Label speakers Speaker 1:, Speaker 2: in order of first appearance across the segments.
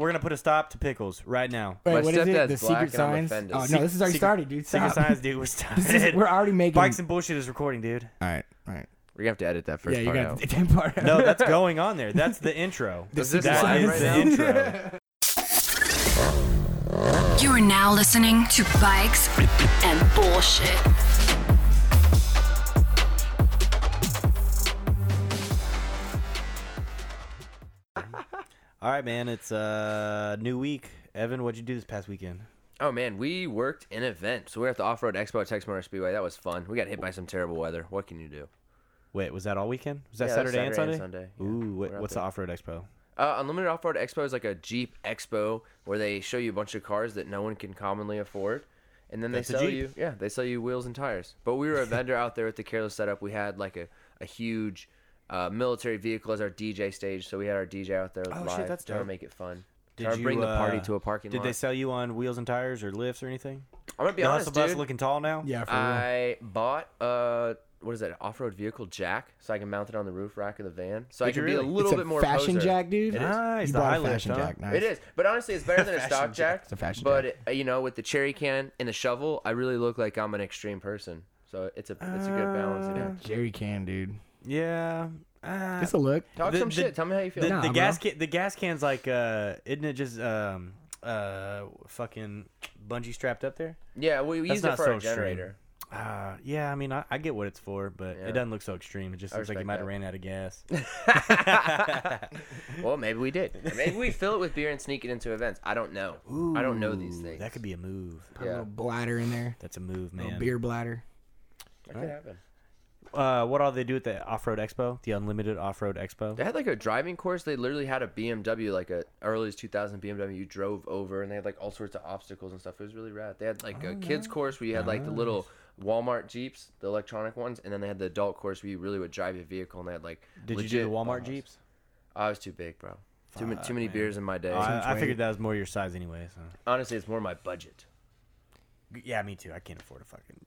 Speaker 1: gonna put a stop to pickles right now.
Speaker 2: Wait,
Speaker 3: My
Speaker 2: what is it?
Speaker 3: stepdad's
Speaker 2: The
Speaker 3: black
Speaker 2: secret
Speaker 3: and I'm
Speaker 2: signs? Oh
Speaker 3: offended.
Speaker 2: no, this is already
Speaker 1: Secret-
Speaker 2: started, dude.
Speaker 1: Secret
Speaker 2: Stop.
Speaker 1: science, dude. We're stopping.
Speaker 2: This is, we're already making.
Speaker 1: Bikes and bullshit is recording, dude.
Speaker 2: all right, all right.
Speaker 3: We're gonna have to edit that first
Speaker 2: Yeah, you
Speaker 3: part
Speaker 2: got
Speaker 3: out.
Speaker 2: the damn part. out.
Speaker 1: No, that's going on there. That's the intro.
Speaker 3: Does this
Speaker 1: That
Speaker 3: slide
Speaker 1: is
Speaker 3: right
Speaker 1: the
Speaker 3: now?
Speaker 1: intro.
Speaker 4: You are now listening to Bikes and Bullshit.
Speaker 1: All right, man. It's uh new week. Evan, what'd you do this past weekend?
Speaker 3: Oh man, we worked an event. So we were at the Off Road Expo at Texas Motor Speedway. That was fun. We got hit by some terrible weather. What can you do?
Speaker 1: Wait, was that all weekend? Was that
Speaker 3: Yeah, that was
Speaker 1: Saturday, and Sunday?
Speaker 3: Saturday and Sunday, yeah.
Speaker 1: Ooh, wait,
Speaker 3: We're out
Speaker 1: what's
Speaker 3: there.
Speaker 1: the off-road expo?
Speaker 3: Uh, Unlimited Off Road Expo is like a Jeep expo where they show you a bunch of cars that no one can commonly afford, and then
Speaker 1: That's a
Speaker 3: they sell
Speaker 1: Jeep.
Speaker 3: you yeah they sell you wheels and tires. But we were a vendor out there with the careless setup. We had like a a huge uh, military vehicle as our DJ stage, so we had our DJ out there
Speaker 1: Oh,
Speaker 3: live
Speaker 1: shit, that's
Speaker 3: trying to
Speaker 1: dope.
Speaker 3: make it fun. trying to bring the party
Speaker 1: uh,
Speaker 3: to a parking
Speaker 1: Did
Speaker 3: lot.
Speaker 1: they sell you on wheels and tires or lifts or anything?
Speaker 3: I'm gonna be
Speaker 1: the
Speaker 3: honest,
Speaker 1: hustle bus
Speaker 3: dude.
Speaker 1: looking tall now.
Speaker 2: Yeah, for real.
Speaker 3: I bought uh what is that off road vehicle jack so I can mount it on the roof rack of the van so I
Speaker 1: Did
Speaker 3: can
Speaker 1: you
Speaker 3: be a
Speaker 1: really?
Speaker 3: little
Speaker 2: it's
Speaker 3: bit
Speaker 2: a
Speaker 3: more
Speaker 2: fashion
Speaker 3: poser.
Speaker 2: jack, dude.
Speaker 3: It is.
Speaker 1: Nice,
Speaker 2: You
Speaker 1: the
Speaker 2: bought
Speaker 1: high
Speaker 2: a
Speaker 1: lift,
Speaker 2: fashion
Speaker 1: huh?
Speaker 2: jack. Nice.
Speaker 3: It is, but honestly, it's better than a stock jack.
Speaker 2: It's a fashion
Speaker 3: but
Speaker 2: jack.
Speaker 3: uh, you know, with the cherry can and the shovel, I really look like I'm an extreme person. So it's a it's a good balance. you
Speaker 1: Uh,
Speaker 3: know?
Speaker 2: Jerry can, dude.
Speaker 1: Yeah. Uh,
Speaker 2: It's a look.
Speaker 3: Talk
Speaker 1: the-
Speaker 3: some
Speaker 1: the-
Speaker 3: shit. Tell me how you feel.
Speaker 1: the,
Speaker 2: Nah,
Speaker 1: the
Speaker 2: bro.
Speaker 1: gas can, the gas can's like uh isn't it just um uh fucking bungee strapped up there?
Speaker 3: yeah, we, we
Speaker 1: That's
Speaker 3: use it
Speaker 1: not
Speaker 3: for
Speaker 1: so
Speaker 3: our
Speaker 1: extreme.
Speaker 3: generator.
Speaker 1: Uh yeah, I mean I, I get what it's for, but
Speaker 3: Yeah.
Speaker 1: it doesn't look so extreme. It just
Speaker 3: I
Speaker 1: looks like you
Speaker 3: respect
Speaker 1: might
Speaker 3: that.
Speaker 1: have ran out of gas.
Speaker 3: Well, maybe we did. Maybe we fill it with beer and sneak it into events. I don't know. I don't know these
Speaker 1: Ooh,
Speaker 3: things.
Speaker 1: That could be a move.
Speaker 2: A
Speaker 3: yeah,
Speaker 2: little bladder in there.
Speaker 1: That's a move,
Speaker 2: A
Speaker 1: man.
Speaker 2: little Oh, beer bladder.
Speaker 3: that could happen.
Speaker 1: Uh, what all they do at the off road expo? The unlimited off road expo.
Speaker 3: They had like a driving course. They literally had a BMW, like a early 2000 BMW you drove over, and they had like all sorts of obstacles and stuff. It was really rad. They had
Speaker 1: Oh,
Speaker 3: like a kids course where you had like the little Walmart Jeeps, the electronic ones, and then they had the adult course where you really would drive your vehicle and they had like.
Speaker 1: Did you do
Speaker 3: legit
Speaker 1: the Walmart
Speaker 3: Bajas.
Speaker 1: jeeps?
Speaker 3: I was too big, bro. Too, ma- too many beers in my day.
Speaker 1: Oh, I, I
Speaker 2: weight.
Speaker 1: figured that was more your size anyway. So.
Speaker 3: Honestly, it's more my budget.
Speaker 1: Yeah, me too. I can't afford a fucking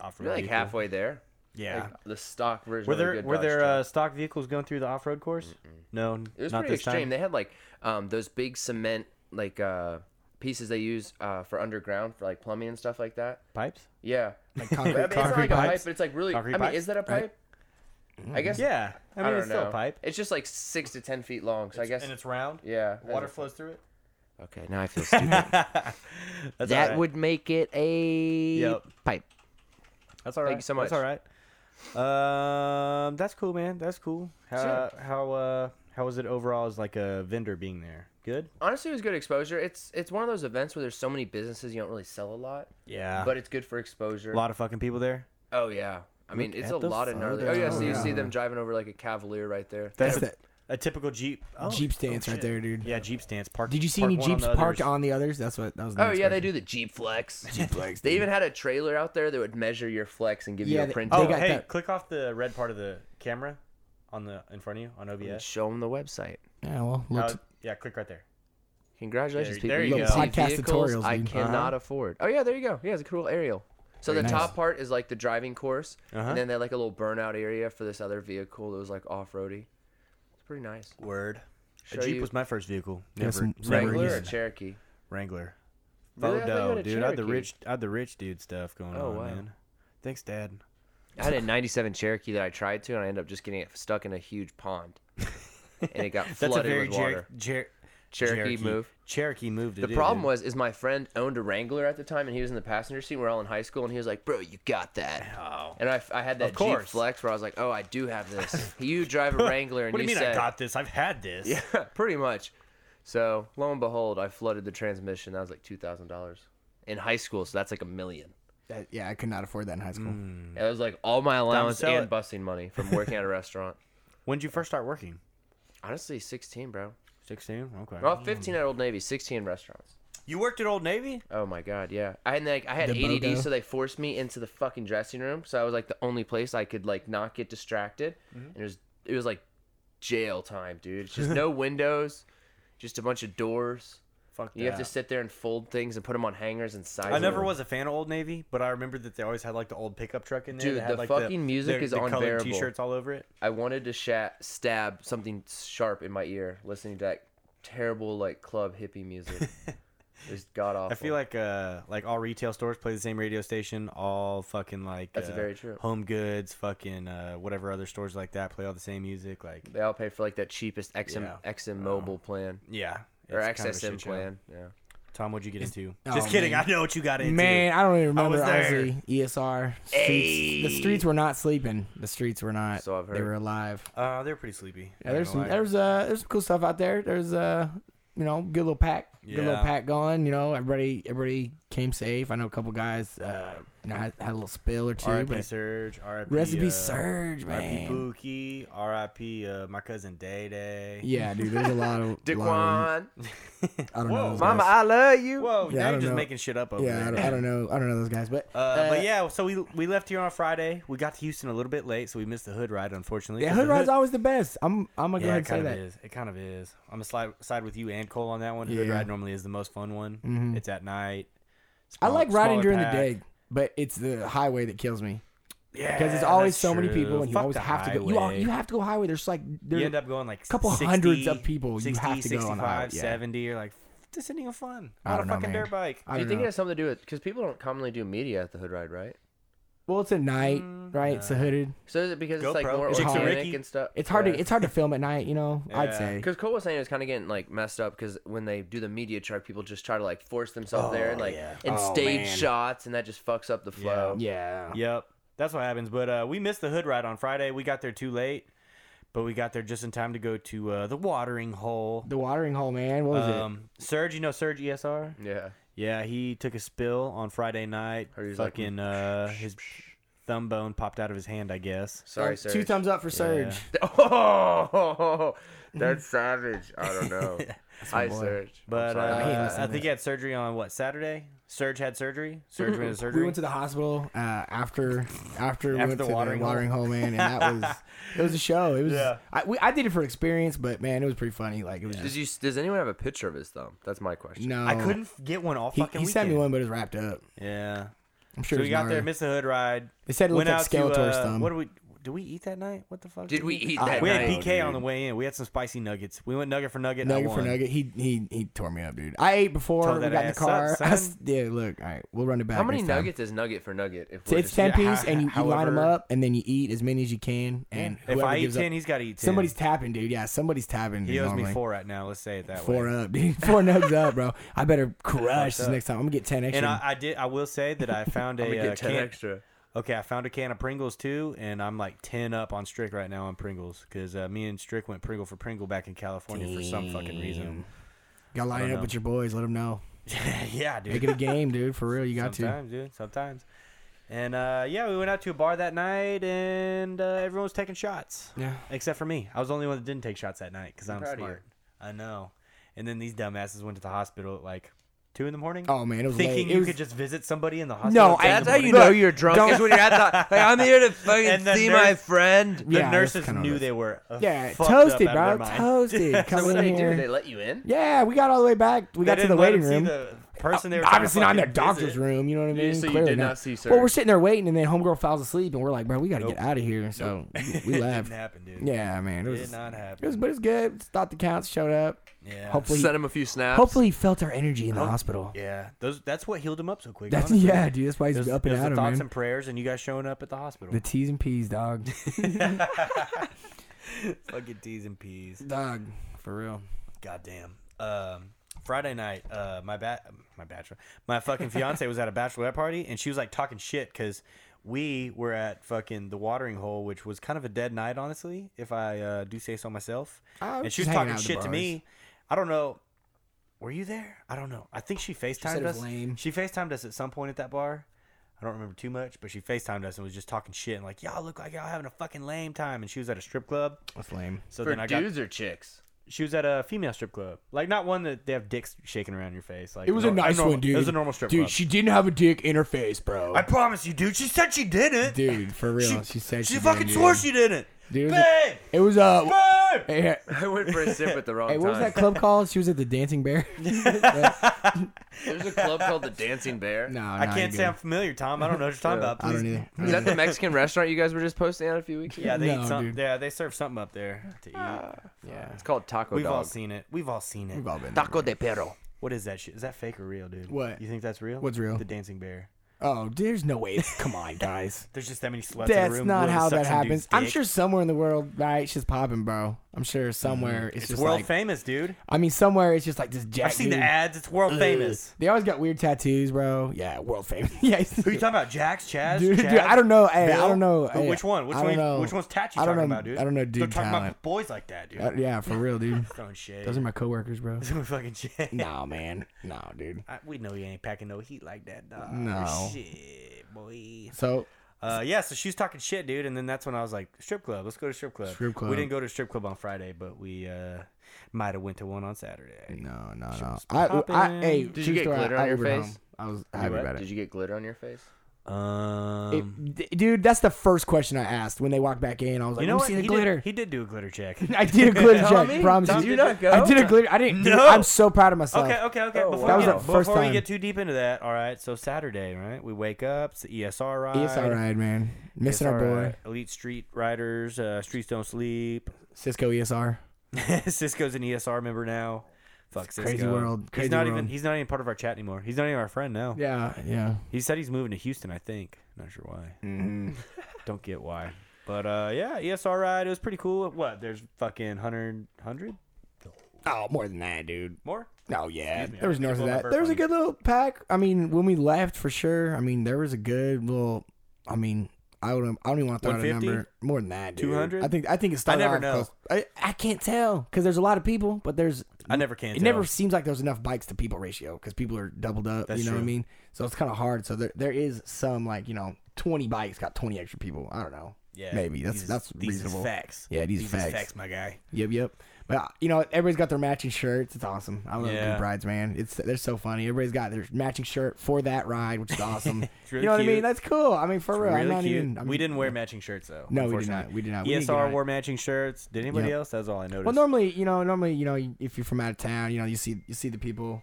Speaker 1: off road.
Speaker 3: You're like halfway there.
Speaker 1: Yeah.
Speaker 3: Like, the stock version.
Speaker 1: were
Speaker 3: of a
Speaker 1: there
Speaker 3: good
Speaker 1: were
Speaker 3: Dodge
Speaker 1: there
Speaker 3: Charger.
Speaker 1: uh, stock vehicles going through the off road course? No, n-
Speaker 3: It was
Speaker 1: not
Speaker 3: pretty
Speaker 1: this
Speaker 3: extreme.
Speaker 1: time.
Speaker 3: They had like um, those big cement like uh, pieces they use uh, for underground for like plumbing and stuff like that.
Speaker 1: Pipes?
Speaker 3: Yeah,
Speaker 2: Like
Speaker 3: But, I mean,
Speaker 2: concrete,
Speaker 3: it's not
Speaker 2: concrete
Speaker 3: like a pipe,
Speaker 2: pipes.
Speaker 3: but it's like really.
Speaker 1: Concrete
Speaker 3: I mean,
Speaker 1: pipes?
Speaker 3: is that a pipe? I guess.
Speaker 1: Yeah, I
Speaker 3: I,
Speaker 1: mean
Speaker 3: don't
Speaker 1: it's
Speaker 3: know.
Speaker 1: still a pipe.
Speaker 3: It's just like six to ten feet long. So I guess.
Speaker 1: and it's round.
Speaker 3: yeah.
Speaker 1: water flows through it.
Speaker 3: Okay, now I feel stupid.
Speaker 1: That's
Speaker 3: that
Speaker 1: all right.
Speaker 3: would make it a
Speaker 1: Yep.
Speaker 3: pipe.
Speaker 1: That's all right.
Speaker 3: Thank you so
Speaker 1: That's all right. Um, that's cool, man. That's cool. How how uh how was it overall as like a vendor being there? Good.
Speaker 3: Honestly, it was good exposure. It's it's one of those events where there's so many businesses you don't really sell a lot,
Speaker 1: Yeah,
Speaker 3: but it's good for exposure.
Speaker 1: a Ah. lot of fucking people there.
Speaker 3: Oh yeah. I mean, it's
Speaker 1: at
Speaker 3: a
Speaker 1: the
Speaker 3: lot of gnarly. Oh
Speaker 1: photos.
Speaker 3: yeah, so you
Speaker 2: Yeah.
Speaker 3: see them driving over like a Cavalier right there.
Speaker 2: That's that
Speaker 1: A typical Jeep. Oh,
Speaker 2: Jeep
Speaker 1: oh,
Speaker 2: stance right
Speaker 1: shit.
Speaker 2: there, dude.
Speaker 1: Yeah, Jeep stance. Park.
Speaker 2: Did you see
Speaker 1: park
Speaker 2: any
Speaker 1: one
Speaker 2: jeeps
Speaker 1: on the
Speaker 2: parked
Speaker 1: others.
Speaker 2: on the others? That's what that was. the
Speaker 3: Oh
Speaker 2: next
Speaker 3: yeah, they
Speaker 2: question.
Speaker 3: do the Jeep Flex.
Speaker 2: Jeep flags.
Speaker 3: They
Speaker 2: dude.
Speaker 3: even had a trailer out there that would measure your flex and give
Speaker 2: Yeah,
Speaker 3: you
Speaker 2: they-
Speaker 3: a print.
Speaker 2: they
Speaker 1: Oh,
Speaker 2: got
Speaker 1: hey,
Speaker 2: that-
Speaker 1: click off the red part of the camera on the in front of you on
Speaker 3: and
Speaker 1: OBS.
Speaker 3: show them the website.
Speaker 2: Yeah, well,
Speaker 1: How-
Speaker 2: look,
Speaker 1: yeah, click right there.
Speaker 3: Congratulations,
Speaker 1: There-
Speaker 3: people.
Speaker 1: there you
Speaker 3: can
Speaker 1: go.
Speaker 3: see
Speaker 2: Podcast
Speaker 3: vehicles
Speaker 2: tutorials,
Speaker 3: I
Speaker 2: dude.
Speaker 3: cannot
Speaker 2: Uh-huh.
Speaker 3: afford. Oh yeah, there you go. Yeah, it's a cool aerial. So the
Speaker 2: Very nice.
Speaker 3: top part is like the driving course,
Speaker 1: Uh-huh.
Speaker 3: and then they had like a little burnout area for this other vehicle that was like off roady. It's pretty nice.
Speaker 1: Word. A
Speaker 3: Show
Speaker 1: Jeep
Speaker 3: you-
Speaker 1: was my first vehicle.
Speaker 2: Yeah,
Speaker 1: Never,
Speaker 2: some- some
Speaker 1: never
Speaker 3: Wrangler or
Speaker 1: used it.
Speaker 3: Cherokee?
Speaker 1: Wrangler.
Speaker 3: Really? I thought you
Speaker 1: Photo,
Speaker 3: had a
Speaker 1: dude. I had the
Speaker 3: Cherokee.
Speaker 1: rich, I had the rich dude stuff going
Speaker 3: Oh,
Speaker 1: on,
Speaker 3: wow.
Speaker 1: man. Thanks, Dad.
Speaker 3: I had a '97 Cherokee that I tried to, and I ended up just getting it stuck in a huge pond, and it got
Speaker 1: That's
Speaker 3: flooded
Speaker 1: a very
Speaker 3: with water.
Speaker 1: Jer- Jer-
Speaker 3: Cherokee move.
Speaker 1: Cherokee move. To
Speaker 3: The
Speaker 1: do,
Speaker 3: problem
Speaker 1: dude.
Speaker 3: was is my friend owned a Wrangler at the time, and he was in the passenger seat. We're all in high school, and he was like, "Bro, you got that."
Speaker 1: Oh.
Speaker 3: And I, I had that Jeep
Speaker 1: course.
Speaker 3: Flex where I was like, "Oh, I do have this." you drive a Wrangler, and
Speaker 1: What do you mean?
Speaker 3: said,
Speaker 1: I got this. I've had this.
Speaker 3: "Yeah, pretty much." So lo and behold, I flooded the transmission. That was like two thousand dollars in high school, so that's like a million.
Speaker 2: that, yeah, I could not afford that in high school.
Speaker 1: Mm.
Speaker 3: That was like all my allowance
Speaker 1: sell
Speaker 3: and
Speaker 1: it.
Speaker 3: busing money from working at a restaurant.
Speaker 1: When did you first start working?
Speaker 3: Honestly, sixteen, bro.
Speaker 1: Sixteen. Okay.
Speaker 3: Well, fifteen at Old Navy, sixteen restaurants.
Speaker 1: you worked at Old Navy.
Speaker 3: Oh my god, yeah. I had like I had
Speaker 2: The
Speaker 3: ADD,
Speaker 2: BOGO?
Speaker 3: so they forced me into the fucking dressing room. So I was like the only place I could like not get distracted.
Speaker 1: Mm-hmm.
Speaker 3: And it was it was like jail time, dude. It's just no windows, just a bunch of doors.
Speaker 1: Fuck
Speaker 3: You have to sit there and fold things and put them on hangers and size.
Speaker 1: I
Speaker 3: them.
Speaker 1: never was a fan of Old Navy, but I remember that they always had like the old pickup truck in there.
Speaker 3: Dude,
Speaker 1: that had,
Speaker 3: the
Speaker 1: like,
Speaker 3: fucking music
Speaker 1: the,
Speaker 3: is
Speaker 1: the colored
Speaker 3: unbearable.
Speaker 1: T-shirts all over it.
Speaker 3: I wanted to sha- stab something sharp in my ear listening to that terrible like club hippie music. it's god awful.
Speaker 1: I feel like uh like all retail stores play the same radio station. All fucking like
Speaker 3: That's
Speaker 1: uh,
Speaker 3: very true.
Speaker 1: Home Goods, fucking uh whatever other stores like that play all the same music. Like
Speaker 3: they all pay for like that cheapest XM
Speaker 1: Yeah.
Speaker 3: XM mobile plan
Speaker 1: yeah,
Speaker 3: or
Speaker 1: it's kind of a
Speaker 3: XSM
Speaker 1: shit show.
Speaker 3: plan. Yeah.
Speaker 1: Tom, what'd you get into?
Speaker 2: oh,
Speaker 1: Just kidding.
Speaker 2: man.
Speaker 1: I know what you got into.
Speaker 2: Man, I don't even
Speaker 1: I was
Speaker 2: remember
Speaker 1: there.
Speaker 2: honestly. ESR. Streets, The streets were not sleeping. The streets were not.
Speaker 3: So I've
Speaker 2: They
Speaker 3: heard.
Speaker 2: were alive.
Speaker 1: Uh, they're pretty sleepy.
Speaker 2: Yeah,
Speaker 1: not
Speaker 2: there's
Speaker 1: gonna
Speaker 2: some
Speaker 1: lie.
Speaker 2: there's uh there's some cool stuff out there. There's uh you know good little pack, good
Speaker 1: Yeah.
Speaker 2: little pack going. You know everybody everybody came safe. I know a couple guys uh you know, had, had a little spill or two,
Speaker 1: R.I.P.
Speaker 2: but
Speaker 1: Surge. R.I.P.
Speaker 2: recipe
Speaker 1: uh,
Speaker 2: surge
Speaker 1: R.I.P.
Speaker 2: man.
Speaker 1: Pookie. R.I.P. Uh, my cousin Day Day.
Speaker 2: Yeah, dude, there's a lot of
Speaker 3: Dick
Speaker 2: lot of-
Speaker 3: Wan,
Speaker 2: I don't know. those
Speaker 3: Mama,
Speaker 2: guys.
Speaker 3: I love you.
Speaker 1: Whoa,
Speaker 2: Yeah, I
Speaker 1: now you're
Speaker 2: don't
Speaker 1: just
Speaker 2: know.
Speaker 1: making shit up over
Speaker 2: Yeah, I
Speaker 1: there.
Speaker 2: don't, I don't know. I don't know those guys, but
Speaker 1: Uh, but yeah, so we we left here on Friday. We got to Houston a little bit late, so we missed the hood ride, unfortunately.
Speaker 2: yeah,
Speaker 1: 'cause
Speaker 2: hood
Speaker 1: the
Speaker 2: ride's always the best. I'm I'm gonna go
Speaker 1: yeah,
Speaker 2: ahead
Speaker 1: it
Speaker 2: and say
Speaker 1: kind of
Speaker 2: that.
Speaker 1: is. It kind of is. I'm gonna slide, side with you and Cole on that one. Hood
Speaker 2: Yeah. Mm-hmm.
Speaker 1: ride normally is the most fun one. It's at night.
Speaker 2: I like
Speaker 1: Small-
Speaker 2: riding
Speaker 1: smaller
Speaker 2: during
Speaker 1: pack.
Speaker 2: the day, but it's the highway that kills me
Speaker 1: Yeah,
Speaker 2: because it's always
Speaker 1: that's
Speaker 2: so many
Speaker 1: true.
Speaker 2: people, and you
Speaker 1: Fuck
Speaker 2: always
Speaker 1: the
Speaker 2: have to go. You, all,
Speaker 1: highway.
Speaker 2: you have to go highway. There's like there,
Speaker 1: you end up going like a
Speaker 2: couple hundreds of people you have to go on the highway, yeah.
Speaker 1: 70 you're like this isn't even fun
Speaker 2: I
Speaker 1: on a
Speaker 2: don't know,
Speaker 1: fucking
Speaker 2: man.
Speaker 1: dirt bike
Speaker 2: I
Speaker 3: Do you
Speaker 2: don't
Speaker 3: think it
Speaker 2: know.
Speaker 3: has something to do with because people don't commonly do media at the Hood Ride, right?
Speaker 2: Well, it's at night, right? It's a hooded.
Speaker 3: So is it because it's like
Speaker 1: GoPro.
Speaker 3: more
Speaker 1: It's
Speaker 2: like
Speaker 3: organic
Speaker 1: Ricky.
Speaker 3: and stuff?
Speaker 2: It's hard to it's hard to film at night, you know. I'd say.
Speaker 3: Because Cole was saying it was kind of getting like messed up because when they do the media chart, people just try to like force themselves there and like and
Speaker 2: Oh,
Speaker 3: stage
Speaker 2: man.
Speaker 3: shots, and that just fucks up the flow.
Speaker 2: Yeah.
Speaker 1: yep that's what happens but uh we missed the hood ride on friday we got there too late but we got there just in time to go to uh the watering hole
Speaker 2: The watering hole, man. What was
Speaker 1: um serge you know serge esr
Speaker 3: Yeah.
Speaker 1: yeah he took a spill on friday night
Speaker 3: Heard he was like,
Speaker 1: fucking uh his thumb bone popped out of his hand i guess
Speaker 2: it?
Speaker 3: Sorry,
Speaker 2: Um,
Speaker 3: sir.
Speaker 2: Two thumbs up for Surge.
Speaker 3: Oh, that's savage. I don't know. Hi, Serge.
Speaker 1: but uh,
Speaker 2: I hate
Speaker 1: I,
Speaker 2: listening to
Speaker 1: think he had surgery on what Saturday. Serge had surgery. Serge went to surgery.
Speaker 2: We went to the hospital uh, after after we
Speaker 1: After
Speaker 2: went
Speaker 1: the
Speaker 2: to
Speaker 1: watering
Speaker 2: the
Speaker 1: hole.
Speaker 2: watering hole, man, and that was it was a show. It was
Speaker 1: Yeah.
Speaker 2: I, we, I did it for experience, but man, it was pretty funny. Like it was
Speaker 3: Does
Speaker 2: just
Speaker 3: you? Does anyone have a picture of his thumb? That's my question.
Speaker 2: no.
Speaker 1: I couldn't f- get one all
Speaker 2: Oh. He,
Speaker 1: fucking
Speaker 2: he sent me
Speaker 1: weekend.
Speaker 2: one, but it was wrapped up.
Speaker 1: Yeah.
Speaker 2: I'm sure.
Speaker 1: so
Speaker 2: it
Speaker 1: we
Speaker 2: was
Speaker 1: got there,
Speaker 2: gnarly.
Speaker 1: missed the hood ride.
Speaker 2: They said it
Speaker 1: went
Speaker 2: looked like
Speaker 1: out to,
Speaker 2: Skeletor's
Speaker 1: uh,
Speaker 2: thumb.
Speaker 1: What did we? Did we eat that night? What the fuck?
Speaker 3: Did we eat
Speaker 2: I-
Speaker 3: that
Speaker 1: We
Speaker 3: night?
Speaker 1: had PK on the way in. We had some spicy nuggets. We went nugget for nugget. and I
Speaker 2: Nugget for
Speaker 1: won.
Speaker 2: nugget, he he he tore me up, dude. I ate before
Speaker 1: Tore
Speaker 2: we
Speaker 1: that
Speaker 2: got in the
Speaker 1: ass up,
Speaker 2: car. I
Speaker 1: son.
Speaker 2: s- yeah, look, all right, we'll run it back.
Speaker 3: How many
Speaker 2: next time.
Speaker 3: nuggets is nugget for nugget? If
Speaker 2: So
Speaker 3: we're
Speaker 2: it's
Speaker 3: just-
Speaker 2: ten
Speaker 1: yeah,
Speaker 2: piece, and you,
Speaker 1: ho-
Speaker 2: you line them
Speaker 1: however-
Speaker 2: up, and then you eat as many as you can. And
Speaker 1: If
Speaker 2: whoever
Speaker 1: I eat
Speaker 2: gives up-
Speaker 1: ten, he's got to eat ten.
Speaker 2: somebody's tapping, dude. Yeah, somebody's tapping.
Speaker 1: He
Speaker 2: dude,
Speaker 1: owes me
Speaker 2: normally.
Speaker 1: four right now. Let's say it that
Speaker 2: Four
Speaker 1: way.
Speaker 2: up, dude. Four nugs up, bro. I better crush this
Speaker 1: up.
Speaker 2: next time. I'm gonna get ten extra.
Speaker 1: And I, I did. I will say that I found
Speaker 3: I'm gonna
Speaker 1: a uh,
Speaker 3: get ten
Speaker 1: can.
Speaker 3: extra.
Speaker 1: Okay, I found a can of Pringles too, and I'm like ten up on Strick right now on Pringles because uh, me and Strick went Pringle for Pringle back in California for some fucking reason.
Speaker 2: gotta line it up
Speaker 1: know.
Speaker 2: with your boys. Let them know.
Speaker 1: yeah, dude.
Speaker 2: Make it a game, dude. For real, you got to.
Speaker 1: Sometimes, dude. Sometimes. And uh, yeah, we went out to a bar that night, and uh, everyone was taking shots.
Speaker 2: Yeah.
Speaker 1: Except for me. I was the only one that didn't take shots that night because I'm
Speaker 3: proud of you.
Speaker 1: smart. I know. And then these dumbasses went to the hospital at like two in the morning,
Speaker 2: Oh man, it was
Speaker 1: thinking
Speaker 2: late. It
Speaker 1: you
Speaker 2: was-
Speaker 1: could just visit somebody in the hospital. at
Speaker 2: No,
Speaker 1: 10 in
Speaker 2: I-
Speaker 1: the
Speaker 3: That's how
Speaker 1: morning.
Speaker 3: you
Speaker 2: Look,
Speaker 3: know you're drunk.
Speaker 2: don't-
Speaker 3: Is when you're at the like I'm here to
Speaker 1: And
Speaker 3: fucking
Speaker 1: the
Speaker 3: see
Speaker 1: nurse-
Speaker 3: my friend.
Speaker 1: The
Speaker 2: Yeah, that's
Speaker 1: nurses
Speaker 2: kinda
Speaker 1: knew
Speaker 2: rough.
Speaker 1: they were uh,
Speaker 2: yeah,
Speaker 1: fucked up
Speaker 2: toasted,
Speaker 1: out
Speaker 2: bro.
Speaker 1: of their mind.
Speaker 2: Toasted.
Speaker 3: So
Speaker 2: Come
Speaker 3: what do
Speaker 2: in
Speaker 3: they do?
Speaker 2: here.
Speaker 3: They let you in?
Speaker 2: Yeah, we got all the way back. We
Speaker 1: They
Speaker 2: got to
Speaker 1: didn't
Speaker 2: the
Speaker 1: let 'em
Speaker 2: waiting
Speaker 1: see
Speaker 2: room.
Speaker 1: the person they were trying to
Speaker 2: Obviously not in their
Speaker 1: fucking
Speaker 2: doctor's
Speaker 1: visit.
Speaker 2: room. You know what I
Speaker 3: Yeah,
Speaker 2: mean?
Speaker 3: so you
Speaker 2: Clearly
Speaker 3: did not see
Speaker 2: Well, we're
Speaker 3: Serge.
Speaker 2: sitting there waiting, and then homegirl falls asleep, and we're like, bro, we got to
Speaker 1: Nope.
Speaker 2: get out of here. So we left.
Speaker 1: Didn't happen, dude.
Speaker 2: Yeah, man, it
Speaker 1: Did
Speaker 2: was.
Speaker 1: not happen.
Speaker 2: It was, but it's good. Thought the counts showed up.
Speaker 1: yeah.
Speaker 2: Hopefully,
Speaker 3: Send him a few snaps.
Speaker 2: hopefully he felt our energy in the hospital.
Speaker 1: Yeah, those. That's what healed him up so quick.
Speaker 2: That's
Speaker 1: honestly.
Speaker 2: yeah, dude. That's why
Speaker 1: It
Speaker 2: he's
Speaker 1: was-
Speaker 2: up
Speaker 1: it
Speaker 2: and
Speaker 1: was
Speaker 2: at
Speaker 1: the
Speaker 2: him,
Speaker 1: thoughts
Speaker 2: man.
Speaker 1: and prayers, and you guys showing up at the hospital.
Speaker 2: The T's and P's, dog.
Speaker 1: Fucking D's and P's.
Speaker 2: dog, for real.
Speaker 1: Goddamn. Um, Friday night, uh, my bat, my bachelor, my fucking fiance was at a bachelorette party, and she was like talking shit because we were at fucking the watering hole, which was kind of a dead night, honestly, if I uh, do say so myself.
Speaker 2: Oh, I was
Speaker 1: and she was
Speaker 2: just
Speaker 1: talking
Speaker 2: hanging out at the
Speaker 1: shit to
Speaker 2: bars.
Speaker 1: me. I don't know. Were you there? I don't know. I think she FaceTimed
Speaker 2: it was
Speaker 1: us.
Speaker 2: lame.
Speaker 1: She FaceTimed us at some point at that bar. I don't remember too much, but she FaceTimed us and was just talking shit and like, y'all look like y'all having a fucking lame time. And she was at a strip club.
Speaker 2: That's lame.
Speaker 1: So
Speaker 3: for
Speaker 1: then I got
Speaker 3: dudes or chicks.
Speaker 1: she was at a female strip club, like not one that they have dicks shaking around your face. Like
Speaker 2: It was a
Speaker 1: nor-
Speaker 2: nice
Speaker 1: normal-
Speaker 2: one, dude.
Speaker 1: It was a normal strip
Speaker 2: Dude,
Speaker 1: club.
Speaker 2: she didn't have a dick in her face, bro.
Speaker 1: I promise you, dude. She said she didn't.
Speaker 2: dude, for real. She, said she,
Speaker 1: she fucking
Speaker 2: didn't,
Speaker 1: swore
Speaker 2: dude.
Speaker 1: she didn't.
Speaker 2: Dude, it
Speaker 1: babe,
Speaker 2: was a- it was uh,
Speaker 1: babe. Hey!
Speaker 2: Hey,
Speaker 3: I went for a sip at the wrong
Speaker 2: hey, what was
Speaker 3: time.
Speaker 2: that club called? She was at the Dancing Bear.
Speaker 3: There's a club called the Dancing Bear.
Speaker 2: no,
Speaker 1: I can't say I'm familiar, Tom. I don't know what you're talking about.
Speaker 2: I
Speaker 1: Please.
Speaker 2: don't either.
Speaker 3: Is that the Mexican restaurant you guys were just posting out a few weeks ago?
Speaker 1: Yeah, they
Speaker 2: No,
Speaker 1: eat some,
Speaker 2: dude.
Speaker 1: yeah, they serve something up there to eat.
Speaker 2: Yeah,
Speaker 3: It's called Taco
Speaker 1: We've
Speaker 3: Dog.
Speaker 1: all seen it. We've all seen it.
Speaker 2: we've all been. there.
Speaker 3: Taco de Perro.
Speaker 1: What is that shit? Is that fake or real, dude?
Speaker 2: What?
Speaker 1: You think that's real?
Speaker 2: What's real?
Speaker 1: The dancing bear.
Speaker 2: Oh, there's no way. Come on, guys.
Speaker 1: There's just that many sluts in the
Speaker 2: That's
Speaker 1: room.
Speaker 2: not
Speaker 1: willing to
Speaker 2: how
Speaker 1: suck
Speaker 2: that
Speaker 1: some dude's
Speaker 2: happens. I'm
Speaker 1: dick. Mm,
Speaker 2: sure somewhere in the world, right? She's popping, bro. I'm sure somewhere it's,
Speaker 1: it's
Speaker 2: just
Speaker 1: world
Speaker 2: like.
Speaker 1: famous, dude.
Speaker 2: I mean, somewhere it's just like this. Jack
Speaker 1: I've seen
Speaker 2: dude.
Speaker 1: the ads. It's world
Speaker 2: Ugh.
Speaker 1: famous.
Speaker 2: They always got weird tattoos, bro. Yeah, world famous. yeah,
Speaker 1: Who you talking about? Jax, Chaz,
Speaker 2: Dude,
Speaker 1: Chaz?
Speaker 2: dude, I don't know. Hey, I
Speaker 1: Bill?
Speaker 2: don't know.
Speaker 1: Who-
Speaker 2: Hey,
Speaker 1: which one? Which
Speaker 2: I
Speaker 1: one?
Speaker 2: don't know.
Speaker 1: Which one's Tat you
Speaker 2: I don't
Speaker 1: talking
Speaker 2: know-
Speaker 1: about, dude?
Speaker 2: I don't know,
Speaker 1: Don't
Speaker 2: dude.
Speaker 1: talk
Speaker 2: talent.
Speaker 1: about boys like that, dude.
Speaker 2: Uh, yeah, for real, dude.
Speaker 1: Throwing shade.
Speaker 2: Those are my coworkers, bro.
Speaker 1: Doesn't fucking shit.
Speaker 2: nah, man. Nah, dude.
Speaker 1: I, we know you ain't packing no heat like that, dog.
Speaker 2: No.
Speaker 1: Shit, boy.
Speaker 2: So
Speaker 1: Uh, yeah, so she was talking shit, dude, and then that's when I was like, strip club, let's go to strip club.
Speaker 2: Strip club.
Speaker 1: We didn't go to strip club on Friday, but we uh, might have went to one on Saturday.
Speaker 2: no, no, no.
Speaker 1: was
Speaker 2: I, I,
Speaker 1: poppin'.
Speaker 2: hey,
Speaker 1: Did
Speaker 3: you
Speaker 2: true
Speaker 3: get
Speaker 2: story,
Speaker 3: glitter
Speaker 2: I
Speaker 3: on your
Speaker 2: Ubered
Speaker 3: face?
Speaker 2: home. I was happy
Speaker 1: what?
Speaker 2: about it.
Speaker 3: Did you get glitter on your face?
Speaker 1: Um,
Speaker 2: It- d- dude, that's the first question I asked when they walked back in. I was like,
Speaker 1: you know
Speaker 2: "Let me
Speaker 1: what?
Speaker 2: see
Speaker 1: he,
Speaker 2: the
Speaker 1: did-
Speaker 2: glitter."
Speaker 1: he did do a glitter check.
Speaker 2: I did a glitter check.
Speaker 3: Tommy?
Speaker 2: promise
Speaker 3: Tom,
Speaker 2: you.
Speaker 3: did you not go?
Speaker 2: I did a glitter. I didn't. dude,
Speaker 1: No.
Speaker 2: I'm so proud of myself.
Speaker 1: Okay, okay, okay.
Speaker 3: Oh,
Speaker 1: before
Speaker 3: wow.
Speaker 1: we
Speaker 2: That
Speaker 1: get,
Speaker 2: was the first
Speaker 1: before we
Speaker 2: time.
Speaker 1: get too deep into that, all right. So Saturday, right? We wake up. It's the ESR ride. E
Speaker 2: It's all right, man. Missing our boy
Speaker 1: ESR, uh, Elite Street Riders. Uh, Streets don't sleep.
Speaker 2: Cisco E ESR.
Speaker 1: Cisco's an ESR member now. Fuck Cisco.
Speaker 2: crazy world, crazy
Speaker 1: he's not even.
Speaker 2: world.
Speaker 1: He's not even part of our chat anymore. He's not even our friend now.
Speaker 2: Yeah, yeah.
Speaker 1: He said he's moving to Houston. I think. Not sure why.
Speaker 2: Mm-hmm.
Speaker 1: Don't get why. But uh, yeah, ESR ride. It was pretty cool. What? There's fucking 100, 100
Speaker 2: Oh, more than that, dude.
Speaker 1: more.
Speaker 2: Oh yeah,
Speaker 1: Excuse me,
Speaker 2: there was
Speaker 1: I
Speaker 2: north of
Speaker 1: blew my
Speaker 2: that.
Speaker 1: burp
Speaker 2: There was a
Speaker 1: on
Speaker 2: good little pack. I mean, when we left, for sure. I mean, there was a good little. I mean, I would. I don't even want to throw out a
Speaker 1: 150?
Speaker 2: number more than that. Two
Speaker 1: 200?
Speaker 2: I think. I think it started.
Speaker 1: never
Speaker 2: off
Speaker 1: know.
Speaker 2: close- I, I can't tell because there's a lot of people, but there's.
Speaker 1: I never can.
Speaker 2: It
Speaker 1: tell.
Speaker 2: never seems like there's enough bikes to people ratio because people are doubled up.
Speaker 1: That's
Speaker 2: you know what I
Speaker 1: true.
Speaker 2: mean? So it's kind of hard. So there, there is some like you know, twenty bikes got twenty extra people. I don't know.
Speaker 1: Yeah,
Speaker 2: maybe that's
Speaker 1: these is-
Speaker 2: that's
Speaker 1: these is
Speaker 2: reasonable.
Speaker 1: facts.
Speaker 2: Yeah, these,
Speaker 1: These
Speaker 2: are
Speaker 1: is
Speaker 2: facts.
Speaker 1: facts, my guy.
Speaker 2: Yep, yep. But uh, you know, everybody's got their matching shirts. It's awesome. I love
Speaker 1: Yeah.
Speaker 2: group rides, man. It's they're so funny. Everybody's got their matching shirt for that ride, which is awesome.
Speaker 1: really
Speaker 2: you know what I mean?
Speaker 1: cute.
Speaker 2: That's cool. I mean, for real, I'm
Speaker 1: really
Speaker 2: not
Speaker 1: cute.
Speaker 2: even. I mean,
Speaker 1: we didn't wear matching shirts though.
Speaker 2: No, we did
Speaker 1: unfortunately.
Speaker 2: not. We did not. We didn't get
Speaker 1: ESR
Speaker 2: it.
Speaker 1: wore matching shirts. Did anybody
Speaker 2: Yep.
Speaker 1: else? That's all I noticed.
Speaker 2: Well, normally, you know, normally, you know, if you're from out of town, you know, you see you see the people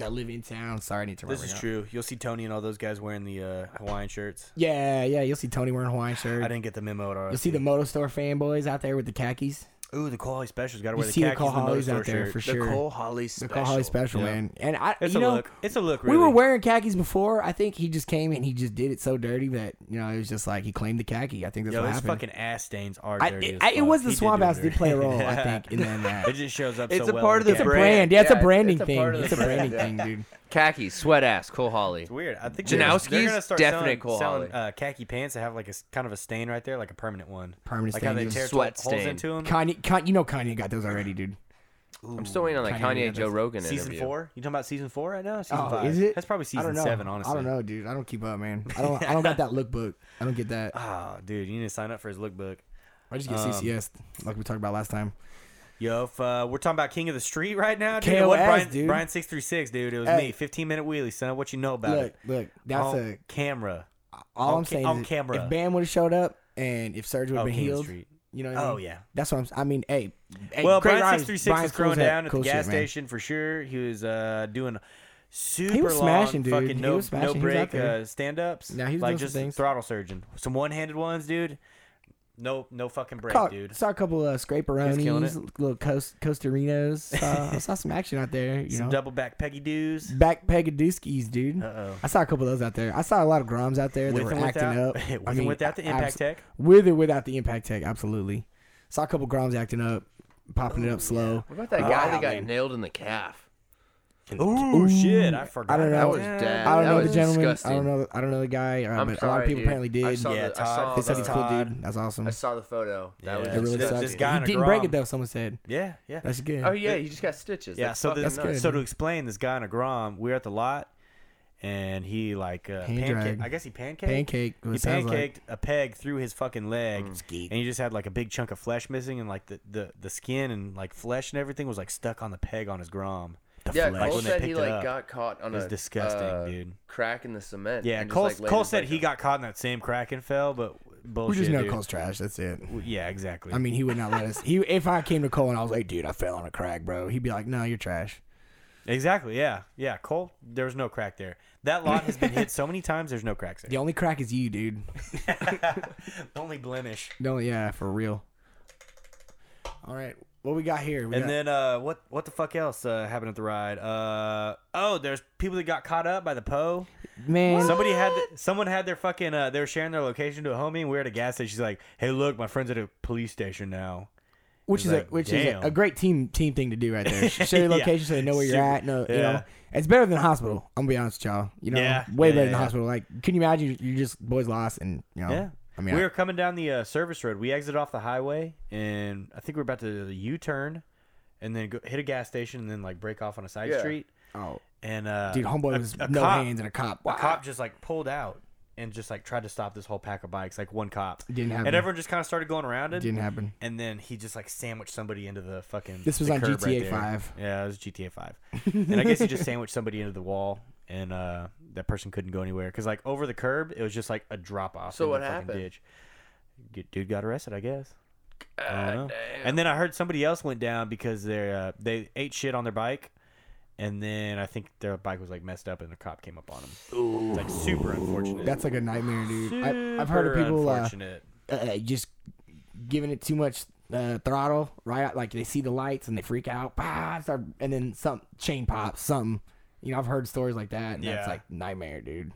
Speaker 2: that live in town. Sorry, I need to.
Speaker 1: this
Speaker 2: run
Speaker 1: is
Speaker 2: out.
Speaker 1: true. You'll see Tony and all those guys wearing the uh, Hawaiian shirts.
Speaker 2: Yeah, yeah. You'll see Tony wearing a Hawaiian shirt.
Speaker 1: I didn't get the memo at all.
Speaker 2: You'll see the Moto Store fanboys out there with the khakis.
Speaker 1: ooh the quality specials. Got to
Speaker 2: You
Speaker 1: wear the
Speaker 2: see the
Speaker 1: khakis
Speaker 2: Call
Speaker 1: and the
Speaker 2: Hollies
Speaker 1: Motor
Speaker 2: out
Speaker 1: Store
Speaker 2: there
Speaker 1: shirt.
Speaker 2: for sure.
Speaker 3: Holly special.
Speaker 2: the Call Holly special,
Speaker 1: Yeah.
Speaker 2: man. And I,
Speaker 1: It's
Speaker 2: you
Speaker 1: a
Speaker 2: know,
Speaker 1: look. It's a look.
Speaker 2: We were
Speaker 1: really.
Speaker 2: wearing khakis before. I think he just came and he just did it so dirty that you know it was just like he claimed the khaki. I think that's
Speaker 1: Yo,
Speaker 2: what
Speaker 1: his
Speaker 2: happened.
Speaker 1: fucking ass stains are
Speaker 2: I,
Speaker 1: dirty.
Speaker 2: it,
Speaker 1: as
Speaker 2: I, it
Speaker 1: fuck.
Speaker 2: was the
Speaker 1: He did
Speaker 2: swamp
Speaker 1: do
Speaker 2: house
Speaker 1: dirty.
Speaker 2: did play a role, I think, in that. uh,
Speaker 1: It just shows up.
Speaker 3: It's
Speaker 1: so
Speaker 3: a
Speaker 1: well
Speaker 3: part
Speaker 1: on
Speaker 3: of the
Speaker 2: it's a
Speaker 1: camera.
Speaker 2: brand, yeah, it's a
Speaker 3: Yeah, it's-
Speaker 2: branding
Speaker 3: it's a
Speaker 2: thing.
Speaker 3: part of
Speaker 2: it's
Speaker 3: the
Speaker 2: a branding
Speaker 3: brand,
Speaker 2: thing, dude.
Speaker 3: Khaki, sweat ass, Cole Holly.
Speaker 1: It's weird. I think
Speaker 3: Janowski's
Speaker 1: they're gonna start
Speaker 3: definite
Speaker 1: selling,
Speaker 3: Cole
Speaker 1: selling
Speaker 3: Holly.
Speaker 1: uh, khaki pants that have like a s- kind of a stain right there, like a permanent one.
Speaker 2: Permanent
Speaker 1: like
Speaker 2: stain,
Speaker 1: How they
Speaker 2: dude.
Speaker 1: tear
Speaker 3: Sweat
Speaker 1: holes
Speaker 3: stain.
Speaker 1: into them.
Speaker 2: Kanye, Kanye, you know Kanye got those already, dude.
Speaker 3: I'm still waiting on that
Speaker 2: Kanye,
Speaker 3: Kanye,
Speaker 2: yeah,
Speaker 3: Joe
Speaker 2: that's-
Speaker 3: Rogan
Speaker 1: Season
Speaker 3: interview.
Speaker 1: four? You talking about season four right now? Season
Speaker 2: Oh,
Speaker 1: five?
Speaker 2: is it?
Speaker 1: That's probably
Speaker 2: I
Speaker 1: season
Speaker 2: don't know.
Speaker 1: seven, honestly.
Speaker 2: I don't know, dude. I don't keep up, man. I don't. I don't got that lookbook. I don't get that.
Speaker 1: Oh, dude, you need to sign up for his lookbook.
Speaker 2: I just get
Speaker 1: Um,
Speaker 2: CCS, like we talked about last time.
Speaker 1: Yo, if uh, we're talking about King of the Street right now, dude.
Speaker 2: KOS,
Speaker 1: it wasn't Brian,
Speaker 2: dude.
Speaker 1: Brian six three six, dude. It was
Speaker 2: Hey.
Speaker 1: me. Fifteen minute wheelie, son. What you know about
Speaker 2: Look,
Speaker 1: it?
Speaker 2: look. That's
Speaker 1: on
Speaker 2: a.
Speaker 1: camera.
Speaker 2: All
Speaker 1: on
Speaker 2: I'm
Speaker 1: ca-
Speaker 2: saying
Speaker 1: on
Speaker 2: is if-
Speaker 1: camera.
Speaker 2: if Bam would have showed up and if Serge would have
Speaker 1: Oh,
Speaker 2: been
Speaker 1: King of the
Speaker 2: healed,
Speaker 1: Street.
Speaker 2: you know. What I
Speaker 1: Oh
Speaker 2: mean?
Speaker 1: yeah.
Speaker 2: That's what I'm. I mean, hey. hey,
Speaker 1: Well,
Speaker 2: great
Speaker 1: Brian
Speaker 2: riders.
Speaker 1: six three six
Speaker 2: Brian's
Speaker 1: was throwing
Speaker 2: cool as heck.
Speaker 1: down at
Speaker 2: Cool
Speaker 1: the
Speaker 2: shit,
Speaker 1: gas
Speaker 2: man.
Speaker 1: station for sure. He was uh, doing super long
Speaker 2: smashing, dude.
Speaker 1: fucking
Speaker 2: He
Speaker 1: no
Speaker 2: was smashing. He
Speaker 1: no
Speaker 2: was
Speaker 1: break
Speaker 2: out there.
Speaker 1: uh, stand ups.
Speaker 2: Yeah, he was doing
Speaker 1: like
Speaker 2: some
Speaker 1: just
Speaker 2: things.
Speaker 1: throttle surgeon. Some one handed ones, dude. No no fucking break,
Speaker 2: Caught-
Speaker 1: dude.
Speaker 2: Saw a couple of
Speaker 1: killing it.
Speaker 2: scraperonis, little coast, coastarinos. Saw, I saw some action out there. You
Speaker 1: Some
Speaker 2: know,
Speaker 1: double back Peggy doos.
Speaker 2: back pegadooskies, dude.
Speaker 1: Uh-oh.
Speaker 2: I saw a couple of those out there. I saw a lot of groms out there that
Speaker 1: With
Speaker 2: were
Speaker 1: and
Speaker 2: acting
Speaker 1: without-
Speaker 2: up.
Speaker 1: with
Speaker 2: I
Speaker 1: and
Speaker 2: mean,
Speaker 1: without the impact tech?
Speaker 2: with or without the impact tech, absolutely. Saw a couple groms acting up, popping it up slow.
Speaker 3: What about that guy that got nailed in the calf?
Speaker 1: Oh shit, I forgot.
Speaker 2: I don't know.
Speaker 1: about
Speaker 3: That was
Speaker 1: that.
Speaker 3: dead.
Speaker 2: I don't
Speaker 3: that
Speaker 2: know
Speaker 3: was
Speaker 2: the gentleman.
Speaker 3: Disgusting.
Speaker 2: I don't know. I don't know the guy. Uh,
Speaker 3: I'm
Speaker 2: but a lot
Speaker 3: sorry,
Speaker 2: of people
Speaker 3: dude.
Speaker 2: apparently did.
Speaker 3: I saw
Speaker 1: Yeah,
Speaker 3: the, I saw
Speaker 1: Todd.
Speaker 2: they said
Speaker 3: the-
Speaker 2: he's a cool,
Speaker 1: Todd.
Speaker 2: dude. That's awesome.
Speaker 3: I saw the photo. That was
Speaker 1: Yeah.
Speaker 2: It really
Speaker 1: This-
Speaker 3: disgusting.
Speaker 2: sucks.
Speaker 1: this guy in
Speaker 2: he
Speaker 1: a
Speaker 2: didn't break
Speaker 1: Grom.
Speaker 2: it though. Someone said
Speaker 1: Yeah, yeah.
Speaker 2: that's good.
Speaker 3: Oh yeah, you just got stitches.
Speaker 1: yeah,
Speaker 3: That's
Speaker 1: so
Speaker 3: fucking
Speaker 1: this,
Speaker 3: nuts.
Speaker 2: good,
Speaker 1: so
Speaker 2: man.
Speaker 1: to explain, this guy in a Grom, we were at the lot, and he like uh,
Speaker 2: Hand
Speaker 1: pancake.
Speaker 2: drag.
Speaker 1: I guess he pancaked.
Speaker 2: Pancake,
Speaker 1: He
Speaker 2: what it sounds
Speaker 1: pancaked
Speaker 2: like.
Speaker 1: a peg through his fucking leg,
Speaker 2: geek.
Speaker 1: and he just had like a big chunk of flesh missing, and like the, the, the skin and like flesh and everything was like stuck on the peg on his Grom.
Speaker 3: Yeah,
Speaker 1: flesh.
Speaker 3: Cole
Speaker 1: When they
Speaker 3: said he
Speaker 1: picked it
Speaker 3: like
Speaker 1: up.
Speaker 3: got caught on
Speaker 1: It was
Speaker 3: a
Speaker 1: disgusting,
Speaker 3: uh,
Speaker 1: dude.
Speaker 3: crack in the cement.
Speaker 1: Yeah,
Speaker 3: and just,
Speaker 1: Cole
Speaker 3: like, laid
Speaker 1: Cole
Speaker 3: his
Speaker 1: said
Speaker 3: leg
Speaker 1: he
Speaker 3: down.
Speaker 1: got caught in that same crack and fell, but bullshit.
Speaker 2: we just know
Speaker 1: dude.
Speaker 2: Cole's trash. That's it.
Speaker 1: Yeah, exactly.
Speaker 2: I mean, he would not let us. He if I came to Cole and I was like, dude, I fell on a crack, bro. He'd be like, no, you're trash.
Speaker 1: exactly. Yeah, yeah. Cole, there was no crack there. That lot has been hit so many times. There's no cracks there.
Speaker 2: The only crack is you, dude.
Speaker 1: The only blemish.
Speaker 2: No, yeah, for real. All right, what we got here? We
Speaker 1: And
Speaker 2: got-
Speaker 1: then uh, what? What the fuck else uh, happened at the ride? Uh, oh, there's people that got caught up by the Poe.
Speaker 2: man,
Speaker 1: Somebody had th- someone had their fucking. Uh, they were sharing their location to a homie, and we were at a gas station. She's like, "Hey, look, my friend's at a police station now."
Speaker 2: which is a
Speaker 1: like,
Speaker 2: which is a-
Speaker 1: damn.
Speaker 2: a, great team team thing to do right there. Share your
Speaker 1: Yeah.
Speaker 2: location so they know where you're
Speaker 1: Super-
Speaker 2: at. No, you
Speaker 1: yeah.
Speaker 2: know, it's better than the hospital. I'm gonna be honest with y'all. You know,
Speaker 1: Yeah.
Speaker 2: way
Speaker 1: Yeah, yeah,
Speaker 2: better than the
Speaker 1: yeah.
Speaker 2: hospital. Like, can you imagine? You're just boys lost, and you know,
Speaker 1: Yeah.
Speaker 2: Oh, I mean,
Speaker 1: we
Speaker 2: I-
Speaker 1: were coming down the uh, service road. We exited off the highway, and I think we are about to U turn, and then go, hit a gas station, and then like break off on a side
Speaker 3: Yeah.
Speaker 1: street.
Speaker 2: oh,
Speaker 1: And uh,
Speaker 2: dude, homeboy
Speaker 1: a-
Speaker 2: was
Speaker 1: a
Speaker 2: no
Speaker 1: cop-
Speaker 2: hands and a cop.
Speaker 1: a cop just like pulled out and just like tried to stop this whole pack of bikes, like one cop.
Speaker 2: Didn't happen.
Speaker 1: And everyone just kind of started going around it.
Speaker 2: Didn't happen.
Speaker 1: And then he just like sandwiched somebody into the fucking.
Speaker 2: This was
Speaker 1: the
Speaker 2: on
Speaker 1: curb
Speaker 2: GTA
Speaker 1: there.
Speaker 2: 5.
Speaker 1: Yeah, it was GTA Five. and I guess he just sandwiched somebody into the wall, and uh, that person couldn't go anywhere because like over the curb, it was just like a drop off.
Speaker 3: So
Speaker 1: in
Speaker 3: what
Speaker 1: the fucking
Speaker 3: happened?
Speaker 1: Ditch. G- Dude got arrested, I guess. I don't know. And then I heard somebody else went down because they uh, they ate shit on their bike, and then I think their bike was like messed up, and a cop came up on them. It's like super unfortunate.
Speaker 2: That's like a nightmare, dude. I, I've heard of people. Uh,
Speaker 1: Unfortunate.
Speaker 2: uh, just giving it too much uh, throttle, right? Like they see the lights and they freak out, bah, start, and then some chain pops, something. You know, I've heard stories like that, and that's
Speaker 1: Yeah.
Speaker 2: like nightmare, dude.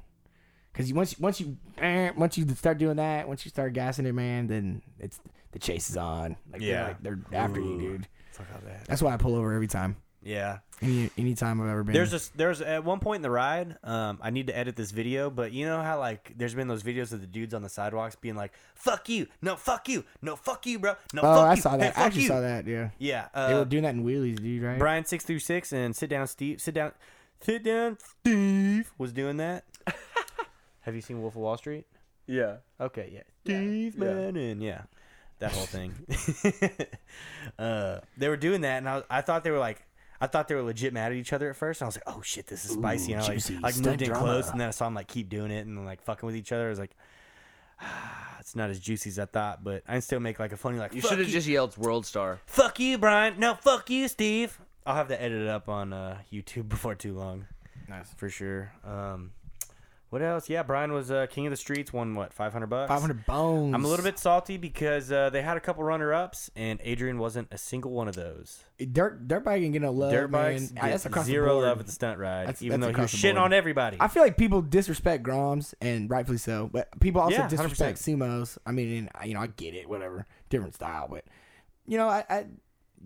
Speaker 2: Because you once once you eh, once you start doing that, once you start gassing it, man, then it's the chase is on. Like,
Speaker 1: Yeah.
Speaker 2: they're, like, they're after you, dude.
Speaker 1: Fuck all that.
Speaker 2: That's why I pull over every time,
Speaker 1: Yeah.
Speaker 2: any any time I've ever been.
Speaker 1: There's this. There's at one point in the ride. Um, I need to edit this video, but you know how like there's been those videos of the dudes on the sidewalks being like, "Fuck you, no, fuck you, no, fuck you, bro, no,
Speaker 2: oh,
Speaker 1: fuck
Speaker 2: I
Speaker 1: you,
Speaker 2: saw
Speaker 1: Hey,
Speaker 2: that. I
Speaker 1: fuck
Speaker 2: actually
Speaker 1: you."
Speaker 2: saw that. Yeah,
Speaker 1: Yeah,
Speaker 2: they
Speaker 1: uh,
Speaker 2: were doing that in wheelies, dude. Right?
Speaker 1: Brian six through six and sit down Steve. Sit down, sit down Steve was doing that. Have you seen Wolf of Wall Street?
Speaker 3: yeah.
Speaker 1: Okay, yeah. Steve
Speaker 3: Yeah.
Speaker 1: Bannon, yeah. That whole thing. uh, they were doing that, and I, was- I thought they were like, I thought they were legit mad at each other at first. And I was like, oh shit, this is spicy. And I like,
Speaker 2: juicy,
Speaker 1: like
Speaker 2: stunt
Speaker 1: moved in
Speaker 2: drama.
Speaker 1: close, and then I saw them like keep doing it and like fucking with each other. I was like, ah, it's not as juicy as I thought, but I can still make like a funny like.
Speaker 3: You
Speaker 1: fuck
Speaker 3: should have just yelled "World Star."
Speaker 1: fuck you, Brian. No, fuck you, Steve. I'll have to edit it up on uh, YouTube before too long. Nice for sure. Um, what else? Yeah, Brian was uh, king of the streets. Won what? Five hundred bucks.
Speaker 2: Five hundred bones.
Speaker 1: I'm a little bit salty because uh, they had a couple runner ups, and Adrian wasn't a single one of those.
Speaker 2: dirt dirt bike ain't get no love.
Speaker 1: Dirt bikes
Speaker 2: Oh, man. Ah, That's
Speaker 1: get
Speaker 2: across the
Speaker 1: zero
Speaker 2: board.
Speaker 1: love at the stunt ride,
Speaker 2: That's-
Speaker 1: even
Speaker 2: that's
Speaker 1: though he was
Speaker 2: across the
Speaker 1: shitting
Speaker 2: board.
Speaker 1: on everybody.
Speaker 2: I feel like people disrespect Groms and rightfully so, but people also
Speaker 1: Yeah,
Speaker 2: disrespect
Speaker 1: 100%.
Speaker 2: sumos. I mean, and, you know, I get it, whatever, different style, but you know, I, I,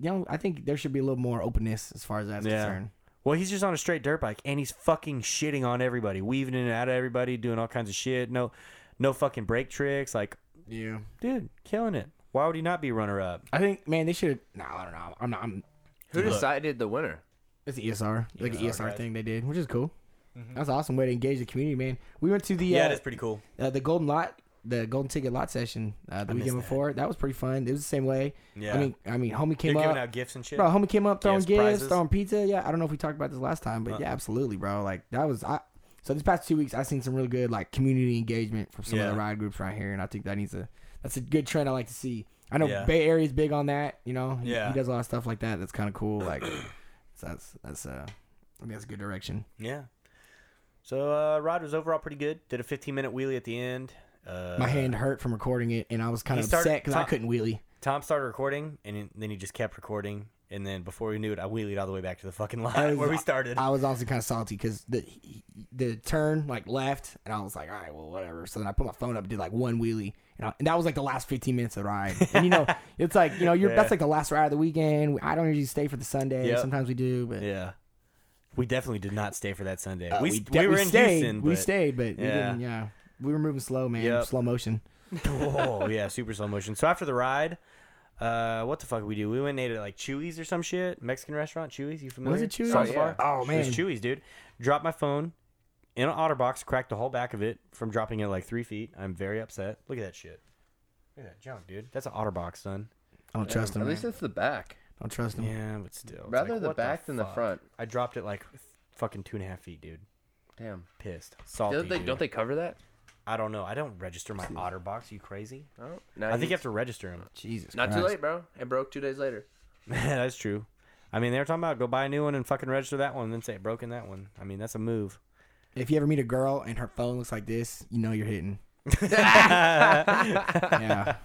Speaker 2: you know, I think there should be a little more openness as far as that's
Speaker 1: yeah.
Speaker 2: concerned.
Speaker 1: Well, he's just on a straight dirt bike, and he's fucking shitting on everybody, weaving in and out of everybody, doing all kinds of shit. No, no fucking brake tricks. Like,
Speaker 2: Yeah,
Speaker 1: dude, killing it. Why would he not be runner up?
Speaker 2: I think, man, they should. No, I don't know. I'm not. I'm,
Speaker 3: Who decided the winner?
Speaker 2: it's the ESR, like an
Speaker 1: ESR
Speaker 2: ESR
Speaker 1: E guys.
Speaker 2: thing they did, which is cool. That's an awesome way to engage the community, man. We went to the
Speaker 1: Yeah,
Speaker 2: uh,
Speaker 1: that's pretty cool.
Speaker 2: uh, the golden lot, the golden ticket lot session uh, the weekend before. That. was pretty fun. It was the same way.
Speaker 1: Yeah.
Speaker 2: I mean, I mean, homie came
Speaker 1: They're
Speaker 2: up,
Speaker 1: giving out gifts and shit.
Speaker 2: bro. Homie came up throwing
Speaker 1: Yes,
Speaker 2: gifts,
Speaker 1: prizes. Uh.
Speaker 2: throwing pizza. Yeah, I don't know if we talked about this last time, but yeah, absolutely, bro. Like that was I. So these past two weeks, I've seen some really good like community engagement from some of the
Speaker 1: Yeah.
Speaker 2: ride groups right here, and I think that needs a that's a good trend I like to see. I know
Speaker 1: Yeah.
Speaker 2: Bay Area's big on that. You know, He-
Speaker 1: Yeah.
Speaker 2: he does a lot of stuff like that. That's kind of cool. Like, so that's that's uh, I think that's a good direction.
Speaker 1: Yeah. So uh, ride was overall pretty good. Did a 15 minute wheelie at the end. Uh,
Speaker 2: My hand hurt from recording it, and I was kind
Speaker 1: He
Speaker 2: of
Speaker 1: started-
Speaker 2: upset because I
Speaker 1: Tom-
Speaker 2: couldn't wheelie.
Speaker 1: Tom started recording, and then he just kept recording. And then before we knew it, I wheelied all the way back to the fucking
Speaker 2: I
Speaker 1: lot
Speaker 2: was-
Speaker 1: where we started.
Speaker 2: I was also kind of salty because the the turn like left, and I was like, all right, well, whatever. So then I put my phone up, did like one wheelie, and, I, and that was like the last fifteen minutes of the ride. And you know, it's like you know, you're that's like the last ride of the weekend. I don't usually stay for the Sunday.
Speaker 1: Yep.
Speaker 2: Sometimes we do, but
Speaker 1: yeah. We definitely did not stay for that Sunday.
Speaker 2: uh,
Speaker 1: we,
Speaker 2: we,
Speaker 1: we,
Speaker 2: de-
Speaker 1: were
Speaker 2: we
Speaker 1: in
Speaker 2: stayed.
Speaker 1: Houston.
Speaker 2: we
Speaker 1: but-
Speaker 2: stayed, but we
Speaker 1: Yeah.
Speaker 2: didn't. Yeah, we were moving slow, man,
Speaker 1: Yep.
Speaker 2: slow motion.
Speaker 1: oh yeah, super slow motion. So after the ride, uh, what the fuck did we do? We went and ate at like Chewy's or some shit, Mexican restaurant. Chewy's, you familiar?
Speaker 2: Was it Chewy's?
Speaker 1: Salsa
Speaker 3: Oh, yeah.
Speaker 1: bar?
Speaker 2: Oh,
Speaker 1: It was
Speaker 2: man.
Speaker 1: Chewy's, dude. Dropped my phone in an OtterBox, cracked the whole back of it from dropping it like three feet. I'm very upset. Look at that shit. Look at that junk, dude. That's an OtterBox, son.
Speaker 2: I don't trust him.
Speaker 3: At least
Speaker 2: man.
Speaker 3: it's the back.
Speaker 2: Don't trust him.
Speaker 1: Yeah, but still. it's
Speaker 3: Rather
Speaker 1: like,
Speaker 3: the
Speaker 1: what
Speaker 3: back than the
Speaker 1: fuck?
Speaker 3: front.
Speaker 1: I dropped it like fucking two and a half feet, dude.
Speaker 3: Damn.
Speaker 1: Pissed, salty.
Speaker 3: Don't they,
Speaker 1: dude.
Speaker 3: don't they cover that?
Speaker 1: I don't know. I don't register my OtterBox. You crazy?
Speaker 3: Oh, now
Speaker 1: I think you
Speaker 3: he's-
Speaker 1: have to register them.
Speaker 2: Jesus.
Speaker 3: Not too
Speaker 2: Christ.
Speaker 3: late, bro. It broke two days later.
Speaker 1: that's true. I mean, they were talking about go buy a new one and fucking register that one, and then say it broke in that one. I mean, that's a move.
Speaker 2: If you ever meet a girl and her phone looks like this, you know you're hitting. yeah.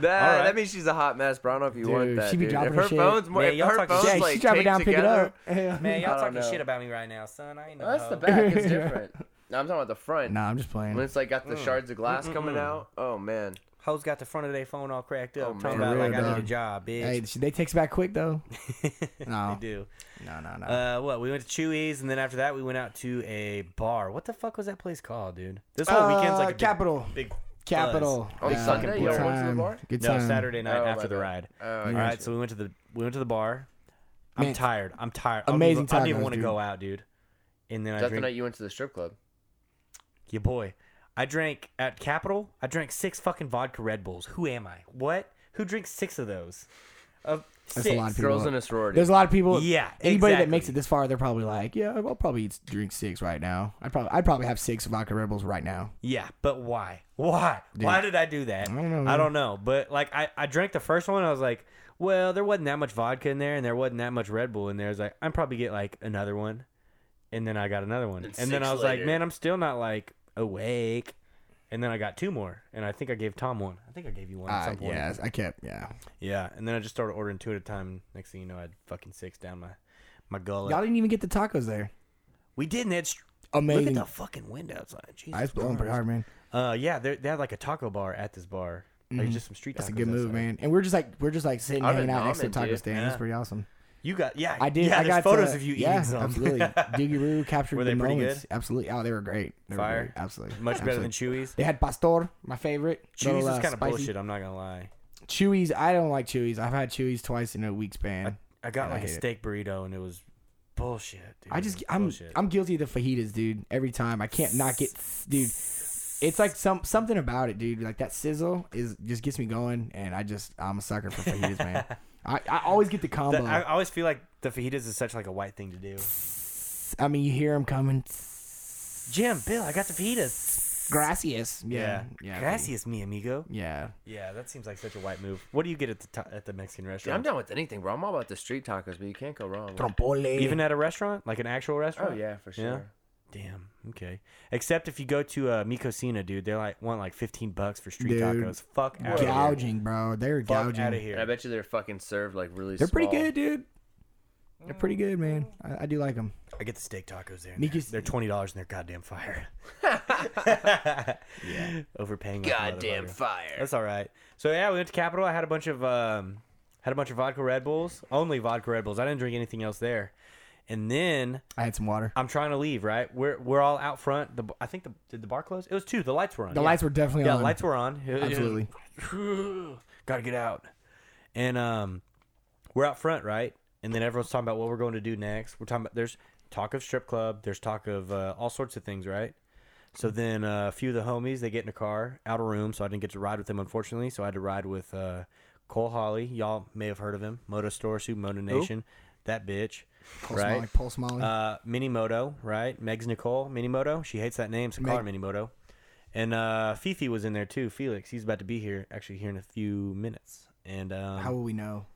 Speaker 3: That,
Speaker 1: All right.
Speaker 3: that means she's a hot mess, bro. I don't know if you want
Speaker 2: Dude,
Speaker 3: that.
Speaker 2: she be
Speaker 3: dude.
Speaker 2: dropping
Speaker 3: if her
Speaker 2: shit.
Speaker 3: phone's more,
Speaker 1: Man,
Speaker 3: if
Speaker 1: y'all
Speaker 3: her
Speaker 1: talking
Speaker 3: phone's
Speaker 1: shit.
Speaker 2: Yeah,
Speaker 3: like
Speaker 2: she drop it
Speaker 3: taped
Speaker 2: down, pick it
Speaker 3: together,
Speaker 2: up. Yeah.
Speaker 1: Man,
Speaker 3: I
Speaker 1: y'all
Speaker 3: don't
Speaker 1: talking
Speaker 3: know.
Speaker 1: shit about me right now, son. I ain't no
Speaker 3: Well, that's
Speaker 1: hoe.
Speaker 3: the back. It's different. no, I'm talking about the front.
Speaker 2: Nah, I'm just playing.
Speaker 3: When it's like got the
Speaker 1: Mm.
Speaker 3: shards of glass coming out. Oh man.
Speaker 1: Hoes got the front of their phone all cracked up.
Speaker 3: Oh,
Speaker 1: talking about
Speaker 3: man.
Speaker 2: For
Speaker 1: like
Speaker 2: real,
Speaker 1: I need a
Speaker 2: dog.
Speaker 1: job, bitch.
Speaker 2: Hey, they text back quick though. No,
Speaker 1: They do.
Speaker 2: no, no, no.
Speaker 1: Uh, what? We went to Chewy's, and then after that, we went out to a bar. What the fuck was that place called, dude? This whole weekend's like
Speaker 2: Uh,
Speaker 1: a big-
Speaker 2: Capital.
Speaker 1: Big,
Speaker 2: Capital.
Speaker 1: buzz.
Speaker 3: On
Speaker 2: Yeah.
Speaker 3: Sunday,
Speaker 2: good
Speaker 3: y'all went to the
Speaker 2: time.
Speaker 3: bar?
Speaker 2: Good
Speaker 1: No,
Speaker 2: time.
Speaker 1: Saturday night
Speaker 3: Oh, my
Speaker 1: after the
Speaker 3: bad.
Speaker 1: ride.
Speaker 3: Oh, I
Speaker 1: All
Speaker 3: got
Speaker 1: right,
Speaker 3: you.
Speaker 1: so we went to the we went to the bar. I'm
Speaker 2: Man.
Speaker 1: tired. I'm tired. I don't
Speaker 2: Amazing
Speaker 1: even- I don't even
Speaker 2: tacos,
Speaker 1: want to
Speaker 2: dude.
Speaker 1: go out, dude. And then I
Speaker 3: That's the
Speaker 1: drink.
Speaker 3: night you went to the strip club.
Speaker 1: Your boy. I drank at Capital. I drank six fucking vodka Red Bulls. Who am I? What? Who drinks six of those? Of
Speaker 2: That's
Speaker 1: six.
Speaker 2: a lot of people.
Speaker 3: Girls in a sorority.
Speaker 2: There's a lot of people.
Speaker 1: Yeah,
Speaker 2: Anybody
Speaker 1: exactly.
Speaker 2: that makes it this far, they're probably like, yeah, I'll probably eat, drink six right now. I'd probably, I'd probably have six vodka Red Bulls right now.
Speaker 1: Yeah, but why? Why? Why did I do that? I
Speaker 2: don't know, man.
Speaker 1: I don't know. But like, I I drank the first one. I was like, well, there wasn't that much vodka in there, and there wasn't that much Red Bull in there. I was like, I'm probably get like another one, and then I got another one, and, then
Speaker 3: six
Speaker 1: I was like,
Speaker 3: later.
Speaker 1: man, I'm still not like awake. And then I got two more, and I think I gave Tom one. I think I gave you one at
Speaker 2: Uh,
Speaker 1: some point.
Speaker 2: yeah, I kept, yeah.
Speaker 1: Yeah, and then I just started ordering two at a time. and Next thing you know, I had fucking six down my my gullet.
Speaker 2: Y'all didn't even get the tacos there.
Speaker 1: we didn't. It's look at
Speaker 2: Amazing.
Speaker 1: the fucking wind outside. Jesus,
Speaker 2: I was blowing pretty
Speaker 1: Christ.
Speaker 2: hard, man.
Speaker 1: Uh, yeah, they they had like a taco bar at this bar. Like just some street.
Speaker 2: That's a
Speaker 1: tacos
Speaker 2: good move,
Speaker 1: outside.
Speaker 2: man. And we're just like, we're just like sitting
Speaker 3: I've
Speaker 2: hanging
Speaker 3: been
Speaker 2: out next to the
Speaker 3: ramen,
Speaker 2: taco
Speaker 3: dude.
Speaker 2: stand.
Speaker 1: Yeah.
Speaker 2: That's pretty awesome.
Speaker 1: You got yeah.
Speaker 2: I did.
Speaker 1: Yeah,
Speaker 2: I
Speaker 1: there's
Speaker 2: got
Speaker 1: photos
Speaker 2: to,
Speaker 1: of you
Speaker 2: yeah,
Speaker 1: eating some.
Speaker 2: Absolutely. Doogie Roo captured
Speaker 1: Were they
Speaker 2: the
Speaker 1: pretty
Speaker 2: moments.
Speaker 1: good?
Speaker 2: Absolutely. Oh, they were great. They were
Speaker 1: Fire.
Speaker 2: great. Absolutely.
Speaker 1: Much better than
Speaker 2: Absolutely.
Speaker 1: Chewy's.
Speaker 2: They had pastor, my favorite.
Speaker 1: Chewy's
Speaker 2: Little,
Speaker 1: is
Speaker 2: uh,
Speaker 1: kind of
Speaker 2: spicy.
Speaker 1: bullshit. I'm not gonna lie.
Speaker 2: Chewy's, I don't like Chewy's. I've had Chewy's twice in a week span.
Speaker 1: I got
Speaker 2: And I
Speaker 1: like a
Speaker 2: hate it.
Speaker 1: steak burrito and it was bullshit. Dude.
Speaker 2: I,
Speaker 1: It
Speaker 2: just
Speaker 1: was
Speaker 2: I'm
Speaker 1: bullshit.
Speaker 2: I'm guilty of the fajitas, dude. Every time I can't not get, dude. It's like some something about it, dude. Like that sizzle is just gets me going, and I just I'm a sucker for fajitas, man. I, I always get the
Speaker 1: The-
Speaker 2: combo.
Speaker 1: I I always feel like the fajitas is such like a white thing to do.
Speaker 2: I mean, you hear them coming.
Speaker 1: Jim, Bill, I got the fajitas.
Speaker 2: Gracias, yeah,
Speaker 1: Yeah.
Speaker 2: yeah,
Speaker 1: Gracias, mi amigo.
Speaker 2: yeah.
Speaker 1: Yeah, that seems like such a white move. What do you get at the ta- at the Mexican
Speaker 3: Dude, I'm
Speaker 1: restaurant?
Speaker 3: down with anything, bro. I'm all about the street tacos, but you can't go wrong.
Speaker 2: Trompole.
Speaker 1: Even at a restaurant, like an actual restaurant.
Speaker 3: Oh yeah, for sure.
Speaker 1: Yeah. Damn. Okay. Except if you go to uh, Mi Cocina, dude, they like want like 15 bucks for street
Speaker 2: Dude.
Speaker 1: tacos. Fuck out of here.
Speaker 2: gouging, bro. They're
Speaker 1: Fuck out of
Speaker 2: gouging.
Speaker 1: here.
Speaker 3: And I bet you they're fucking served like really.
Speaker 2: They're pretty
Speaker 3: small.
Speaker 2: good, dude. They're pretty good, man.
Speaker 3: Mm.
Speaker 2: I, I do like them.
Speaker 1: I get the steak tacos there. and
Speaker 2: Mi
Speaker 1: they're-
Speaker 2: Cos-
Speaker 1: they're twenty dollars and they're goddamn fire. yeah, overpaying. like a
Speaker 3: Goddamn
Speaker 1: motherfucker.
Speaker 3: fire.
Speaker 1: That's all right. So yeah, we went to Capital. I had a bunch of um, had a bunch of vodka Red Bulls. Only vodka Red Bulls. I didn't drink anything else there. And then
Speaker 2: I had some water.
Speaker 1: I'm trying to leave. Right, we're we're all out front. The I think the did the bar close? It was two. The lights were on.
Speaker 2: The
Speaker 1: yeah.
Speaker 2: lights were definitely
Speaker 1: yeah,
Speaker 2: on.
Speaker 1: lights were on.
Speaker 2: Absolutely.
Speaker 1: Got to get out. And um, we're out front, right? And then everyone's talking about what we're going to do next. We're talking about there's talk of strip club. There's talk of uh, all sorts of things, right? So then uh, a few of the homies they get in a car, out of room. So I didn't get to ride with them, unfortunately. So I had to ride with uh, Cole Holly. Y'all may have heard of him. Moto Store, Super Moto Nation, that bitch,
Speaker 2: Pulse
Speaker 1: right?
Speaker 2: Molly, Pulse Molly.
Speaker 1: uh, Minimoto, right? Meg's Nicole Minimoto. She hates that name, so call her Minimoto. And uh, Fifi was in there too. Felix, he's about to be here actually here in a few minutes. And um,
Speaker 2: How will we know?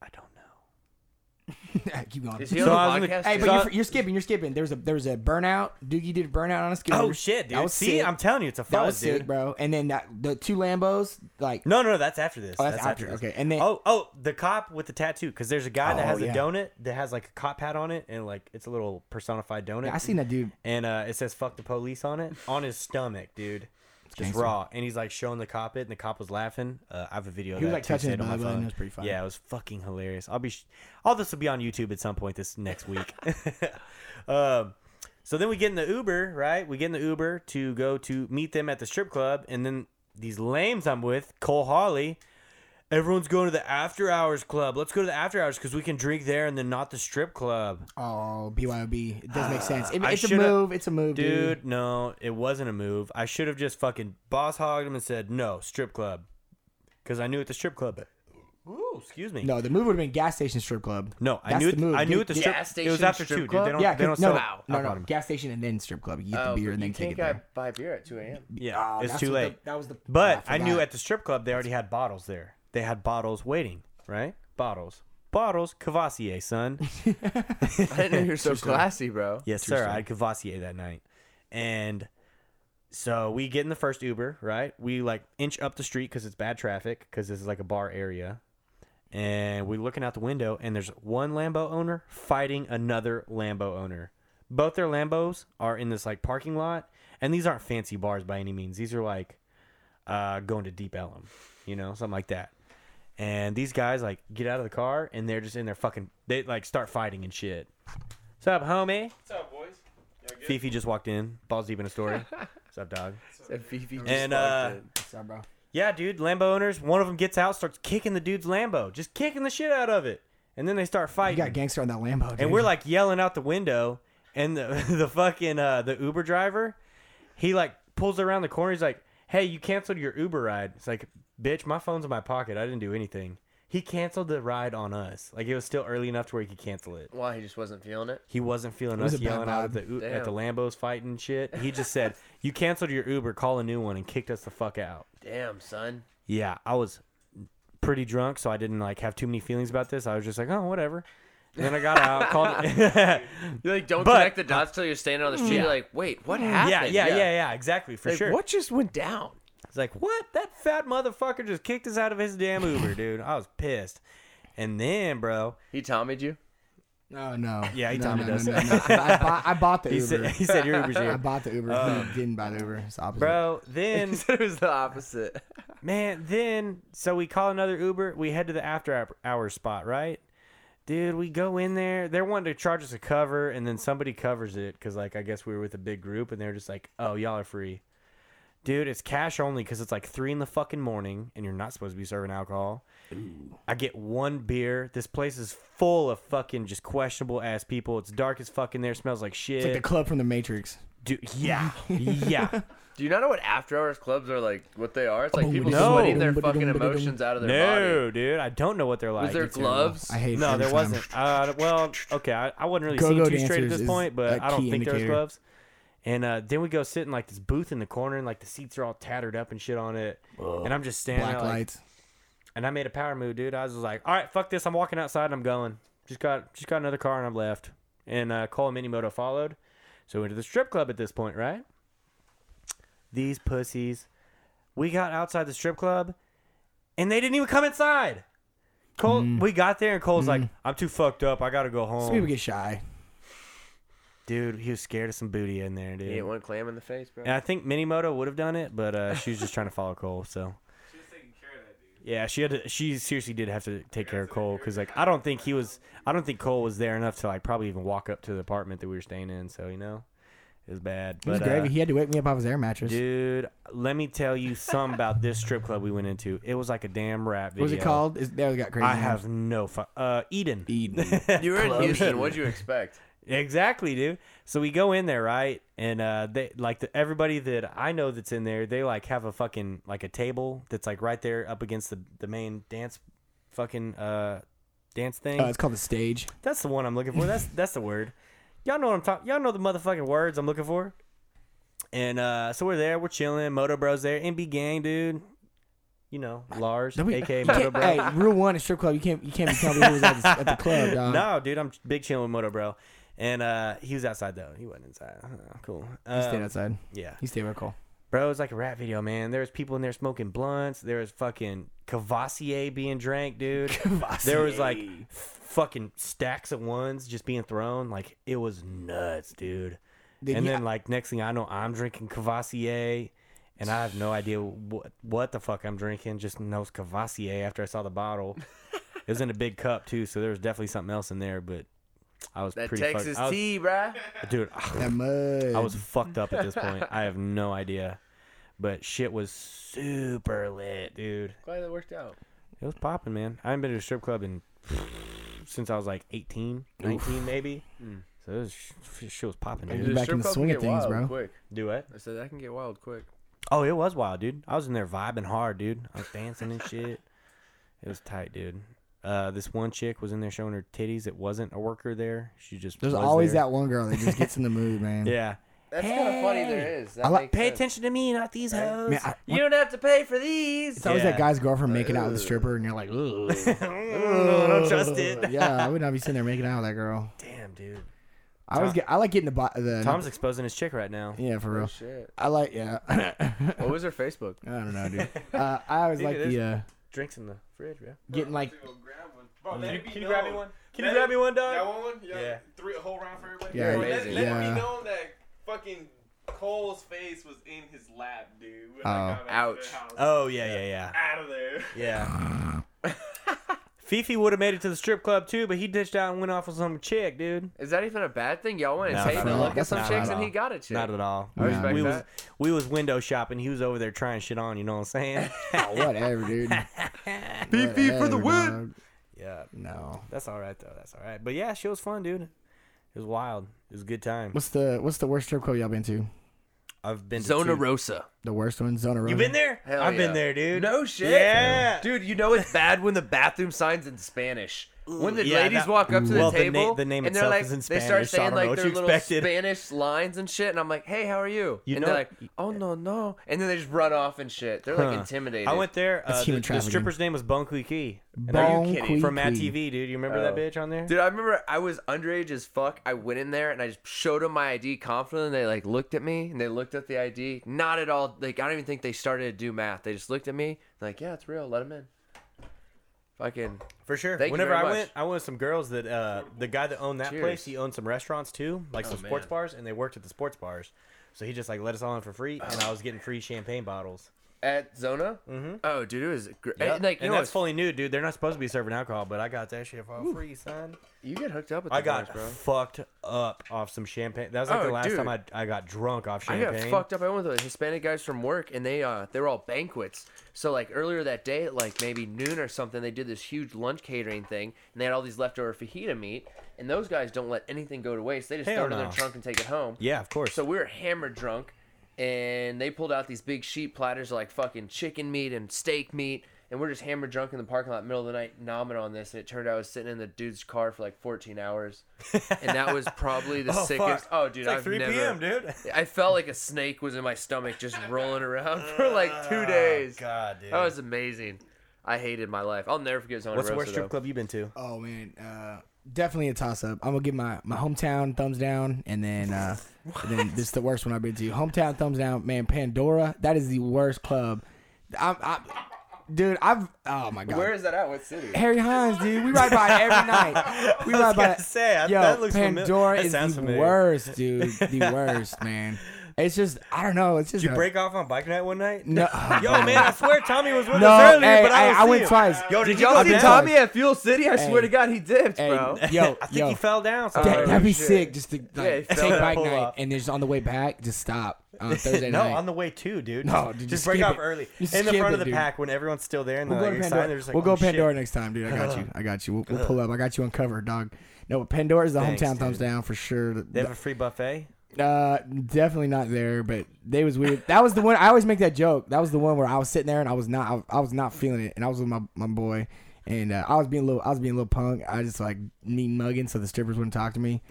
Speaker 1: I don't know.
Speaker 2: Keep going.
Speaker 3: Is he
Speaker 1: So I was
Speaker 3: on the
Speaker 1: gonna-
Speaker 3: podcast?
Speaker 2: Hey, but
Speaker 3: too?
Speaker 1: So-
Speaker 2: you're, you're skipping. You're skipping. There was a there was a burnout. Doogie did a burnout on a scooter.
Speaker 1: Oh shit, dude!
Speaker 2: That was
Speaker 1: See,
Speaker 2: sick.
Speaker 1: I'm telling you, it's a
Speaker 2: that
Speaker 1: fun
Speaker 2: was sick,
Speaker 1: dude.
Speaker 2: bro. And then that, the two Lambos, like
Speaker 1: No, no, that's after this.
Speaker 2: Oh, that's after,
Speaker 1: this.
Speaker 2: okay. And then-
Speaker 1: oh, oh, the cop with the tattoo, because there's a guy that
Speaker 2: Oh,
Speaker 1: has a
Speaker 2: yeah.
Speaker 1: donut that has like a cop hat on it, and like it's a little personified donut.
Speaker 2: I seen that dude.
Speaker 1: and uh, it says "fuck the police" on it on his stomach, dude. Just
Speaker 2: gangster.
Speaker 1: raw, and he's like showing the cop it, and the cop was laughing. Uh, I have a video.
Speaker 2: He
Speaker 1: of
Speaker 2: was,
Speaker 1: that
Speaker 2: like,
Speaker 1: too
Speaker 2: touching his
Speaker 1: saved on my
Speaker 2: belly button.
Speaker 1: phone.
Speaker 2: It was pretty funny.
Speaker 1: Yeah, it was fucking hilarious. I'll be, sh- all this will be on YouTube at some point this next week. um, so then we get in the Uber, right? We get in the Uber to go to meet them at the strip club, and then these lames I'm with, Cole Hawley. Everyone's going to the after hours club. Let's go to the after hours because we can drink there and then not the strip club.
Speaker 2: Oh, BYOB. It does make sense. It-
Speaker 1: I
Speaker 2: it's a
Speaker 1: shoulda-
Speaker 2: move. It's a move, dude.
Speaker 1: Dude, no, it wasn't a move. I should have just fucking boss hogged him and said, no, strip club. Because I knew at the strip club Ooh, excuse me. No,
Speaker 2: No, the movie would have been gas station strip club.
Speaker 1: I
Speaker 2: That's
Speaker 1: knew
Speaker 2: the
Speaker 1: it.
Speaker 2: move,
Speaker 1: I knew
Speaker 2: dude.
Speaker 1: it. The strip.
Speaker 3: Gas
Speaker 1: it was
Speaker 3: station
Speaker 1: after
Speaker 3: strip
Speaker 1: two,
Speaker 3: club?
Speaker 1: dude. They don't.
Speaker 2: yeah,
Speaker 1: they don't
Speaker 2: 'cause- no,
Speaker 1: sell
Speaker 2: no,
Speaker 1: alcohol
Speaker 2: no,
Speaker 1: anymore.
Speaker 2: gas station and then strip club. You get
Speaker 3: Oh,
Speaker 2: the beer
Speaker 3: but
Speaker 2: and then
Speaker 3: you
Speaker 2: take
Speaker 3: can't
Speaker 2: it
Speaker 3: go
Speaker 2: there.
Speaker 3: buy beer at 2 a.m.
Speaker 1: Yeah,
Speaker 2: Oh,
Speaker 1: it's
Speaker 2: that's
Speaker 1: too
Speaker 2: what the-
Speaker 1: late.
Speaker 2: that was the.
Speaker 1: But
Speaker 2: oh,
Speaker 1: I knew
Speaker 2: forgot.
Speaker 1: at the strip club they already had bottles there. They had bottles waiting, right? Bottles, bottles, Cavassier, son.
Speaker 3: I didn't know you were so classy, bro.
Speaker 1: Yes, sir. I had Cavassier that night, and so we get in the first Uber, right? We like inch up the street because it's bad traffic because this is like a bar area, and we're looking out the window, and there's one Lambo owner fighting another Lambo owner. Both their Lambos are in this like parking lot, and these aren't fancy bars by any means. These are like uh, going to Deep Ellum, you know, something like that. And these guys like get out of the car and they're just in their fucking they like start fighting and shit. What's up, homie?
Speaker 5: What's up, boys? Y'all good?
Speaker 1: Fifi just walked in, balls deep in a story. What's up, dog?
Speaker 3: That Fifi just
Speaker 1: And,
Speaker 3: fucked
Speaker 1: uh,
Speaker 3: it.
Speaker 2: Sorry, bro.
Speaker 1: Yeah, dude, Lambo owners, one of them gets out, starts kicking the dude's Lambo, just kicking the shit out of it. And then they start
Speaker 2: You
Speaker 1: fighting.
Speaker 2: got gangster on that Lambo. Dude.
Speaker 1: and we're like yelling out the window, and the the fucking uh, the Uber driver, he like pulls around the corner. He's like, "Hey, you canceled your Uber ride." It's like, "Bitch, my phone's in my pocket. I didn't do anything." He canceled the ride on us. Like it was still early enough to where he could cancel it.
Speaker 3: Why he just wasn't feeling it?
Speaker 1: He wasn't feeling
Speaker 2: was
Speaker 1: us
Speaker 2: a bad
Speaker 1: yelling out at the
Speaker 2: vibe.
Speaker 1: U- at the
Speaker 3: Damn.
Speaker 1: Lambos fighting and shit. He just said, "You canceled your Uber, call a new one," and kicked us the fuck out.
Speaker 3: Damn, son.
Speaker 1: Yeah, I was pretty drunk, so I didn't like have too many feelings about this. I was just like, "Oh, whatever." And then I got out, called.
Speaker 3: You're like, don't
Speaker 1: But-
Speaker 3: connect the dots till you're standing on the street.
Speaker 1: Yeah. Mm.
Speaker 3: You're like, wait, what happened?
Speaker 1: yeah, yeah, yeah, yeah, exactly for
Speaker 3: Like,
Speaker 1: sure.
Speaker 3: What just went down?
Speaker 1: It's like, what? That fat motherfucker just kicked us out of his damn Uber, dude. I was pissed. And then, bro,
Speaker 3: He Tommied you?
Speaker 2: no, no.
Speaker 1: Yeah, he
Speaker 2: no,
Speaker 1: Tommy
Speaker 2: no,
Speaker 1: does.
Speaker 2: No, no, no. I, bought, I bought the
Speaker 1: he
Speaker 2: Uber.
Speaker 1: said, he said uh, your Uber's
Speaker 2: I
Speaker 1: here,
Speaker 2: bought the Uber. he didn't buy the Uber. It's the opposite.
Speaker 1: bro. Then
Speaker 3: He said it was the opposite.
Speaker 1: Man, then so we call another Uber. We head to the after hou- hours spot, right? Dude, we go in there. They're wanting to charge us a cover, and then somebody covers it because, like, I guess we were with a big group, and they're just like, "Oh, y'all are free." Dude, it's cash only because it's like three in the fucking morning, and you're not supposed to be serving alcohol. I get one beer. This place is full of fucking just questionable ass people. It's dark as fuck in there. Smells like shit.
Speaker 2: It's like the club from the Matrix.
Speaker 1: Dude, yeah, yeah.
Speaker 3: Do you not know what after hours clubs are like? What they are? It's like people
Speaker 1: No.
Speaker 3: sweating their fucking emotions out of their body.
Speaker 1: no, dude, I don't know what they're like.
Speaker 3: Was there
Speaker 1: It's-
Speaker 3: gloves?
Speaker 2: I hate.
Speaker 1: No,
Speaker 2: every
Speaker 1: there
Speaker 2: time.
Speaker 1: wasn't. Uh, well, okay, I, I wasn't really
Speaker 2: Go-Go
Speaker 1: seeing too straight at
Speaker 2: dancers
Speaker 1: this
Speaker 2: is
Speaker 1: point, but
Speaker 2: a
Speaker 1: I don't
Speaker 2: key
Speaker 1: think there
Speaker 2: indicator.
Speaker 1: was gloves. And uh, then we go sit in like this booth in the corner, and like the seats are all tattered up and shit on it. and I'm just standing
Speaker 2: Black
Speaker 1: there, like-
Speaker 2: lights.
Speaker 1: and I made a power move, dude. I was just like, all right, fuck this. I'm walking outside. and I'm going. Just got just got another car and I've left. And uh, Cole Minimoto followed. So we went to the strip club at this point, right? These pussies. We got outside the strip club, and they didn't even come inside. Cole, we got there, and Cole's like, "I'm too fucked up. I gotta go
Speaker 2: Some people
Speaker 1: home."
Speaker 2: get shy.
Speaker 1: Dude, he was scared of some booty in there, dude.
Speaker 3: He ate one clam in the face, bro.
Speaker 1: And I think Minimoto would have done it, but uh, she was just trying to follow Cole. So
Speaker 5: She was taking care of that dude.
Speaker 1: yeah, she had to, she seriously did have to take care of Cole because like I don't think he was I don't think Cole was there enough to like probably even walk up to the apartment that we were staying in. So you know, it was bad.
Speaker 2: It was
Speaker 1: But, uh,
Speaker 2: gravy. He had to wake me up off his air mattress.
Speaker 1: dude, let me tell you something about this strip club we went into. It was like a damn rap
Speaker 2: what
Speaker 1: video.
Speaker 2: was it called? Is, there we got crazy.
Speaker 1: I
Speaker 2: names.
Speaker 1: have no fu- uh Eden.
Speaker 2: Eden.
Speaker 3: you were in Houston. What'd you expect?
Speaker 1: Exactly, dude. So we go in there, right? And uh they like the, everybody that I know that's in there, they like have a fucking like a table that's like right there up against the the main dance fucking uh dance thing.
Speaker 2: Uh, it's called the stage.
Speaker 1: that's the one I'm looking for. That's that's the word. Y'all know what I'm talking. Y'all know the motherfucking words I'm looking for. And uh so we're there, we're chilling. Moto Bros there, MB Gang, dude. You know Lars,
Speaker 2: Don't be-
Speaker 1: aka
Speaker 2: you
Speaker 1: Moto
Speaker 2: can't-
Speaker 1: Bro.
Speaker 2: hey, rule one at strip club, you can't you can't be telling me who was at, the- at the club, dog.
Speaker 1: no, dude, I'm big chilling with Moto Bro. And uh, he was outside though. He wasn't inside. Oh, cool.
Speaker 2: He stayed
Speaker 1: Um,
Speaker 2: outside.
Speaker 1: yeah.
Speaker 2: He stayed with Cole.
Speaker 1: Bro, it was like a rap video, man. There was people in there smoking blunts. There was fucking Cavassier being drank, dude. There was like fucking stacks of ones just being thrown. Like it was nuts, dude.
Speaker 2: Did
Speaker 1: and
Speaker 2: he-
Speaker 1: then like next thing I know, I'm drinking Cavassier, and I have no idea what what the fuck I'm drinking. Just knows Cavassier after I saw the bottle. it was in a big cup too, so there was definitely something else in there, but. I was
Speaker 3: That
Speaker 1: pretty
Speaker 3: Texas
Speaker 1: fucked.
Speaker 3: tea, bruh.
Speaker 1: I was, dude.
Speaker 2: That mud.
Speaker 1: I was fucked up at this point. I have no idea. But shit was super lit, dude.
Speaker 3: Glad that worked out.
Speaker 1: It was popping, man. I haven't been to a strip club in since I was like 18, 19 maybe.
Speaker 2: Mm.
Speaker 1: So it was, shit was popping,
Speaker 2: You're
Speaker 1: dude.
Speaker 2: back in the swing of things, bro.
Speaker 3: Quick.
Speaker 1: Do what?
Speaker 3: I said that can get wild quick.
Speaker 1: Oh, it was wild, dude. I was in there vibing hard, dude. I was dancing and shit. It was tight, dude. Uh, this one chick was in there showing her titties. It wasn't a worker there. She just
Speaker 2: There's
Speaker 1: was
Speaker 2: always
Speaker 1: there.
Speaker 2: that one girl that just gets in the mood, man.
Speaker 1: Yeah.
Speaker 3: That's kind of funny. There is. That
Speaker 2: I like-
Speaker 3: makes
Speaker 1: Pay
Speaker 3: sense.
Speaker 1: attention to me, not these hoes.
Speaker 2: Man, I-
Speaker 3: You don't have to pay for these.
Speaker 2: It's always
Speaker 1: Yeah. Uh.
Speaker 2: that guy's girlfriend making out with the stripper, and you're like, Ugh.
Speaker 1: Mm, I don't trust it.
Speaker 2: yeah, I would not be sitting there making out with that girl.
Speaker 1: Damn, dude.
Speaker 2: I always get, I like getting the, bo- the
Speaker 1: Tom's exposing his chick right now.
Speaker 2: yeah, for
Speaker 3: Oh,
Speaker 2: real.
Speaker 3: shit.
Speaker 2: I like, yeah, I
Speaker 3: What was her Facebook?
Speaker 2: don't know, dude. Uh, I always like
Speaker 1: there's-
Speaker 2: the uh,
Speaker 1: Drinks in the fridge, yeah.
Speaker 2: getting like,
Speaker 5: Go grab one. Bro, let
Speaker 1: Can you-
Speaker 5: it be
Speaker 1: can you grab me
Speaker 5: known.
Speaker 1: one? Can
Speaker 5: Let
Speaker 1: you grab
Speaker 5: it-
Speaker 1: me one, dog?
Speaker 5: Oh, That one, one? Yeah.
Speaker 1: Yeah.
Speaker 5: Three, a whole round for everybody.
Speaker 2: Yeah,
Speaker 5: Bro, let,
Speaker 3: amazing.
Speaker 5: let it
Speaker 2: Yeah.
Speaker 5: be known that fucking Cole's face was in his lap, dude. When
Speaker 2: Oh.
Speaker 5: I got back to
Speaker 3: Ouch.
Speaker 5: the house.
Speaker 1: Oh yeah, yeah, yeah,
Speaker 5: Out of there.
Speaker 1: yeah. Fifi would have made it to the strip club too, but he ditched out and went off with some chick, dude.
Speaker 3: Is that even a bad thing? Y'all went
Speaker 1: No,
Speaker 3: and paid
Speaker 1: not
Speaker 3: to
Speaker 2: at
Speaker 3: look
Speaker 2: all.
Speaker 3: at some
Speaker 1: Not
Speaker 3: chicks,
Speaker 1: at
Speaker 3: and he
Speaker 1: all.
Speaker 3: got a chick.
Speaker 1: Not at all.
Speaker 3: I respect
Speaker 1: we was
Speaker 3: that.
Speaker 1: we was window shopping. He was over there trying shit on. You know what I'm saying?
Speaker 2: whatever, dude.
Speaker 3: BP for the
Speaker 2: Whatever,
Speaker 3: win.
Speaker 2: dog.
Speaker 1: yeah,
Speaker 2: No.
Speaker 1: that's all right though. That's all right. But yeah, she was fun, dude. It was wild. It was a good time.
Speaker 2: What's the what's the worst strip club y'all been to?
Speaker 1: I've been to
Speaker 3: Zona
Speaker 1: two-
Speaker 3: Rosa.
Speaker 2: The worst one, Zona Rosa.
Speaker 1: You been there?
Speaker 3: Hell
Speaker 1: I've been
Speaker 3: yeah.
Speaker 1: there, dude.
Speaker 3: No shit.
Speaker 1: Yeah.
Speaker 3: Dude, you know it's bad when the bathroom signs in Spanish. When the
Speaker 1: yeah,
Speaker 3: ladies
Speaker 1: that-
Speaker 3: walk up to the
Speaker 1: Well, the na-
Speaker 3: table,
Speaker 1: the name
Speaker 3: and they're
Speaker 1: itself
Speaker 3: like,
Speaker 1: is in
Speaker 3: they start
Speaker 1: Spanish, so I don't
Speaker 3: saying
Speaker 1: know
Speaker 3: like
Speaker 1: what
Speaker 3: their
Speaker 1: you
Speaker 3: little
Speaker 1: expected.
Speaker 3: Spanish lines and shit, and I'm like, "Hey, how are you?"
Speaker 1: You
Speaker 3: and
Speaker 1: know-
Speaker 3: they're like, "Oh no, no," and then they just run off and shit. They're like
Speaker 1: Huh.
Speaker 3: intimidated.
Speaker 1: I went there.
Speaker 2: That's
Speaker 1: Uh, the,
Speaker 2: human
Speaker 1: the
Speaker 2: trafficking.
Speaker 1: stripper's name was Bunky Key. And
Speaker 3: Are
Speaker 1: I-
Speaker 3: you
Speaker 2: Bong
Speaker 3: kidding?
Speaker 2: Kui
Speaker 1: from Matt
Speaker 2: Kui.
Speaker 1: TV, dude. You remember that bitch on there?
Speaker 3: Oh. Dude, I remember I was underage as fuck. I went in there and I just showed them my ID confidently. And they like looked at me and they looked at the ID. Not at all. Like I don't even think they started to do math. They just looked at me. Like yeah, it's real. Let them in. Fucking
Speaker 1: For sure.
Speaker 3: Thank you
Speaker 1: Whenever
Speaker 3: very
Speaker 1: I
Speaker 3: much.
Speaker 1: went, I went with some girls that uh, the guy that owned that
Speaker 3: Cheers.
Speaker 1: place, he owned some restaurants too, like some
Speaker 3: Oh, man.
Speaker 1: sports bars, and they worked at the sports bars. So he just like let us all in for free, and I was getting free champagne bottles.
Speaker 3: at Zona. Mm-hmm. Oh, dude, it was great. And, like you
Speaker 1: and
Speaker 3: know,
Speaker 1: that's
Speaker 3: it's-
Speaker 1: fully new, dude. They're not supposed to be serving alcohol, but I got that shit for free, son.
Speaker 3: you get hooked up with. The
Speaker 1: I got
Speaker 3: boys, bro.
Speaker 1: fucked up off some champagne. That was like
Speaker 3: Oh,
Speaker 1: the last
Speaker 3: dude.
Speaker 1: time I, I got drunk off
Speaker 3: I got
Speaker 1: champagne.
Speaker 3: fucked up. I went with the Hispanic guys from work, and they uh they were all banquets. So like earlier that day, at like maybe noon or something, they did this huge lunch catering thing, and they had all these leftover fajita meat. And those guys don't let anything go to waste. They just
Speaker 1: Hell
Speaker 3: throw it in
Speaker 1: no.
Speaker 3: their trunk and take it home.
Speaker 1: Yeah, of course.
Speaker 3: So we were hammered drunk, and they pulled out these big sheet platters of like fucking chicken meat and steak meat, and we're just hammered drunk in the parking lot, in the middle of the night, nomming on this. And it turned out I was sitting in the dude's car for like 14 hours, and that was probably the
Speaker 1: Oh,
Speaker 3: sickest.
Speaker 1: fuck.
Speaker 3: Oh, dude,
Speaker 1: it's like
Speaker 3: I've
Speaker 1: 3
Speaker 3: never-
Speaker 1: p.m., dude.
Speaker 3: I felt like a snake was in my stomach, just rolling around for like two days.
Speaker 1: Oh, God, dude.
Speaker 3: That was amazing. I hated my life. I'll never forget Zona
Speaker 1: What's the
Speaker 3: Rosa,
Speaker 1: worst strip
Speaker 3: though.
Speaker 1: club you've been to?
Speaker 2: Oh man, uh, definitely a toss up. I'm gonna give my, my hometown thumbs down, and then uh, and then this is the worst one I've been to. Hometown thumbs down, man. Pandora, that is the worst club. I'm, I, dude, I've oh my god.
Speaker 3: Where is that at? What city?
Speaker 2: Harry Hines, dude. We ride by it every night. We
Speaker 1: I was
Speaker 2: ride by.
Speaker 1: gonna
Speaker 2: it.
Speaker 1: say, I-
Speaker 2: Yo,
Speaker 1: that looks fami-
Speaker 2: Pandora
Speaker 1: that
Speaker 2: is the
Speaker 1: sounds familiar.
Speaker 2: worst, dude. The worst, man. It's just I don't know. It's just
Speaker 1: Did you
Speaker 2: a-
Speaker 1: break off on bike night one night?
Speaker 2: No,
Speaker 1: Yo, man, I swear Tommy was with
Speaker 2: no.
Speaker 1: us earlier,
Speaker 2: hey,
Speaker 1: but I,
Speaker 2: hey,
Speaker 1: don't
Speaker 2: I
Speaker 1: see
Speaker 2: went
Speaker 1: him.
Speaker 2: twice.
Speaker 1: Yo, did,
Speaker 3: Did
Speaker 1: you
Speaker 3: y'all
Speaker 1: go
Speaker 3: see
Speaker 1: down?
Speaker 3: Tommy at Fuel City? I
Speaker 2: Hey.
Speaker 3: swear to God, he dipped,
Speaker 2: Hey,
Speaker 3: bro.
Speaker 2: yo,
Speaker 1: I think
Speaker 2: yo.
Speaker 1: he fell down.
Speaker 2: That,
Speaker 1: somewhere.
Speaker 2: that'd be
Speaker 3: shit.
Speaker 2: sick. Just to
Speaker 3: Yeah,
Speaker 2: like,
Speaker 3: he fell
Speaker 2: take
Speaker 3: down,
Speaker 2: bike
Speaker 1: pull
Speaker 2: night
Speaker 1: up.
Speaker 2: and just on the way back, just stop on Thursday
Speaker 1: no,
Speaker 2: night.
Speaker 1: on the way too, dude.
Speaker 2: No,
Speaker 1: just,
Speaker 2: dude,
Speaker 1: just
Speaker 2: just
Speaker 1: break
Speaker 2: skip
Speaker 1: off
Speaker 2: it.
Speaker 1: early
Speaker 2: Just
Speaker 1: in the
Speaker 2: skip
Speaker 1: front
Speaker 2: it,
Speaker 1: of the
Speaker 2: dude.
Speaker 1: pack when everyone's still there and
Speaker 2: We'll
Speaker 1: they're
Speaker 2: go
Speaker 1: like
Speaker 2: to
Speaker 1: excited.
Speaker 2: Pandora.
Speaker 1: They're just like,
Speaker 2: we'll go
Speaker 1: oh,
Speaker 2: to Pandora
Speaker 1: shit.
Speaker 2: next time, dude. I got you. I got you. We'll, we'll pull up. I got you on cover, dog. No, but Pandora is the
Speaker 1: Thanks,
Speaker 2: hometown thumbs
Speaker 1: dude.
Speaker 2: down for sure.
Speaker 1: They have a free buffet.
Speaker 2: Uh, definitely not there, but they was weird. That was the one I always make that joke. That was the one where I was sitting there and I was not, I, I was not feeling it, and I was with my, my boy, and uh, I was being a little, I was being a little punk. I just like mean mugging, so the strippers wouldn't talk to me.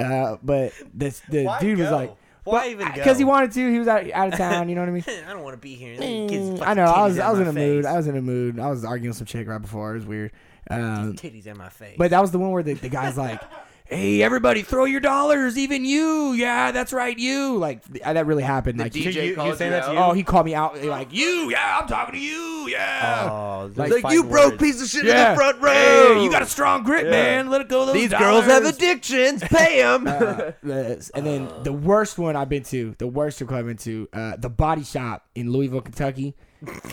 Speaker 2: uh, but this the
Speaker 1: Why
Speaker 2: dude was
Speaker 1: go?
Speaker 2: like,
Speaker 1: Why even go?
Speaker 2: Because he wanted to. He was out, out of town. You know what I mean?
Speaker 1: I don't want to be here.
Speaker 2: I know. I was, I was in a mood. I was in a mood. I was arguing with some chick right before. It was weird. Um,
Speaker 1: titties in my face.
Speaker 2: but that was the one where the, the guy's like, "Hey, everybody, throw your dollars, even you. Yeah, that's right, you." Like th- that really happened. Like,
Speaker 1: DJ you- you
Speaker 3: called
Speaker 1: saying that to
Speaker 3: out.
Speaker 1: you?
Speaker 2: oh, he called me out. Like, you? Yeah, I'm talking to you. Yeah.
Speaker 1: oh,
Speaker 2: Like,
Speaker 1: those
Speaker 3: Like you
Speaker 1: fighting
Speaker 3: broke
Speaker 1: words.
Speaker 3: piece of shit
Speaker 2: Yeah.
Speaker 3: in the front row.
Speaker 2: Hey, you got a strong grip, man. Let it go. of Those
Speaker 3: These girls have
Speaker 2: dollars."
Speaker 3: addictions. Pay them.
Speaker 2: Uh, this- and then
Speaker 3: Oh.
Speaker 2: the worst one I've been to, the worst strip club I've been to, uh, the Body Shop in Louisville, Kentucky.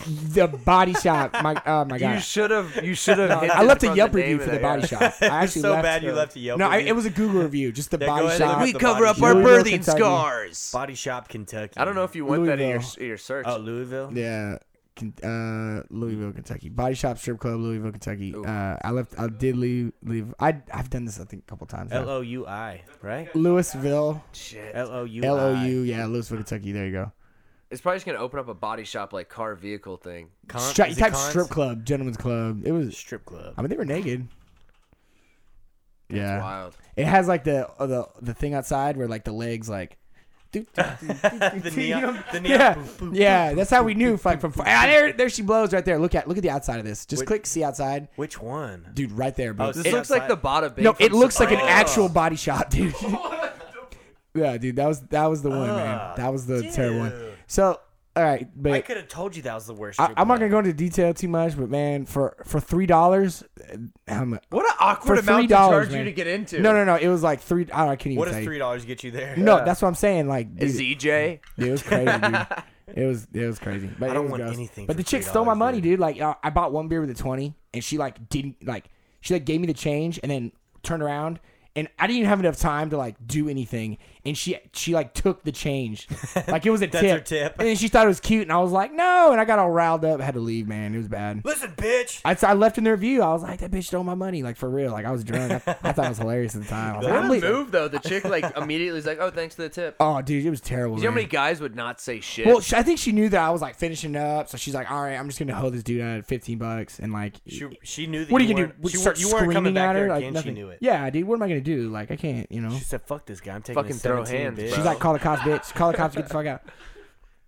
Speaker 2: the Body Shop, my oh my
Speaker 3: you
Speaker 2: god!
Speaker 3: should have. You should have.
Speaker 2: I left a Yelp review for the Body Shop. I
Speaker 1: It was
Speaker 2: actually
Speaker 1: so
Speaker 2: left,
Speaker 1: bad you left a Yelp
Speaker 2: No, I,
Speaker 1: review.
Speaker 2: it was a Google review, just the
Speaker 1: Yeah, go
Speaker 2: Body
Speaker 1: ahead and
Speaker 2: Shop.
Speaker 1: look
Speaker 3: We
Speaker 1: The
Speaker 3: cover
Speaker 1: body
Speaker 3: up our
Speaker 2: shop. Louisville,
Speaker 3: birthing
Speaker 2: Kentucky.
Speaker 3: scars.
Speaker 1: Body shop, Kentucky.
Speaker 3: I don't know if you want that in your,
Speaker 2: Louisville.
Speaker 3: your search.
Speaker 1: Oh, Louisville.
Speaker 2: Yeah, Ken- uh, Louisville, Kentucky. Body Shop Strip Club, Louisville, Kentucky. Uh, I left. I did leave. Leave. I I've done this I think a couple times.
Speaker 1: L
Speaker 2: now.
Speaker 1: O U I, right?
Speaker 2: Louisville,
Speaker 3: Shit.
Speaker 1: L O U I.
Speaker 2: L O U. Yeah, Louisville, Kentucky. There you go.
Speaker 3: It's probably just gonna open up a body shop like car vehicle thing.
Speaker 1: Con-
Speaker 2: Stri- you
Speaker 1: is it
Speaker 2: type
Speaker 1: cons?
Speaker 2: strip club, gentlemen's club. It was.
Speaker 1: Strip club.
Speaker 2: I mean, they were naked. Yeah,
Speaker 3: Wild.
Speaker 2: it has like the uh, the the thing outside where like the legs like. doo- doo- doo-
Speaker 1: the neon. The neon.
Speaker 2: yeah, yeah. That's how we knew. Like from far. ah, there, there she blows right there. Look at look at the outside of this. Just
Speaker 1: Wait.
Speaker 2: click see outside,
Speaker 1: Which one?
Speaker 2: dude. Right there, bro.
Speaker 1: Oh, this
Speaker 3: It
Speaker 1: is
Speaker 3: looks like
Speaker 1: outside.
Speaker 3: the bottom.
Speaker 2: no, it looks like an
Speaker 1: Oh.
Speaker 2: actual body shot, dude. yeah, dude. That was that was the one, man.
Speaker 1: Ah,
Speaker 2: That was the terrible one.
Speaker 1: dude.
Speaker 2: So all right, but
Speaker 1: I could have told you that was the worst.
Speaker 2: I,
Speaker 1: strip
Speaker 2: I'm not
Speaker 1: club.
Speaker 2: gonna go into detail too much, but man, for for three dollars, eh, how much?
Speaker 3: What an awkward
Speaker 2: For
Speaker 3: amount to
Speaker 2: $3,
Speaker 3: charge you
Speaker 2: man.
Speaker 3: to get into.
Speaker 2: No, no, no. It was like three. I, don't, I can't even
Speaker 1: What
Speaker 2: tell
Speaker 1: does
Speaker 2: you.
Speaker 1: three dollars get you there?
Speaker 2: No, that's what I'm saying. Like, dude,
Speaker 3: ZJ.
Speaker 2: it was crazy, dude. It was it was crazy. But
Speaker 1: I
Speaker 2: it
Speaker 1: don't
Speaker 2: was
Speaker 1: want
Speaker 2: gross.
Speaker 1: anything
Speaker 2: But
Speaker 1: for
Speaker 2: the chick stole my
Speaker 1: $3,
Speaker 2: money,
Speaker 1: dude.
Speaker 2: dude. Like, uh, I bought one beer with a twenty, and she like didn't like. She like gave me the change and then turned around. And I didn't even have enough time to like do anything, and she she like took the change, like it was a
Speaker 1: That's
Speaker 2: tip.
Speaker 1: her tip.
Speaker 2: And then she thought it was cute, and I was like, no. And I got all riled up, had to leave, man. It was bad.
Speaker 1: Listen, bitch.
Speaker 2: I, I left in the review. I was like, that bitch stole my money. Like, for real. Like, I was drunk. I, I thought it was hilarious at the time. I was like,
Speaker 3: What
Speaker 2: I'm
Speaker 3: a
Speaker 2: leaving.
Speaker 3: move though. The chick like immediately is like, "Oh, thanks for the tip."
Speaker 2: Oh, dude, it was terrible.
Speaker 3: You know how
Speaker 2: man.
Speaker 3: many guys would not say shit?
Speaker 2: well, she, I think she knew that I was, like, finishing up. So she's like, all right, I'm just going to hold this dude out at 15 bucks. And, like,
Speaker 1: She, she knew that
Speaker 2: what are you
Speaker 1: you
Speaker 2: going to do?
Speaker 1: weren't-
Speaker 2: Would
Speaker 1: She,
Speaker 2: you
Speaker 1: weren't-
Speaker 2: start
Speaker 1: you weren't coming
Speaker 2: screaming
Speaker 1: back
Speaker 2: at her?
Speaker 1: there
Speaker 2: Like,
Speaker 1: again.
Speaker 2: nothing.
Speaker 1: She knew it.
Speaker 2: Yeah, dude, what am I going to do? Like, I can't, you know.
Speaker 1: She
Speaker 2: She's
Speaker 1: said, "Fuck this guy. I'm taking
Speaker 3: Fucking
Speaker 1: this
Speaker 3: throw
Speaker 1: 17,
Speaker 3: hands,
Speaker 1: bitch."
Speaker 3: bro.
Speaker 2: like, call the cops, bitch. Call the cops, get the fuck out.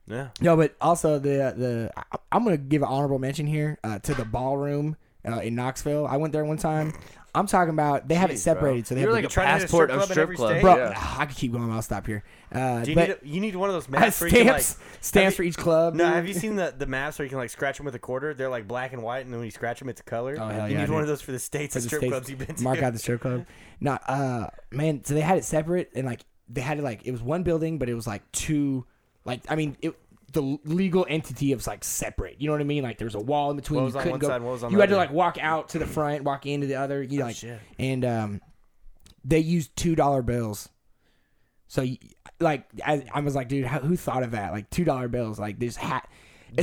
Speaker 1: yeah.
Speaker 2: No, but also the the I- I'm gonna give an honorable mention here uh, to the ballroom uh, in Knoxville. I went there one time. I'm talking about they have it separated, so they
Speaker 3: You're
Speaker 2: have
Speaker 3: like
Speaker 2: the-
Speaker 3: a
Speaker 1: trying to hit a
Speaker 3: passport
Speaker 1: strip
Speaker 3: of
Speaker 1: club in
Speaker 3: strip
Speaker 1: every
Speaker 3: club,
Speaker 1: state?
Speaker 2: bro.
Speaker 3: Yeah.
Speaker 2: I could keep going. I'll stop here. Uh,
Speaker 1: Do you
Speaker 2: but
Speaker 1: need a, you need one of those maps where you can, like
Speaker 2: stamps stamps
Speaker 1: have
Speaker 2: for
Speaker 1: you-
Speaker 2: each club.
Speaker 1: No,
Speaker 2: dude.
Speaker 1: have you seen the, the maps where you can like scratch them with a quarter? They're like black and white, and then when you scratch them, it's a color.
Speaker 2: Oh, hell
Speaker 1: you
Speaker 2: yeah,
Speaker 1: need
Speaker 2: I
Speaker 1: one
Speaker 2: do.
Speaker 1: of those for the states
Speaker 2: For
Speaker 1: and
Speaker 2: the
Speaker 1: strip
Speaker 2: states-
Speaker 1: clubs you've been to.
Speaker 2: Mark out the strip club. No, uh, man. So they had it separate, and like they had it like it was one building, but it was like two. Like I mean, it the legal entity was like separate. You know what I mean? Like there was a wall in between.
Speaker 1: What was
Speaker 2: you
Speaker 1: on
Speaker 2: couldn't
Speaker 1: one
Speaker 2: go.
Speaker 1: side, what was on
Speaker 2: you
Speaker 1: the
Speaker 2: had to
Speaker 1: other? Oh,
Speaker 2: like walk out to the front, walk into the other. You like
Speaker 1: shit.
Speaker 2: and um, they used two dollar bills. So you- like I, I was like, dude, how, who thought of that? Like two dollar bills, like this hat. It's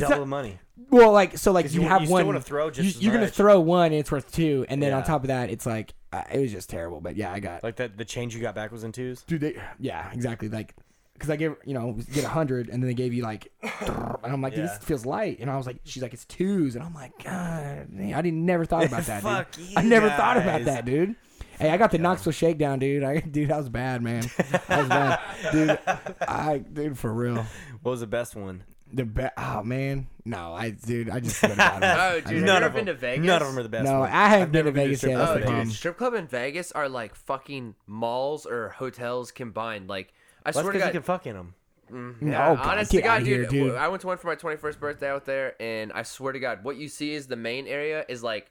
Speaker 1: Double
Speaker 2: not-
Speaker 1: the money.
Speaker 2: well, like so, like
Speaker 1: 'Cause
Speaker 2: you,
Speaker 1: you-
Speaker 2: have
Speaker 1: you still
Speaker 2: one.
Speaker 1: wanna throw just as
Speaker 2: you, are gonna
Speaker 1: much.
Speaker 2: throw one, and it's worth two, and then on
Speaker 1: Yeah.
Speaker 2: top of that, it's like uh, it was just terrible. But yeah, I got
Speaker 1: Like that, the change you got back was in twos.
Speaker 2: dude. They, yeah, exactly. Like because I gave you know get a hundred, and then they gave you like, and I'm like, dude,
Speaker 1: Yeah.
Speaker 2: this feels light, and I was like, she's like, it's twos, and I'm like, God, man, I didn't never thought about that.
Speaker 1: Fuck
Speaker 2: dude.
Speaker 1: you
Speaker 2: I never thought about
Speaker 1: guys.
Speaker 2: that, dude. Hey, I got the Knoxville shakedown, dude. I dude, that was bad, man. That was bad, dude. I dude for real.
Speaker 1: What was the best one?
Speaker 2: The be- oh man, no, I dude, I just forgot about it.
Speaker 3: Oh, dude, have you
Speaker 1: None
Speaker 3: ever
Speaker 1: of
Speaker 3: been to
Speaker 1: them.
Speaker 3: Vegas?
Speaker 1: None of them are the best.
Speaker 2: No,
Speaker 1: ones.
Speaker 2: I haven't
Speaker 1: I've
Speaker 2: been
Speaker 1: never
Speaker 2: to
Speaker 1: been
Speaker 2: Vegas
Speaker 1: strip
Speaker 2: yet,
Speaker 1: club.
Speaker 2: that's
Speaker 3: Oh,
Speaker 2: the problem.
Speaker 3: dude, strip club in Vegas are like fucking malls or hotels combined. Like, I
Speaker 1: That's
Speaker 3: swear to
Speaker 1: because you
Speaker 3: God,
Speaker 1: can fuck in them.
Speaker 3: Yeah,
Speaker 2: oh, God,
Speaker 3: honest
Speaker 2: get
Speaker 3: to God,
Speaker 2: outta here,
Speaker 3: dude,
Speaker 2: dude.
Speaker 3: I went to one for my 21st birthday out there, and I swear to God, what you see is the main area is like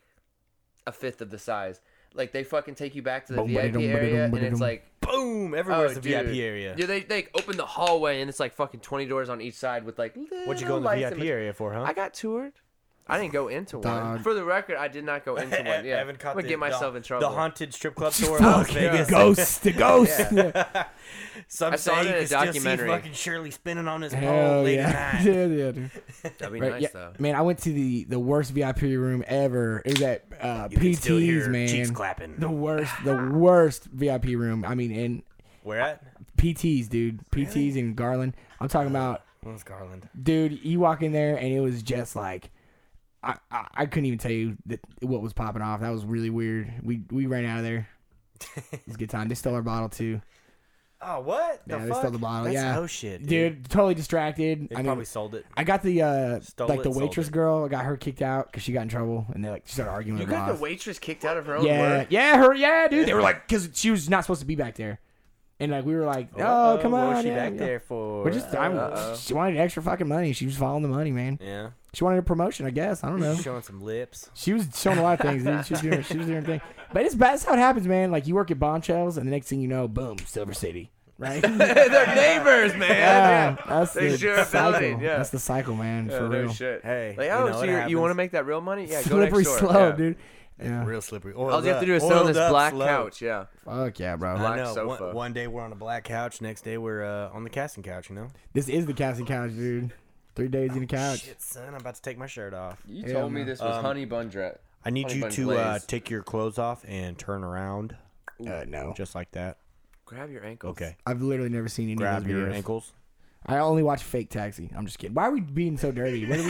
Speaker 3: a fifth of the size. Like they fucking take you back to the
Speaker 2: Boom,
Speaker 3: VIP
Speaker 2: ba-da-dum,
Speaker 3: area,
Speaker 2: ba-da-dum,
Speaker 3: and
Speaker 2: ba-da-dum.
Speaker 3: it's like
Speaker 1: Boom!
Speaker 3: oh,
Speaker 1: Everywhere's the
Speaker 3: dude.
Speaker 1: VIP area.
Speaker 3: Yeah, they they open the hallway, and it's like fucking 20 doors on each side with like.
Speaker 1: What'd you
Speaker 3: little
Speaker 1: go in the
Speaker 3: lights
Speaker 1: VIP
Speaker 3: in between.
Speaker 1: area for, huh?
Speaker 3: I got toured. I didn't go into one.
Speaker 2: Dog.
Speaker 3: For the record, I did not go into
Speaker 1: E-
Speaker 3: one. Yeah,
Speaker 1: Evan caught
Speaker 3: I'm gonna
Speaker 1: the,
Speaker 3: get myself
Speaker 1: the,
Speaker 3: in trouble.
Speaker 1: The haunted strip club tour in Las
Speaker 2: Fuck, the
Speaker 1: Vegas.
Speaker 2: ghost, the ghost.
Speaker 1: Some
Speaker 3: I saw
Speaker 1: say you
Speaker 3: it in a
Speaker 1: can still see
Speaker 3: documentary.
Speaker 1: fucking Shirley spinning on his pole
Speaker 2: Hell
Speaker 1: late
Speaker 2: yeah.
Speaker 1: at night.
Speaker 2: yeah, yeah, dude.
Speaker 3: That'd be
Speaker 2: Right,
Speaker 3: nice
Speaker 2: yeah.
Speaker 3: though.
Speaker 2: Man, I went to the, the worst VIP room ever. It was at uh,
Speaker 1: You can still hear
Speaker 2: PT's, man.
Speaker 1: cheeks clapping.
Speaker 2: The worst, the worst VIP room. I mean, and
Speaker 1: Where at?
Speaker 2: PT's, dude. PT's in Garland. I'm talking about,
Speaker 1: Where's Garland?
Speaker 2: dude. You walk in there and it was just like, I, I, I couldn't even tell you that, what was popping off. That was really weird. We we ran out of there. It was a good time. They stole our bottle too.
Speaker 1: Oh, what? The
Speaker 2: Yeah, they
Speaker 1: fuck?
Speaker 2: stole the bottle.
Speaker 1: That's
Speaker 2: yeah,
Speaker 1: no shit, dude.
Speaker 2: dude. Totally distracted.
Speaker 1: They
Speaker 2: I mean,
Speaker 1: probably sold it.
Speaker 2: I got the uh,
Speaker 1: Stole
Speaker 2: like
Speaker 1: it,
Speaker 2: the
Speaker 1: sold
Speaker 2: waitress
Speaker 1: it.
Speaker 2: girl. I got her kicked out because she got in trouble, and they like she started arguing
Speaker 3: You
Speaker 2: with her
Speaker 3: got the
Speaker 2: boss.
Speaker 3: waitress kicked out of her own
Speaker 2: yeah,
Speaker 3: work.
Speaker 2: yeah, her, yeah, dude. They were like, because she was not supposed to be back there, and like we were like, oh,
Speaker 1: Uh-oh,
Speaker 2: come
Speaker 1: what
Speaker 2: on,
Speaker 1: was she
Speaker 2: yeah,
Speaker 1: back
Speaker 2: yeah.
Speaker 1: there for?
Speaker 2: We're just, I'm, she wanted extra fucking money. She was following the money, man.
Speaker 1: yeah.
Speaker 2: She wanted a promotion, I guess. I don't know.
Speaker 1: Showing some lips.
Speaker 2: She was showing a lot of things. Dude. She was doing, she was doing her thing. But it's bad. That's how it happens, man. Like you work at Bombshells, and the next thing you know, boom, Silver City, right?
Speaker 3: They're neighbors, man.
Speaker 2: yeah, that's
Speaker 3: They
Speaker 2: the
Speaker 3: share a
Speaker 2: cycle.
Speaker 3: building, yeah.
Speaker 2: That's the cycle, man.
Speaker 3: Yeah,
Speaker 2: for
Speaker 3: Oh, no
Speaker 2: real.
Speaker 3: shit.
Speaker 1: Hey,
Speaker 3: like,
Speaker 1: you
Speaker 3: oh,
Speaker 1: know,
Speaker 3: so
Speaker 1: it
Speaker 3: you're- you
Speaker 1: happens.
Speaker 3: want to make that real money? Yeah, go
Speaker 2: Slippery
Speaker 3: next door.
Speaker 2: slope,
Speaker 3: yeah.
Speaker 2: dude. Yeah.
Speaker 1: Real slippery.
Speaker 3: All
Speaker 1: Oiled
Speaker 3: you have to
Speaker 1: up.
Speaker 3: do is sit on
Speaker 1: Oiled
Speaker 3: this
Speaker 1: up
Speaker 3: black
Speaker 1: slow.
Speaker 3: couch. Yeah,
Speaker 2: Fuck yeah, bro.
Speaker 1: I
Speaker 3: Black
Speaker 1: know.
Speaker 3: sofa.
Speaker 1: One, one day we're on a black couch. Next day we're uh, on the casting couch. You know.
Speaker 2: This is the casting couch, dude. Three days in the couch.
Speaker 1: Shit, son, I'm about to take my shirt off.
Speaker 3: you
Speaker 2: Hell told me no.
Speaker 3: this was honey bun dret.
Speaker 1: I need
Speaker 3: Honey
Speaker 1: you
Speaker 3: bun
Speaker 1: to uh,
Speaker 3: glaze.
Speaker 1: take your clothes off and turn around,
Speaker 2: Uh, no,
Speaker 1: just like that.
Speaker 3: Grab your ankles.
Speaker 1: Okay.
Speaker 2: I've literally never seen any
Speaker 1: Grab
Speaker 2: of those
Speaker 1: your
Speaker 2: videos.
Speaker 1: ankles.
Speaker 2: I only watch Fake Taxi. I'm just kidding. Why are we being so dirty? What are we,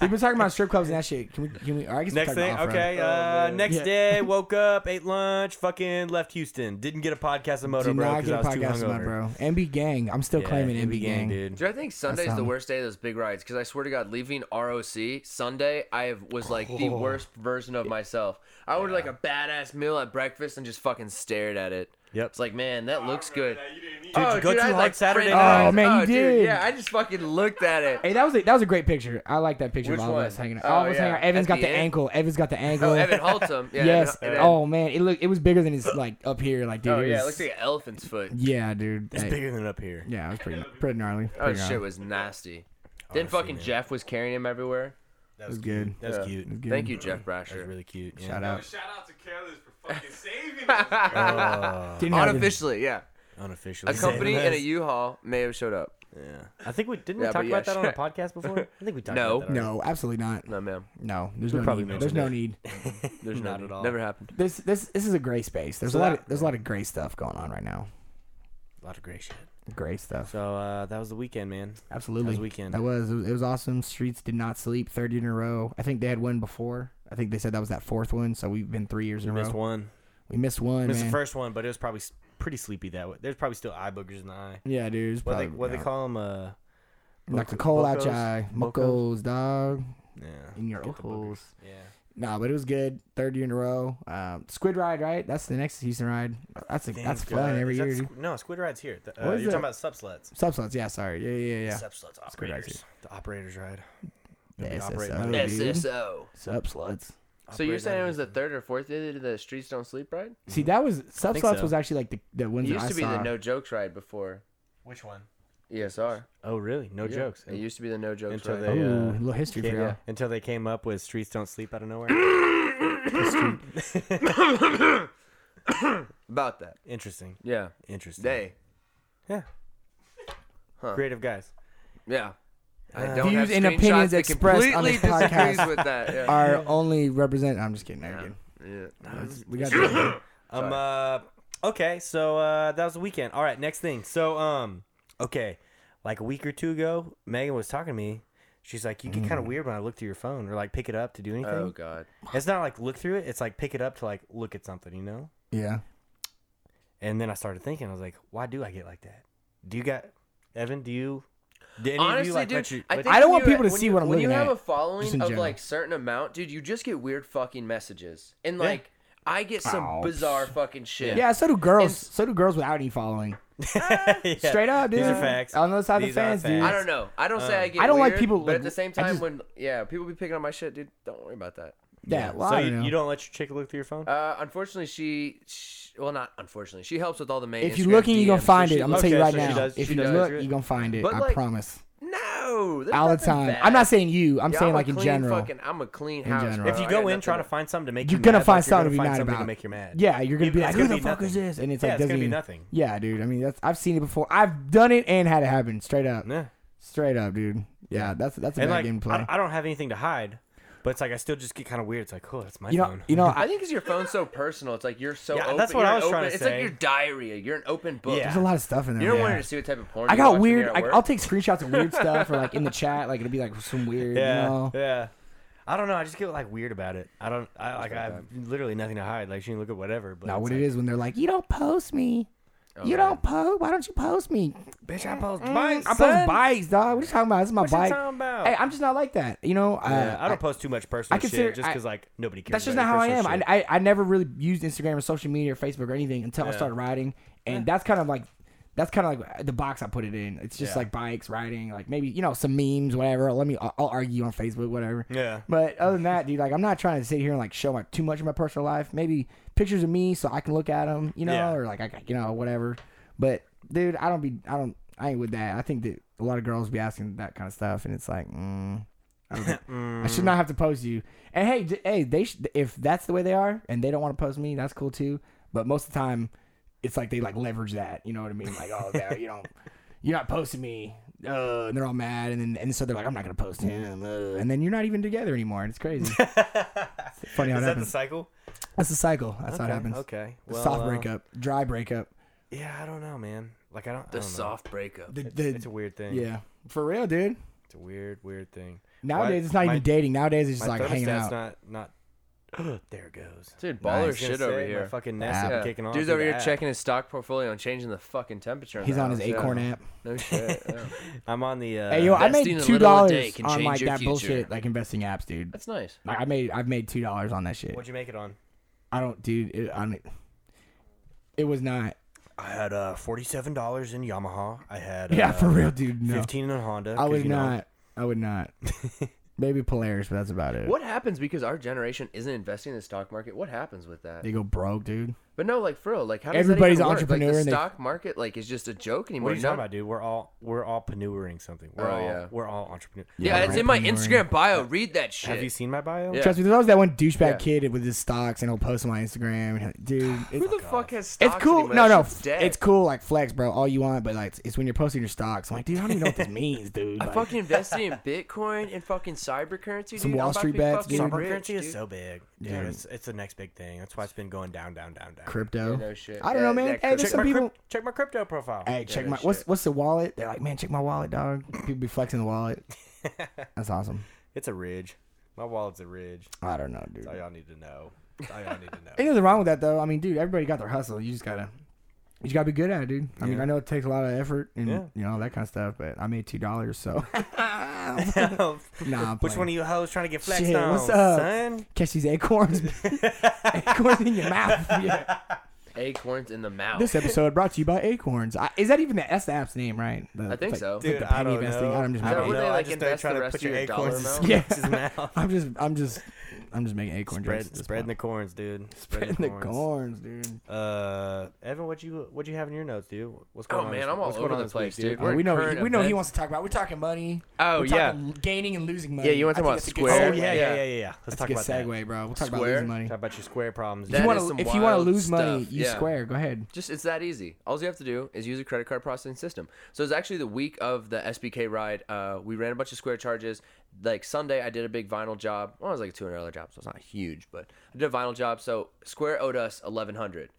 Speaker 2: we've been talking about strip clubs and that shit. Can we? Can we? Or I guess
Speaker 1: Next
Speaker 2: we're
Speaker 1: thing,
Speaker 2: talking
Speaker 1: okay.
Speaker 3: Oh,
Speaker 1: uh,
Speaker 3: man.
Speaker 1: next
Speaker 2: Yeah.
Speaker 1: day, woke up, ate lunch, fucking left Houston. Didn't get a podcast of Moto,
Speaker 2: Do
Speaker 1: bro,
Speaker 2: not
Speaker 1: because
Speaker 2: get
Speaker 1: I
Speaker 2: a
Speaker 1: was too
Speaker 2: podcast about
Speaker 1: hungover.
Speaker 2: it, bro. MB Gang. I'm still
Speaker 1: Yeah,
Speaker 2: claiming MB, Gang.
Speaker 1: dude.
Speaker 3: Dude, I think Sunday's the
Speaker 2: sound-
Speaker 3: worst day of those big rides because I swear to God, leaving ROC Sunday, I have, was like the
Speaker 2: Oh.
Speaker 3: worst version of myself. I ordered like a badass meal at breakfast and just fucking stared at it.
Speaker 1: Yep.
Speaker 3: It's like, man, that looks good. Oh,
Speaker 5: That. You didn't
Speaker 1: Dude,
Speaker 5: eat.
Speaker 1: you go too
Speaker 3: I had,
Speaker 1: hard Saturday
Speaker 3: French
Speaker 1: night.
Speaker 3: fries.
Speaker 2: Oh, man, you
Speaker 3: dude,
Speaker 2: did.
Speaker 3: Yeah, I just fucking looked at it.
Speaker 2: Hey, that was a, that was a great picture. I like that picture
Speaker 3: Which
Speaker 2: of all
Speaker 3: one?
Speaker 2: of us hanging out.
Speaker 3: Oh,
Speaker 2: All of us hanging
Speaker 3: yeah.
Speaker 2: out. Evan's
Speaker 3: At
Speaker 2: got
Speaker 3: the
Speaker 2: the,
Speaker 3: end?
Speaker 2: angle. Evan's got the angle.
Speaker 3: Oh, Evan Holtum. Yeah,
Speaker 2: yes.
Speaker 3: Evan- Evan-
Speaker 2: oh man, it look it was bigger than his like up here. Like dude,
Speaker 3: Oh,
Speaker 2: it
Speaker 3: yeah, it
Speaker 2: was-
Speaker 3: looks like an elephant's foot.
Speaker 2: yeah, dude.
Speaker 1: It's
Speaker 2: Hey,
Speaker 1: bigger than up here.
Speaker 2: yeah, it was pretty pretty gnarly.
Speaker 3: Oh,
Speaker 2: Pretty Oh,
Speaker 3: shit
Speaker 2: gnarly.
Speaker 3: was nasty. Then fucking Jeff was carrying him everywhere.
Speaker 1: That
Speaker 2: was good.
Speaker 1: That was
Speaker 3: Yeah.
Speaker 1: cute.
Speaker 2: Good.
Speaker 3: Thank you, Jeff
Speaker 1: That was
Speaker 3: Brasher.
Speaker 1: really cute. yeah.
Speaker 2: Shout
Speaker 5: Yo,
Speaker 2: out.
Speaker 5: shout out to Careless for fucking saving us. dude.
Speaker 1: Uh,
Speaker 2: Didn't have to-
Speaker 3: Unofficially, yeah.
Speaker 1: unofficially.
Speaker 3: A company
Speaker 1: Same
Speaker 3: and a
Speaker 1: as-
Speaker 3: U-Haul may have showed up.
Speaker 1: Yeah. I think we didn't
Speaker 3: Yeah,
Speaker 1: we talk
Speaker 3: Uh, but yeah,
Speaker 1: about that on a
Speaker 3: sure.
Speaker 1: podcast before. I think we talked
Speaker 3: No.
Speaker 1: about that.
Speaker 2: No, absolutely not.
Speaker 3: No, ma'am.
Speaker 2: No, there's
Speaker 1: We
Speaker 2: no
Speaker 1: probably
Speaker 2: need. There's no need.
Speaker 3: There's no
Speaker 1: Not
Speaker 3: need.
Speaker 1: at all.
Speaker 3: Never happened.
Speaker 2: This this this is a gray space. There's
Speaker 1: So
Speaker 2: a lot
Speaker 1: that-
Speaker 2: of, there's a lot of gray stuff going on right now.
Speaker 1: A lot of great shit.
Speaker 2: Gray stuff.
Speaker 1: So uh, that was the weekend, man.
Speaker 2: Absolutely.
Speaker 1: That was weekend.
Speaker 2: That was it was, it was awesome. Streets did not sleep 30 in a row. I think they had one before. I think they said that was that fourth one. So we've been three years in a row.
Speaker 1: Missed one.
Speaker 2: We missed one.
Speaker 1: Missed
Speaker 2: man.
Speaker 1: the first one, but it was probably s- pretty sleepy that way. There's probably still eye boogers in the eye.
Speaker 2: Yeah, dude. it's
Speaker 1: What they
Speaker 2: probably-
Speaker 1: what they
Speaker 2: yeah.
Speaker 1: call them? Uh,
Speaker 2: Knock the
Speaker 1: Moco-
Speaker 2: coal out
Speaker 1: mocos?
Speaker 2: your eye.
Speaker 1: Mocos?
Speaker 2: Mocos, dog.
Speaker 1: yeah.
Speaker 2: In your
Speaker 1: Get the boogers.
Speaker 2: ojos.
Speaker 1: Yeah.
Speaker 2: Nah, but it was good. Third year in a row. Um, Squid Ride, right? That's the next Houston ride. That's a, that's
Speaker 1: Thank
Speaker 2: fun
Speaker 1: God.
Speaker 2: every
Speaker 1: uh, Is that
Speaker 2: year. dude.
Speaker 1: Squ- no, Squid Ride's here. The- uh,
Speaker 2: What
Speaker 1: you're
Speaker 2: is
Speaker 1: talking
Speaker 2: that?
Speaker 1: about Subsleds.
Speaker 2: Subslots, yeah, sorry. Yeah, yeah, yeah.
Speaker 1: Subsleds
Speaker 2: Squid Ride's
Speaker 1: operators. The operators ride.
Speaker 2: The
Speaker 1: They'll be operating
Speaker 2: SSO,
Speaker 1: out of-
Speaker 2: dude.
Speaker 3: SSO.
Speaker 2: Subslots.
Speaker 3: So you're
Speaker 1: Operate out
Speaker 3: saying
Speaker 1: of
Speaker 3: it was the
Speaker 1: Houston.
Speaker 3: third or fourth day they did the Streets Don't Sleep ride?
Speaker 2: See, that was Subslots
Speaker 1: so.
Speaker 2: was actually like the, the
Speaker 3: It
Speaker 2: ones that
Speaker 3: used
Speaker 2: I
Speaker 3: to be
Speaker 2: saw.
Speaker 3: the No Jokes ride before
Speaker 1: Which one?
Speaker 3: ESR.
Speaker 1: Oh, really? No
Speaker 3: Yeah.
Speaker 1: jokes.
Speaker 3: It used to be the No Jokes
Speaker 1: Until
Speaker 3: ride.
Speaker 1: they,
Speaker 2: Ooh,
Speaker 1: uh,
Speaker 2: a little history for
Speaker 1: came-
Speaker 2: y'all.
Speaker 1: yeah, until they came up with "Streets Don't Sleep" out of nowhere.
Speaker 3: About that.
Speaker 1: Interesting.
Speaker 3: Yeah.
Speaker 1: Interesting.
Speaker 3: They.
Speaker 1: Yeah.
Speaker 3: Huh.
Speaker 1: Creative guys.
Speaker 3: Yeah. I
Speaker 1: Uh,
Speaker 3: don't
Speaker 2: Views
Speaker 3: have
Speaker 2: and
Speaker 3: screenshots
Speaker 2: opinions
Speaker 3: that
Speaker 2: expressed on
Speaker 3: completely
Speaker 2: this podcast
Speaker 3: disagrees with that. Yeah.
Speaker 2: Are only represent. I'm just kidding. no, dude.
Speaker 3: yeah.
Speaker 2: We got the-
Speaker 1: Um. Uh, okay. So uh, that was the weekend. All right. Next thing. So um. Okay. Like a week or two ago, Megan was talking to me. She's like, "You get
Speaker 2: Mm.
Speaker 1: kind of weird when I look through your phone, or like pick it up to do anything."
Speaker 3: Oh God.
Speaker 1: It's not like look through it. It's like pick it up to like look at something, you know.
Speaker 2: yeah.
Speaker 1: And then I started thinking. I was like, "Why do I get like that? Do you got Evan? Do you? Do any of
Speaker 3: Honestly,
Speaker 1: you like
Speaker 3: dude,
Speaker 1: let your-
Speaker 3: I,
Speaker 1: let
Speaker 3: think
Speaker 1: your-
Speaker 2: I don't
Speaker 3: when
Speaker 2: want
Speaker 3: you-
Speaker 2: people to
Speaker 3: when
Speaker 2: see
Speaker 3: you-
Speaker 2: what I'm
Speaker 3: When you
Speaker 2: looking
Speaker 3: have
Speaker 2: at,
Speaker 3: a following
Speaker 2: just
Speaker 3: of
Speaker 2: in general.
Speaker 3: like certain amount, dude, you just get weird fucking messages, and
Speaker 1: Yeah.
Speaker 3: like I get some
Speaker 2: Oh,
Speaker 3: bizarre fucking shit.
Speaker 2: Yeah. So do girls.
Speaker 3: And-
Speaker 2: so do girls without any following.
Speaker 1: Yeah.
Speaker 2: Straight up, dude.
Speaker 1: These are facts.
Speaker 2: On the other side of the
Speaker 1: These are
Speaker 2: fence, dude.
Speaker 3: I don't know. I don't say
Speaker 1: Uh,
Speaker 3: I get.
Speaker 2: I don't like
Speaker 3: weird,
Speaker 2: people,
Speaker 3: but
Speaker 2: like,
Speaker 3: at the same
Speaker 2: I
Speaker 3: time,
Speaker 2: just-
Speaker 3: when yeah, people be picking on my shit, dude. Don't worry about that.
Speaker 2: Yeah. Well,
Speaker 1: so
Speaker 2: I don't
Speaker 1: you,
Speaker 2: know.
Speaker 1: you don't let your chick look through your phone?
Speaker 3: Uh, unfortunately, she, sh well, not unfortunately, she helps with all the main.
Speaker 2: if you're
Speaker 3: Instagram
Speaker 2: looking, you're gonna
Speaker 3: DMs, so
Speaker 2: find
Speaker 3: she
Speaker 2: it. I'm gonna
Speaker 3: looks-
Speaker 2: tell you
Speaker 1: Okay,
Speaker 2: right
Speaker 1: so she
Speaker 2: now.
Speaker 1: does-
Speaker 2: if
Speaker 1: she
Speaker 2: you
Speaker 1: does
Speaker 2: look,
Speaker 1: do it.
Speaker 2: you're gonna find it.
Speaker 3: But,
Speaker 2: I
Speaker 3: like,
Speaker 2: promise.
Speaker 3: No, there's
Speaker 2: All the
Speaker 3: nothing
Speaker 2: time.
Speaker 3: bad.
Speaker 2: I'm not saying you. I'm
Speaker 3: Yeah,
Speaker 2: saying
Speaker 3: a
Speaker 2: like in
Speaker 3: clean
Speaker 2: general.
Speaker 3: Fucking, I'm a clean house.
Speaker 2: general.
Speaker 3: bro.
Speaker 1: if
Speaker 3: I
Speaker 1: you
Speaker 3: got
Speaker 1: go in
Speaker 3: nothing
Speaker 1: trying to
Speaker 3: to-
Speaker 1: find something to make
Speaker 2: You're
Speaker 1: you
Speaker 2: gonna
Speaker 1: mad,
Speaker 2: find
Speaker 1: like,
Speaker 2: something to
Speaker 1: you're gonna
Speaker 2: be mad
Speaker 1: find something to
Speaker 2: about.
Speaker 1: make you mad.
Speaker 2: Yeah, you're gonna
Speaker 1: You-
Speaker 2: be
Speaker 1: it's
Speaker 2: like,
Speaker 1: gonna
Speaker 2: who the
Speaker 1: be
Speaker 2: fuck is
Speaker 1: nothing.
Speaker 2: this? And it's
Speaker 1: Yeah,
Speaker 2: like
Speaker 1: it's gonna
Speaker 2: doesn't
Speaker 1: be
Speaker 2: even-
Speaker 1: nothing.
Speaker 2: Yeah, dude. I mean, that's I've seen it before. I've done it and had it happen. Straight up.
Speaker 1: Yeah.
Speaker 2: Straight up, dude. Yeah, that's that's a
Speaker 1: And
Speaker 2: bad
Speaker 1: like,
Speaker 2: game to
Speaker 1: I,
Speaker 2: play.
Speaker 1: I don't have anything to hide, but it's like I still just get kind of weird. It's like, oh, that's my
Speaker 2: you know,
Speaker 1: phone.
Speaker 2: you know,
Speaker 3: I
Speaker 2: I,
Speaker 3: think because your phone's so personal, it's like you're so.
Speaker 1: Yeah,
Speaker 3: open.
Speaker 1: that's what
Speaker 3: you're
Speaker 1: I
Speaker 3: an
Speaker 1: was trying
Speaker 3: open-
Speaker 1: to
Speaker 3: It's
Speaker 1: say.
Speaker 3: like your diarrhea. You're an open book.
Speaker 1: Yeah.
Speaker 2: there's a lot of stuff in there.
Speaker 3: You don't
Speaker 2: yeah.
Speaker 3: want her to see what type of porn.
Speaker 2: I
Speaker 3: you
Speaker 2: got
Speaker 3: watch when you're
Speaker 2: weird.
Speaker 3: at
Speaker 2: I,
Speaker 3: work.
Speaker 2: I'll take screenshots of weird stuff or like in the chat, like it'll be like some weird.
Speaker 1: yeah,
Speaker 2: You know?
Speaker 1: yeah. I don't know. I just get like weird about it. I don't. I like. I have literally nothing to hide. Like she can look at whatever. But
Speaker 2: Now
Speaker 1: it's
Speaker 2: what
Speaker 1: like,
Speaker 2: it is when they're like, you don't post me.
Speaker 1: Oh,
Speaker 2: you
Speaker 3: man.
Speaker 2: don't post. Why don't you post me?
Speaker 1: Bitch, I post bikes.
Speaker 2: Mm, I
Speaker 1: son.
Speaker 2: post bikes, dog. What are you talking about? This is my
Speaker 1: What you
Speaker 2: bike.
Speaker 1: talking about?
Speaker 2: Hey, I'm just not like that. You know,
Speaker 1: Yeah,
Speaker 2: uh,
Speaker 1: I don't post too much personal
Speaker 2: I consider-
Speaker 1: shit just
Speaker 2: I-
Speaker 1: because like nobody cares.
Speaker 2: that's just
Speaker 1: about
Speaker 2: not how I
Speaker 1: your
Speaker 2: am.
Speaker 1: personal
Speaker 2: I,
Speaker 1: shit.
Speaker 2: I I never really used Instagram or social media or Facebook or anything until I
Speaker 1: Yeah.
Speaker 2: started riding, and that's kind of like that's kind of like the box I put it in. It's just
Speaker 1: Yeah.
Speaker 2: like bikes, riding, like maybe you know some memes, whatever. Let me I'll, I'll argue on Facebook, whatever.
Speaker 1: Yeah.
Speaker 2: But other than that, dude, like I'm not trying to sit here and like show my too much of my personal life. Maybe pictures of me so I can look at them, you know,
Speaker 1: Yeah.
Speaker 2: or like I can- you know whatever. But dude, I don't be I don't I ain't with that. I think that a lot of girls be asking that kind of stuff, and it's like. Mm. I don't think- I
Speaker 1: Mm.
Speaker 2: should not have to post you. And hey, d- hey, they sh- if that's the way they are and they don't want to post me, that's cool too. But most of the time, it's like they like leverage that. You know what I mean? Like, oh, that- you don't, you're not posting me. Uh, and they're all mad, and then and so they're like, I'm not gonna post him. Uh, and then you're not even together anymore. It's crazy. It's funny how
Speaker 1: Is that
Speaker 2: it
Speaker 1: the
Speaker 2: happens.
Speaker 1: cycle?
Speaker 2: that's the cycle. That's how it happens.
Speaker 1: Okay.
Speaker 2: Soft
Speaker 1: uh,
Speaker 2: breakup, dry breakup.
Speaker 1: Yeah, I don't know, man. Like I don't.
Speaker 3: The
Speaker 1: I don't know.
Speaker 3: soft breakup.
Speaker 2: The,
Speaker 1: It's,
Speaker 2: the-
Speaker 1: it's a weird thing.
Speaker 2: yeah, for real, dude.
Speaker 1: it's a weird, weird thing.
Speaker 2: Nowadays,
Speaker 1: Why-
Speaker 2: it's not
Speaker 1: my-
Speaker 2: even dating. Nowadays, it's just
Speaker 1: my
Speaker 2: like hanging
Speaker 1: thermostat's
Speaker 2: out.
Speaker 1: Not, not. there it goes.
Speaker 3: Dude,
Speaker 1: I
Speaker 3: baller
Speaker 1: was gonna
Speaker 3: shit over
Speaker 1: say, my
Speaker 3: here.
Speaker 1: fucking nest is
Speaker 3: Yeah.
Speaker 1: kicking off.
Speaker 3: Dude's
Speaker 1: through
Speaker 3: over
Speaker 1: the
Speaker 3: here
Speaker 1: app.
Speaker 3: checking his stock portfolio and changing the fucking temperature. in
Speaker 2: He's
Speaker 3: the
Speaker 2: on his
Speaker 3: house, yeah.
Speaker 2: Acorn
Speaker 1: Uh,
Speaker 2: app.
Speaker 3: No shit. yeah.
Speaker 1: I'm on the. Uh,
Speaker 2: Hey, yo, I
Speaker 3: investing
Speaker 2: made
Speaker 3: a
Speaker 2: two
Speaker 3: little a day
Speaker 2: dollars
Speaker 3: can
Speaker 2: on
Speaker 3: change
Speaker 2: like
Speaker 3: your
Speaker 2: that
Speaker 3: future.
Speaker 2: bullshit, like investing apps, dude.
Speaker 3: That's nice.
Speaker 2: Like I made, I've made two dollars on that shit.
Speaker 1: what'd you make it on?
Speaker 2: I don't, dude. It, I mean, it was not.
Speaker 1: I had uh, forty-seven dollars in Yamaha. I had
Speaker 2: Yeah,
Speaker 1: uh,
Speaker 2: for real, dude. No,
Speaker 1: fifteen in Honda.
Speaker 2: I
Speaker 1: 'cause,
Speaker 2: would
Speaker 1: you know,
Speaker 2: not. I would not. Maybe Polaris, but that's about it.
Speaker 3: What happens because our generation isn't investing in the stock market? What happens with that?
Speaker 2: They go broke, dude.
Speaker 3: But no, like for real, like how does
Speaker 2: Everybody's
Speaker 3: that
Speaker 2: an
Speaker 3: even work?
Speaker 2: entrepreneur
Speaker 3: Like,
Speaker 2: and
Speaker 3: the
Speaker 2: they-
Speaker 3: stock market like is just a joke anymore.
Speaker 1: What are you
Speaker 3: No-
Speaker 1: talking about, dude? We're all we're all paneuring something. We're
Speaker 3: Oh,
Speaker 1: all
Speaker 3: yeah.
Speaker 1: we're all entrepreneurs.
Speaker 3: Yeah, it's in my Instagram bio. Read that shit.
Speaker 1: Have you seen my bio?
Speaker 3: Yeah.
Speaker 2: Trust me, there's always that one douchebag
Speaker 3: Yeah.
Speaker 2: kid with his stocks, and he'll post them on Instagram. and- Dude, it-
Speaker 3: Who the fuck has
Speaker 2: it's
Speaker 3: stocks
Speaker 2: cool.
Speaker 3: anymore?
Speaker 2: No,
Speaker 3: That
Speaker 2: no,
Speaker 3: shit's dead.
Speaker 2: it's cool. Like flex, bro, all you want, but like it's, it's when you're posting your stocks. I'm like, dude, I don't even know what this means, dude.
Speaker 3: I
Speaker 2: Like,
Speaker 3: fucking invested in Bitcoin and fucking cyber currency.
Speaker 2: Some
Speaker 3: dude. I'm
Speaker 2: Wall
Speaker 3: about to
Speaker 2: Street
Speaker 3: be
Speaker 2: bets,
Speaker 3: fucking
Speaker 2: dude.
Speaker 1: Cyber
Speaker 3: rich,
Speaker 1: currency is
Speaker 3: dude.
Speaker 1: so big, dude.
Speaker 2: Dude.
Speaker 1: It's it's the next big thing. That's why it's been going down, down, down, down.
Speaker 2: crypto.
Speaker 3: no shit.
Speaker 2: I don't know,
Speaker 3: That-
Speaker 2: man.
Speaker 3: that
Speaker 2: Hey,
Speaker 3: could-
Speaker 2: there's
Speaker 1: Check
Speaker 2: some
Speaker 1: my
Speaker 2: people.
Speaker 1: crypt- check my crypto profile.
Speaker 2: Hey, check
Speaker 3: that
Speaker 2: my what's
Speaker 3: shit.
Speaker 2: what's the wallet? They're like, man, check my wallet, dog. People be flexing the wallet. That's awesome.
Speaker 1: It's a ridge. My wallet's a ridge.
Speaker 2: I don't know, dude.
Speaker 1: That's all y'all need to know. That's all y'all need to know.
Speaker 2: Ain't nothing wrong with that though. I mean, dude, everybody got their hustle. You just gotta, you just gotta be good at it, dude. I mean,
Speaker 1: Yeah.
Speaker 2: I know it takes a lot of effort and
Speaker 1: Yeah.
Speaker 2: you know all that kind of stuff, but I made two dollars, so nah. I'm
Speaker 1: Which
Speaker 2: playing.
Speaker 1: one of you hoes trying to get flexed
Speaker 2: Shit,
Speaker 1: on,
Speaker 2: what's up?
Speaker 1: son?
Speaker 2: catch these acorns? acorns in your mouth. Yeah.
Speaker 3: Acorns in the mouth.
Speaker 2: This episode brought to you by Acorns. I, is that even the S app's name, right? The-
Speaker 3: I think
Speaker 2: like,
Speaker 3: so.
Speaker 2: the
Speaker 1: Dude, I
Speaker 2: penny
Speaker 1: don't
Speaker 2: investing.
Speaker 1: know.
Speaker 2: I'm just
Speaker 1: I
Speaker 3: making-
Speaker 1: don't
Speaker 3: Would
Speaker 1: know.
Speaker 3: they,
Speaker 1: I
Speaker 3: like,
Speaker 1: just
Speaker 3: invest
Speaker 1: trying
Speaker 3: the
Speaker 1: to
Speaker 3: rest
Speaker 1: put
Speaker 3: of
Speaker 1: your
Speaker 3: your dollar
Speaker 1: acorns in
Speaker 3: amount?
Speaker 2: Yeah.
Speaker 1: Spanx's mouth.
Speaker 2: I'm just, I'm just, I'm just making acorn jokes. at
Speaker 1: Spread,
Speaker 2: this
Speaker 1: spreading the
Speaker 2: point.
Speaker 1: corns, dude. Spreading
Speaker 2: spreading the corns, dude.
Speaker 1: Uh, Evan, what you what you have in your notes, dude? What's
Speaker 3: Oh,
Speaker 1: going on?
Speaker 3: man,
Speaker 1: this-
Speaker 3: I'm all
Speaker 1: what's going
Speaker 3: over
Speaker 1: on
Speaker 3: the
Speaker 1: this
Speaker 3: place,
Speaker 1: week,
Speaker 3: dude. We're
Speaker 2: Uh, we know,
Speaker 3: current
Speaker 2: we know he
Speaker 3: events.
Speaker 2: wants to talk about. We're talking money.
Speaker 3: Oh,
Speaker 2: We're
Speaker 3: yeah.
Speaker 2: talking gaining and losing money.
Speaker 3: Yeah, you wanna
Speaker 2: I
Speaker 3: talk
Speaker 2: think
Speaker 3: about
Speaker 2: that's a
Speaker 1: Oh
Speaker 2: good
Speaker 3: Square?
Speaker 1: yeah,
Speaker 2: segue.
Speaker 1: yeah,
Speaker 3: Yeah.
Speaker 1: yeah, yeah. Let's
Speaker 2: That's a
Speaker 1: talk
Speaker 2: good
Speaker 1: about that.
Speaker 2: segue, bro. We'll talk about
Speaker 3: Square?
Speaker 2: losing money.
Speaker 1: Talk about your square problems.
Speaker 3: That
Speaker 2: You
Speaker 1: dude.
Speaker 2: wanna-
Speaker 3: is some
Speaker 2: if you want to
Speaker 3: wild
Speaker 2: lose money,
Speaker 3: stuff,
Speaker 2: you
Speaker 3: yeah.
Speaker 2: square. Go ahead.
Speaker 3: Just it's that easy. All you have to do is use a credit card processing system. So it's actually the week of the SBK ride. Uh, we ran a bunch of square charges. Like Sunday, I did a big vinyl job. Well, it was like a two hundred dollar job, so it's not huge, but I did a vinyl job. So Square owed us eleven hundred,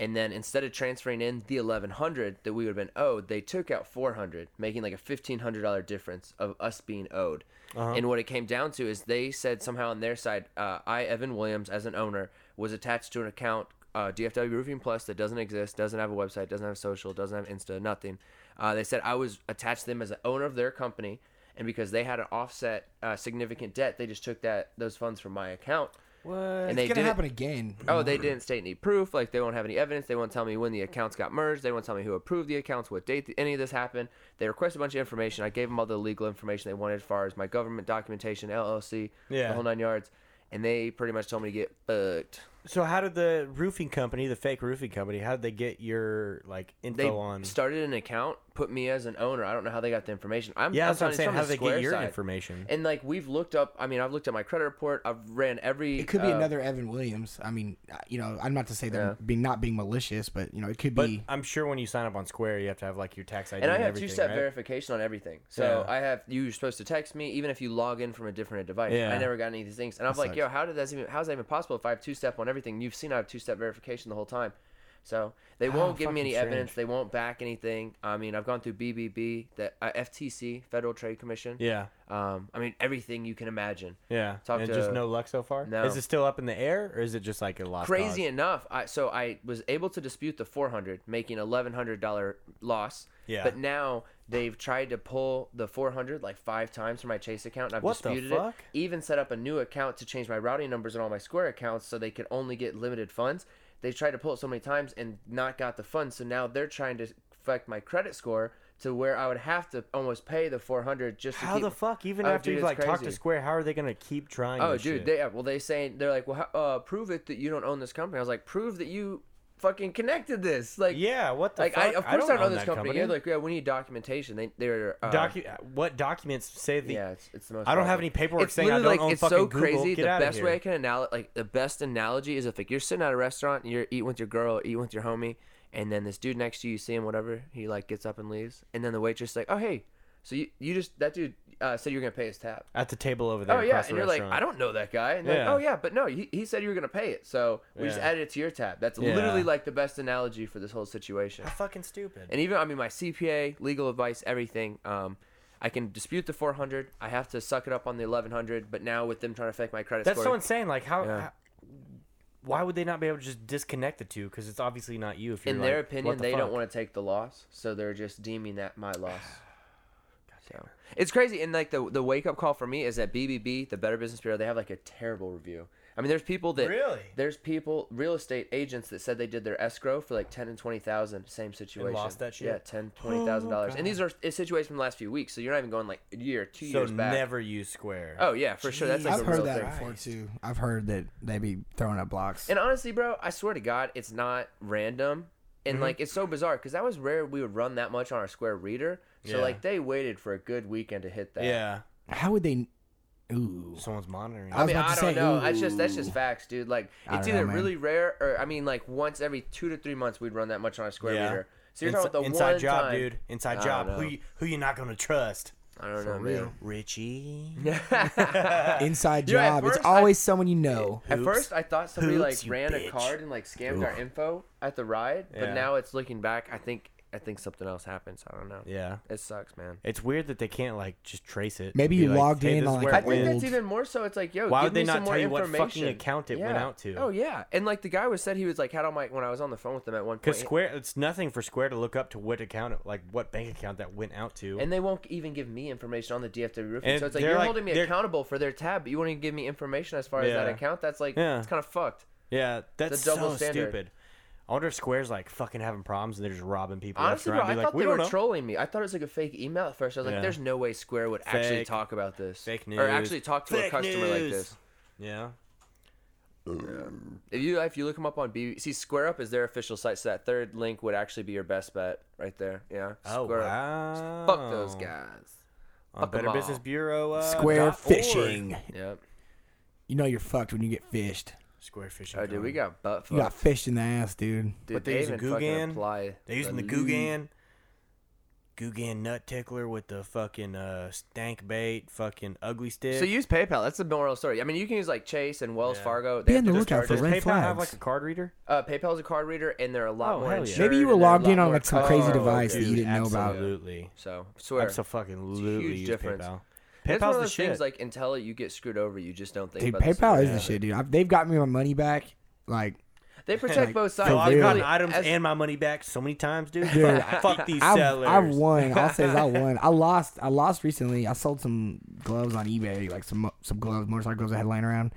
Speaker 3: and then instead of transferring in the eleven hundred that we would have been owed, they took out four hundred, making like a fifteen hundred dollar difference of us being owed.
Speaker 2: Uh-huh.
Speaker 3: And what it came down to is they said somehow on their side, uh, I Evan Williams as an owner was attached to an account uh, DFW Roofing Plus that doesn't exist, doesn't have a website, doesn't have social, doesn't have Insta, nothing. Uh, they said I was attached to them as an owner of their company, and because they had an offset uh, significant debt, they just took that those funds from my account.
Speaker 1: What?
Speaker 3: And
Speaker 2: It's
Speaker 3: they
Speaker 2: gonna
Speaker 3: did it-
Speaker 2: happen again.
Speaker 3: Oh,
Speaker 1: Mm.
Speaker 3: they didn't state any proof. Like they won't have any evidence. They won't tell me when the accounts got merged. They won't tell me who approved the accounts, what date th- any of this happened. They requested a bunch of information. I gave them all the legal information they wanted, as far as my government documentation, LLC,
Speaker 1: Yeah.
Speaker 3: the whole nine yards. And they pretty much told me to get fucked.
Speaker 1: So how did the roofing company, the fake roofing company, how did they get your like info
Speaker 3: They
Speaker 1: on?
Speaker 3: started an account, put me as an owner. I don't know how they got the information. I'm,
Speaker 1: yeah,
Speaker 3: I'm
Speaker 1: that's what I'm
Speaker 3: telling you, it's
Speaker 1: saying.
Speaker 3: from
Speaker 1: How
Speaker 3: the
Speaker 1: did they
Speaker 3: Square
Speaker 1: get your
Speaker 3: side.
Speaker 1: information?
Speaker 3: And like we've looked up. I mean, I've looked at my credit report. I've ran every.
Speaker 2: It could be
Speaker 3: uh,
Speaker 2: another Evan Williams. I mean, uh, you know, I'm not to say they're being not being malicious, but you know, it could
Speaker 1: But
Speaker 2: be.
Speaker 1: I'm sure when you sign up on Square, you have to have like your tax ID
Speaker 3: and
Speaker 1: and,
Speaker 3: I have
Speaker 1: everything,
Speaker 3: two-step
Speaker 1: right?
Speaker 3: verification on everything. So
Speaker 1: Yeah.
Speaker 3: I have you're supposed to text me even if you log in from a different device.
Speaker 1: Yeah.
Speaker 3: I never got any of these things, and I'm like, yo, how did that even? How's that even possible if I have two-step on everything? You've seen I have two-step verification the whole time. So they won't give me
Speaker 1: fucking
Speaker 3: any
Speaker 1: strange.
Speaker 3: evidence. They won't back anything. I mean, I've gone through BBB, the uh, FTC, Federal Trade Commission.
Speaker 1: Yeah,
Speaker 3: Um, I mean everything you can imagine.
Speaker 1: yeah.
Speaker 3: Talk
Speaker 1: and just
Speaker 3: to-
Speaker 1: no luck so far.
Speaker 3: No.
Speaker 1: Is it still up in the air, or is it just like a lost?
Speaker 3: crazy
Speaker 1: cause?
Speaker 3: enough I, so i was able to dispute the 400 making $1100 loss
Speaker 1: Yeah.
Speaker 3: but now they've tried to pull the 400 like five times from my chase account and i've
Speaker 1: What the
Speaker 3: disputed
Speaker 1: fuck?
Speaker 3: it even set up a new account to change my routing numbers and all my square accounts so they could only get limited funds they tried to pull it so many times and not got the funds so now they're trying to affect my credit score to where i would have to almost pay the 400 just to
Speaker 1: How
Speaker 3: keep
Speaker 1: the fuck? Even
Speaker 3: Oh,
Speaker 1: after
Speaker 3: dude,
Speaker 1: you like
Speaker 3: it's
Speaker 1: talk to
Speaker 3: crazy.
Speaker 1: Square, how are they gonna keep trying?
Speaker 3: Oh,
Speaker 1: this
Speaker 3: dude,
Speaker 1: shit?
Speaker 3: they yeah, well they saying they're like, well, how- uh, prove it that you don't own this company. I was like, prove that you fucking connected this. Like,
Speaker 1: yeah. What the
Speaker 3: like
Speaker 1: fuck?
Speaker 3: I of course I don't,
Speaker 1: own
Speaker 3: own this
Speaker 1: that
Speaker 3: company. They're like, yeah, we need documentation. They they're uh,
Speaker 1: Docu- what documents say the?
Speaker 3: yeah, it's, it's the most.
Speaker 1: I don't have
Speaker 3: awkward.
Speaker 1: any paperwork
Speaker 3: It's
Speaker 1: saying I
Speaker 3: literally,
Speaker 1: don't
Speaker 3: like,
Speaker 1: own
Speaker 3: It's
Speaker 1: fucking
Speaker 3: so
Speaker 1: Google.
Speaker 3: crazy.
Speaker 1: Get
Speaker 3: the
Speaker 1: outta
Speaker 3: best
Speaker 1: here.
Speaker 3: way I can anal- like the best analogy is if like you're sitting at a restaurant and you're eating with your girl, eating with your homie, and then this dude next to you, you see him, whatever, he like gets up and leaves, and then the waitress is like, oh hey, So you, you just that dude uh, said you were gonna pay his tab.
Speaker 1: at the table over there.
Speaker 3: Oh yeah,
Speaker 1: across the
Speaker 3: and you're like,
Speaker 1: restaurant.
Speaker 3: I don't know that guy. And they're like,
Speaker 1: Yeah.
Speaker 3: oh yeah, but no, he, he said you were gonna pay it, so we just
Speaker 1: Yeah.
Speaker 3: added it to your tab. That's
Speaker 1: Yeah.
Speaker 3: literally like the best analogy for this whole situation.
Speaker 1: Fucking stupid.
Speaker 3: And even I mean, my CPA, legal advice, everything. Um, I can dispute the 400. I have to suck it up on the 1100. But now with them trying to affect my credit
Speaker 1: That's
Speaker 3: score,
Speaker 1: so insane. Like how,
Speaker 3: Yeah.
Speaker 1: how- Why would they not be able to just disconnect the two? Because it's obviously not you. If you're
Speaker 3: in their
Speaker 1: like,
Speaker 3: opinion,
Speaker 1: what the
Speaker 3: they
Speaker 1: fuck?
Speaker 3: don't want to take the loss, so they're just deeming that my loss. So it's crazy, and like the the wake up call for me is that BBB, the Better Business Bureau, they have like a terrible review. I mean, there's people that
Speaker 1: Really?
Speaker 3: there's people real estate agents that said they did their escrow for like ten and twenty thousand, same situation.
Speaker 1: lost that shit?
Speaker 3: Yeah, ten twenty thousand dollars, and these are it's situations from the last few weeks, so you're not even going like a year, two
Speaker 1: So
Speaker 3: years back.
Speaker 1: never use Square.
Speaker 3: Oh yeah, for sure. That's like
Speaker 2: I've
Speaker 3: a
Speaker 2: heard
Speaker 3: real
Speaker 2: that
Speaker 3: thing.
Speaker 2: before too. I've heard that they be throwing up blocks.
Speaker 3: And honestly, bro, I swear to God, it's not random. And
Speaker 1: Mm-hmm.
Speaker 3: like, it's so bizarre because that was rare. We would run that much on our square reader. So
Speaker 1: Yeah.
Speaker 3: like, they waited for a good weekend to hit that.
Speaker 1: yeah.
Speaker 2: How would they? Ooh,
Speaker 1: Someone's monitoring.
Speaker 2: I
Speaker 3: I
Speaker 2: was
Speaker 3: mean,
Speaker 2: about
Speaker 3: I
Speaker 2: to
Speaker 3: don't
Speaker 2: say,
Speaker 3: know. That's just that's
Speaker 2: ooh.
Speaker 3: just facts, dude. Like,
Speaker 2: I
Speaker 3: it's
Speaker 2: don't know,
Speaker 3: either
Speaker 2: man.
Speaker 3: really rare, or I mean, like once every two to three months, we'd run that much on our square
Speaker 1: Yeah.
Speaker 3: reader. So you're
Speaker 1: Ins-
Speaker 3: talking about the
Speaker 1: inside
Speaker 3: one
Speaker 1: job,
Speaker 3: time,
Speaker 1: dude. Inside
Speaker 3: I
Speaker 1: job.
Speaker 3: don't
Speaker 1: Who
Speaker 3: know.
Speaker 1: you, who you not gonna trust?
Speaker 3: I don't know, man.
Speaker 1: Richie.
Speaker 2: inside
Speaker 3: You're right,
Speaker 2: job. It's
Speaker 3: first I-
Speaker 2: always someone you know.
Speaker 3: At first, I thought somebody
Speaker 1: Hoops,
Speaker 3: like
Speaker 1: you
Speaker 3: ran
Speaker 1: bitch.
Speaker 3: a card and like scammed our info at the ride,
Speaker 1: Yeah.
Speaker 3: but now it's looking back. I think I think something else happened. So I don't know.
Speaker 1: Yeah.
Speaker 3: it sucks, man.
Speaker 1: It's weird that they can't like just trace it.
Speaker 2: Maybe
Speaker 1: Be
Speaker 2: you logged
Speaker 1: hey,
Speaker 2: in
Speaker 1: this
Speaker 2: on,
Speaker 1: is
Speaker 2: like,
Speaker 1: where it
Speaker 2: a
Speaker 3: I think
Speaker 1: went.
Speaker 3: that's even more so. It's like, yo,
Speaker 1: Why
Speaker 3: give
Speaker 1: would they
Speaker 3: me
Speaker 1: not
Speaker 3: some more
Speaker 1: tell you what fucking
Speaker 3: information.
Speaker 1: account it went
Speaker 3: Yeah.
Speaker 1: out to?
Speaker 3: Oh yeah, and like the guy was said he was like had on my when I was on the phone with him at one point,
Speaker 1: Because Square, it's nothing for Square to look up to what account, it- like what bank account that went out to.
Speaker 3: and they won't even give me information on the DFW roofing.
Speaker 1: And
Speaker 3: so it's like
Speaker 1: they're
Speaker 3: you're
Speaker 1: like-
Speaker 3: holding me
Speaker 1: they're-
Speaker 3: accountable for their tab, but you won't even give me information as far as that
Speaker 1: Yeah.
Speaker 3: account. That's like
Speaker 1: Yeah.
Speaker 3: it's kind of fucked.
Speaker 1: yeah, that's
Speaker 3: It's a double
Speaker 1: so
Speaker 3: standard.
Speaker 1: stupid. I wonder if Square's like fucking having problems and they're just robbing people. left
Speaker 3: Honestly,
Speaker 1: and
Speaker 3: bro,
Speaker 1: right.
Speaker 3: I
Speaker 1: Be
Speaker 3: thought
Speaker 1: like, we
Speaker 3: they
Speaker 1: don't
Speaker 3: were
Speaker 1: know.
Speaker 3: trolling me. I thought it was like a fake email at first. I was
Speaker 1: Yeah.
Speaker 3: like, "There's no way Square would actually
Speaker 1: Fake-
Speaker 3: talk about this,
Speaker 1: fake
Speaker 3: or
Speaker 1: news.
Speaker 3: actually talk to a
Speaker 1: Fake
Speaker 3: customer like
Speaker 1: news.
Speaker 3: this."
Speaker 1: yeah,
Speaker 3: If you if you look them up on B, see Square Up is their official site, so that third link would actually be your best bet right there. Yeah.
Speaker 1: Oh
Speaker 3: Square Up.
Speaker 1: wow!
Speaker 3: Fuck those guys.
Speaker 1: On
Speaker 3: Fuck 'em
Speaker 1: Better
Speaker 3: all.
Speaker 1: Business Bureau. Uh,
Speaker 2: Square
Speaker 1: dot org.
Speaker 2: fishing.
Speaker 3: Yep.
Speaker 2: You know you're fucked when you get fished.
Speaker 1: Square fishing.
Speaker 3: Oh, dude, we
Speaker 1: com.
Speaker 3: got butt
Speaker 2: You got
Speaker 3: fucked.
Speaker 2: fished in the ass, dude.
Speaker 3: Dude,
Speaker 1: But they using
Speaker 3: even fucking
Speaker 1: Guggen?
Speaker 3: apply
Speaker 1: They're using the
Speaker 3: lube.
Speaker 1: Guggan, Guggan nut tickler with the fucking uh, stank bait, fucking ugly stick.
Speaker 3: So use PayPal. That's the moral story. I mean, you can use like Chase and Wells
Speaker 1: Yeah.
Speaker 3: Fargo.
Speaker 2: Be
Speaker 3: They have
Speaker 2: on the
Speaker 3: to
Speaker 2: lookout for
Speaker 3: charge
Speaker 1: does
Speaker 3: it.
Speaker 2: red
Speaker 1: PayPal have
Speaker 2: flags.
Speaker 1: like a card reader?
Speaker 3: Uh, PayPal's a card reader, and they're a lot
Speaker 1: Oh,
Speaker 3: more
Speaker 1: hell yeah.
Speaker 3: insured.
Speaker 1: Maybe
Speaker 2: Maybe you were
Speaker 3: and they're a
Speaker 2: logged in
Speaker 3: lot
Speaker 2: on
Speaker 3: more
Speaker 2: like some crazy
Speaker 3: covered.
Speaker 2: device that
Speaker 3: Dude,
Speaker 2: you didn't know about.
Speaker 1: Oh, Absolutely,
Speaker 3: So swear.
Speaker 1: absolutely.
Speaker 3: huge
Speaker 1: use
Speaker 3: difference.
Speaker 1: PayPal.
Speaker 3: It's one
Speaker 1: PayPal's
Speaker 3: of
Speaker 1: the
Speaker 3: those
Speaker 1: shit.
Speaker 3: things like until you get screwed over, you just don't think.
Speaker 2: Dude,
Speaker 3: about this
Speaker 2: PayPal is
Speaker 3: stuff.
Speaker 2: the shit, dude. I've, they've got me my money back. Like,
Speaker 3: They protect both sides.
Speaker 1: so I've
Speaker 2: real.
Speaker 1: gotten items
Speaker 3: As-
Speaker 1: and my money back so many times, dude.
Speaker 2: Dude,
Speaker 1: Fuck these
Speaker 2: I've,
Speaker 1: sellers.
Speaker 2: I've won. I'll say is I won. I lost. I lost recently. I sold some gloves on eBay, like some some gloves, motorcycle gloves I had laying around,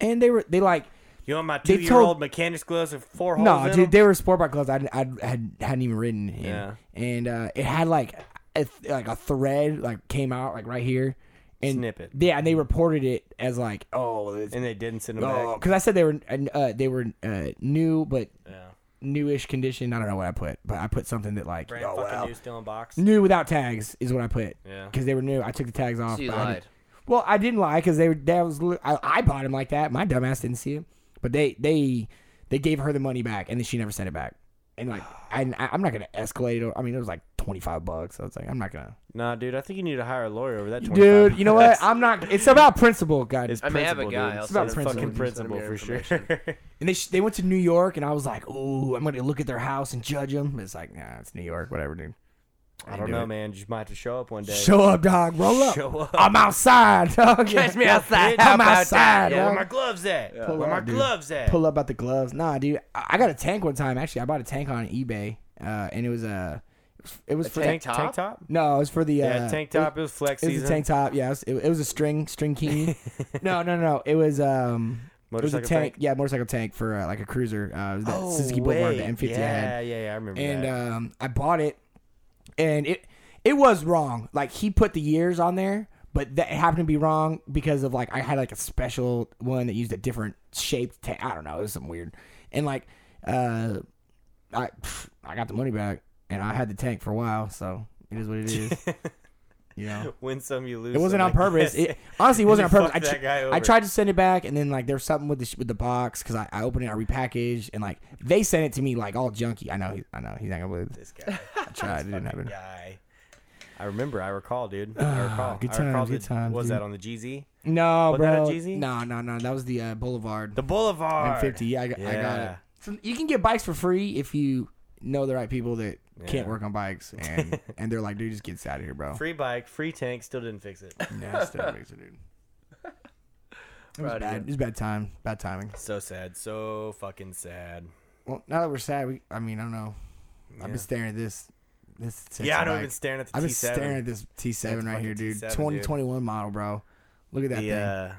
Speaker 2: and they were they like
Speaker 1: you know my
Speaker 2: They
Speaker 1: two year old
Speaker 2: told-
Speaker 1: mechanic's gloves with four holes
Speaker 2: no,
Speaker 1: in
Speaker 2: dude,
Speaker 1: them?
Speaker 2: they were sport bike gloves. I I had hadn't even ridden. in.
Speaker 1: Yeah.
Speaker 2: and uh, it had like a, th- like a thread like came out like right here, and
Speaker 1: Snippet.
Speaker 2: Yeah, and they reported it as like oh it's
Speaker 1: and they didn't send them
Speaker 2: oh
Speaker 1: back.
Speaker 2: because I said they were uh, they were uh, new but
Speaker 1: Yeah.
Speaker 2: newish condition. I don't know what I put, but I put something that like
Speaker 1: Brand
Speaker 2: oh
Speaker 1: fucking
Speaker 2: well
Speaker 1: new still in box.
Speaker 2: new without tags is what I put.
Speaker 1: Yeah.
Speaker 2: Because they were new. I took the tags off.
Speaker 3: So you
Speaker 2: but I
Speaker 3: lied.
Speaker 2: didn't- well, I didn't lie because they were. That was li- I, I bought him like that. My dumbass didn't see him, but they they they gave her the money back, and then she never sent it back. And like, I, I- I'm not gonna escalate. it. I mean, it was like 25 bucks. I was like, I'm not gonna.
Speaker 1: Nah, dude, I think you need to hire a lawyer over that. 25.
Speaker 2: Dude, you know what? I'm not. It's about principle, guys.
Speaker 1: It's
Speaker 3: I may have a
Speaker 1: principle,
Speaker 3: guy.
Speaker 1: dude.
Speaker 3: I'll
Speaker 1: It's
Speaker 2: send
Speaker 1: about
Speaker 2: him some-
Speaker 1: fucking
Speaker 3: send him
Speaker 1: principle
Speaker 3: your
Speaker 1: for sure.
Speaker 2: And they sh- they went to New York, and I was like, ooh, I'm gonna look at their house and judge them. It's like, nah, it's New York, whatever, dude.
Speaker 1: I don't
Speaker 2: do
Speaker 1: know,
Speaker 2: it.
Speaker 1: man. You just might have to show up one day.
Speaker 2: Show up, dog. Roll up.
Speaker 1: Show up.
Speaker 2: I'm outside, dog.
Speaker 3: Catch me outside. How
Speaker 2: I'm
Speaker 3: about
Speaker 2: outside.
Speaker 3: that?
Speaker 1: Where
Speaker 2: dog.
Speaker 1: my gloves at?
Speaker 2: Pull
Speaker 1: Where
Speaker 2: up,
Speaker 1: my
Speaker 2: dude.
Speaker 1: gloves at?
Speaker 2: pull up at the gloves. Nah, dude, I I got a tank one time. Actually, I bought a tank on eBay, uh, and it was a, it was for
Speaker 1: tank,
Speaker 3: Tank
Speaker 1: tank
Speaker 3: top?
Speaker 1: top?
Speaker 2: no, it was for the
Speaker 1: Yeah,
Speaker 2: uh,
Speaker 1: tank
Speaker 2: it was-
Speaker 1: top. It was flex
Speaker 2: It was,
Speaker 1: season.
Speaker 2: a tank top. Yeah, it was, it, it was a string string key. no, no, no. It was um. it
Speaker 1: Motorcycle
Speaker 2: was a tank,
Speaker 1: tank? Oh,
Speaker 2: yeah, motorcycle tank for uh, like a cruiser. Uh, it was that Suzuki Boulevard, the M50
Speaker 1: yeah,
Speaker 2: I had
Speaker 1: Yeah, yeah, I remember
Speaker 2: and
Speaker 1: that.
Speaker 2: um, I bought it, and it it was wrong. Like he put the years on there, but that happened to be wrong because of like I had like a special one that used a different shaped. Ta- I don't know, it was something weird, and like uh, I pff, I got the money back, and I had the tank for a while, so it is what it is. you know.
Speaker 1: Win some, you lose.
Speaker 2: It wasn't
Speaker 1: some,
Speaker 2: on
Speaker 1: I
Speaker 2: purpose.
Speaker 1: guess.
Speaker 2: It honestly it wasn't on
Speaker 1: You
Speaker 2: purpose. I,
Speaker 1: fucked that
Speaker 2: tr-
Speaker 1: guy over.
Speaker 2: I tried to send it back, and then like there was something with the sh- with the box because I, I opened it, I repackaged, and like they sent it to me like all junky. I know, he, I know, he's not gonna believe this.
Speaker 1: this guy.
Speaker 2: I tried, it didn't happen.
Speaker 1: guy. I remember. I recall, dude. I recall.
Speaker 2: Ah, good
Speaker 1: I recall
Speaker 2: times, good
Speaker 1: the-
Speaker 2: times,
Speaker 1: what Was
Speaker 2: dude.
Speaker 1: that on the GZ?
Speaker 2: No,
Speaker 1: Wasn't that a
Speaker 2: bro.
Speaker 1: Jeezy?
Speaker 2: No, no, no. That was the uh, Boulevard.
Speaker 1: The Boulevard.
Speaker 2: 150. Yeah, I got, I got it.
Speaker 1: Yeah.
Speaker 2: So you can get bikes for free if you know the right people that can't work on bikes, and and they're like, dude, just get this out of here, bro.
Speaker 1: Free bike, free tank. Still didn't fix it.
Speaker 2: Yeah, it's still amazing, dude. It was
Speaker 3: Proud of
Speaker 2: bad. It was bad time. Bad timing.
Speaker 1: So sad. So fucking sad.
Speaker 2: Well, now that we're sad, we. I mean, I don't know. I've been staring at this. This.
Speaker 1: Yeah, I know. I've
Speaker 2: bike.
Speaker 1: been staring at the
Speaker 2: I've been
Speaker 1: T7.
Speaker 2: staring at this T7
Speaker 1: That
Speaker 2: right
Speaker 1: fucking
Speaker 2: here, dude.
Speaker 1: T7, dude.
Speaker 2: 2021 model, bro. Look at that
Speaker 1: the
Speaker 2: thing.
Speaker 1: uh,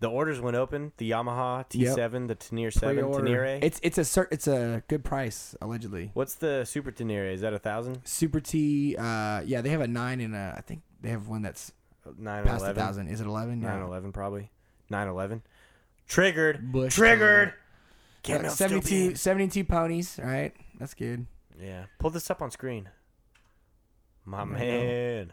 Speaker 1: the orders went open. The Yamaha
Speaker 2: Yep.
Speaker 1: T7, the Tenier 7,
Speaker 2: Pre-order.
Speaker 1: Tenere.
Speaker 2: It's it's a cer- it's a good price allegedly.
Speaker 1: What's the Super Tenere? Is that a thousand?
Speaker 2: Super T, uh, yeah, they have a nine and a. I think they have one that's
Speaker 1: Nine
Speaker 2: past a
Speaker 1: eleven?
Speaker 2: thousand. Is it eleven?
Speaker 1: Nine
Speaker 2: Yeah.
Speaker 1: eleven probably. Nine eleven. Triggered.
Speaker 2: Bush
Speaker 1: Triggered.
Speaker 2: Turner.
Speaker 1: Can't
Speaker 2: Uh,
Speaker 1: help still
Speaker 2: 72,
Speaker 1: being-
Speaker 2: 72 ponies. All right, that's good.
Speaker 1: Yeah. Pull this up on screen. My man.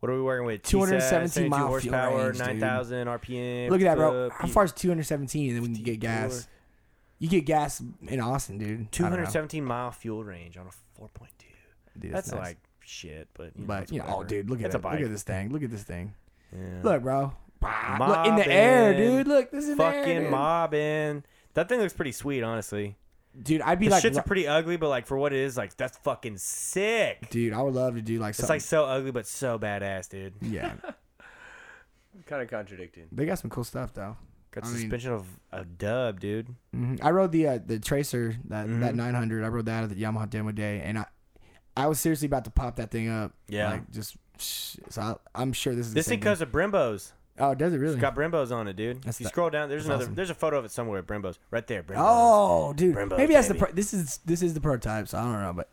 Speaker 1: What are we working with?
Speaker 2: 217
Speaker 1: T7, 72
Speaker 2: mile fuel
Speaker 1: horsepower,
Speaker 2: range, dude.
Speaker 1: nine thousand RPM.
Speaker 2: Look at that, bro.
Speaker 1: Fuck
Speaker 2: How
Speaker 1: you.
Speaker 2: far is two hundred seventeen? And then we can get gas. You get gas in Austin, dude. I don't know.
Speaker 1: 217 mile fuel range on a 4.2.
Speaker 2: Dude,
Speaker 1: That's,
Speaker 2: nice.
Speaker 1: like shit, but you know,
Speaker 2: But
Speaker 1: it's
Speaker 2: you know, oh,
Speaker 1: whatever.
Speaker 2: dude, look at
Speaker 1: It's
Speaker 2: it.
Speaker 1: a bike.
Speaker 2: Look at this thing. Look at this thing.
Speaker 1: Yeah.
Speaker 2: Look, bro. Bah, Look in the air,
Speaker 1: Mobbing.
Speaker 2: dude. Look, this is
Speaker 1: fucking
Speaker 2: dude.
Speaker 1: mobbing. That thing looks pretty sweet, honestly.
Speaker 2: Dude, I'd be
Speaker 1: The
Speaker 2: like,
Speaker 1: shit's
Speaker 2: ru-
Speaker 1: pretty ugly, but like for what it is, like that's fucking sick.
Speaker 2: dude, I would love to do like
Speaker 1: It's
Speaker 2: something.
Speaker 1: like so ugly, but so badass, dude.
Speaker 2: yeah,
Speaker 3: Kind of contradicting.
Speaker 2: they got some cool stuff though.
Speaker 1: Got
Speaker 2: I mean-
Speaker 1: suspension of a dub, dude.
Speaker 2: Mhm. I rode the uh, the Tracer that
Speaker 1: Mm-hmm.
Speaker 2: that 900. I rode that at the Yamaha demo day, and I I was seriously about to pop that thing up.
Speaker 1: Yeah.
Speaker 2: like just sh- so I, I'm sure this is
Speaker 1: This
Speaker 2: the
Speaker 1: thing
Speaker 2: same
Speaker 1: comes with Brembos.
Speaker 2: Oh, does it really?
Speaker 1: It's got Brembos on it, dude.
Speaker 2: That's
Speaker 1: if you
Speaker 2: the-
Speaker 1: scroll down, there's another.
Speaker 2: awesome.
Speaker 1: There's a photo of it somewhere. Brembos, right there. Brembos.
Speaker 2: oh, dude,
Speaker 1: Brembo,
Speaker 2: maybe that's
Speaker 1: baby.
Speaker 2: the pro- this is this is the prototype. So I don't know, but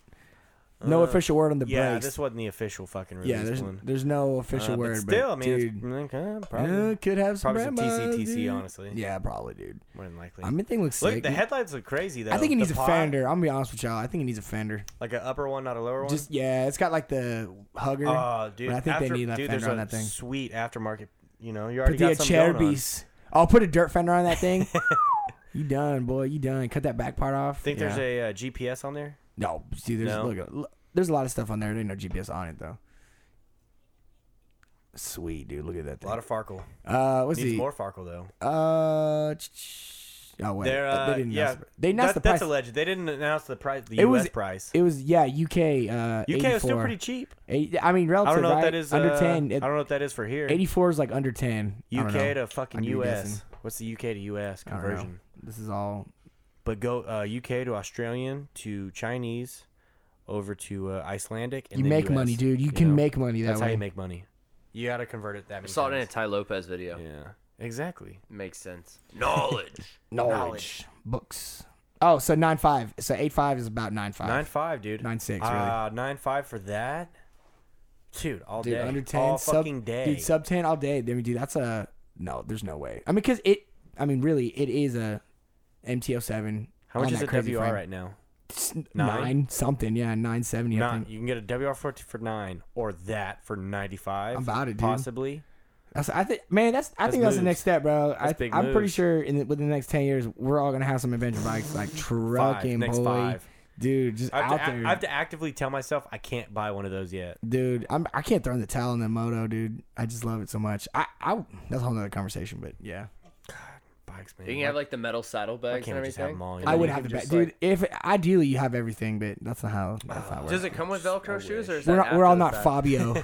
Speaker 2: no official word on the
Speaker 1: Uh, yeah.
Speaker 2: brakes.
Speaker 1: This wasn't the official fucking release
Speaker 2: yeah, there's
Speaker 1: one.
Speaker 2: there's no official
Speaker 1: Uh, but
Speaker 2: word,
Speaker 1: still, I
Speaker 2: but,
Speaker 1: mean, it's-
Speaker 2: dude,
Speaker 1: mm, kinda,
Speaker 2: uh,
Speaker 1: probably,
Speaker 2: could have some
Speaker 1: probably some
Speaker 2: Brembos,
Speaker 1: TCTC,
Speaker 2: dude.
Speaker 1: honestly.
Speaker 2: Yeah, probably, dude.
Speaker 1: more than likely.
Speaker 2: I mean, thing looks
Speaker 1: Look,
Speaker 2: sick.
Speaker 1: the
Speaker 2: dude.
Speaker 1: headlights look crazy though.
Speaker 2: I think it
Speaker 1: The
Speaker 2: needs a
Speaker 1: pod,
Speaker 2: fender. I'm gonna be honest with y'all. I think it needs a fender.
Speaker 1: like an upper one, not a lower one.
Speaker 2: Just yeah, it's got like the hugger.
Speaker 1: oh, dude,
Speaker 2: but I think
Speaker 1: after,
Speaker 2: they need that
Speaker 1: dude,
Speaker 2: fender
Speaker 1: there's
Speaker 2: on
Speaker 1: a
Speaker 2: that thing.
Speaker 1: Sweet aftermarket, you know, you already
Speaker 2: Put the uh,
Speaker 1: got something going on.
Speaker 2: Acherbis. I'll Oh, put a dirt fender on that thing. you done, boy. You done. Cut that back part off.
Speaker 1: Think there's
Speaker 2: Yeah.
Speaker 1: a uh, GPS on there?
Speaker 2: no. See, there's
Speaker 1: No.
Speaker 2: look, look, There's a lot of stuff on there. There ain't no GPS on it though. Sweet dude, look at that
Speaker 1: A
Speaker 2: thing.
Speaker 1: lot of Farkle.
Speaker 2: uh, what's
Speaker 1: Needs
Speaker 2: the
Speaker 1: more Farkle though.
Speaker 2: uh? ch- ch- Oh wait,
Speaker 1: They're, uh,
Speaker 2: they didn't
Speaker 1: yeah,
Speaker 2: announce. They announced
Speaker 1: that,
Speaker 2: the price.
Speaker 1: That's alleged. They didn't announce the price. The
Speaker 2: It
Speaker 1: US
Speaker 2: was-
Speaker 1: price.
Speaker 2: it was yeah, UK. Uh,
Speaker 1: UK
Speaker 2: 84.
Speaker 1: is still pretty cheap.
Speaker 2: Eight- I mean, relative.
Speaker 1: I don't know
Speaker 2: right?
Speaker 1: what that is.
Speaker 2: Under
Speaker 1: uh,
Speaker 2: ten. It-
Speaker 1: I don't know what that is for here.
Speaker 2: 84 is like under 10. I don't know.
Speaker 1: UK to fucking
Speaker 2: I'd be
Speaker 1: US.
Speaker 2: guessing.
Speaker 1: What's the UK to US
Speaker 2: I don't know.
Speaker 1: conversion?
Speaker 2: This is all.
Speaker 1: But go uh, UK to Australian to Chinese, over to uh, Icelandic. And
Speaker 2: You
Speaker 1: then
Speaker 2: make
Speaker 1: US,
Speaker 2: money, dude. You, can
Speaker 1: know?
Speaker 2: make money that
Speaker 1: That's
Speaker 2: way.
Speaker 1: how you make money. You gotta convert it that
Speaker 3: I
Speaker 1: many
Speaker 3: saw it in a
Speaker 1: times.
Speaker 3: Ty Lopez video.
Speaker 1: Yeah, exactly.
Speaker 3: Makes sense. Knowledge.
Speaker 2: knowledge. books. Oh, so nine five. So eight five is about nine five.
Speaker 1: Nine five, dude.
Speaker 2: Ah. Nine six, really.
Speaker 1: Uh, nine five for that, dude. All
Speaker 2: dude,
Speaker 1: day.
Speaker 2: under ten.
Speaker 1: All
Speaker 2: sub,
Speaker 1: fucking day.
Speaker 2: Dude, sub ten all day. I mean, dude, that's a no. There's no way. I mean, because it. I mean, really, it is a MTO seven.
Speaker 1: How much is a WR right now?
Speaker 2: Nine?
Speaker 1: Nine?
Speaker 2: something. Yeah, nine seventy.
Speaker 1: Nine. You can get a WR forty for nine, or that for ninety five.
Speaker 2: I'm about it, dude.
Speaker 1: Possibly.
Speaker 2: That's, I think, man, that's. I
Speaker 1: That's
Speaker 2: think that's the
Speaker 1: moves.
Speaker 2: next step, bro. I,
Speaker 1: big
Speaker 2: I'm pretty
Speaker 1: moves.
Speaker 2: sure in the, within the next ten years, we're all gonna have some adventure bikes, like trucking
Speaker 1: next
Speaker 2: boy,
Speaker 1: five.
Speaker 2: dude, just
Speaker 1: I have,
Speaker 2: out
Speaker 1: to,
Speaker 2: there,
Speaker 1: I have to actively tell myself I can't buy one of those yet.
Speaker 2: dude. I'm, I can't throw in the towel in the moto, dude. I just love it so much. I, I that's a whole nother conversation, but yeah,
Speaker 1: Bikes, man.
Speaker 3: you can have like the metal
Speaker 1: Why
Speaker 3: saddlebags
Speaker 1: can't
Speaker 3: and
Speaker 1: we just have
Speaker 3: everything.
Speaker 1: them all? you
Speaker 2: I
Speaker 1: know?
Speaker 2: would
Speaker 3: you
Speaker 2: have
Speaker 3: can
Speaker 2: the best,
Speaker 3: just,
Speaker 2: dude.
Speaker 3: like-
Speaker 2: If ideally you have everything, but that's not how
Speaker 1: Uh,
Speaker 2: that's not
Speaker 3: Does
Speaker 2: work.
Speaker 3: it come with Velcro shoes or is that
Speaker 2: We're all, we're
Speaker 3: after
Speaker 2: all
Speaker 3: the
Speaker 2: not
Speaker 3: fact?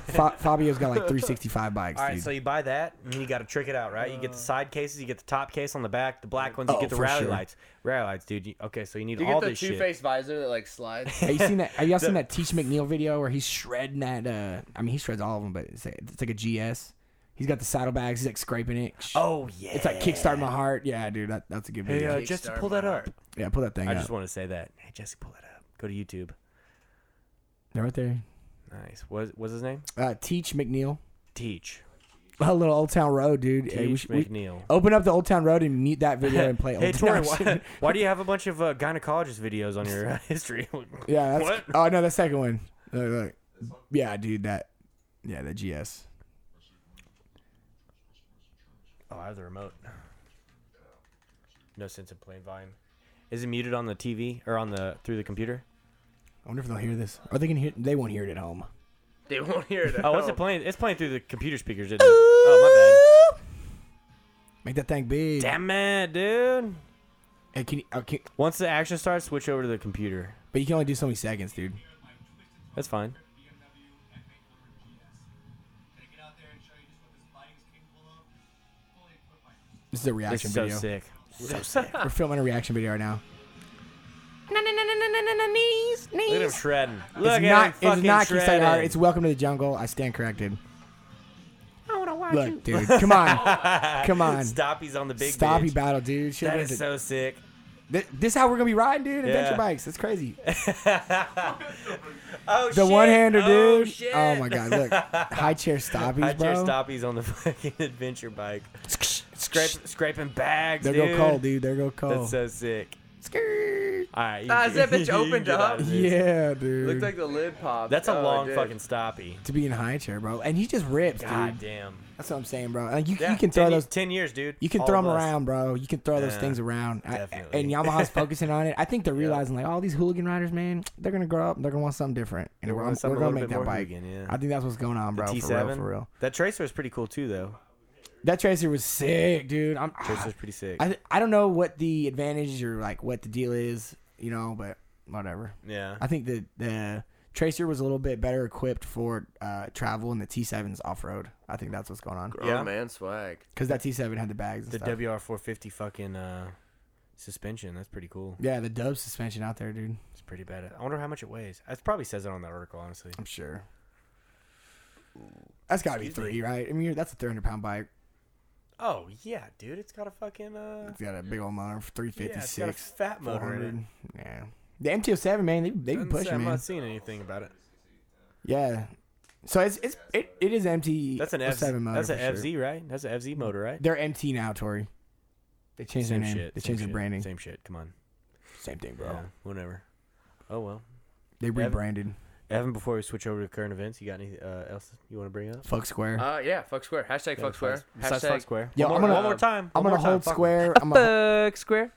Speaker 2: Fabio. Fa- Fabio's got like 365 bikes,
Speaker 1: All right,
Speaker 2: dude.
Speaker 1: so you buy that, and you got to trick it out, right? You get
Speaker 3: Uh.
Speaker 1: the side cases, you get the top case on the back, the black ones, you
Speaker 2: Oh,
Speaker 1: get the
Speaker 2: for
Speaker 1: rally
Speaker 2: sure.
Speaker 1: lights. Rally lights, dude. You, okay, so you need
Speaker 3: Do you
Speaker 1: all
Speaker 3: get the
Speaker 1: this shit.
Speaker 3: two face visor that like slides?
Speaker 2: Have you seen that? Have y'all seen that Teach McNeil video where he's shredding that? Uh, I mean, he shreds all of them, but it's like, it's like a GS. He's got the saddlebags. He's like scraping it.
Speaker 1: Oh yeah,
Speaker 2: it's like kickstart my heart. Yeah, dude, that, that's a good
Speaker 1: Hey,
Speaker 2: video.
Speaker 1: uh, Jesse,
Speaker 3: Kickstart
Speaker 1: pull that
Speaker 3: my
Speaker 1: up.
Speaker 3: heart.
Speaker 2: yeah, pull that thing
Speaker 1: I
Speaker 2: up.
Speaker 1: just want to say that. Hey, Jesse, pull that up. Go to YouTube.
Speaker 2: They're right there.
Speaker 1: Nice. What was his name?
Speaker 2: Uh, Teach McNeil.
Speaker 1: Teach.
Speaker 2: A little Old Town Road, dude. Hey, we
Speaker 1: Teach
Speaker 2: should- we- Oh,
Speaker 1: McNeil.
Speaker 2: open up the Old Town Road and mute that video and play
Speaker 1: hey,
Speaker 2: Old
Speaker 1: Tori,
Speaker 2: Town
Speaker 1: why, why do you have a bunch of uh, gynecologist videos on your uh, history?
Speaker 2: Yeah. That's,
Speaker 1: What?
Speaker 2: Oh no, the second one. Look, look. Yeah, dude, that. Yeah, the GS.
Speaker 1: Oh, I have the remote. No sense in playing volume. Is it muted on the TV or on the through the computer?
Speaker 2: I wonder if they'll hear this. Are they gonna hear? They won't hear it at home.
Speaker 3: They won't hear it. at
Speaker 1: Oh, what's
Speaker 3: home.
Speaker 1: it playing? It's playing through the computer speakers, isn't it? Oh,
Speaker 2: Make that thing big.
Speaker 1: my bad. Damn it, dude.
Speaker 2: Hey, can you, uh, can-
Speaker 1: Once the action starts, switch over to the computer.
Speaker 2: but you can only do so many seconds, dude.
Speaker 1: That's fine.
Speaker 2: This is a
Speaker 1: It's
Speaker 2: reaction
Speaker 1: so
Speaker 2: video.
Speaker 1: sick.
Speaker 2: We're filming a reaction video right now.
Speaker 1: Look at him shredding. Look
Speaker 2: it's
Speaker 1: at
Speaker 2: not.
Speaker 1: him fucking
Speaker 2: it's not
Speaker 1: shredding.
Speaker 2: Kisai Hara. It's Welcome to the Jungle. I stand corrected. I wanna watch Look, dude. Come on, come on.
Speaker 1: Stoppy's on the big
Speaker 2: Stoppy
Speaker 1: bitch.
Speaker 2: battle, dude. Should've
Speaker 1: That
Speaker 2: been
Speaker 1: is
Speaker 2: the-
Speaker 1: so sick.
Speaker 2: Th- this is how we're gonna be riding, dude. Adventure
Speaker 1: Yeah.
Speaker 2: bikes. That's crazy.
Speaker 1: Oh,
Speaker 2: The
Speaker 1: shit.
Speaker 2: one-hander,
Speaker 1: Oh,
Speaker 2: dude.
Speaker 1: shit.
Speaker 2: Oh my god, look. High chair stoppies,
Speaker 1: High
Speaker 2: bro.
Speaker 1: chair stoppies on the fucking adventure bike. Scrape, scraping bags,
Speaker 2: There
Speaker 1: dude.
Speaker 2: go Cole, dude. There go Cole.
Speaker 1: That's so sick.
Speaker 2: Skirt.
Speaker 1: All right. You,
Speaker 3: Ah, is that bitch
Speaker 1: you
Speaker 3: opened
Speaker 1: get
Speaker 3: up?
Speaker 1: out of this.
Speaker 2: Yeah, dude.
Speaker 3: Looked like the lid popped.
Speaker 1: That's a
Speaker 3: Oh, it
Speaker 1: long
Speaker 3: did.
Speaker 1: fucking stoppy.
Speaker 2: to be in a high chair, bro. And he just rips, dude.
Speaker 1: God damn.
Speaker 2: That's what I'm saying, bro. Like you,
Speaker 1: Yeah,
Speaker 2: you can throw
Speaker 1: 10
Speaker 2: those.
Speaker 1: ten years, dude.
Speaker 2: You can
Speaker 1: All
Speaker 2: throw
Speaker 1: of
Speaker 2: them
Speaker 1: us.
Speaker 2: around, bro. You can throw those
Speaker 1: Yeah,
Speaker 2: things around. I-
Speaker 1: definitely.
Speaker 2: and Yamaha's focusing on it. I think they're realizing, like, all these hooligan riders, man, they're going to grow up and they're going to want something different. And
Speaker 1: They're
Speaker 2: we're,
Speaker 1: gonna want
Speaker 2: we're
Speaker 1: something a
Speaker 2: going to
Speaker 1: little
Speaker 2: make
Speaker 1: bit
Speaker 2: that
Speaker 1: more
Speaker 2: bike.
Speaker 1: hooligan, yeah.
Speaker 2: I think that's what's going on, bro.
Speaker 1: T7.
Speaker 2: Oh, For real, for real.
Speaker 1: That tracer is pretty cool too, though.
Speaker 2: That Tracer was sick, dude. I'm,
Speaker 1: Tracer's pretty sick.
Speaker 2: I, I don't know what the advantage or, like, what the deal is, you know, but whatever.
Speaker 1: yeah.
Speaker 2: I think the the Tracer was a little bit better equipped for uh, travel and the T7's off road. I think that's what's going on.
Speaker 3: Grown
Speaker 1: Yeah.
Speaker 3: man swag.
Speaker 2: Because that T7 had the bags and
Speaker 1: the
Speaker 2: stuff.
Speaker 1: WR450 fucking uh, suspension. That's pretty cool.
Speaker 2: yeah, the dub suspension out there, dude.
Speaker 1: It's pretty bad. I wonder how much it weighs. That probably says it on that article, honestly.
Speaker 2: I'm sure. That's got to be three, right? I mean, that's a 300 pound bike.
Speaker 1: Oh yeah, dude. It's got a fucking uh,
Speaker 2: It's got a big old motor,
Speaker 1: yeah, it's got a
Speaker 2: 356,
Speaker 1: fat motor. In it.
Speaker 2: 400. Yeah. The MTO7, man, they they be
Speaker 1: Doesn't say-
Speaker 2: pushing,
Speaker 1: I'm
Speaker 2: man.
Speaker 1: not seeing anything about it.
Speaker 2: Yeah. So it's it's it, it is MT.
Speaker 1: That's an F.
Speaker 2: F7 motor.
Speaker 1: That's
Speaker 2: for
Speaker 1: an
Speaker 2: sure.
Speaker 1: FZ, right? That's an FZ motor, right?
Speaker 2: They're MT now, Tori. They changed
Speaker 1: Same
Speaker 2: their name.
Speaker 1: shit.
Speaker 2: they
Speaker 1: same
Speaker 2: changed
Speaker 1: shit,
Speaker 2: their branding.
Speaker 1: Same shit. Come on.
Speaker 2: Same thing, bro.
Speaker 1: Yeah, whatever. Oh well.
Speaker 2: They rebranded.
Speaker 1: Evan, before we switch over to current events, you got anything uh, else you want to bring up?
Speaker 2: Fuck Square.
Speaker 3: Uh, yeah, fuck square. Hashtag fuck square.
Speaker 1: Besides
Speaker 3: Hashtag
Speaker 1: fuck square.
Speaker 2: Yeah,
Speaker 1: one,
Speaker 2: I'm
Speaker 1: more,
Speaker 2: gonna-
Speaker 1: one more time.
Speaker 2: I'm
Speaker 1: One more
Speaker 2: gonna
Speaker 1: time.
Speaker 2: hold
Speaker 1: Fuck 'em.
Speaker 2: Square. I'm gonna
Speaker 3: Fuck square.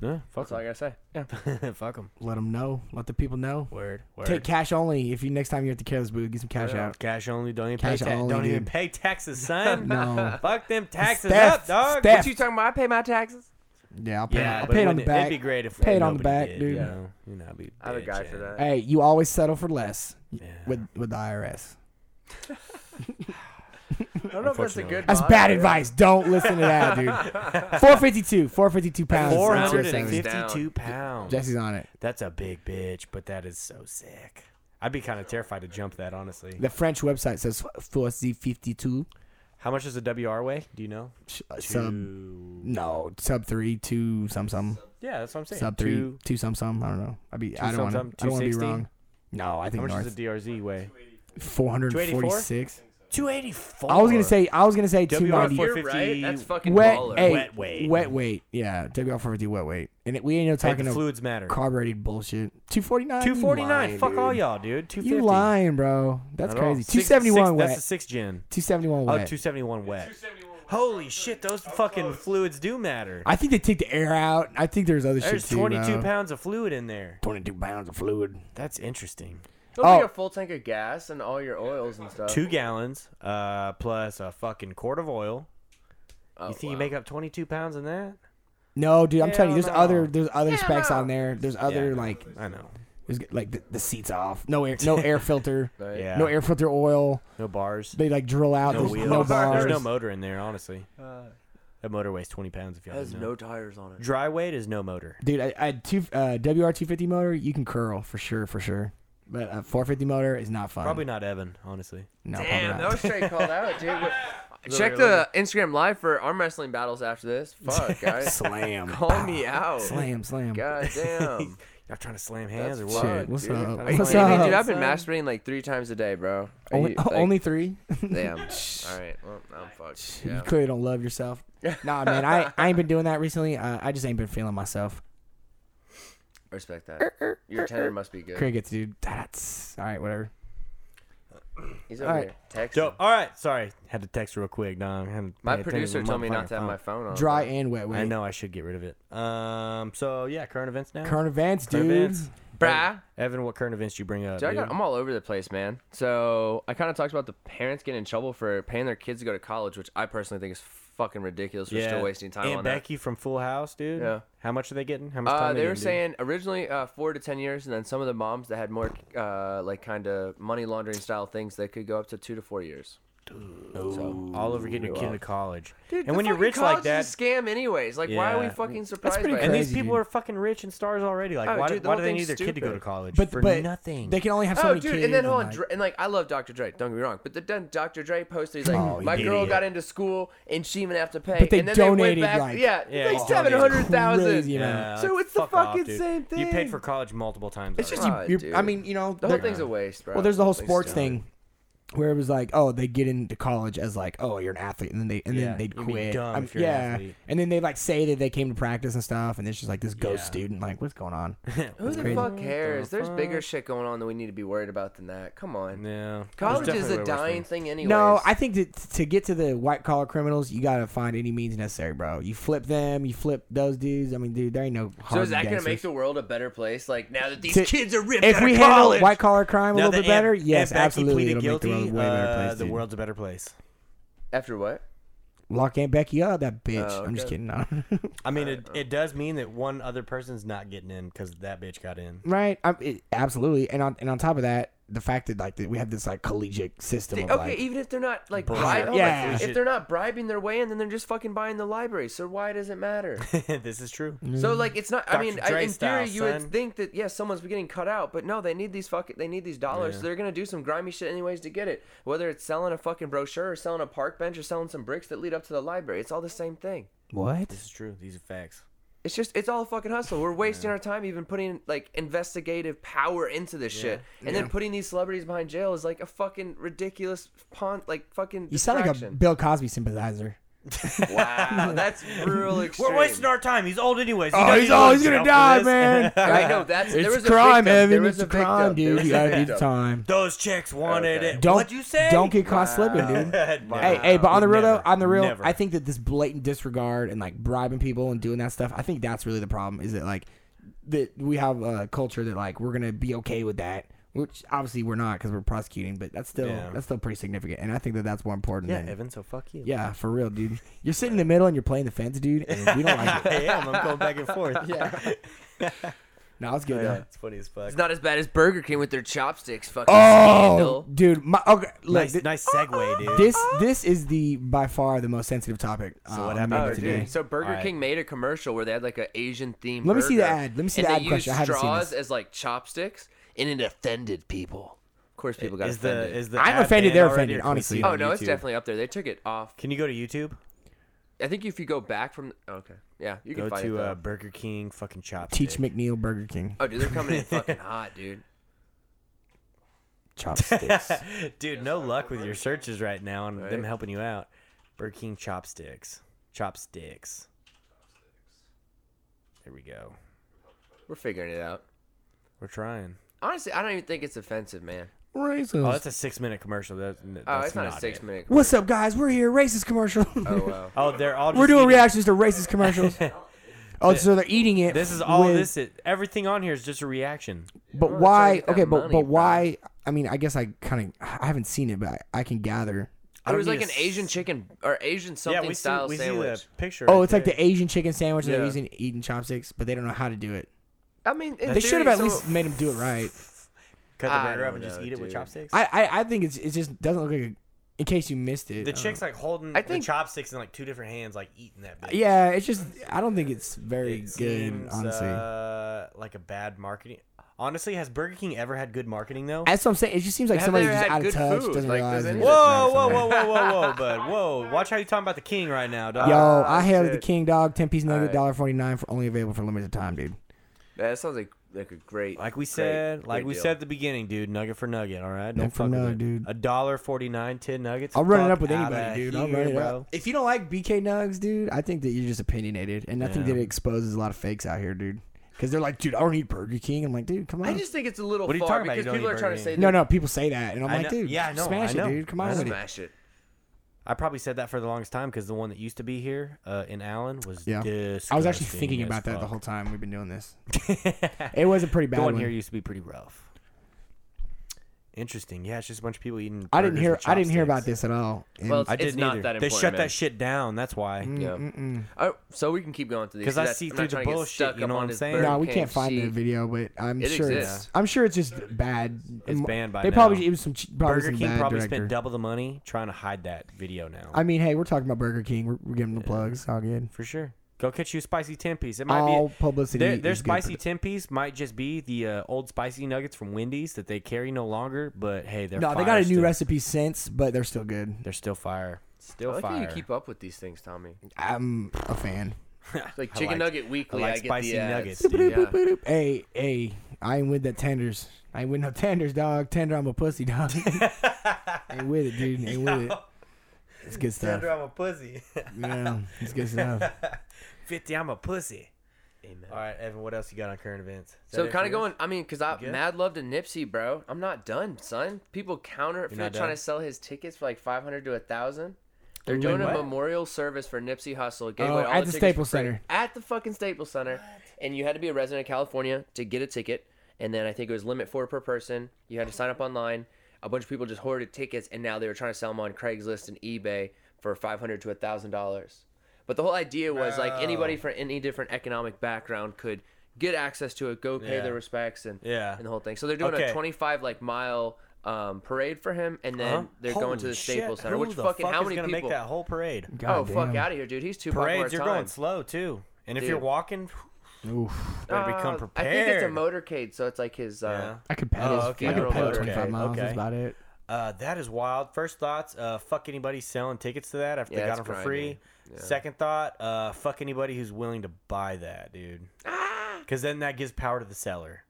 Speaker 1: Yeah, fuck
Speaker 3: That's all I gotta say. Yeah.
Speaker 1: them. fuck them.
Speaker 2: let them know. Let the people know.
Speaker 1: Word. Word.
Speaker 2: Take cash only. If you next time you're at the careless booth, get some cash
Speaker 1: Yeah,
Speaker 2: out.
Speaker 1: Cash only. Don't even
Speaker 2: Cash
Speaker 1: pay. Ta-
Speaker 2: only,
Speaker 1: don't even
Speaker 2: dude.
Speaker 1: pay taxes, son.
Speaker 2: No.
Speaker 1: Fuck them taxes
Speaker 2: Theft.
Speaker 1: up, dog.
Speaker 2: Theft.
Speaker 3: You talking about? I pay my taxes.
Speaker 2: Yeah, I'll pay.
Speaker 1: Yeah,
Speaker 2: I'll
Speaker 1: but
Speaker 2: pay it on
Speaker 1: wouldn't
Speaker 2: the
Speaker 1: it-
Speaker 2: back.
Speaker 1: It'd be great if
Speaker 2: Pay it on the
Speaker 1: nobody
Speaker 2: back,
Speaker 1: did,
Speaker 2: dude.
Speaker 1: You know, you know, be
Speaker 3: I'm a guy for
Speaker 1: bitching.
Speaker 3: that.
Speaker 2: Hey, you always settle for less
Speaker 1: Yeah.
Speaker 2: with with the IRS.
Speaker 3: I don't know if that's a good.
Speaker 2: That's
Speaker 3: motto,
Speaker 2: bad
Speaker 3: yeah.
Speaker 2: advice. Don't listen to that, dude. 452, 452 pounds.
Speaker 1: Four
Speaker 2: That's your
Speaker 1: hundred and
Speaker 2: savings.
Speaker 3: $450.
Speaker 1: fifty-two pounds.
Speaker 2: Jesse's on it.
Speaker 1: That's a big bitch, but that is so sick. I'd be kind of terrified to jump that, honestly.
Speaker 2: The French website says 4C52.
Speaker 1: How much does a WR weigh? Do you know?
Speaker 2: sh- uh, Sub
Speaker 1: Two-
Speaker 2: no, sub three, two some some,
Speaker 1: Yeah, that's what I'm saying.
Speaker 2: sub three,
Speaker 1: Two-
Speaker 2: two, some some. I don't know. I'd be. I
Speaker 1: some
Speaker 2: don't want
Speaker 1: some,
Speaker 2: to. I don't want to be
Speaker 1: 260?
Speaker 2: wrong. No, I
Speaker 1: How
Speaker 2: think
Speaker 1: much does a
Speaker 2: north
Speaker 1: DRZ weigh?
Speaker 2: 446.
Speaker 1: Two eighty-four.
Speaker 2: I was gonna say. I was gonna say
Speaker 1: WR
Speaker 2: 290.
Speaker 3: You're right. That's fucking
Speaker 2: Wet,
Speaker 3: baller.
Speaker 2: hey,
Speaker 1: Wet weight.
Speaker 2: Wet weight. Yeah, WR 450 wet weight. And it, we ain't no
Speaker 1: Hey, the
Speaker 2: talking of
Speaker 1: fluids matter.
Speaker 2: carbureted bullshit. 249.
Speaker 1: Two forty-nine.
Speaker 2: You lying,
Speaker 1: Fuck all
Speaker 2: dude.
Speaker 1: y'all, dude. Two fifty.
Speaker 2: You lying, bro. That's crazy.
Speaker 1: Six-
Speaker 2: 271
Speaker 1: six-
Speaker 2: wet.
Speaker 1: That's a six gen.
Speaker 2: 271
Speaker 1: Oh,
Speaker 2: wet.
Speaker 1: 271 wet. Holy shit, those fucking fluids do matter.
Speaker 2: I think they take the air out. I think there's other
Speaker 1: There's
Speaker 2: shit too.
Speaker 1: 22
Speaker 2: bro.
Speaker 1: pounds of fluid in there.
Speaker 2: 22 pounds of fluid.
Speaker 1: That's interesting.
Speaker 3: Don't
Speaker 2: Oh.
Speaker 3: take a full tank of gas and all your oils and stuff.
Speaker 1: Two gallons, uh, plus a fucking quart of oil.
Speaker 3: Oh,
Speaker 1: You think you
Speaker 3: wow.
Speaker 1: make up 22 pounds in that?
Speaker 2: No, dude, I'm telling
Speaker 1: Hell
Speaker 2: you, there's
Speaker 1: no.
Speaker 2: other there's other specs on there. There's other
Speaker 1: Yeah.
Speaker 2: like
Speaker 1: I know.
Speaker 2: there's like the, the seats off. No air, no air filter.
Speaker 3: Right.
Speaker 1: Yeah.
Speaker 2: No air filter oil.
Speaker 1: No bars.
Speaker 2: They like drill out.
Speaker 1: No
Speaker 2: there's
Speaker 1: wheels.
Speaker 2: no bars.
Speaker 1: There's no motor in there, honestly. that motor weighs 20 pounds if y'all
Speaker 3: Uh, Has
Speaker 1: didn't know.
Speaker 3: no tires on it.
Speaker 1: Dry weight is no motor.
Speaker 2: Dude, I, I had two uh, WR two fifty motor. You can curl for sure, for sure. But a four fifty motor is not fun.
Speaker 1: Probably not Evan, honestly.
Speaker 2: no. probably
Speaker 3: Damn, that
Speaker 2: not.
Speaker 3: was straight called out, dude. What- Check the Instagram live for arm wrestling battles after this. Fuck, guys.
Speaker 2: slam.
Speaker 3: Call me out.
Speaker 2: Slam, slam.
Speaker 3: God damn.
Speaker 1: Y'all trying to slam hands
Speaker 3: That's
Speaker 1: or
Speaker 3: fucked.
Speaker 1: what?
Speaker 2: Shit, what's
Speaker 3: dude.
Speaker 2: up?
Speaker 3: Are you
Speaker 2: What's
Speaker 3: kidding me,
Speaker 2: up?
Speaker 3: dude? I've been masturbating like three times a day, bro. Are
Speaker 2: Only,
Speaker 3: you, like,
Speaker 2: only three.
Speaker 3: Damn. All right. Well, I'm fucked.
Speaker 2: You
Speaker 3: Yeah.
Speaker 2: clearly don't love yourself. Nah, man, I, I ain't been doing that recently. Uh, I just ain't been feeling myself.
Speaker 3: Respect that. Your tender must be good.
Speaker 2: Crickets, dude. That's all right. Whatever.
Speaker 3: He's over
Speaker 2: All right.
Speaker 3: here texting.
Speaker 1: Dope. All right. Sorry. Had to text real quick. Nah, I hadn't
Speaker 3: My
Speaker 1: paid attention
Speaker 3: producer
Speaker 1: my
Speaker 3: told me not
Speaker 1: motherfucking
Speaker 3: to have
Speaker 1: phone.
Speaker 3: my phone on.
Speaker 2: Dry and wet weight.
Speaker 1: I know I should get rid of it. Um. So yeah, current events now.
Speaker 2: Current events,
Speaker 1: Current
Speaker 2: dude.
Speaker 1: events.
Speaker 3: Bruh.
Speaker 1: Evan, what current events do you bring up?
Speaker 3: Dude, I
Speaker 1: dude?
Speaker 3: got, I'm all over the place, man. So I kind of talked about the parents getting in trouble for paying their kids to go to college, which I personally think is fucking ridiculous. We're still wasting time
Speaker 1: Aunt
Speaker 3: on that.
Speaker 1: Becky from Full House, dude.
Speaker 3: Yeah.
Speaker 1: How much are they getting? How much time
Speaker 3: Uh,
Speaker 1: are
Speaker 3: they were
Speaker 1: getting, dude?
Speaker 3: saying originally uh, four to ten years, and then some of the moms that had more uh, like kind of money laundering style things, they could go up to two to four years.
Speaker 1: all over getting your kid into college.
Speaker 3: uh, Dude,
Speaker 1: and
Speaker 3: the
Speaker 1: when you're
Speaker 3: fucking
Speaker 1: rich like
Speaker 3: college is
Speaker 1: that,
Speaker 3: a scam, anyways. Like, why are we
Speaker 1: Yeah.
Speaker 3: fucking surprised?
Speaker 2: pretty
Speaker 3: by
Speaker 1: and
Speaker 3: it?
Speaker 2: crazy.
Speaker 1: these people
Speaker 2: dude.
Speaker 1: are fucking rich and stars already. Like,
Speaker 3: Oh,
Speaker 1: why,
Speaker 3: dude, the
Speaker 1: why
Speaker 3: whole
Speaker 1: do they need
Speaker 3: thing's
Speaker 1: their kid to go to
Speaker 3: stupid.
Speaker 1: college
Speaker 2: But
Speaker 1: for
Speaker 2: but
Speaker 1: nothing?
Speaker 2: They can only have so
Speaker 3: Oh,
Speaker 2: many
Speaker 3: dude,
Speaker 2: kids.
Speaker 3: and then hold on,
Speaker 2: like-
Speaker 3: Dre, and like I love Dr. Dre. Don't get me wrong, but the, then Dr. Dre posted, he's like,
Speaker 2: Oh, you
Speaker 3: "My girl
Speaker 1: idiot.
Speaker 3: got into school and she even have to pay."
Speaker 2: But they
Speaker 3: and then
Speaker 2: donated,
Speaker 3: they went back,
Speaker 2: like-
Speaker 3: yeah, it's
Speaker 1: Yeah,
Speaker 3: like
Speaker 1: it's
Speaker 3: seven hundred thousand.
Speaker 2: crazy, man.
Speaker 1: Yeah,
Speaker 3: So
Speaker 1: like,
Speaker 3: it's the
Speaker 1: fuck off,
Speaker 3: fucking
Speaker 1: dude.
Speaker 3: same
Speaker 1: You
Speaker 3: thing.
Speaker 1: paid for college multiple times.
Speaker 2: It's just
Speaker 1: already.
Speaker 2: you,
Speaker 3: Right,
Speaker 2: you
Speaker 3: oh, dude.
Speaker 2: I mean, you know,
Speaker 3: The whole
Speaker 2: they're-
Speaker 3: thing's a waste, bro.
Speaker 2: Well, there's the whole
Speaker 3: Like,
Speaker 2: sports
Speaker 3: stop.
Speaker 2: thing where it was like, oh, they get into college as like, oh, you're an athlete, and then they and
Speaker 1: Yeah,
Speaker 2: then they'd
Speaker 1: you'd be
Speaker 2: quit.
Speaker 1: dumb
Speaker 2: I'm-
Speaker 1: if you're an
Speaker 2: yeah,
Speaker 1: athlete.
Speaker 2: and then they like say that they came to practice and stuff, and it's just like this ghost
Speaker 1: Yeah.
Speaker 2: student. Like, what's going on?
Speaker 3: Who the
Speaker 2: crazy.
Speaker 3: fuck cares? There's bigger shit going on that we need to be worried about than that. Come on.
Speaker 1: yeah.
Speaker 3: College
Speaker 1: There's
Speaker 3: is
Speaker 1: definitely way
Speaker 3: a
Speaker 1: worse
Speaker 3: dying
Speaker 1: things.
Speaker 3: thing anyways.
Speaker 2: No, I think that to get to the white collar criminals, you gotta find any means necessary, bro. You flip them, you flip those dudes. I mean, dude, there ain't no.
Speaker 3: So
Speaker 2: hard
Speaker 3: is that going to make
Speaker 2: gangsters.
Speaker 3: the world a better place? Like now that these
Speaker 2: To-
Speaker 3: kids are ripped
Speaker 2: if
Speaker 3: out
Speaker 2: we
Speaker 3: of
Speaker 2: handle
Speaker 3: college.
Speaker 2: white collar crime a
Speaker 1: Now
Speaker 2: little
Speaker 1: that
Speaker 2: bit better?
Speaker 1: Aunt-
Speaker 2: Yes,
Speaker 1: Aunt Becky
Speaker 2: absolutely. It'll
Speaker 1: pleaded
Speaker 2: make the world a
Speaker 1: guilty,
Speaker 2: way better
Speaker 1: uh,
Speaker 2: place.
Speaker 1: The
Speaker 2: dude.
Speaker 1: world's a better place.
Speaker 3: After what?
Speaker 2: Lock Aunt Becky up, that bitch.
Speaker 3: Oh,
Speaker 2: I'm just
Speaker 3: okay.
Speaker 2: kidding. No.
Speaker 1: I mean, it, it does mean that one other person's not getting in because that bitch got in.
Speaker 2: right? I'm, it, absolutely. And on and on top of that, the fact that like that we have this like collegiate system. Of,
Speaker 3: okay,
Speaker 2: like,
Speaker 1: e-,
Speaker 3: even if they're not like
Speaker 1: Bullshit.
Speaker 3: bribing,
Speaker 2: Yeah.
Speaker 3: if
Speaker 1: Bullshit.
Speaker 3: they're not bribing their way in, then they're just fucking buying the library. So why does it matter?
Speaker 1: this is true.
Speaker 2: Mm.
Speaker 3: so like, it's not. I
Speaker 1: Dr.
Speaker 3: mean, I-
Speaker 1: Dre
Speaker 3: in
Speaker 1: style,
Speaker 3: theory, you would
Speaker 1: son.
Speaker 3: think that yeah, someone's getting cut out, but no, they need these fucking, they need these dollars. So they're gonna do some grimy shit anyways to get it. Whether it's selling a fucking brochure or selling a park bench or selling some bricks that lead up to the library, it's all the same thing.
Speaker 2: what?
Speaker 1: This is true. These are facts.
Speaker 3: It's just it's all a fucking hustle. We're wasting our time even putting like investigative power into this shit, and then putting these celebrities behind jail is like a fucking ridiculous pawn, like fucking.
Speaker 2: You sound like a
Speaker 3: distraction.
Speaker 2: Bill Cosby sympathizer.
Speaker 3: Wow, that's real extreme.
Speaker 1: We're wasting our time. He's old anyways. He
Speaker 2: Oh,
Speaker 1: doesn't need
Speaker 2: he's
Speaker 1: to go
Speaker 2: oh,
Speaker 1: to
Speaker 2: he's gonna
Speaker 1: jail for
Speaker 2: die,
Speaker 1: this.
Speaker 2: man.
Speaker 3: I know that's there was
Speaker 2: It's
Speaker 3: a
Speaker 2: crime,
Speaker 3: victim.
Speaker 2: Evan.
Speaker 3: There was
Speaker 2: It's a
Speaker 3: victim.
Speaker 2: crime,
Speaker 3: There
Speaker 2: dude.
Speaker 3: was
Speaker 2: You
Speaker 3: a
Speaker 2: gotta do
Speaker 3: victim.
Speaker 2: time.
Speaker 1: Those chicks wanted
Speaker 3: Okay.
Speaker 1: it.
Speaker 2: Don't
Speaker 1: What'd you say?
Speaker 2: Don't get caught slipping, dude.
Speaker 1: Wow.
Speaker 2: Hey, hey, but on the real
Speaker 1: Never.
Speaker 2: though, on the real,
Speaker 1: Never.
Speaker 2: I think that this blatant disregard and like bribing people and doing that stuff, I think that's really the problem. Is that like that we have a culture that like we're gonna be okay with that, which obviously we're not because we're prosecuting, but that's still
Speaker 1: Yeah.
Speaker 2: that's still pretty significant, and I think that that's more important.
Speaker 1: Yeah,
Speaker 2: than,
Speaker 1: Evan. So fuck you.
Speaker 2: yeah, for real, dude. You're sitting in the middle and you're playing the fence, dude, and we don't like it.
Speaker 1: I am. I'm going back and forth. yeah.
Speaker 2: No, it's good though.
Speaker 1: It's funny as fuck.
Speaker 3: It's not as bad as Burger King with their chopsticks. Fucking
Speaker 2: Oh,
Speaker 3: scandal.
Speaker 2: dude, my okay, look,
Speaker 1: nice,
Speaker 2: thi-
Speaker 1: nice segue, dude.
Speaker 2: This this is the by far the most sensitive topic. uh,
Speaker 1: what
Speaker 2: on the
Speaker 1: happened
Speaker 2: menu
Speaker 1: Oh, dude.
Speaker 2: today?
Speaker 3: So Burger
Speaker 1: Alright.
Speaker 3: King made a commercial where they had like an Asian theme.
Speaker 2: Let me see the
Speaker 3: burger,
Speaker 2: ad. Let me see
Speaker 3: and
Speaker 2: the
Speaker 3: they
Speaker 2: ad
Speaker 3: used
Speaker 2: question. I haven't seen
Speaker 3: straws
Speaker 2: this.
Speaker 3: as like chopsticks, and it offended people. Of course, people got
Speaker 1: is
Speaker 3: offended.
Speaker 1: the is the
Speaker 2: I'm
Speaker 1: ad
Speaker 2: offended
Speaker 1: banned
Speaker 2: they're
Speaker 1: already,
Speaker 2: offended,
Speaker 1: or can we
Speaker 2: honestly.
Speaker 1: see it
Speaker 3: oh
Speaker 1: on
Speaker 3: no, it's
Speaker 1: YouTube?
Speaker 3: definitely up there. They took it off.
Speaker 1: Can you go to YouTube?
Speaker 3: I think if you go back from okay, yeah, you
Speaker 1: Go
Speaker 3: can find
Speaker 1: to
Speaker 3: it.
Speaker 1: uh,
Speaker 3: though.
Speaker 1: Burger King, fucking chopstick.
Speaker 2: Teach McNeil Burger King
Speaker 3: oh, dude, they're coming in fucking hot, dude.
Speaker 2: chopsticks.
Speaker 1: Dude, no luck with your searches right now and them helping you out. Burger King chopsticks. Chopsticks. There we go.
Speaker 3: We're figuring it out.
Speaker 1: We're trying.
Speaker 3: Honestly, I don't even think it's offensive, man.
Speaker 2: Racist.
Speaker 1: Oh, that's a six minute commercial. That, that's
Speaker 3: Oh, it's not,
Speaker 1: it.
Speaker 3: a six minute.
Speaker 2: What's up, guys? We're here. Racist commercial.
Speaker 3: Oh wow.
Speaker 1: Oh, they're all just
Speaker 2: We're doing
Speaker 1: eating-
Speaker 2: reactions to racist commercials. oh, so they're eating it.
Speaker 1: This is all
Speaker 2: with-
Speaker 1: this. Is, everything on here is just a reaction.
Speaker 2: But
Speaker 3: Well, that's how you
Speaker 2: why?
Speaker 3: get that
Speaker 2: Okay, but
Speaker 3: money,
Speaker 2: but
Speaker 3: bro.
Speaker 2: why? I mean, I guess I kind of I haven't seen it, but I, I can gather.
Speaker 1: I
Speaker 3: It was
Speaker 1: don't
Speaker 3: like
Speaker 1: need
Speaker 3: an
Speaker 1: a s-
Speaker 3: Asian chicken or Asian something
Speaker 1: yeah, we see,
Speaker 3: style
Speaker 1: we
Speaker 3: sandwich.
Speaker 1: see the picture.
Speaker 2: Oh,
Speaker 1: right
Speaker 2: it's like
Speaker 1: there.
Speaker 2: the Asian chicken sandwich. and They're
Speaker 3: Yeah.
Speaker 2: using eating chopsticks, but they don't know how to do it.
Speaker 3: I mean, in
Speaker 2: They
Speaker 3: theory,
Speaker 2: should have at
Speaker 3: so-
Speaker 2: least made them do it right.
Speaker 1: cut
Speaker 3: I
Speaker 1: the burger up
Speaker 3: don't
Speaker 1: and just
Speaker 3: know,
Speaker 1: eat it with
Speaker 3: dude.
Speaker 1: chopsticks.
Speaker 2: I I, I think it's it just doesn't look like. A, in case you missed it,
Speaker 1: the
Speaker 2: uh,
Speaker 1: chick's like holding
Speaker 3: I think-
Speaker 1: the chopsticks in like two different hands, like eating that. Bitch.
Speaker 2: Yeah, it's just I don't think it's very
Speaker 1: It
Speaker 2: good.
Speaker 1: seems,
Speaker 2: honestly,
Speaker 1: uh, like a bad marketing. Honestly, has Burger King ever had good marketing though?
Speaker 2: that's what I'm saying. It just seems like
Speaker 3: Have
Speaker 2: somebody's
Speaker 3: they
Speaker 2: just
Speaker 3: had
Speaker 2: out of
Speaker 3: good
Speaker 2: touch,
Speaker 3: food?
Speaker 2: doesn't
Speaker 3: Like, does
Speaker 2: realize.
Speaker 3: any-
Speaker 2: it.
Speaker 1: Whoa, whoa, whoa, whoa, whoa, whoa, bud. Whoa. Watch how you talking about the king right now, dog.
Speaker 2: Yo,
Speaker 3: Ah,
Speaker 2: I hail
Speaker 3: shit.
Speaker 2: the king dog. Ten piece nugget,
Speaker 3: Alright.
Speaker 2: dollar forty nine for only available for limited time, dude.
Speaker 3: Yeah, that sounds like like a great.
Speaker 1: Like we
Speaker 3: great-
Speaker 1: said, like
Speaker 3: great
Speaker 1: we
Speaker 3: deal.
Speaker 1: said at the beginning, dude, nugget for nugget, all right? Don't
Speaker 2: Nugget for
Speaker 1: fuck with
Speaker 2: nugget,
Speaker 1: it.
Speaker 2: dude.
Speaker 1: A dollar forty nine, ten nuggets.
Speaker 2: I'll run it
Speaker 1: Fuck
Speaker 2: up with
Speaker 1: outta
Speaker 2: anybody, dude. I'll
Speaker 1: here,
Speaker 2: run it
Speaker 1: bro.
Speaker 2: up. If you don't like BK Nugs, dude, I think that you're just opinionated, and I think
Speaker 1: Yeah.
Speaker 2: that it exposes a lot of fakes out here, dude. Because they're like, dude, I don't eat Burger King. I'm like, dude, come on.
Speaker 3: I just think it's a little
Speaker 1: What are you
Speaker 3: far
Speaker 1: talking about? You
Speaker 3: because
Speaker 1: don't
Speaker 3: people
Speaker 1: eat
Speaker 3: are trying
Speaker 1: Burger
Speaker 3: to say
Speaker 1: King.
Speaker 2: no, no, people say that, and I'm
Speaker 1: I
Speaker 2: like,
Speaker 1: know-
Speaker 2: dude,
Speaker 1: yeah, I know,
Speaker 2: smash
Speaker 1: I know.
Speaker 2: it, dude. Come
Speaker 1: I
Speaker 2: on
Speaker 1: know.
Speaker 2: with it.
Speaker 3: smash it.
Speaker 1: I probably said that for the longest time because the one that used to be here uh, in Allen was
Speaker 2: Yeah.
Speaker 1: disgusting.
Speaker 2: I was actually thinking
Speaker 1: as
Speaker 2: about that the
Speaker 1: fuck.
Speaker 2: whole time we've been doing this. it was a pretty bad
Speaker 1: The one
Speaker 2: one.
Speaker 1: here used to be pretty rough. Interesting. Yeah, it's just a bunch of people eating.
Speaker 2: I didn't
Speaker 1: burgers
Speaker 2: hear.
Speaker 1: with
Speaker 2: I didn't hear about
Speaker 1: chopsticks.
Speaker 2: this at all. And
Speaker 3: Well,
Speaker 1: I
Speaker 3: It's
Speaker 1: didn't
Speaker 3: not
Speaker 1: either.
Speaker 3: that
Speaker 1: they
Speaker 3: important,
Speaker 1: shut
Speaker 3: man.
Speaker 1: that shit down. That's why.
Speaker 2: Mm,
Speaker 3: Yeah. All right, Oh, so we can keep going through these
Speaker 1: 'Cause I see through
Speaker 3: I'm not
Speaker 1: the
Speaker 3: trying to get
Speaker 1: bullshit,
Speaker 3: stuck
Speaker 1: you
Speaker 3: up
Speaker 1: know what
Speaker 3: on
Speaker 1: I'm
Speaker 3: this
Speaker 1: saying?
Speaker 3: Burger
Speaker 1: No,
Speaker 2: no, we
Speaker 3: King
Speaker 2: can't find the
Speaker 3: sheet.
Speaker 2: video, but I'm
Speaker 3: It
Speaker 2: sure it's.
Speaker 3: exists.
Speaker 2: I'm sure it's just bad.
Speaker 1: It's
Speaker 2: m-
Speaker 1: banned by
Speaker 2: They probably
Speaker 1: now.
Speaker 2: it was some ch- probably
Speaker 1: Burger
Speaker 2: some
Speaker 1: King
Speaker 2: bad
Speaker 1: probably
Speaker 2: director.
Speaker 1: spent double the money trying to hide that video now.
Speaker 2: I mean, hey, we're talking about Burger King. We're, we're giving them the plugs. It's all good.
Speaker 1: for sure. Go catch you a spicy ten piece. It might
Speaker 2: All
Speaker 1: be
Speaker 2: publicity.
Speaker 1: their, their
Speaker 2: is good
Speaker 1: spicy
Speaker 2: produ-
Speaker 1: ten piece might just be the uh, old spicy nuggets from Wendy's that they carry no longer. But hey, they're
Speaker 2: no, they
Speaker 1: fire
Speaker 2: got a new
Speaker 1: still.
Speaker 2: recipe since, but they're still good.
Speaker 1: They're still fire. Still
Speaker 3: I like how
Speaker 1: fire.
Speaker 3: you keep up with these things, Tommy.
Speaker 2: I'm a fan.
Speaker 3: It's like
Speaker 1: I
Speaker 3: chicken
Speaker 1: like-
Speaker 3: nugget weekly.
Speaker 1: I
Speaker 3: I,
Speaker 1: like
Speaker 3: get
Speaker 1: spicy
Speaker 3: the ads.
Speaker 1: nuggets, dude.
Speaker 3: Yeah.
Speaker 2: Boop, Hey, hey, I ain't with the tenders. I ain't with no tenders, dog. Tender, I'm a pussy, dog. ain't with it, dude. Ain't with it. It's good stuff.
Speaker 1: I'm a pussy.
Speaker 2: Yeah, it's good stuff.
Speaker 1: Oh, Fifty, I'm a pussy. Amen. All right, Evan. What else you got on current events? Is
Speaker 3: So
Speaker 1: that it
Speaker 3: kind
Speaker 1: for
Speaker 3: of
Speaker 1: you?
Speaker 3: going. I mean, because I
Speaker 1: good?
Speaker 3: mad love to Nipsey, bro. I'm not done, son. People counter for
Speaker 1: You're not
Speaker 3: trying
Speaker 1: done?
Speaker 3: to sell his tickets for like 500 to a thousand. They're doing a
Speaker 1: what?
Speaker 3: memorial service for Nipsey Hussle. Gave
Speaker 2: Oh,
Speaker 3: away all
Speaker 2: at the
Speaker 3: tickets for
Speaker 2: Staples
Speaker 3: free.
Speaker 2: Center.
Speaker 3: At the fucking Staples Center, and you had to be a resident of California to get a ticket. And then I think it was limit four per person. You had to sign up online. A bunch of people just hoarded tickets, and now they were trying to sell them on Craigslist and eBay for 500 to a thousand dollars. But the whole idea was like anybody
Speaker 1: Oh.
Speaker 3: from any different economic background could get access to it, go pay
Speaker 1: Yeah.
Speaker 3: their respects, and
Speaker 1: Yeah.
Speaker 3: and the whole thing. So they're doing
Speaker 1: Okay.
Speaker 3: a 25 like mile um, parade for him, and then
Speaker 1: Huh?
Speaker 3: they're going to
Speaker 1: Holy
Speaker 3: the Staples
Speaker 1: shit,
Speaker 3: Center.
Speaker 1: Who
Speaker 3: Which
Speaker 1: the
Speaker 3: fucking
Speaker 1: fuck
Speaker 3: how
Speaker 1: is
Speaker 3: many
Speaker 1: gonna
Speaker 3: people?
Speaker 1: make that whole parade?
Speaker 3: oh
Speaker 2: God
Speaker 3: fuck
Speaker 2: damn.
Speaker 3: out of here, dude! He's two
Speaker 1: Parades, you're
Speaker 3: time.
Speaker 1: going slow too, and if you're
Speaker 3: Dude.
Speaker 1: walking,
Speaker 2: Oof.
Speaker 1: better become
Speaker 3: Uh, I think it's a
Speaker 1: prepared.
Speaker 3: motorcade, so it's like his.
Speaker 1: Yeah.
Speaker 3: Uh,
Speaker 2: I could pedal.
Speaker 1: Oh,
Speaker 2: I
Speaker 1: okay.
Speaker 2: could pedal
Speaker 3: Okay,
Speaker 2: 25 miles.
Speaker 1: okay.
Speaker 2: That's about it.
Speaker 1: Uh, that is wild. First thoughts: uh, fuck anybody selling tickets to that after
Speaker 3: Yeah,
Speaker 1: they got
Speaker 3: it's
Speaker 1: them for
Speaker 3: grimy.
Speaker 1: free. Second thought: uh, fuck anybody who's willing to buy that, dude.
Speaker 3: Ah!
Speaker 1: Because then that gives power to the seller.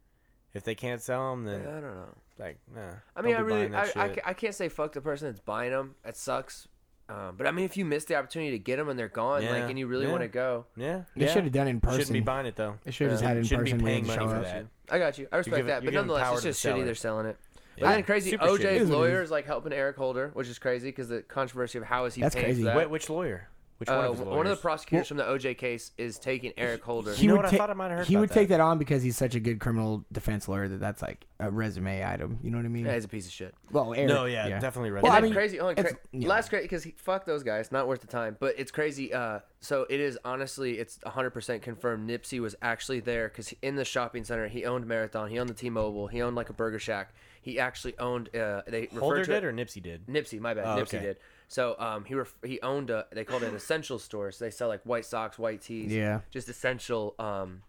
Speaker 1: If they can't sell them, then
Speaker 3: I don't know.
Speaker 1: like, nah.
Speaker 3: I mean, I
Speaker 1: don't be buying
Speaker 3: really,
Speaker 1: that
Speaker 3: I, I,
Speaker 1: shit.
Speaker 3: ca- I can't say fuck the person that's buying them. That sucks. Um, but I mean, if you miss the opportunity to get them and they're gone,
Speaker 1: Yeah.
Speaker 3: like, and you really
Speaker 1: Yeah.
Speaker 3: want to go,
Speaker 1: yeah,
Speaker 2: They
Speaker 1: yeah.
Speaker 2: should have done it in
Speaker 1: Shouldn't be
Speaker 2: person.
Speaker 1: buying it though.
Speaker 2: They should have just had it in
Speaker 1: Shouldn't be
Speaker 2: person. We
Speaker 1: paying
Speaker 2: had to
Speaker 1: money
Speaker 2: show
Speaker 1: for
Speaker 2: up.
Speaker 1: that.
Speaker 3: I got you. I respect
Speaker 1: giving-
Speaker 3: that,
Speaker 1: you're
Speaker 3: but
Speaker 1: giving power
Speaker 3: nonetheless, it's
Speaker 1: to the
Speaker 3: just shitty
Speaker 1: seller.
Speaker 3: they're selling it.
Speaker 1: Yeah.
Speaker 3: And then crazy,
Speaker 1: Super shitty.
Speaker 3: OJ's
Speaker 2: Isn't it?
Speaker 3: lawyer is like helping Eric Holder, which is crazy because the controversy of how is he
Speaker 2: That's
Speaker 3: paying
Speaker 2: crazy.
Speaker 3: for that.
Speaker 1: Wait, which lawyer? Which one
Speaker 3: Uh,
Speaker 1: of his lawyers?
Speaker 3: one of the prosecutors from the OJ case is taking Eric Holder.
Speaker 1: You
Speaker 2: He
Speaker 1: know
Speaker 2: would
Speaker 1: what? I
Speaker 2: ta-
Speaker 1: thought I might have heard
Speaker 2: he
Speaker 1: about
Speaker 2: would take that on because he's such a good criminal defense lawyer that that's like a resume item. You know what I mean?
Speaker 3: yeah, he's a piece of shit.
Speaker 2: well, Eric,
Speaker 1: No, yeah, definitely
Speaker 2: Well,
Speaker 1: resume.
Speaker 2: I
Speaker 1: And
Speaker 2: mean,
Speaker 3: crazy. Oh, and cra-
Speaker 2: it's- yeah.
Speaker 3: Last crazy because fuck those guys. Not worth the time. But it's crazy. Uh, so it is honestly, it's 100% confirmed. Nipsey was actually there because in the shopping center, he owned Marathon, he owned the T-Mobile, he owned like a Burger Shack. He actually owned. Uh, they
Speaker 1: Holder
Speaker 3: referred to it-
Speaker 1: did or Nipsey did?
Speaker 3: Nipsey, my bad.
Speaker 1: Oh,
Speaker 3: Nipsey
Speaker 1: okay.
Speaker 3: did. So um, he ref- he owned a they called it an essential store. So they sell like white socks, white tees,
Speaker 2: Yeah.
Speaker 3: just essential um,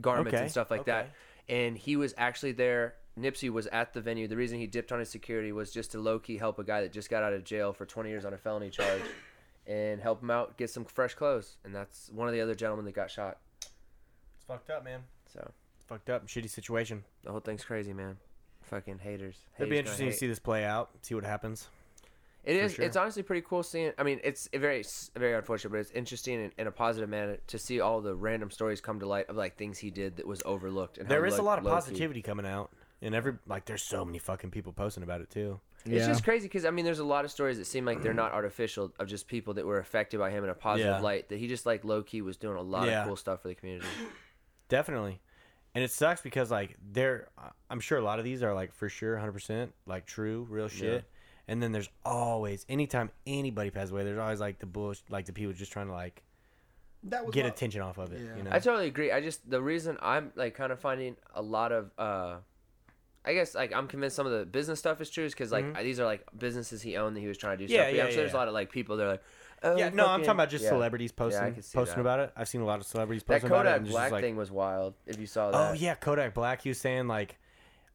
Speaker 3: garments
Speaker 1: Okay,
Speaker 3: and stuff like that. And he was actually there. Nipsey was at the venue. The reason he dipped on his security was just to low key help a guy that just got out of jail for 20 years on a felony charge, and help him out get some fresh clothes. And that's one of the other gentlemen that got shot.
Speaker 1: It's fucked up, man.
Speaker 3: So
Speaker 1: Fucked up, shitty situation.
Speaker 3: the whole thing's crazy, man. Fucking haters.
Speaker 1: It'd be
Speaker 3: Haters gonna
Speaker 1: interesting to
Speaker 3: hate.
Speaker 1: see this play out, see what happens.
Speaker 3: It is.
Speaker 1: sure.
Speaker 3: It's honestly pretty cool seeing. I mean, it's very, s- very unfortunate, but it's interesting in, in a positive manner to see all the random stories come to light of like things he did that was overlooked. And how
Speaker 1: There is a
Speaker 3: low-
Speaker 1: lot of
Speaker 3: low-key.
Speaker 1: positivity coming out, and every like, there's so many fucking people posting about it too.
Speaker 3: It's
Speaker 2: Yeah.
Speaker 3: just crazy because I mean, there's a lot of stories that seem like they're not artificial of just people that were affected by him in a positive
Speaker 1: Yeah.
Speaker 3: light. That he just like low key was doing a lot
Speaker 1: Yeah.
Speaker 3: of cool stuff for the community.
Speaker 1: Definitely, and it sucks because like there, I'm sure a lot of these are like for sure 100 percent like true, real shit. And then there's always anytime anybody passes away, there's always like the bush, like the people just trying to like
Speaker 2: That was
Speaker 1: get attention off of it. You know,
Speaker 3: I totally agree. I just the reason I'm like kind of finding a lot of uh I guess like I'm convinced some of the business stuff is true is because like these are like businesses he owned that he was trying to do
Speaker 1: Mm-hmm. Yeah,
Speaker 3: stuff.
Speaker 1: yeah,
Speaker 3: I'm sure there's a
Speaker 1: yeah.
Speaker 3: lot of like people that are like oh,
Speaker 1: yeah, no, I'm
Speaker 3: fucking-
Speaker 1: talking about just
Speaker 3: yeah.
Speaker 1: celebrities
Speaker 3: Yeah, I
Speaker 1: posting
Speaker 3: could see
Speaker 1: posting
Speaker 3: that.
Speaker 1: about it. I've seen a lot of celebrities
Speaker 3: that
Speaker 1: posting about it.
Speaker 3: Kodak
Speaker 1: and it's just,
Speaker 3: Black
Speaker 1: like,
Speaker 3: thing was wild. If you saw that,
Speaker 1: Oh yeah, Kodak Black. He was saying like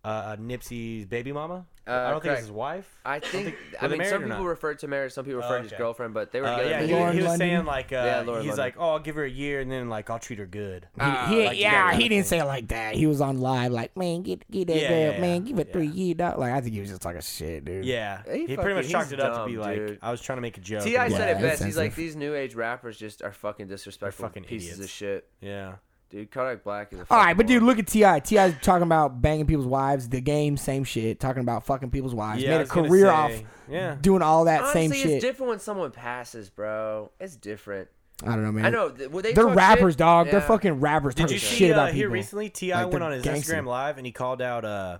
Speaker 1: uh, Nipsey's baby mama. I don't think
Speaker 3: Uh, correct.
Speaker 1: it's his wife.
Speaker 3: I think I
Speaker 1: were they
Speaker 3: mean
Speaker 1: married
Speaker 3: some
Speaker 1: or
Speaker 3: people
Speaker 1: not?
Speaker 3: refer to marriage, some people refer to his
Speaker 1: okay.
Speaker 3: girlfriend, but they were
Speaker 1: Uh,
Speaker 3: together.
Speaker 1: yeah,
Speaker 3: for
Speaker 1: he,
Speaker 3: years.
Speaker 2: Lauren
Speaker 1: he was
Speaker 2: London?
Speaker 1: saying like uh,
Speaker 3: Yeah, Lauren
Speaker 1: he's
Speaker 3: London. Ah,
Speaker 1: like, oh, I'll give her a year and then like I'll treat her good.
Speaker 2: He, he-
Speaker 1: Ah, like,
Speaker 2: yeah,
Speaker 1: yeah,
Speaker 2: he didn't
Speaker 1: yeah.
Speaker 2: say it like that. He was on live, like, man, get get that
Speaker 1: Yeah,
Speaker 2: girl,
Speaker 1: yeah,
Speaker 2: man,
Speaker 1: yeah,
Speaker 2: give it
Speaker 1: yeah.
Speaker 2: three years. dog." Like, I think he was just talking shit, dude.
Speaker 1: Yeah,
Speaker 3: He
Speaker 1: he, pretty much
Speaker 3: fucking-
Speaker 1: chalked
Speaker 3: he's
Speaker 1: it up
Speaker 3: dumb,
Speaker 1: to be like,
Speaker 3: dude.
Speaker 1: I was trying to make a joke.
Speaker 3: Ti
Speaker 1: and-
Speaker 3: said
Speaker 2: Yeah,
Speaker 3: it
Speaker 2: it's
Speaker 3: best. He's like
Speaker 2: sensitive.
Speaker 3: these new age rappers just are fucking disrespectful
Speaker 1: fucking
Speaker 3: pieces of
Speaker 1: idiots.
Speaker 3: shit.
Speaker 1: yeah,
Speaker 3: Dude, Kodak Black is a
Speaker 2: All right,
Speaker 3: fucking
Speaker 2: but dude,
Speaker 3: moron.
Speaker 2: look at Ti. Ti's talking about banging people's wives. The game, same shit. Talking about fucking people's wives.
Speaker 1: Yeah, I
Speaker 2: Made a
Speaker 1: was gonna
Speaker 2: career
Speaker 1: say,
Speaker 2: off.
Speaker 1: yeah.
Speaker 2: Doing all that
Speaker 3: Honestly,
Speaker 2: same shit.
Speaker 3: it's different when someone passes, bro. It's different.
Speaker 2: I don't know, man.
Speaker 3: I know. Th- when they
Speaker 2: They're
Speaker 3: talk
Speaker 2: rappers,
Speaker 3: shit-
Speaker 2: dog. They're
Speaker 3: yeah.
Speaker 2: fucking rappers
Speaker 1: Did
Speaker 2: talking
Speaker 1: you see
Speaker 2: shit
Speaker 1: uh,
Speaker 2: about
Speaker 1: here
Speaker 2: people.
Speaker 1: recently? Ti
Speaker 2: Like,
Speaker 1: went
Speaker 2: they're
Speaker 1: on his
Speaker 2: gangster.
Speaker 1: Instagram live and he called out uh,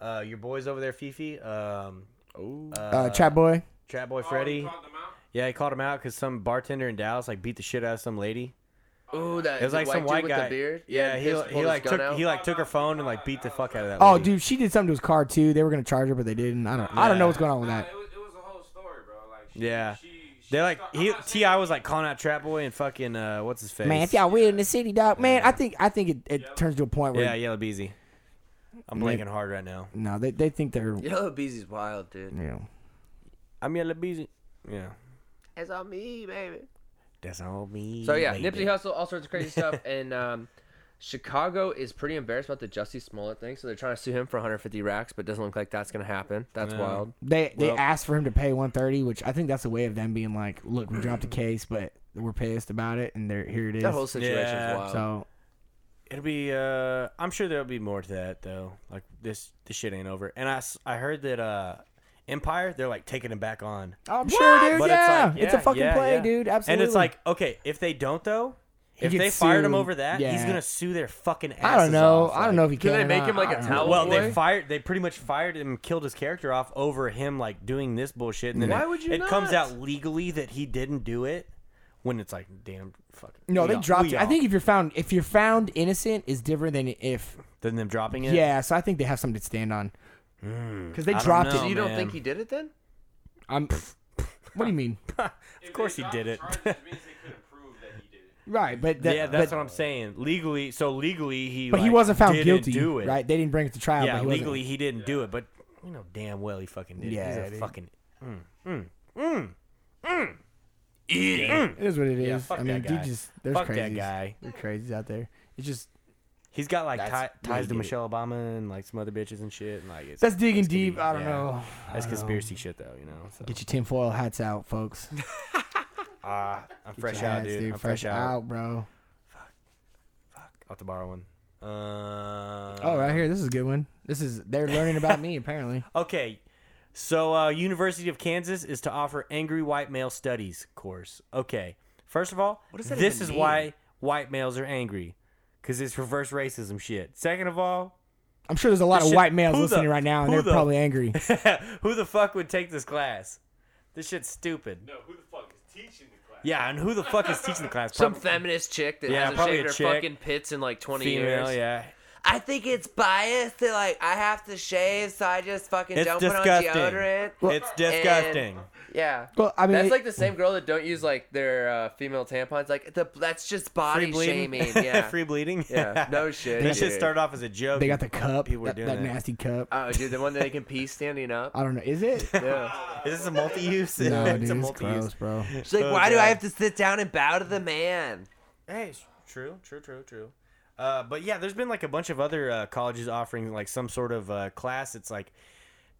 Speaker 1: uh, your boys over there, Fifi, um,
Speaker 2: uh, Chat boy.
Speaker 1: Trap Boy Freddy. Yeah, he called him out because some bartender in Dallas like beat the shit out of some lady.
Speaker 3: Ooh, that
Speaker 1: It was like
Speaker 3: white
Speaker 1: some
Speaker 3: dude
Speaker 1: white
Speaker 3: with
Speaker 1: guy.
Speaker 3: the beard.
Speaker 1: Yeah,
Speaker 3: and
Speaker 1: he,
Speaker 3: his-
Speaker 1: he,
Speaker 3: pulled his
Speaker 1: like
Speaker 3: gun
Speaker 1: took
Speaker 3: out.
Speaker 1: he like took her phone and like beat the fuck out of that.
Speaker 2: Oh,
Speaker 1: lady.
Speaker 2: dude, she did something to his car too. They were gonna charge her, but they didn't. I don't. I don't know
Speaker 1: Yeah.
Speaker 2: what's going on with
Speaker 3: Uh,
Speaker 5: Nah,
Speaker 2: that.
Speaker 5: it was, it was a whole story, bro. Like, she,
Speaker 1: Yeah.
Speaker 5: She, she
Speaker 1: They like
Speaker 5: start- I'm
Speaker 1: he
Speaker 5: not saying-
Speaker 1: Ti was like calling out Trap Boy and fucking uh what's his face?
Speaker 2: Man, if y'all weird in the city, dog. Man, I think I think it, it turns to a point where
Speaker 1: yeah, Yellow Beezy. I'm
Speaker 2: Man.
Speaker 1: blanking hard right now.
Speaker 2: no, they they think they're you
Speaker 3: Yellow Beezy's wild, dude.
Speaker 2: know.
Speaker 1: I'm Yellow Beezy. Yeah,
Speaker 3: It's on me, baby.
Speaker 1: that's all me.
Speaker 3: So yeah,
Speaker 1: baby.
Speaker 3: Nipsey Hustle, all sorts of crazy stuff, and um, Chicago is pretty embarrassed about the Jussie Smollett thing, so they're trying to sue him for 150 racks, but doesn't look like that's gonna happen. That's wild.
Speaker 2: They they
Speaker 1: Well-
Speaker 2: asked for him to pay 130, which I think that's a way of them being like, look, we
Speaker 1: Mm.
Speaker 2: dropped a case, but we're pissed about it, and there here it is.
Speaker 3: That whole situation's
Speaker 1: Yeah.
Speaker 3: wild.
Speaker 2: so
Speaker 1: It'll be. uh I'm sure there'll be more to that though. Like this, this shit ain't over. And I, s- I heard that uh Empire they're like taking him back on.
Speaker 2: I'm sure, dude.
Speaker 1: But
Speaker 2: yeah.
Speaker 1: it's like
Speaker 2: a
Speaker 1: yeah,
Speaker 2: fucking
Speaker 1: yeah,
Speaker 2: play,
Speaker 1: yeah.
Speaker 2: dude. Absolutely.
Speaker 1: And it's like okay, if they don't though, if
Speaker 2: gets
Speaker 1: they fired him
Speaker 2: sued.
Speaker 1: over that, he's
Speaker 2: Yeah.
Speaker 1: gonna sue their fucking. Asses
Speaker 2: I don't know.
Speaker 1: off,
Speaker 2: I don't
Speaker 1: like-
Speaker 2: know if he
Speaker 3: Can
Speaker 2: can.
Speaker 3: they
Speaker 2: or
Speaker 3: make
Speaker 2: not.
Speaker 3: him like
Speaker 2: I
Speaker 3: a
Speaker 2: don't know.
Speaker 3: towel?
Speaker 1: Well, they
Speaker 3: boy?
Speaker 1: fired. They pretty much fired him, killed his character off over him like doing this bullshit. And then
Speaker 3: Why
Speaker 1: it,
Speaker 3: would you
Speaker 1: It comes
Speaker 3: not?
Speaker 1: out legally that he didn't do it. When it's like, damn, fucking.
Speaker 2: No,
Speaker 1: we
Speaker 2: they
Speaker 1: all-
Speaker 2: dropped.
Speaker 1: we
Speaker 2: it. I
Speaker 1: all-
Speaker 2: think if you're found, if you're found innocent, is different than if.
Speaker 1: than them dropping
Speaker 2: Yeah.
Speaker 1: it.
Speaker 2: so I think they have something to stand on. Because they
Speaker 1: Hmm. I don't
Speaker 2: dropped
Speaker 1: know.
Speaker 2: it.
Speaker 3: So you don't
Speaker 1: oh, man.
Speaker 3: think he did it then?
Speaker 2: I'm. what do you mean?
Speaker 5: If
Speaker 1: of course
Speaker 5: they
Speaker 1: he
Speaker 5: dropped
Speaker 1: did
Speaker 5: the
Speaker 1: it.
Speaker 5: charges, it means they couldn't prove that he did it.
Speaker 2: Right, but that,
Speaker 1: yeah, that's
Speaker 2: but,
Speaker 1: what I'm saying. Legally, so legally he.
Speaker 2: But he
Speaker 1: like,
Speaker 2: wasn't found
Speaker 1: didn't
Speaker 2: guilty.
Speaker 1: Do it.
Speaker 2: Right, they didn't bring it to trial.
Speaker 1: Yeah,
Speaker 2: but he wasn't-
Speaker 1: legally he didn't do it, but you know damn well he fucking did.
Speaker 2: Yeah,
Speaker 1: it. He's a
Speaker 2: dude.
Speaker 1: fucking.
Speaker 2: It is what it is.
Speaker 1: fuck
Speaker 2: I mean,
Speaker 1: that
Speaker 2: dude,
Speaker 1: guy.
Speaker 2: just there's
Speaker 1: Fuck that
Speaker 2: crazies.
Speaker 1: guy.
Speaker 2: There's crazies out there. It's just
Speaker 1: He's got like
Speaker 2: That's-
Speaker 1: ti-
Speaker 2: yeah,
Speaker 1: ties
Speaker 2: he
Speaker 1: to
Speaker 2: did it.
Speaker 1: Michelle Obama and like some other bitches and shit. And like it's,
Speaker 2: that's digging
Speaker 1: it's gonna
Speaker 2: deep.
Speaker 1: be-
Speaker 2: I don't
Speaker 1: yeah.
Speaker 2: know.
Speaker 1: That's conspiracy shit though, you know. So.
Speaker 2: Get your tinfoil hats out, folks. Get
Speaker 1: I'm fresh
Speaker 2: your
Speaker 1: out,
Speaker 2: hats,
Speaker 1: dude. I'm fresh,
Speaker 2: fresh
Speaker 1: out.
Speaker 2: bro.
Speaker 1: Fuck. I'll have to borrow one. Uh,
Speaker 2: Oh, right here. This is a good one. This is they're learning about me apparently.
Speaker 1: Okay. So, uh, University of Kansas is to offer angry white male studies course. Okay. First of all,
Speaker 3: does that
Speaker 1: this
Speaker 3: even
Speaker 1: is
Speaker 3: mean?
Speaker 1: why white males are angry, because it's reverse racism shit. Second of all,
Speaker 2: I'm sure there's a lot
Speaker 1: This
Speaker 2: of
Speaker 1: shit-
Speaker 2: white males
Speaker 1: who
Speaker 2: listening
Speaker 1: the-
Speaker 2: right now, and
Speaker 1: who
Speaker 2: they're
Speaker 1: the-
Speaker 2: probably angry.
Speaker 1: who the fuck would take this class? This shit's stupid.
Speaker 5: No, who the fuck is teaching the class?
Speaker 1: Yeah, and who the fuck is teaching the class?
Speaker 3: Some
Speaker 1: Probably
Speaker 3: feminist chick that
Speaker 1: Yeah,
Speaker 3: hasn't
Speaker 1: probably
Speaker 3: shaved
Speaker 1: a
Speaker 3: her
Speaker 1: chick.
Speaker 3: fucking pits in like 20
Speaker 1: female,
Speaker 3: years.
Speaker 1: yeah.
Speaker 3: I think it's biased that like I have to shave, so I just fucking
Speaker 1: It's
Speaker 3: don't
Speaker 1: disgusting.
Speaker 3: put on deodorant.
Speaker 1: it's disgusting.
Speaker 3: Yeah.
Speaker 2: Well, I mean,
Speaker 3: that's
Speaker 2: it-
Speaker 3: like the same girl that don't use like their uh, female tampons. Like the, that's just body
Speaker 1: Free bleeding.
Speaker 3: shaming. Yeah.
Speaker 1: Free bleeding.
Speaker 3: Yeah, no shit,
Speaker 1: that shit
Speaker 3: dude.
Speaker 1: started off as a joke.
Speaker 2: They got the cup,
Speaker 1: People were
Speaker 2: that,
Speaker 1: doing
Speaker 2: that
Speaker 1: that.
Speaker 2: nasty cup.
Speaker 3: oh, dude, the one that they can pee standing up.
Speaker 2: I don't know. Is it?
Speaker 3: Yeah.
Speaker 1: Is this a multi-use?
Speaker 2: no,
Speaker 1: it's
Speaker 2: dude,
Speaker 1: a
Speaker 2: it's
Speaker 1: multi-use.
Speaker 2: gross, bro.
Speaker 3: She's like,
Speaker 1: Oh,
Speaker 3: why do I
Speaker 1: God.
Speaker 3: have to sit down and bow to the man?
Speaker 1: Hey, it's true, true, true, true. Uh, but yeah, there's been like a bunch of other uh, colleges offering like some sort of uh, class. It's like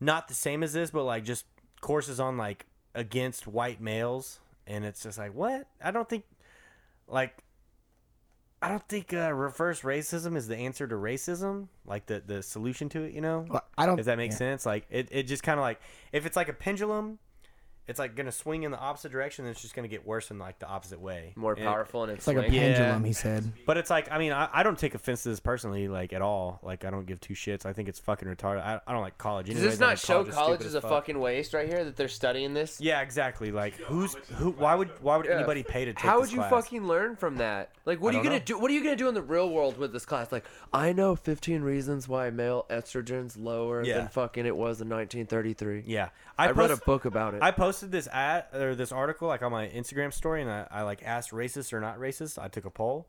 Speaker 1: not the same as this, but like just courses on like against white males, and it's just like what? I don't think like I don't think uh, reverse racism is the answer to racism. Like the the solution to it, you know?
Speaker 2: Well, I don't.
Speaker 1: Does that make
Speaker 2: yeah.
Speaker 1: sense? Like it, it just kind of like if it's like a pendulum, it's like gonna swing in the opposite direction, then it's just gonna get worse in like the opposite way.
Speaker 3: More
Speaker 1: And-
Speaker 3: powerful and
Speaker 2: It's
Speaker 3: it's
Speaker 2: like a
Speaker 3: swing.
Speaker 1: Yeah.
Speaker 2: pendulum, he said.
Speaker 1: but it's like, I mean, I, I don't take offense to this personally, like at all. Like, I don't give two shits. I think it's fucking retarded. I, I don't like college.
Speaker 3: Does
Speaker 1: anyways.
Speaker 3: this
Speaker 1: I
Speaker 3: not
Speaker 1: think
Speaker 3: show
Speaker 1: is
Speaker 3: college
Speaker 1: stupid
Speaker 3: is
Speaker 1: as
Speaker 3: a
Speaker 1: fuck.
Speaker 3: fucking waste right here that they're studying this?
Speaker 1: Yeah, exactly. Like, who's who? Why would why would
Speaker 3: Yeah.
Speaker 1: anybody pay to take?
Speaker 3: How would
Speaker 1: this
Speaker 3: you
Speaker 1: class?
Speaker 3: fucking learn from that? Like, what
Speaker 1: I
Speaker 3: are you
Speaker 1: don't
Speaker 3: gonna
Speaker 1: know.
Speaker 3: do? What are you gonna do in the real world with this class? Like, I know 15 reasons why male estrogen's lower
Speaker 1: Yeah.
Speaker 3: than fucking it was in 1933.
Speaker 1: Yeah,
Speaker 3: I, read a
Speaker 1: post-
Speaker 3: book about it.
Speaker 1: I posted this ad or this article like on my Instagram story, and I, I like asked racist or not racist. I took a poll,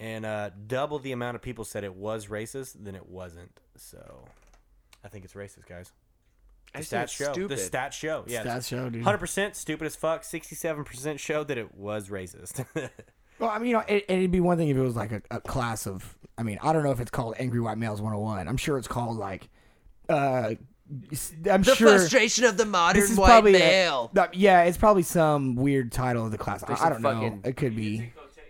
Speaker 1: and uh, double the amount of people said it was racist than it wasn't. So, I think it's racist, guys. The
Speaker 3: I just think
Speaker 1: stats
Speaker 3: it's
Speaker 1: show.
Speaker 3: stupid.
Speaker 1: The stats show. Yeah,
Speaker 2: That show, dude.
Speaker 1: hundred percent stupid as fuck. Sixty-seven percent showed that it was racist.
Speaker 2: Well, I mean, you know, it, it'd be one thing if it was like a, a class of. I mean, I don't know if it's called Angry White Males 101. I'm sure it's called like. Uh, s- I'm
Speaker 6: The
Speaker 2: sure
Speaker 6: frustration of the modern
Speaker 2: this is
Speaker 6: white
Speaker 2: probably a-
Speaker 6: male.
Speaker 2: no, yeah, it's probably some weird title of the class. I, I
Speaker 3: some
Speaker 2: don't know.
Speaker 3: fucking-
Speaker 2: It could be.
Speaker 5: Quotation.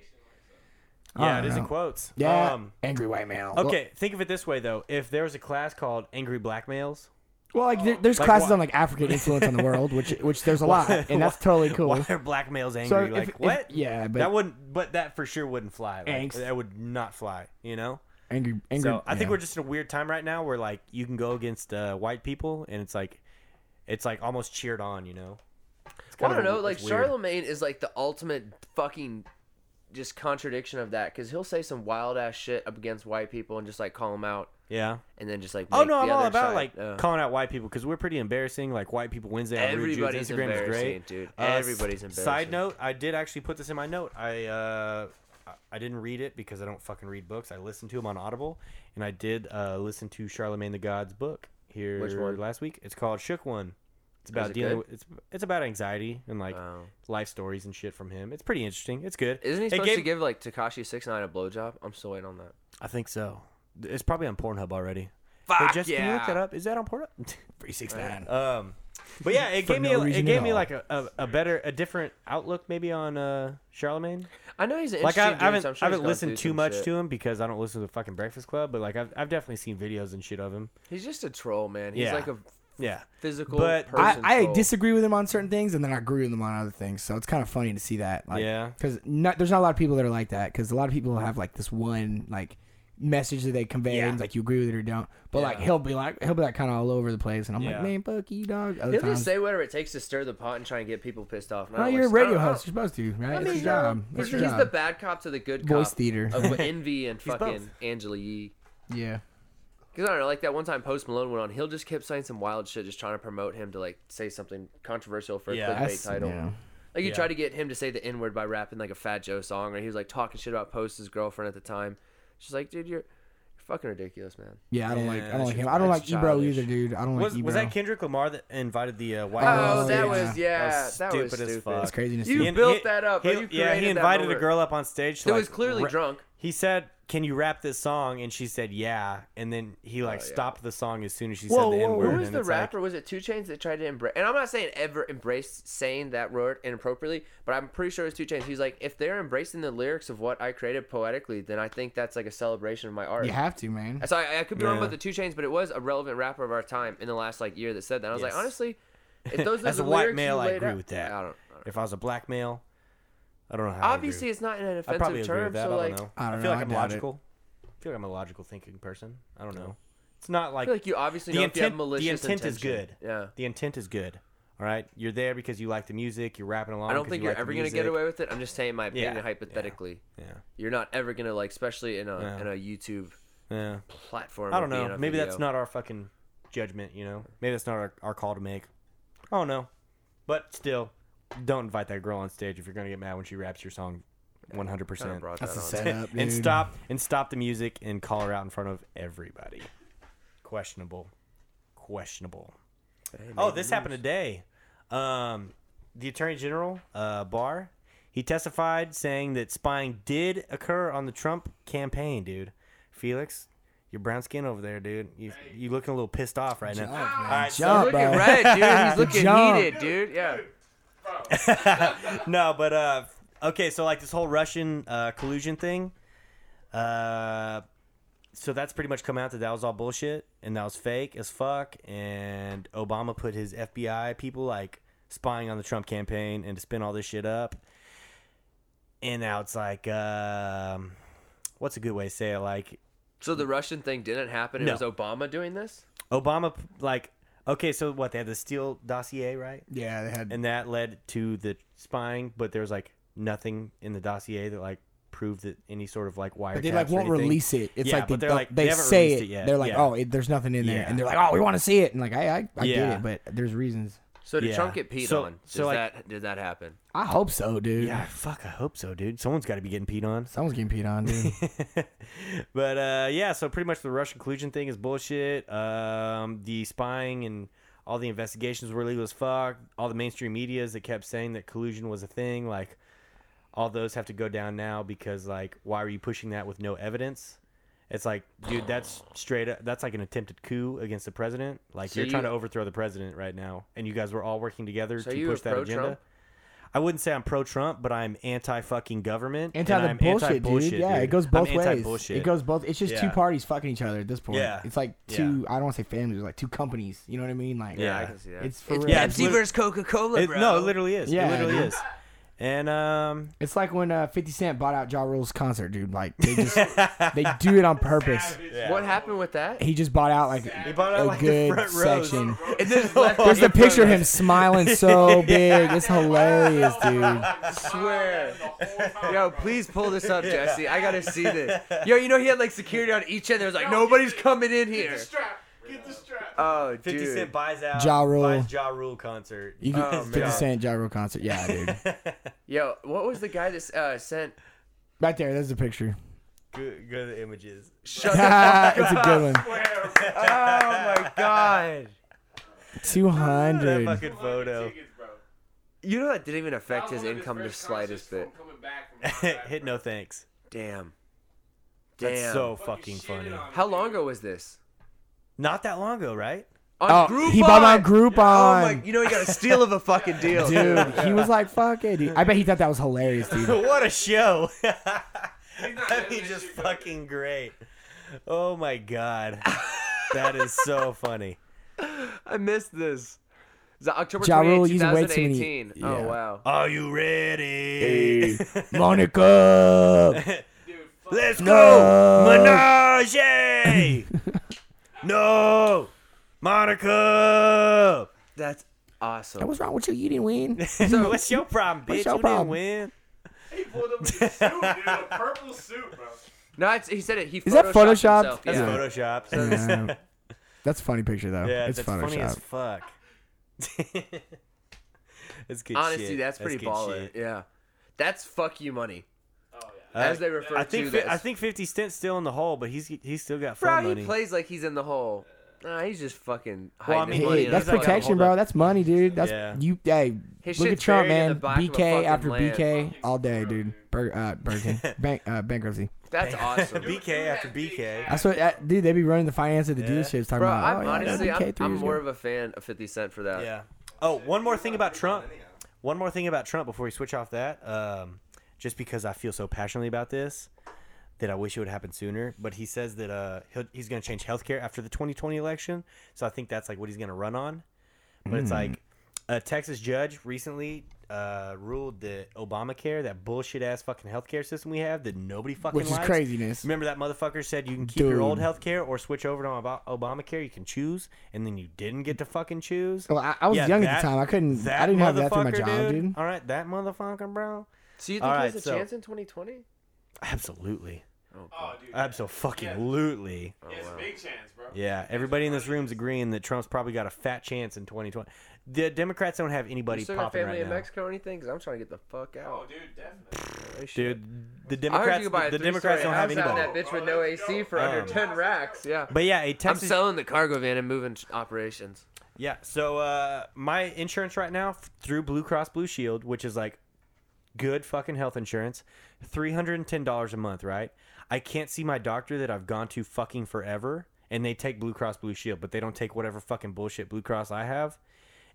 Speaker 1: Yeah,
Speaker 2: I
Speaker 1: it is in
Speaker 2: know.
Speaker 1: quotes.
Speaker 2: Yeah,
Speaker 1: Um,
Speaker 2: angry white male.
Speaker 1: okay, think of it this way though: if there was a class called Angry Black Males,
Speaker 2: Well, like there, there's
Speaker 1: Like
Speaker 2: classes
Speaker 1: why-
Speaker 2: on like African influence on the world, which which there's a lot, and that's totally cool.
Speaker 1: Why are black males angry?
Speaker 2: if-
Speaker 1: like
Speaker 2: if-
Speaker 1: what?
Speaker 2: yeah, but-
Speaker 1: that wouldn't. But that for sure wouldn't fly. Like,
Speaker 2: Angst.
Speaker 1: That would not fly. You know.
Speaker 2: Angry, angry.
Speaker 1: So I think
Speaker 2: yeah.
Speaker 1: we're just in a weird time right now where like you can go against uh, white people and it's like, it's like almost cheered on. You know. It's
Speaker 3: Well, I don't
Speaker 1: kinda-
Speaker 3: know. Like
Speaker 1: it's weird.
Speaker 3: Charlemagne is like the ultimate fucking just contradiction of that because he'll say some wild ass shit up against white people and just like call them out
Speaker 1: Yeah.
Speaker 3: and then just like.
Speaker 1: Oh
Speaker 3: make
Speaker 1: no,
Speaker 3: the
Speaker 1: I'm all
Speaker 3: other
Speaker 1: about
Speaker 3: side- Uh.
Speaker 1: like
Speaker 3: yeah.
Speaker 1: calling out white people because we're pretty embarrassing. Like white people Wednesday on Rude Dudes.
Speaker 3: Everybody's
Speaker 1: Instagram is
Speaker 3: embarrassing,
Speaker 1: great,
Speaker 3: dude.
Speaker 1: Uh, s-
Speaker 3: Everybody's
Speaker 1: Side
Speaker 3: embarrassing.
Speaker 1: note: I did actually put this in my note. I uh, I- I didn't read it because I don't fucking read books. I listened to them on Audible, and I did uh, listen to Charlemagne the God's book here
Speaker 3: Which one?
Speaker 1: last week. It's called Shook One. It's about
Speaker 3: it
Speaker 1: dealing.
Speaker 3: good?
Speaker 1: With, it's it's about anxiety and like
Speaker 3: Wow.
Speaker 1: life stories and shit from him. It's pretty interesting. It's good.
Speaker 3: Isn't he
Speaker 1: It
Speaker 3: supposed
Speaker 1: gave-
Speaker 3: to give like Takashi Six Nine a blowjob? I'm still waiting on that.
Speaker 1: I think so. It's probably on Pornhub already.
Speaker 3: Fuck
Speaker 1: just can you look
Speaker 3: yeah.
Speaker 1: that up? Is that on Pornhub?
Speaker 2: three six nine.
Speaker 1: Um, but yeah, it
Speaker 2: For
Speaker 1: gave
Speaker 2: no
Speaker 1: me a- it
Speaker 2: reason
Speaker 1: gave
Speaker 2: at
Speaker 1: me
Speaker 2: all.
Speaker 1: like a, a, a better a different outlook maybe on uh Charlemagne.
Speaker 3: I know he's an
Speaker 1: Like I, I
Speaker 3: interesting dude,
Speaker 1: haven't
Speaker 3: so I'm
Speaker 1: I
Speaker 3: sure he's
Speaker 1: haven't
Speaker 3: gone
Speaker 1: listened
Speaker 3: through
Speaker 1: too
Speaker 3: some
Speaker 1: much
Speaker 3: shit.
Speaker 1: to him because I don't listen to the fucking Breakfast Club, but like I've I've definitely seen videos and shit of him.
Speaker 3: He's just a troll, man. He's
Speaker 1: Yeah.
Speaker 3: like a
Speaker 1: Yeah,
Speaker 3: physical
Speaker 1: But I-
Speaker 2: I,
Speaker 3: person.
Speaker 2: I
Speaker 3: troll.
Speaker 2: disagree with him on certain things, and then I agree with him on other things. So it's kind of funny to see that. Like,
Speaker 1: Yeah.
Speaker 2: Because there's not a lot of people that are like that. Because a lot of people have like this one like message that they convey,
Speaker 1: Yeah.
Speaker 2: and it's like you agree with it or don't. But like he'll be like he'll be like kind of all over the place, and I'm
Speaker 1: Yeah.
Speaker 2: like, man, fuck you, dog. Other
Speaker 3: He'll
Speaker 2: times,
Speaker 3: just say whatever it takes to stir the pot and try and get people pissed off. and I
Speaker 2: no,
Speaker 3: don't
Speaker 2: you're a
Speaker 3: like- I
Speaker 2: radio
Speaker 3: don't know.
Speaker 2: host. You're supposed to, right?
Speaker 3: I
Speaker 2: it's
Speaker 3: mean,
Speaker 2: your job.
Speaker 3: he's-
Speaker 2: It's your
Speaker 3: he's
Speaker 2: job.
Speaker 3: the bad cop to the good
Speaker 2: Voice
Speaker 3: cop
Speaker 2: theater.
Speaker 3: of envy and
Speaker 1: both.
Speaker 3: fucking Angela Yee.
Speaker 2: yeah.
Speaker 3: Because I don't know, like that one time Post Malone went on, he'll just kept saying some wild shit, just trying to promote him to like say something controversial for a
Speaker 1: Yeah.
Speaker 3: clickbait
Speaker 2: That's-
Speaker 3: title.
Speaker 2: yeah.
Speaker 3: Like you
Speaker 1: Yeah.
Speaker 3: tried to get him to say the N word by rapping like a Fat Joe song, or he was like talking shit about Post's girlfriend at the time. She's like, dude, you're, you're fucking ridiculous, man.
Speaker 2: Yeah, I don't
Speaker 1: Yeah,
Speaker 2: like I
Speaker 1: that
Speaker 2: don't like
Speaker 1: shit's-
Speaker 2: him. I don't like
Speaker 3: that's
Speaker 2: Ebro
Speaker 3: childish.
Speaker 2: either, dude. I don't like
Speaker 1: was
Speaker 2: Ebro.
Speaker 1: was that Kendrick Lamar that invited the uh, white?
Speaker 3: Oh,
Speaker 1: girl?
Speaker 2: yeah.
Speaker 3: that was yeah, that was stupid,
Speaker 1: as fuck.
Speaker 2: That's craziness.
Speaker 3: You
Speaker 1: He-
Speaker 3: built
Speaker 1: he-
Speaker 3: that up.
Speaker 1: he-
Speaker 3: bro. You
Speaker 1: yeah, he
Speaker 3: created that
Speaker 1: invited a
Speaker 3: moment.
Speaker 1: girl up on stage. To
Speaker 3: That
Speaker 1: like,
Speaker 3: was clearly
Speaker 1: ra-
Speaker 3: drunk.
Speaker 1: He said, "Can you rap this song?" And she said, "Yeah." And then he
Speaker 3: Oh,
Speaker 1: like stopped the song as soon as she
Speaker 2: Whoa,
Speaker 1: said the
Speaker 2: whoa,
Speaker 1: N
Speaker 2: who
Speaker 1: word.
Speaker 3: Who was the rapper? was it Two Chains that tried to embrace? And I'm not saying ever embrace saying that word inappropriately, but I'm pretty sure it was Two Chains. He's like, if they're embracing the lyrics of what I created poetically, then I think that's like a celebration of my art.
Speaker 2: You have to, man.
Speaker 3: So I, I could be wrong
Speaker 1: Yeah.
Speaker 3: about the Two Chains, but it was a relevant rapper of our time in the last like year that said that. I was
Speaker 1: Yes.
Speaker 3: like, honestly, if those are
Speaker 1: As
Speaker 3: the
Speaker 1: a white
Speaker 3: lyrics
Speaker 1: male,
Speaker 3: you
Speaker 1: I
Speaker 3: laid
Speaker 1: agree
Speaker 3: out-
Speaker 1: with that.
Speaker 3: I don't. I don't-
Speaker 1: If I was a black male, I don't know how. I agree with
Speaker 3: Obviously, it's not an
Speaker 1: I probably agree
Speaker 3: offensive term.
Speaker 1: with that.
Speaker 3: So
Speaker 1: I
Speaker 3: like,
Speaker 1: don't know.
Speaker 2: I don't
Speaker 1: feel
Speaker 2: know,
Speaker 1: like
Speaker 2: I
Speaker 1: I'm
Speaker 2: doubt it.
Speaker 1: logical. I feel like I'm a logical thinking person. I don't know. It's not
Speaker 3: I
Speaker 1: like,
Speaker 3: feel like you obviously
Speaker 1: the
Speaker 3: know if you have
Speaker 1: intent. The
Speaker 3: malicious
Speaker 1: intent is
Speaker 3: intention.
Speaker 1: good.
Speaker 3: Yeah.
Speaker 1: The intent is good. All right. You're there because you like the music. You're rapping along.
Speaker 3: I don't
Speaker 1: 'cause
Speaker 3: think
Speaker 1: you
Speaker 3: you're
Speaker 1: like the
Speaker 3: ever gonna
Speaker 1: music.
Speaker 3: get away with it. I'm just saying my opinion
Speaker 1: Yeah.
Speaker 3: hypothetically.
Speaker 1: Yeah.
Speaker 3: You're not ever gonna like, especially in a
Speaker 1: Yeah.
Speaker 3: in a YouTube
Speaker 1: Yeah.
Speaker 3: platform.
Speaker 1: I
Speaker 3: of
Speaker 1: don't
Speaker 3: being
Speaker 1: know.
Speaker 3: on
Speaker 1: Maybe that's
Speaker 3: video.
Speaker 1: not our fucking judgment. You know. Maybe that's not our, our call to make. I don't know. But still, don't invite that girl on stage if you're gonna get mad when she raps your song. One hundred
Speaker 3: Kinda
Speaker 1: percent.
Speaker 3: brought
Speaker 2: That's
Speaker 3: that
Speaker 2: a
Speaker 3: on.
Speaker 2: setup, dude.
Speaker 1: and stop and stop the music and call her out in front of everybody. Questionable, questionable. oh, this happened today. Um, the Attorney General uh, Barr he testified saying that spying did occur on the Trump campaign, dude. Felix, your brown skin over there, dude. You you looking a little pissed off right now. All right, so-
Speaker 2: Jump,
Speaker 3: He's
Speaker 2: bro.
Speaker 3: looking red, dude. He's looking
Speaker 2: Jump.
Speaker 3: heated, dude. Yeah.
Speaker 1: no, but uh, okay. So like this whole Russian uh, collusion thing. Uh, so that's pretty much come out that that was all bullshit and that was fake as fuck. And Obama put his FBI people like spying on the Trump campaign and to spin all this shit up. And now it's like, um, what's a good way to say it? Like
Speaker 3: So the Russian thing didn't happen. It
Speaker 1: No.
Speaker 3: was Obama doing this.
Speaker 1: Obama, like okay, so what they had the Steele dossier, right?
Speaker 2: Yeah, they had
Speaker 1: and that led to the spying. But there was like nothing in the dossier that like proved that any sort of like wiretaps.
Speaker 2: But they like
Speaker 1: or
Speaker 2: won't
Speaker 1: anything.
Speaker 2: release it. It's
Speaker 1: Yeah,
Speaker 2: like they,
Speaker 1: but they're
Speaker 2: don't-
Speaker 1: like-
Speaker 2: they,
Speaker 1: they haven't
Speaker 2: say
Speaker 1: released
Speaker 2: it.
Speaker 1: it yet.
Speaker 2: They're like,
Speaker 1: Yeah.
Speaker 2: oh, it, there's nothing in there,
Speaker 1: Yeah.
Speaker 2: and they're like, oh, we want to see it, and like, I, I, I
Speaker 1: Yeah.
Speaker 2: get it, but there's reasons.
Speaker 3: So did
Speaker 1: Yeah.
Speaker 3: Trump get peed
Speaker 1: So-
Speaker 3: on?
Speaker 1: so,
Speaker 3: Is
Speaker 1: like-
Speaker 3: that did that happen?
Speaker 2: I hope so, dude.
Speaker 1: Yeah, fuck. I hope so, dude. Someone's got to be getting peed on.
Speaker 2: Someone's getting peed on, dude.
Speaker 1: but uh, yeah, so pretty much the Russian collusion thing is bullshit. Um, the spying and all the investigations were illegal as fuck. All the mainstream medias that kept saying that collusion was a thing, like all those have to go down now because like why were you pushing that with no evidence? It's like, dude, that's straight up. That's like an attempted coup against the president. Like
Speaker 3: So
Speaker 1: you're trying
Speaker 3: you-
Speaker 1: to overthrow the president right now, and you guys were all working together
Speaker 3: So
Speaker 1: to
Speaker 3: you were
Speaker 1: push that
Speaker 3: pro-Trump?
Speaker 1: agenda. I wouldn't say I'm pro Trump, but I'm anti fucking government. and
Speaker 2: Anti the
Speaker 1: I'm
Speaker 2: bullshit,
Speaker 1: anti-bullshit,
Speaker 2: dude. Yeah, it goes
Speaker 1: I'm
Speaker 2: both ways.
Speaker 1: anti-bullshit.
Speaker 2: It goes both. It's just two
Speaker 1: Yeah.
Speaker 2: parties fucking each other at this point.
Speaker 1: Yeah.
Speaker 2: It's like two. I don't want to say families. Like two companies. You know what I mean? Like
Speaker 1: Yeah.
Speaker 3: I can see that.
Speaker 2: It's for real.
Speaker 1: Yeah,
Speaker 2: it's,
Speaker 1: it's lit-
Speaker 3: Coca Cola,
Speaker 1: it- no, it literally is.
Speaker 2: Yeah,
Speaker 1: it literally
Speaker 2: dude.
Speaker 1: is. And um,
Speaker 2: like when uh, Fifty Cent bought out Ja Rule's concert, dude. Like they just they do it on purpose.
Speaker 5: Savage.
Speaker 3: What happened with that?
Speaker 2: He just bought out like
Speaker 1: he bought
Speaker 2: a
Speaker 1: out like the
Speaker 2: good
Speaker 1: front
Speaker 2: section.
Speaker 1: rows.
Speaker 3: And then left
Speaker 2: There's
Speaker 3: on
Speaker 2: the picture of
Speaker 3: front
Speaker 2: him smiling so big. It's hilarious, dude.
Speaker 3: row. I swear.
Speaker 5: The whole time,
Speaker 3: Yo,
Speaker 5: bro.
Speaker 3: please pull this up, Jesse. I gotta see this. Yo, you know he had like security on each end. There was like nobody's coming in
Speaker 5: Get
Speaker 3: here.
Speaker 5: the strap. Get the strap.
Speaker 3: Oh, dude.
Speaker 1: Fifty Cent buys out
Speaker 2: Ja Rule.
Speaker 1: buys Ja Rule concert.
Speaker 2: You can,
Speaker 3: Oh,
Speaker 2: 50
Speaker 3: man.
Speaker 2: Cent Ja Rule concert. Yeah, dude.
Speaker 3: Yo, what was the guy that uh, sent?
Speaker 2: Right there. That's the picture.
Speaker 1: Good, good images.
Speaker 3: Shut the
Speaker 2: it's a good one.
Speaker 5: Swear,
Speaker 3: Oh my god.
Speaker 2: Two
Speaker 1: That
Speaker 2: hundred.
Speaker 1: fucking photo.
Speaker 5: Tickets, bro.
Speaker 3: You know that didn't even affect
Speaker 5: That
Speaker 3: his
Speaker 5: was one of
Speaker 3: income the
Speaker 5: first
Speaker 3: slightest bit.
Speaker 5: concerts from coming back from outside,
Speaker 1: Hit
Speaker 5: bro.
Speaker 1: no thanks.
Speaker 3: Damn. Damn.
Speaker 1: That's so fucking
Speaker 5: Fucking
Speaker 1: funny.
Speaker 5: shitted on
Speaker 3: How
Speaker 5: him,
Speaker 3: long
Speaker 5: dude.
Speaker 3: ago was this?
Speaker 1: Not that long ago, right?
Speaker 3: On
Speaker 2: Oh,
Speaker 3: Groupon.
Speaker 2: he bought out
Speaker 3: Oh my!
Speaker 2: Groupon.
Speaker 3: You know he got a steal of a fucking deal.
Speaker 2: Dude, he was like, "Fuck it." Dude. I bet he thought that was hilarious, dude.
Speaker 1: what a show!
Speaker 5: not
Speaker 1: That'd be
Speaker 5: letting
Speaker 1: just
Speaker 5: you go.
Speaker 1: fucking great. Oh my god, that is so funny.
Speaker 3: I missed this. Is that October
Speaker 2: Ja
Speaker 3: 28,
Speaker 2: Rule using way too many-
Speaker 3: 2018? Oh
Speaker 2: Yeah.
Speaker 3: wow.
Speaker 1: Are you ready?
Speaker 2: Monica.
Speaker 5: Dude, fuck
Speaker 1: Let's
Speaker 2: No.
Speaker 1: go, Menage. no, Monica.
Speaker 3: That's awesome.
Speaker 2: What's wrong with you? You didn't win.
Speaker 1: So what's your problem, bitch?
Speaker 2: What's your
Speaker 1: you didn't
Speaker 2: problem?
Speaker 1: win.
Speaker 5: He pulled up in a suit, dude. A purple suit, bro.
Speaker 3: No, it's, he said it. He
Speaker 2: Is that photoshopped?
Speaker 3: photoshopped himself,
Speaker 1: That's
Speaker 3: yeah.
Speaker 1: Photoshop.
Speaker 2: Yeah. That's a funny picture though.
Speaker 1: yeah,
Speaker 2: it's
Speaker 1: that's funny as
Speaker 2: Photoshop.
Speaker 1: fuck. that's good
Speaker 3: Honestly,
Speaker 1: shit.
Speaker 3: that's pretty
Speaker 1: good
Speaker 3: baller.
Speaker 1: shit.
Speaker 3: Yeah, that's fuck you money,
Speaker 5: Oh yeah.
Speaker 3: as they refer
Speaker 1: Uh, I
Speaker 3: to
Speaker 1: think
Speaker 3: this.
Speaker 1: fi- I think Fifty Cent's still in the hole, but he's he's still got
Speaker 3: bro,
Speaker 1: fun
Speaker 3: he
Speaker 1: money.
Speaker 3: plays like he's in the hole. Nah, he's just fucking
Speaker 1: Well, I
Speaker 3: hiding his
Speaker 1: mean,
Speaker 3: money.
Speaker 2: Hey,
Speaker 3: in
Speaker 1: he's
Speaker 2: that's
Speaker 3: his pocket.
Speaker 1: like,
Speaker 2: protection,
Speaker 1: hold up.
Speaker 2: bro. That's money, dude. That's
Speaker 1: Yeah.
Speaker 2: you. Hey,
Speaker 3: His
Speaker 2: look at
Speaker 3: shit's
Speaker 2: Trump,
Speaker 3: buried in the
Speaker 2: man.
Speaker 3: back of a
Speaker 2: BK after
Speaker 3: fucking
Speaker 2: BK
Speaker 3: lamp.
Speaker 2: all day, dude. Bur- uh, Burger King. Bank, uh, bankruptcy.
Speaker 3: That's awesome,
Speaker 1: BK after BK.
Speaker 2: That's what, uh, dude. They be running the finance of the dealerships talking
Speaker 3: bro.
Speaker 2: about.
Speaker 3: I'm
Speaker 2: oh, yeah,
Speaker 3: honestly,
Speaker 2: WK
Speaker 3: I'm,
Speaker 2: three
Speaker 3: I'm
Speaker 2: years
Speaker 3: more
Speaker 2: ago."
Speaker 3: of a fan of Fifty Cent for that.
Speaker 1: Yeah. Oh, one more thing about Trump. One more thing about Trump before we switch off that. Um, just because I feel so passionately about this that I wish it would happen sooner. But he says that uh, he'll, he's going to change healthcare after the 2020 election. So I think that's like what he's going to run on. But
Speaker 2: Hmm.
Speaker 1: it's like a Texas judge recently uh, ruled that Obamacare, that bullshit ass fucking healthcare system we have that nobody fucking
Speaker 2: Which is
Speaker 1: likes.
Speaker 2: craziness.
Speaker 1: Remember that motherfucker said you can keep your old
Speaker 2: Dude.
Speaker 1: healthcare or switch over to Ob- Obamacare. You can choose, and then you didn't get to fucking choose.
Speaker 2: Well, I, I was
Speaker 1: Yeah,
Speaker 2: young
Speaker 1: that-
Speaker 2: at the time. I couldn't.
Speaker 1: that
Speaker 2: I didn't have that through my
Speaker 1: motherfucker,
Speaker 2: job, dude.
Speaker 1: All right, that motherfucker, bro.
Speaker 3: So you
Speaker 1: All
Speaker 3: think he has
Speaker 1: right,
Speaker 3: a
Speaker 1: so-
Speaker 3: chance in 2020?
Speaker 1: Absolutely,
Speaker 5: Oh, dude.
Speaker 1: absolutely.
Speaker 3: Oh,
Speaker 5: It's a big chance, bro.
Speaker 1: Yeah, everybody in this room's agreeing that Trump's probably got a fat chance in 2020. The Democrats don't have
Speaker 3: You
Speaker 1: anybody
Speaker 3: still got
Speaker 1: popping
Speaker 3: family
Speaker 1: right
Speaker 3: in
Speaker 1: now,
Speaker 3: Mexico or anything? Because I'm trying to get the fuck
Speaker 5: Oh,
Speaker 3: out.
Speaker 5: dude, definitely.
Speaker 3: Holy shit.
Speaker 1: dude. The
Speaker 3: I heard you
Speaker 1: Democrats,
Speaker 3: could buy
Speaker 1: the
Speaker 3: a three-story
Speaker 1: Democrats don't have
Speaker 3: house out in
Speaker 1: anybody.
Speaker 3: That bitch with no AC for under
Speaker 1: Um,
Speaker 3: 10 racks. Yeah.
Speaker 1: But yeah, a
Speaker 3: I'm
Speaker 1: Texas.
Speaker 3: selling the cargo van and moving sh- operations.
Speaker 1: yeah, so uh, my insurance right now f- through Blue Cross Blue Shield, which is like good fucking health insurance, three hundred and ten dollars a month. Right? I can't see my doctor that I've gone to fucking forever, and they take Blue Cross Blue Shield, but they don't take whatever fucking bullshit Blue Cross I have.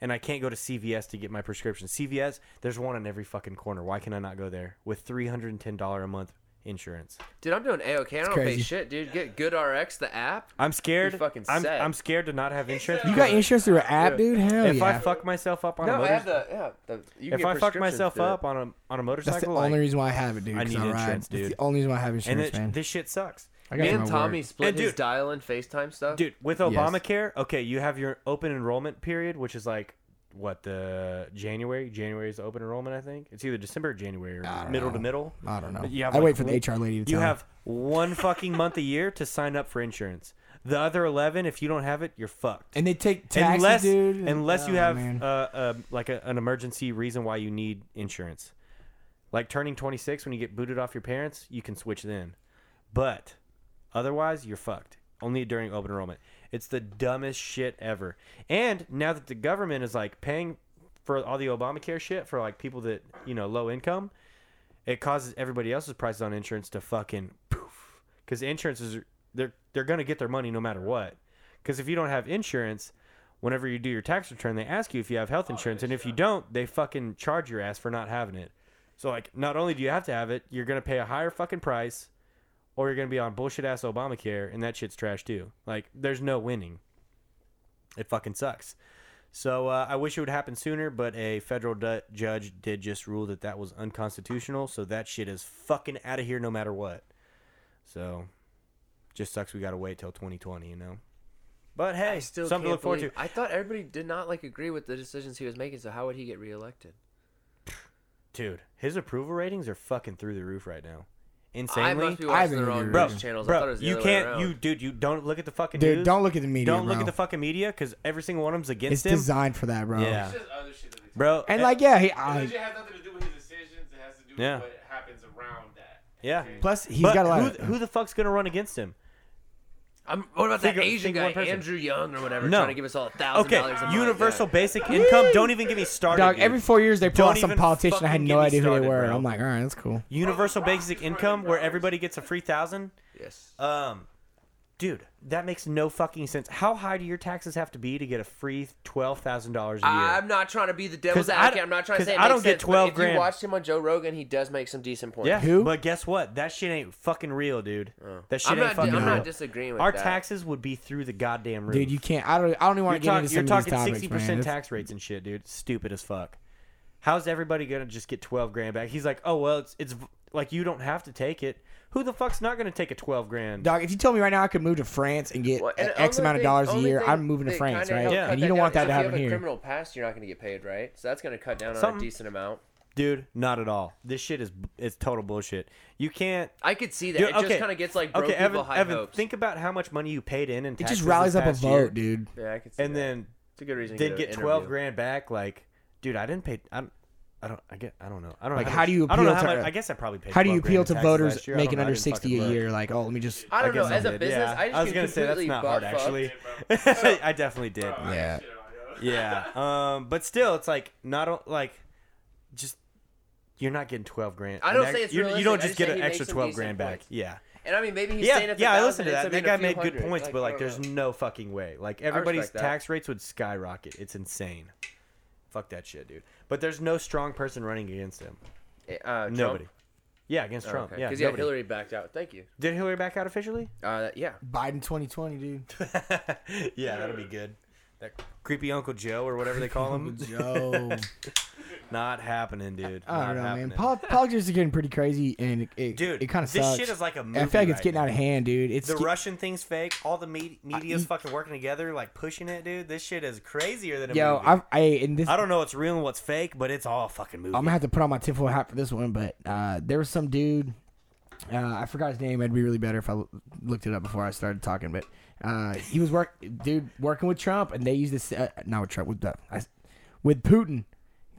Speaker 1: And I can't go to CVS to get my prescription. CVS, there's one in every fucking corner. Why can I not go there with three hundred and ten dollar a month insurance?
Speaker 3: Dude, I'm doing AOK. I don't
Speaker 2: crazy.
Speaker 3: pay shit, dude. Get Good RX, the app.
Speaker 1: I'm scared.
Speaker 3: You're fucking
Speaker 1: I'm,
Speaker 3: set.
Speaker 1: I'm scared to not have insurance.
Speaker 2: uh, You
Speaker 1: because
Speaker 2: got insurance through an app, dude? Hell
Speaker 1: If
Speaker 2: yeah.
Speaker 1: I fuck myself up on a
Speaker 3: No, I
Speaker 1: motorcycle.
Speaker 3: have the. Yeah, the you can
Speaker 1: if
Speaker 3: get
Speaker 1: I fuck
Speaker 3: prescriptions
Speaker 1: myself
Speaker 3: through it.
Speaker 1: up on a on a motorcycle,
Speaker 2: That's the
Speaker 1: like-
Speaker 2: only reason why I have it, dude.
Speaker 1: I
Speaker 2: 'cause
Speaker 1: need
Speaker 2: ride.
Speaker 1: insurance,
Speaker 2: That's
Speaker 1: dude.
Speaker 2: the only reason why I have
Speaker 1: and
Speaker 2: insurance,
Speaker 1: it,
Speaker 2: man.
Speaker 1: this shit sucks,
Speaker 2: I got
Speaker 3: Me
Speaker 2: it
Speaker 3: and
Speaker 2: from my
Speaker 3: Tommy
Speaker 2: work.
Speaker 3: split
Speaker 1: And
Speaker 3: his
Speaker 1: dude-
Speaker 3: dial and FaceTime stuff.
Speaker 1: dude. With Obamacare, okay, you have your open enrollment period, which is like what the January. January is the open enrollment, I think. It's either December or January, or
Speaker 2: don't
Speaker 1: middle
Speaker 2: know.
Speaker 1: to middle.
Speaker 2: I don't know.
Speaker 1: But you have,
Speaker 2: I
Speaker 1: like,
Speaker 2: wait for the
Speaker 1: one-
Speaker 2: HR lady to
Speaker 1: You
Speaker 2: tell me.
Speaker 1: have one fucking month a year to sign up for insurance. The other eleven, if you don't have it, you're fucked.
Speaker 2: And they take taxes,
Speaker 1: unless
Speaker 2: dude. and-
Speaker 1: unless you
Speaker 2: oh,
Speaker 1: have
Speaker 2: man.
Speaker 1: uh, uh, like a, an emergency reason why you need insurance, like turning 26 when you get booted off your parents, you can switch then. But otherwise, you're fucked. Only during open enrollment. It's the dumbest shit ever. And now that the government is like paying for all the Obamacare shit for like people that you know low income, it causes everybody else's prices on insurance to fucking poof because insurance is they're they're gonna get their money no matter what because if you don't have insurance whenever you do your tax return, they ask you if you have health insurance, and if you don't, they fucking charge your ass for not having it. So like, not only do you have to have it, you're gonna pay a higher fucking price, or you're gonna be on bullshit ass Obamacare, and that shit's trash too. Like, there's no winning. It fucking sucks. So uh, I wish it would happen sooner, but a federal du- judge did just rule that that was unconstitutional. So that shit is fucking out of here, no matter what. So, just sucks. We gotta wait till 2020, you know. But hey,
Speaker 3: I still
Speaker 1: something to
Speaker 3: can't
Speaker 1: look forward
Speaker 3: believe-
Speaker 1: to.
Speaker 3: I thought everybody did not like agree with the decisions he was making. So how would he get reelected?
Speaker 1: Dude, his approval ratings are fucking through the roof right now.
Speaker 3: I
Speaker 1: Insanely.
Speaker 3: must be
Speaker 2: I've
Speaker 3: watching
Speaker 2: been
Speaker 3: the wrong
Speaker 2: agree.
Speaker 1: bro,
Speaker 3: news channels. I thought it
Speaker 1: bro
Speaker 3: was the
Speaker 1: you
Speaker 3: other way
Speaker 1: can't,
Speaker 3: around.
Speaker 1: you dude, you don't look at the fucking
Speaker 2: Dude,
Speaker 1: news.
Speaker 2: don't look at the media,
Speaker 1: Don't look
Speaker 2: bro.
Speaker 1: at the fucking media because every single one of them's
Speaker 2: It's
Speaker 1: against him.
Speaker 2: designed for that, bro.
Speaker 1: Yeah,
Speaker 5: It's just other shit that they
Speaker 1: bro,
Speaker 2: And
Speaker 1: eh,
Speaker 2: like, yeah, he,
Speaker 5: It
Speaker 2: I,
Speaker 5: legit has nothing to do with his decisions. It has to do with
Speaker 1: Yeah.
Speaker 5: what happens around that.
Speaker 1: yeah.
Speaker 2: plus he's
Speaker 1: but
Speaker 2: got a lot.
Speaker 1: who,
Speaker 2: of,
Speaker 1: who the fuck's gonna run against him?
Speaker 3: I'm, what about that
Speaker 1: Think of-
Speaker 3: Asian
Speaker 1: think of one
Speaker 3: guy,
Speaker 1: person.
Speaker 3: Andrew Young or whatever,
Speaker 1: No.
Speaker 3: trying to give us all a thousand
Speaker 1: Okay,
Speaker 3: dollars a month?
Speaker 1: universal
Speaker 3: Yeah.
Speaker 1: basic income. Don't even get me started.
Speaker 2: dog,
Speaker 1: dude.
Speaker 2: every four years they pull
Speaker 1: Don't
Speaker 2: out some
Speaker 1: even
Speaker 2: politician. I had
Speaker 1: fucking get
Speaker 2: no
Speaker 1: me
Speaker 2: idea who
Speaker 1: started,
Speaker 2: they were.
Speaker 1: bro.
Speaker 2: I'm like, all right, that's cool.
Speaker 1: universal
Speaker 5: Bro, Rock is
Speaker 1: basic
Speaker 5: running
Speaker 1: income where
Speaker 5: dollars.
Speaker 1: everybody gets a free thousand.
Speaker 3: Yes.
Speaker 1: Um, dude, that makes no fucking sense. How high do your taxes have to be to get a free twelve thousand dollars a year?
Speaker 3: I'm not trying to be the devil's
Speaker 1: 'Cause I
Speaker 3: advocate.
Speaker 1: don't-
Speaker 3: I'm not trying to
Speaker 1: 'cause
Speaker 3: say it
Speaker 1: I don't
Speaker 3: makes
Speaker 1: get
Speaker 3: sense, but
Speaker 1: 12
Speaker 3: if
Speaker 1: grand.
Speaker 3: you watched him on Joe Rogan, he does make some decent points.
Speaker 1: yeah,
Speaker 2: Who?
Speaker 1: But guess what? That shit ain't fucking real, dude. That shit
Speaker 3: Oh. I'm
Speaker 1: ain't
Speaker 3: not,
Speaker 1: fucking
Speaker 3: I'm
Speaker 1: real.
Speaker 3: not disagreeing with
Speaker 1: Our
Speaker 3: that.
Speaker 1: taxes would be through the goddamn roof.
Speaker 2: Dude, you can't. I don't. I don't even
Speaker 1: are
Speaker 2: want to get
Speaker 1: talking,
Speaker 2: into
Speaker 1: you're
Speaker 2: some of these
Speaker 1: talking
Speaker 2: topics,
Speaker 1: sixty
Speaker 2: man.
Speaker 1: percent
Speaker 2: It's-
Speaker 1: tax rates and shit, dude. Stupid as fuck. How's everybody gonna just get twelve grand back? He's like, oh well, it's it's v- like you don't have to take it. Who the fuck's not gonna take a twelve grand?
Speaker 2: Dog, if you told me right now I could move to France and get
Speaker 3: Well, and
Speaker 2: a-
Speaker 3: the
Speaker 2: X
Speaker 3: only
Speaker 2: amount of
Speaker 3: thing-
Speaker 2: dollars a
Speaker 3: only
Speaker 2: year,
Speaker 3: thing
Speaker 2: I'm moving to
Speaker 3: that
Speaker 2: France,
Speaker 3: kinda
Speaker 2: right?
Speaker 3: helped
Speaker 1: Yeah.
Speaker 3: cut
Speaker 2: And you don't
Speaker 3: down
Speaker 2: want that
Speaker 3: is
Speaker 2: to
Speaker 3: if
Speaker 2: happen
Speaker 3: You have a
Speaker 2: here.
Speaker 3: criminal past, you're not going to get paid, right? So that's going to cut down on a
Speaker 1: Something.
Speaker 3: decent amount.
Speaker 1: Dude, not at all. This shit is it's total bullshit. You can't.
Speaker 3: I could see that.
Speaker 1: Dude,
Speaker 3: it just
Speaker 1: okay.
Speaker 3: kind of gets like broke
Speaker 1: okay,
Speaker 3: people
Speaker 1: Evan,
Speaker 3: high
Speaker 1: Evan,
Speaker 3: hopes.
Speaker 1: think about how much money you paid in and
Speaker 2: It just rallies up a vote, dude.
Speaker 3: yeah, I could see
Speaker 1: and
Speaker 3: that.
Speaker 1: then
Speaker 3: it's a good reason. to
Speaker 1: then
Speaker 3: go to
Speaker 1: get
Speaker 3: an
Speaker 1: twelve
Speaker 3: interview.
Speaker 1: grand back. Like, dude, I didn't pay. I'm, I don't. I get. I don't know. I don't.
Speaker 2: Like,
Speaker 1: know
Speaker 2: how do you
Speaker 1: I don't know
Speaker 2: appeal
Speaker 1: how
Speaker 2: to-
Speaker 1: much. I guess I probably paid.
Speaker 2: How do
Speaker 1: 12
Speaker 2: you
Speaker 1: grand
Speaker 2: appeal
Speaker 1: in
Speaker 2: to
Speaker 1: taxes
Speaker 2: voters
Speaker 1: last year. I don't
Speaker 2: making
Speaker 1: know. I
Speaker 2: under
Speaker 1: didn't fucking
Speaker 2: 60 a
Speaker 1: look.
Speaker 2: year? Like, oh, let me just.
Speaker 3: I don't know.
Speaker 1: guess
Speaker 3: As a
Speaker 1: did,
Speaker 3: business,
Speaker 1: yeah.
Speaker 3: I just
Speaker 1: was
Speaker 3: get
Speaker 1: gonna say that's
Speaker 3: completely
Speaker 1: not hard
Speaker 3: butt fucked.
Speaker 1: actually. I definitely did.
Speaker 5: Bro,
Speaker 2: Yeah.
Speaker 5: shit on you.
Speaker 1: Yeah. Um, but still, it's like not o- like just you're not getting twelve grand.
Speaker 3: I don't
Speaker 1: And
Speaker 3: say
Speaker 1: that-
Speaker 3: it's
Speaker 1: you, you
Speaker 3: realistic,
Speaker 1: don't
Speaker 3: I
Speaker 1: just,
Speaker 3: just
Speaker 1: get
Speaker 3: say
Speaker 1: an
Speaker 3: he makes
Speaker 1: extra
Speaker 3: some
Speaker 1: twelve
Speaker 3: decent
Speaker 1: grand back.
Speaker 3: points.
Speaker 1: Yeah.
Speaker 3: And I mean, maybe he's saying
Speaker 1: Yeah,
Speaker 3: it's a
Speaker 1: yeah, I
Speaker 3: thousand,
Speaker 1: listened to
Speaker 3: it's
Speaker 1: that. That
Speaker 3: been a
Speaker 1: guy
Speaker 3: few
Speaker 1: made good
Speaker 3: hundred.
Speaker 1: points, but
Speaker 3: I
Speaker 1: like,
Speaker 3: don't
Speaker 1: there's
Speaker 3: know.
Speaker 1: no fucking way. Like, everybody's
Speaker 3: respect that.
Speaker 1: tax rates would skyrocket. It's insane. Fuck that shit, dude. But there's no strong person running against him.
Speaker 3: uh, Trump?
Speaker 1: Nobody. Yeah, against
Speaker 3: Oh,
Speaker 1: Trump.
Speaker 3: okay.
Speaker 1: Yeah,
Speaker 3: because yeah,
Speaker 1: nobody.
Speaker 3: Hillary backed out. Thank you.
Speaker 1: Did Hillary back out officially?
Speaker 3: Uh, yeah.
Speaker 2: Biden 2020, dude.
Speaker 1: yeah, that'll be good. That creepy Uncle Joe or whatever they call him.
Speaker 2: Joe.
Speaker 1: Not happening, dude.
Speaker 2: I
Speaker 1: Not
Speaker 2: don't know,
Speaker 1: happening.
Speaker 2: man. Poli- Politics are getting pretty crazy, and it, it,
Speaker 1: Dude,
Speaker 2: it kind of
Speaker 1: this
Speaker 2: sucks.
Speaker 1: shit is like a
Speaker 2: I
Speaker 1: movie
Speaker 2: feel like it's
Speaker 1: right
Speaker 2: getting
Speaker 1: now.
Speaker 2: out of hand, dude. It's
Speaker 1: the
Speaker 2: ge-
Speaker 1: Russian thing's fake. All the me- media's
Speaker 2: I-
Speaker 1: fucking working together, like pushing it, dude. This shit is crazier than a
Speaker 2: yo.
Speaker 1: movie.
Speaker 2: I've, I and this
Speaker 1: I don't know what's real and what's fake, but it's all a fucking movie.
Speaker 2: I'm gonna have to put on my tinfoil hat for this one, but uh, there was some dude. Uh, I forgot his name. It'd be really better if I l- looked it up before I started talking. But uh, he was work, dude, working with Trump, and they used this uh, not with Trump with uh, I s- with Putin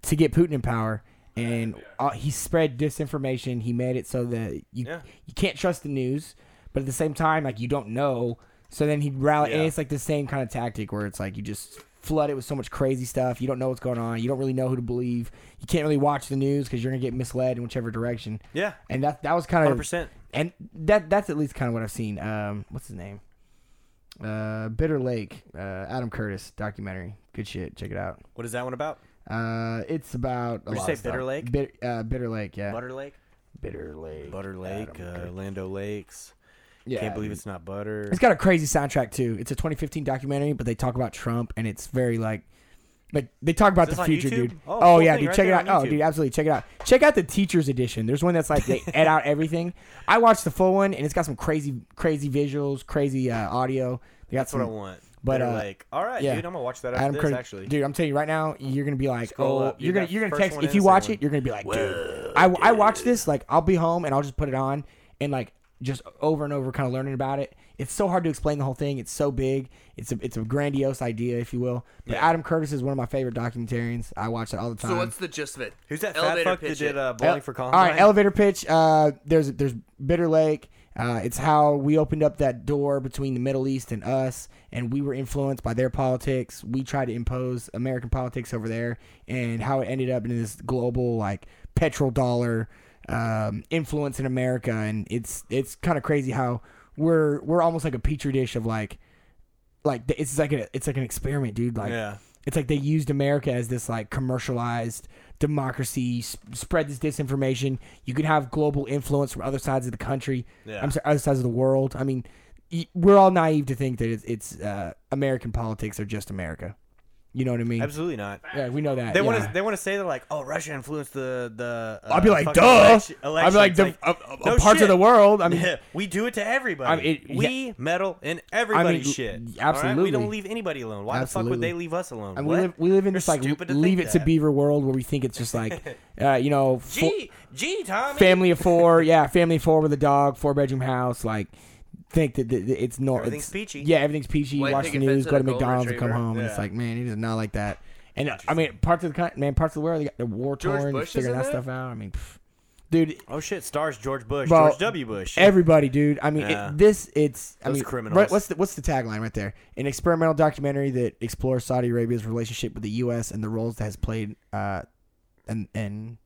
Speaker 2: to get Putin in power, and uh, he spread disinformation. He made it so that you
Speaker 1: Yeah.
Speaker 2: you can't trust the news, but at the same time, like you don't know. So then he'd rally, and
Speaker 1: Yeah.
Speaker 2: it's like the same kind of tactic where it's like you just flood it with so much crazy stuff. You don't know what's going on. You don't really know who to believe. You can't really watch the news because you're gonna get misled in whichever direction.
Speaker 1: Yeah.
Speaker 2: and that that was kind of
Speaker 1: 100%.
Speaker 2: and that that's at least kind of what I've seen. Um, what's his name? Uh, Bitter Lake, uh, Adam Curtis documentary. Good shit. Check it out.
Speaker 1: What is that one about?
Speaker 2: Uh, it's about a
Speaker 1: you
Speaker 2: lot
Speaker 1: say
Speaker 2: of stuff.
Speaker 1: Bitter Lake?
Speaker 2: Bit, uh, Bitter Lake, yeah.
Speaker 1: Butter Lake?
Speaker 2: Bitter Lake.
Speaker 1: Butter Lake,
Speaker 2: Adam
Speaker 1: uh,
Speaker 2: Curtis.
Speaker 1: Lando Lakes.
Speaker 2: yeah,
Speaker 1: Can't believe it's not butter.
Speaker 2: It's got a crazy soundtrack too. It's a 2015 documentary, but they talk about Trump, and it's very like, like they talk about
Speaker 1: Is this
Speaker 2: the
Speaker 1: on
Speaker 2: future,
Speaker 1: YouTube?
Speaker 2: dude.
Speaker 1: Oh,
Speaker 2: Oh,
Speaker 1: cool
Speaker 2: yeah,
Speaker 1: thing,
Speaker 2: dude,
Speaker 1: right
Speaker 2: check it
Speaker 1: there
Speaker 2: out.
Speaker 1: on
Speaker 2: Oh,
Speaker 1: YouTube.
Speaker 2: dude, absolutely check it out. Check out the teachers edition. There's one that's like they edit out everything. I watched the full one, and it's got some crazy, crazy visuals, crazy uh, audio. They got
Speaker 1: That's
Speaker 2: some,
Speaker 1: what I want.
Speaker 2: but,
Speaker 1: Butter
Speaker 2: uh,
Speaker 1: Lake. All right,
Speaker 2: yeah.
Speaker 1: dude. I'm gonna watch that after
Speaker 2: Adam
Speaker 1: this.
Speaker 2: Curtis,
Speaker 1: actually,
Speaker 2: dude, I'm telling you right now, you're gonna be like,
Speaker 1: Scroll
Speaker 2: oh,
Speaker 1: up.
Speaker 2: you're
Speaker 1: You
Speaker 2: gonna
Speaker 1: got
Speaker 2: you're gonna
Speaker 1: first
Speaker 2: text
Speaker 1: one
Speaker 2: if
Speaker 1: and
Speaker 2: you
Speaker 1: the
Speaker 2: watch
Speaker 1: second
Speaker 2: it, you're gonna be like, dude, I I watch this like I'll be home and I'll just put it on and like just over and over, kind of learning about it. It's so hard to explain the whole thing. It's so big. It's a it's a grandiose idea, if you will. But
Speaker 1: Yeah.
Speaker 2: Adam Curtis is one of my favorite documentarians. I watch it all the time.
Speaker 3: So what's the gist of it?
Speaker 1: who's that
Speaker 3: Elevator
Speaker 1: fat fuck that
Speaker 3: pitch
Speaker 1: did
Speaker 3: it.
Speaker 1: uh,
Speaker 2: El-
Speaker 1: bowling for
Speaker 2: All
Speaker 1: Columbine?
Speaker 2: right, elevator pitch. Uh, there's there's Bitter Lake. Uh, it's how we opened up that door between the Middle East and us, and we were influenced by their politics. We tried to impose American politics over there, and how it ended up in this global like petrol dollar um, influence in America, and it's it's kind of crazy how we're we're almost like a petri dish of like like th- it's like a, it's like an experiment, dude. Like
Speaker 1: Yeah.
Speaker 2: it's like they used America as this like commercialized democracy, s- spread this disinformation. You could have global influence from other sides of the country.
Speaker 1: Yeah.
Speaker 2: I'm sorry, other sides of the world. I mean, y- we're all naive to think that it's, it's uh, American politics are just America. You know what I mean?
Speaker 1: Absolutely not.
Speaker 2: Yeah, we know that.
Speaker 1: They
Speaker 2: yeah.
Speaker 1: want to. They want to say they're like, oh, Russia influenced the the. Uh,
Speaker 2: I'll be like,
Speaker 1: fucking
Speaker 2: duh.
Speaker 1: elec-
Speaker 2: I'll be like,
Speaker 1: elections."
Speaker 2: the, uh, uh,
Speaker 1: no
Speaker 2: parts
Speaker 1: shit.
Speaker 2: of the world. I mean,
Speaker 1: Yeah, we do it to everybody.
Speaker 2: I mean, it- yeah.
Speaker 1: we meddle in everybody's shit.
Speaker 2: y-
Speaker 1: all right? We
Speaker 2: absolutely.
Speaker 1: don't leave anybody alone. Why the fuck would
Speaker 2: Absolutely.
Speaker 1: they leave us alone?
Speaker 2: And we
Speaker 1: What?
Speaker 2: live, we live in
Speaker 1: They're
Speaker 2: this like
Speaker 1: stupid to
Speaker 2: leave it
Speaker 1: think
Speaker 2: to
Speaker 1: that.
Speaker 2: Beaver world where we think it's just like, uh, you know, fo-
Speaker 1: Gee, gee, Tommy.
Speaker 2: family of four, yeah, family of four with a dog, four bedroom house, like think that, that that it's normal.
Speaker 1: Everything's peachy.
Speaker 2: Yeah, everything's peachy.
Speaker 3: White
Speaker 2: watch
Speaker 3: picket
Speaker 2: the news,
Speaker 3: fence
Speaker 2: go to
Speaker 3: and a golden
Speaker 2: McDonald's, and come
Speaker 3: retriever.
Speaker 2: home, and it's
Speaker 1: Yeah.
Speaker 2: like, man, it is not like that. And uh, I mean, parts of the country, man, parts of the world, they got the war
Speaker 3: George
Speaker 2: torn,
Speaker 3: Bush is
Speaker 2: figuring
Speaker 3: in
Speaker 2: that
Speaker 3: that?
Speaker 2: stuff out. I mean, pff, dude,
Speaker 1: Oh shit! Stars George Bush,
Speaker 2: Bro,
Speaker 1: George W. Bush.
Speaker 2: Everybody, dude. I mean,
Speaker 1: Yeah.
Speaker 2: it, this it's. I
Speaker 1: Those
Speaker 2: mean,
Speaker 1: criminals.
Speaker 2: right- what's the what's the tagline right there? An experimental documentary that explores Saudi Arabia's relationship with the U.S. and the roles that has played, uh, and and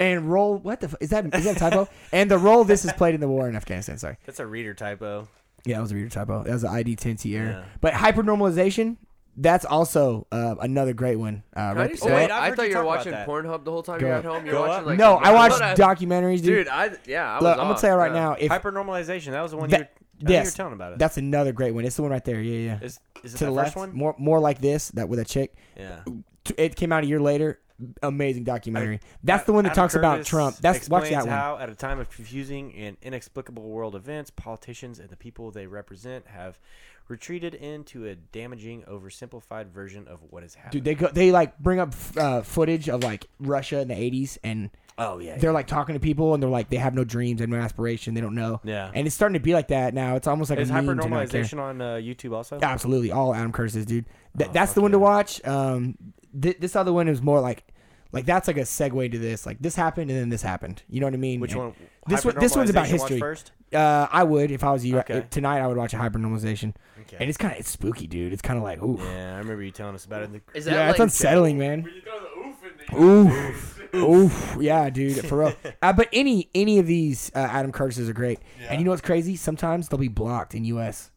Speaker 2: and role. What the fu- is that? Is that a typo? and the role this has played in the war in Afghanistan. Sorry.
Speaker 1: That's a reader typo.
Speaker 2: Yeah, that was a reader typo. That was an ID 10 T error.
Speaker 1: Yeah.
Speaker 2: But hypernormalization. That's also uh, another great one. Uh,
Speaker 3: Can I
Speaker 2: right
Speaker 3: just
Speaker 1: Oh,
Speaker 3: say,
Speaker 1: wait, I've
Speaker 3: I
Speaker 1: heard
Speaker 3: thought
Speaker 1: you
Speaker 3: you
Speaker 1: talk
Speaker 3: were
Speaker 1: about
Speaker 3: watching
Speaker 1: that.
Speaker 3: Pornhub the whole time
Speaker 2: Go
Speaker 3: you're
Speaker 2: up.
Speaker 3: at home. You're
Speaker 1: Go
Speaker 3: watching
Speaker 1: up.
Speaker 3: like
Speaker 2: no, I watched
Speaker 3: thought
Speaker 2: documentaries, dude.
Speaker 3: Dude, I yeah, I was
Speaker 2: Look, I'm gonna
Speaker 3: off,
Speaker 2: tell you right
Speaker 3: yeah.
Speaker 2: now. If
Speaker 1: Hypernormalization. That was the one
Speaker 2: that,
Speaker 1: you, were, I think you
Speaker 2: yes,
Speaker 1: were telling about. It.
Speaker 2: That's another great one. It's the one right there. Yeah, yeah.
Speaker 1: is, is it
Speaker 2: to
Speaker 1: the
Speaker 2: the
Speaker 1: first
Speaker 2: left,
Speaker 1: one?
Speaker 2: more more like this that with a chick.
Speaker 1: yeah.
Speaker 2: T- It came out a year later. Amazing documentary. That's the one that
Speaker 1: Adam
Speaker 2: talks about
Speaker 1: Curtis
Speaker 2: Trump. That's watch
Speaker 1: explains
Speaker 2: that one.
Speaker 1: How, at a time of confusing and inexplicable world events, politicians and the people they represent have retreated into a damaging, oversimplified version of what has happened.
Speaker 2: Dude, they go. They like bring up f- uh, footage of like Russia in the '80s, and
Speaker 1: oh yeah,
Speaker 2: they're like talking to people, and they're like they have no dreams and no aspiration. They don't know.
Speaker 1: Yeah.
Speaker 2: And it's starting to be like that now. It's almost like
Speaker 1: is
Speaker 2: a meme to not care.
Speaker 1: hypernormalization on uh, YouTube also?
Speaker 2: Absolutely, all Adam Curtis, dude. Th-
Speaker 1: Oh,
Speaker 2: that's the
Speaker 1: fuck
Speaker 2: one to
Speaker 1: yeah.
Speaker 2: watch. Um, th- this other one is more like, like that's like a segue to this. Like this happened and then this happened. You know what I mean?
Speaker 1: Which
Speaker 2: And
Speaker 1: one?
Speaker 2: This one. This one's about
Speaker 1: Hypernormalization, watch
Speaker 2: history.
Speaker 1: First?
Speaker 2: Uh, I would if I was you
Speaker 1: Okay.
Speaker 2: tonight. I would watch a hypernormalization.
Speaker 1: Okay.
Speaker 2: And it's kind of it's spooky, dude. It's kind of like ooh,
Speaker 1: Yeah, I remember you telling us about it. in the-
Speaker 3: Is that
Speaker 2: yeah,
Speaker 3: like,
Speaker 2: it's unsettling, man.
Speaker 5: When you throw the oof in there.
Speaker 2: Oof, oof, yeah, dude, for real. Uh, but any any of these uh, Adam Curtis's are great. And you know what's crazy? Sometimes theyll be blocked in U.S.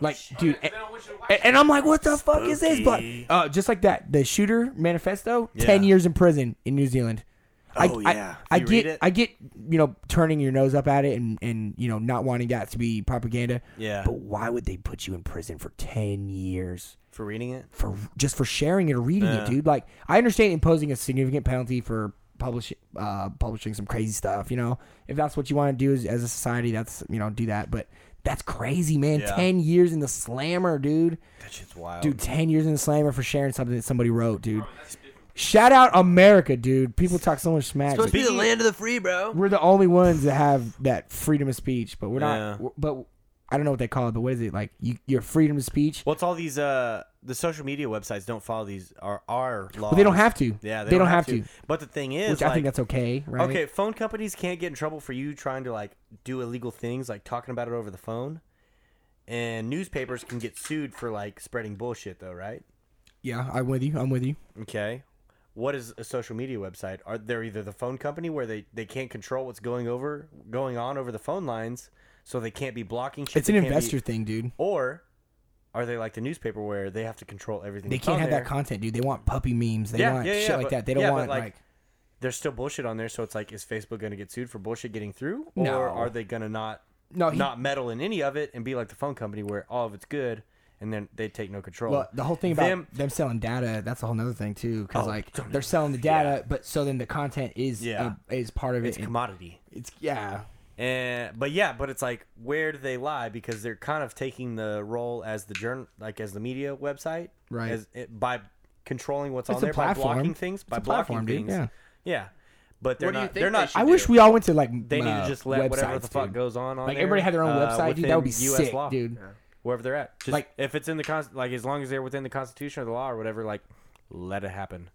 Speaker 2: like, dude,
Speaker 5: Because
Speaker 2: and,
Speaker 5: I don't want you to watch
Speaker 2: and- and I'm like, what the fuck is this? But uh, just like that, the shooter manifesto, ten
Speaker 1: Yeah.
Speaker 2: years in prison in New Zealand. I,
Speaker 1: Oh,
Speaker 2: I-
Speaker 1: yeah.
Speaker 2: I,
Speaker 1: You read
Speaker 2: get,
Speaker 1: it?
Speaker 2: I get, you know, turning your nose up at it and and you know not wanting that to be propaganda.
Speaker 1: Yeah.
Speaker 2: But why would they put you in prison for ten years
Speaker 1: for reading it.
Speaker 2: for just for sharing it or reading
Speaker 1: Yeah.
Speaker 2: it, dude? Like, I understand imposing a significant penalty for publishing uh, publishing some crazy stuff. You know, if that's what you want to do as, as a society, that's you know do that. But that's crazy, man.
Speaker 1: Yeah.
Speaker 2: Ten years in the slammer, dude.
Speaker 1: That shit's wild.
Speaker 2: Dude, ten years in the slammer for sharing something that somebody wrote, dude. Shout out America, dude. People talk so much smack.
Speaker 3: supposed to be the land of the free, bro?
Speaker 2: We're the only ones that have that freedom of speech, but we're not.
Speaker 1: Yeah.
Speaker 2: w- But I don't know what they call it. But what is it like? You, your freedom of speech.
Speaker 1: What's all these? Uh, the social media websites don't follow these our our laws.
Speaker 2: But they don't have to.
Speaker 1: Yeah,
Speaker 2: they, don't, have, to.
Speaker 1: But the thing is,
Speaker 2: Which I
Speaker 1: like,
Speaker 2: think that's okay, right?
Speaker 1: Okay, phone companies can't get in trouble for you trying to like do illegal things like talking about it over the phone. And newspapers can get sued for like spreading bullshit though, right?
Speaker 2: Yeah, I'm with you. I'm with you.
Speaker 1: Okay. What is a social media website? Are they're either the phone company where they, they can't control what's going over going on over the phone lines, so they can't be blocking shit.
Speaker 2: It's an
Speaker 1: they can't be-
Speaker 2: investor thing, dude.
Speaker 1: or are they like the newspaper where they have to control everything?
Speaker 2: They
Speaker 1: that's
Speaker 2: can't
Speaker 1: on
Speaker 2: have
Speaker 1: there?
Speaker 2: that content, dude. They want puppy memes. They
Speaker 1: Yeah,
Speaker 2: want
Speaker 1: yeah, yeah,
Speaker 2: shit like
Speaker 1: but-
Speaker 2: that. They don't
Speaker 1: yeah, but,
Speaker 2: want
Speaker 1: like,
Speaker 2: like
Speaker 1: There's still bullshit on there, so it's like, is Facebook going to get sued for bullshit getting through, or
Speaker 2: No.
Speaker 1: are they going to not
Speaker 2: no. Oh, He,
Speaker 1: not meddle in any of it and be like the phone company where all of it's good and then they take no control.
Speaker 2: Well, the whole thing about them,
Speaker 1: Them-
Speaker 2: selling data, that's a whole nother thing too, because
Speaker 1: Oh,
Speaker 2: like
Speaker 1: don't
Speaker 2: they're
Speaker 1: even-
Speaker 2: selling the data, but so then the content is
Speaker 1: Yeah.
Speaker 2: uh, is part of it.
Speaker 1: it's
Speaker 2: and-
Speaker 1: commodity.
Speaker 2: it's yeah,
Speaker 1: And but yeah, but it's like where do they lie because they're kind of taking the role as the journal like as the media website
Speaker 2: Right.
Speaker 1: as it, by controlling what's
Speaker 2: It's
Speaker 1: on
Speaker 2: a
Speaker 1: there by
Speaker 2: platform.
Speaker 1: blocking things
Speaker 2: It's
Speaker 1: by
Speaker 2: a
Speaker 1: blocking
Speaker 2: platform, dude,
Speaker 1: things.
Speaker 2: yeah.
Speaker 1: Yeah. But they're
Speaker 3: What do you
Speaker 1: not
Speaker 3: think
Speaker 1: they're
Speaker 3: they
Speaker 1: not
Speaker 2: I
Speaker 3: should
Speaker 2: wish we all went to like
Speaker 1: they need to
Speaker 2: uh,
Speaker 1: just let whatever the
Speaker 2: websites,
Speaker 1: fuck
Speaker 2: dude.
Speaker 1: goes on on
Speaker 2: Like
Speaker 1: there,
Speaker 2: everybody had their own
Speaker 1: uh,
Speaker 2: website, dude. That would be
Speaker 1: within US
Speaker 2: sick,
Speaker 1: law.
Speaker 2: dude.
Speaker 1: Wherever they're at, just
Speaker 2: Like-
Speaker 1: if it's in the con- like as long as they're within the Constitution or the law or whatever, like let it happen.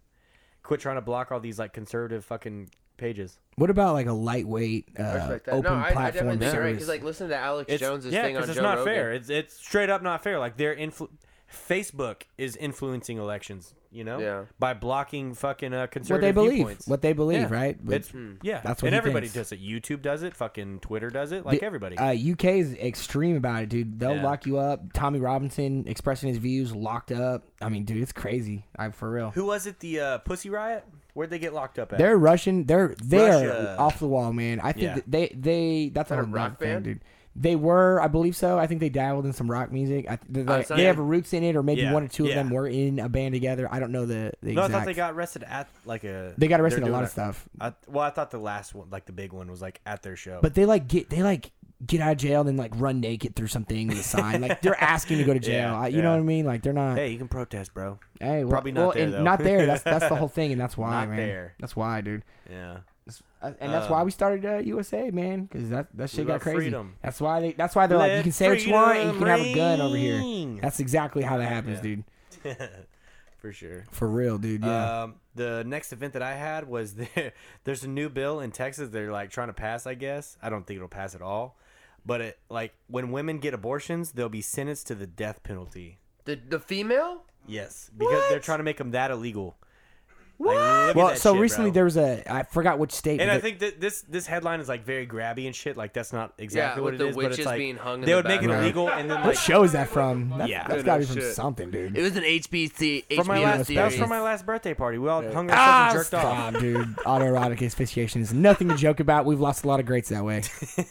Speaker 1: Quit trying to block all these like conservative fucking pages.
Speaker 2: What about like a lightweight uh,
Speaker 3: Respect that.
Speaker 2: open
Speaker 3: no, I, I
Speaker 2: platform
Speaker 3: definitely think right.
Speaker 2: service?
Speaker 3: Because like, listen to Alex
Speaker 1: It's,
Speaker 3: Jones's
Speaker 1: yeah,
Speaker 3: thing on
Speaker 1: 'cause it's
Speaker 3: Joe
Speaker 1: not
Speaker 3: Rogan.
Speaker 1: fair. It's it's straight up not fair. Like they're influ- Facebook is influencing elections. you know,
Speaker 3: Yeah.
Speaker 1: by blocking fucking uh,
Speaker 2: what they
Speaker 1: conservative
Speaker 2: believe,
Speaker 1: viewpoints.
Speaker 2: what they believe,
Speaker 1: Yeah.
Speaker 2: right? But
Speaker 1: It's
Speaker 3: Hmm.
Speaker 1: yeah,
Speaker 2: That's what
Speaker 1: and
Speaker 2: he
Speaker 1: everybody
Speaker 2: thinks.
Speaker 1: does it. YouTube does it. Fucking Twitter does it. Like
Speaker 2: the-
Speaker 1: everybody.
Speaker 2: Uh, UK is extreme about it, dude. They'll
Speaker 1: Yeah.
Speaker 2: lock you up. Tommy Robinson expressing his views, locked up. I mean, dude, it's crazy. I for real.
Speaker 1: Who was it? The uh, Pussy Riot. Where'd they get locked up at?
Speaker 2: They're Russian. They're they
Speaker 1: Russia.
Speaker 2: are off the wall, man. I think
Speaker 1: Yeah.
Speaker 2: that they they that's
Speaker 3: That a
Speaker 2: a rock
Speaker 3: rock
Speaker 2: thing,
Speaker 3: band?
Speaker 2: dude. They were, I believe so. I think they dabbled in some rock music. I, they,
Speaker 3: Oh,
Speaker 2: they,
Speaker 3: it's not-
Speaker 2: they have roots in it, or maybe
Speaker 1: Yeah,
Speaker 2: one or two
Speaker 1: yeah.
Speaker 2: of them were in a band together. I don't know the, the
Speaker 1: no, I
Speaker 2: exact.
Speaker 1: thought they got arrested at like a.
Speaker 2: They got
Speaker 1: they're
Speaker 2: arrested in a
Speaker 1: doing
Speaker 2: lot of stuff.
Speaker 1: I, well, I thought the last one, like the big one, was like at their show.
Speaker 2: but they like get they like get out of jail and then like run naked through something with a sign. like they're asking to go to jail.
Speaker 1: Yeah,
Speaker 2: I- you know
Speaker 1: yeah.
Speaker 2: what I mean? Like they're not.
Speaker 1: hey, you can protest, bro.
Speaker 2: Hey, well,
Speaker 1: Probably not
Speaker 2: well,
Speaker 1: there,
Speaker 2: and
Speaker 1: though.
Speaker 2: Not there. That's that's the whole thing, and that's why,
Speaker 1: Not
Speaker 2: man.
Speaker 1: there.
Speaker 2: That's why, dude.
Speaker 1: Yeah.
Speaker 2: Uh, And that's why we started uh, USA, man, because that that shit got
Speaker 1: love
Speaker 2: crazy.
Speaker 1: freedom.
Speaker 2: That's why they. That's why they're like,
Speaker 1: Let
Speaker 2: you can say what you want, and you
Speaker 1: freedom
Speaker 2: can have a gun over here.
Speaker 1: ring.
Speaker 2: That's exactly how that happens, dude.
Speaker 1: For sure.
Speaker 2: For real, dude. Yeah.
Speaker 1: Um, the next event that I had was there. There's a new bill in Texas they're like trying to pass. I guess I don't think it'll pass at all. But it like when women get abortions, they'll be sentenced to the death penalty.
Speaker 3: The the female?
Speaker 1: Yes, because they're trying to make them that illegal. Like, look at
Speaker 2: well,
Speaker 1: that
Speaker 2: so
Speaker 1: shit,
Speaker 2: recently
Speaker 1: bro.
Speaker 2: there was a I forgot which state.
Speaker 1: And
Speaker 2: but
Speaker 1: I
Speaker 2: the-
Speaker 1: think that this this headline is like very grabby and shit. Like that's not exactly what
Speaker 3: with
Speaker 1: it is.
Speaker 3: the
Speaker 1: but it's
Speaker 3: witches
Speaker 1: like
Speaker 3: being hung in
Speaker 1: they
Speaker 3: the
Speaker 1: would make it
Speaker 2: background.
Speaker 1: illegal, and then
Speaker 2: what
Speaker 1: like
Speaker 2: show is that from? That's,
Speaker 1: Yeah.
Speaker 2: that's
Speaker 1: Good
Speaker 2: got to
Speaker 3: as
Speaker 2: be from
Speaker 3: shit.
Speaker 2: something, dude.
Speaker 3: It was an HBC.
Speaker 1: from my
Speaker 2: HBO
Speaker 1: last that was
Speaker 2: series.
Speaker 1: from my last birthday party. We all hung ourselves
Speaker 2: Ah,
Speaker 1: and jerked off.
Speaker 2: stop, dude. Autoerotic asphyxiation is nothing to joke about. We've lost a lot of greats that way.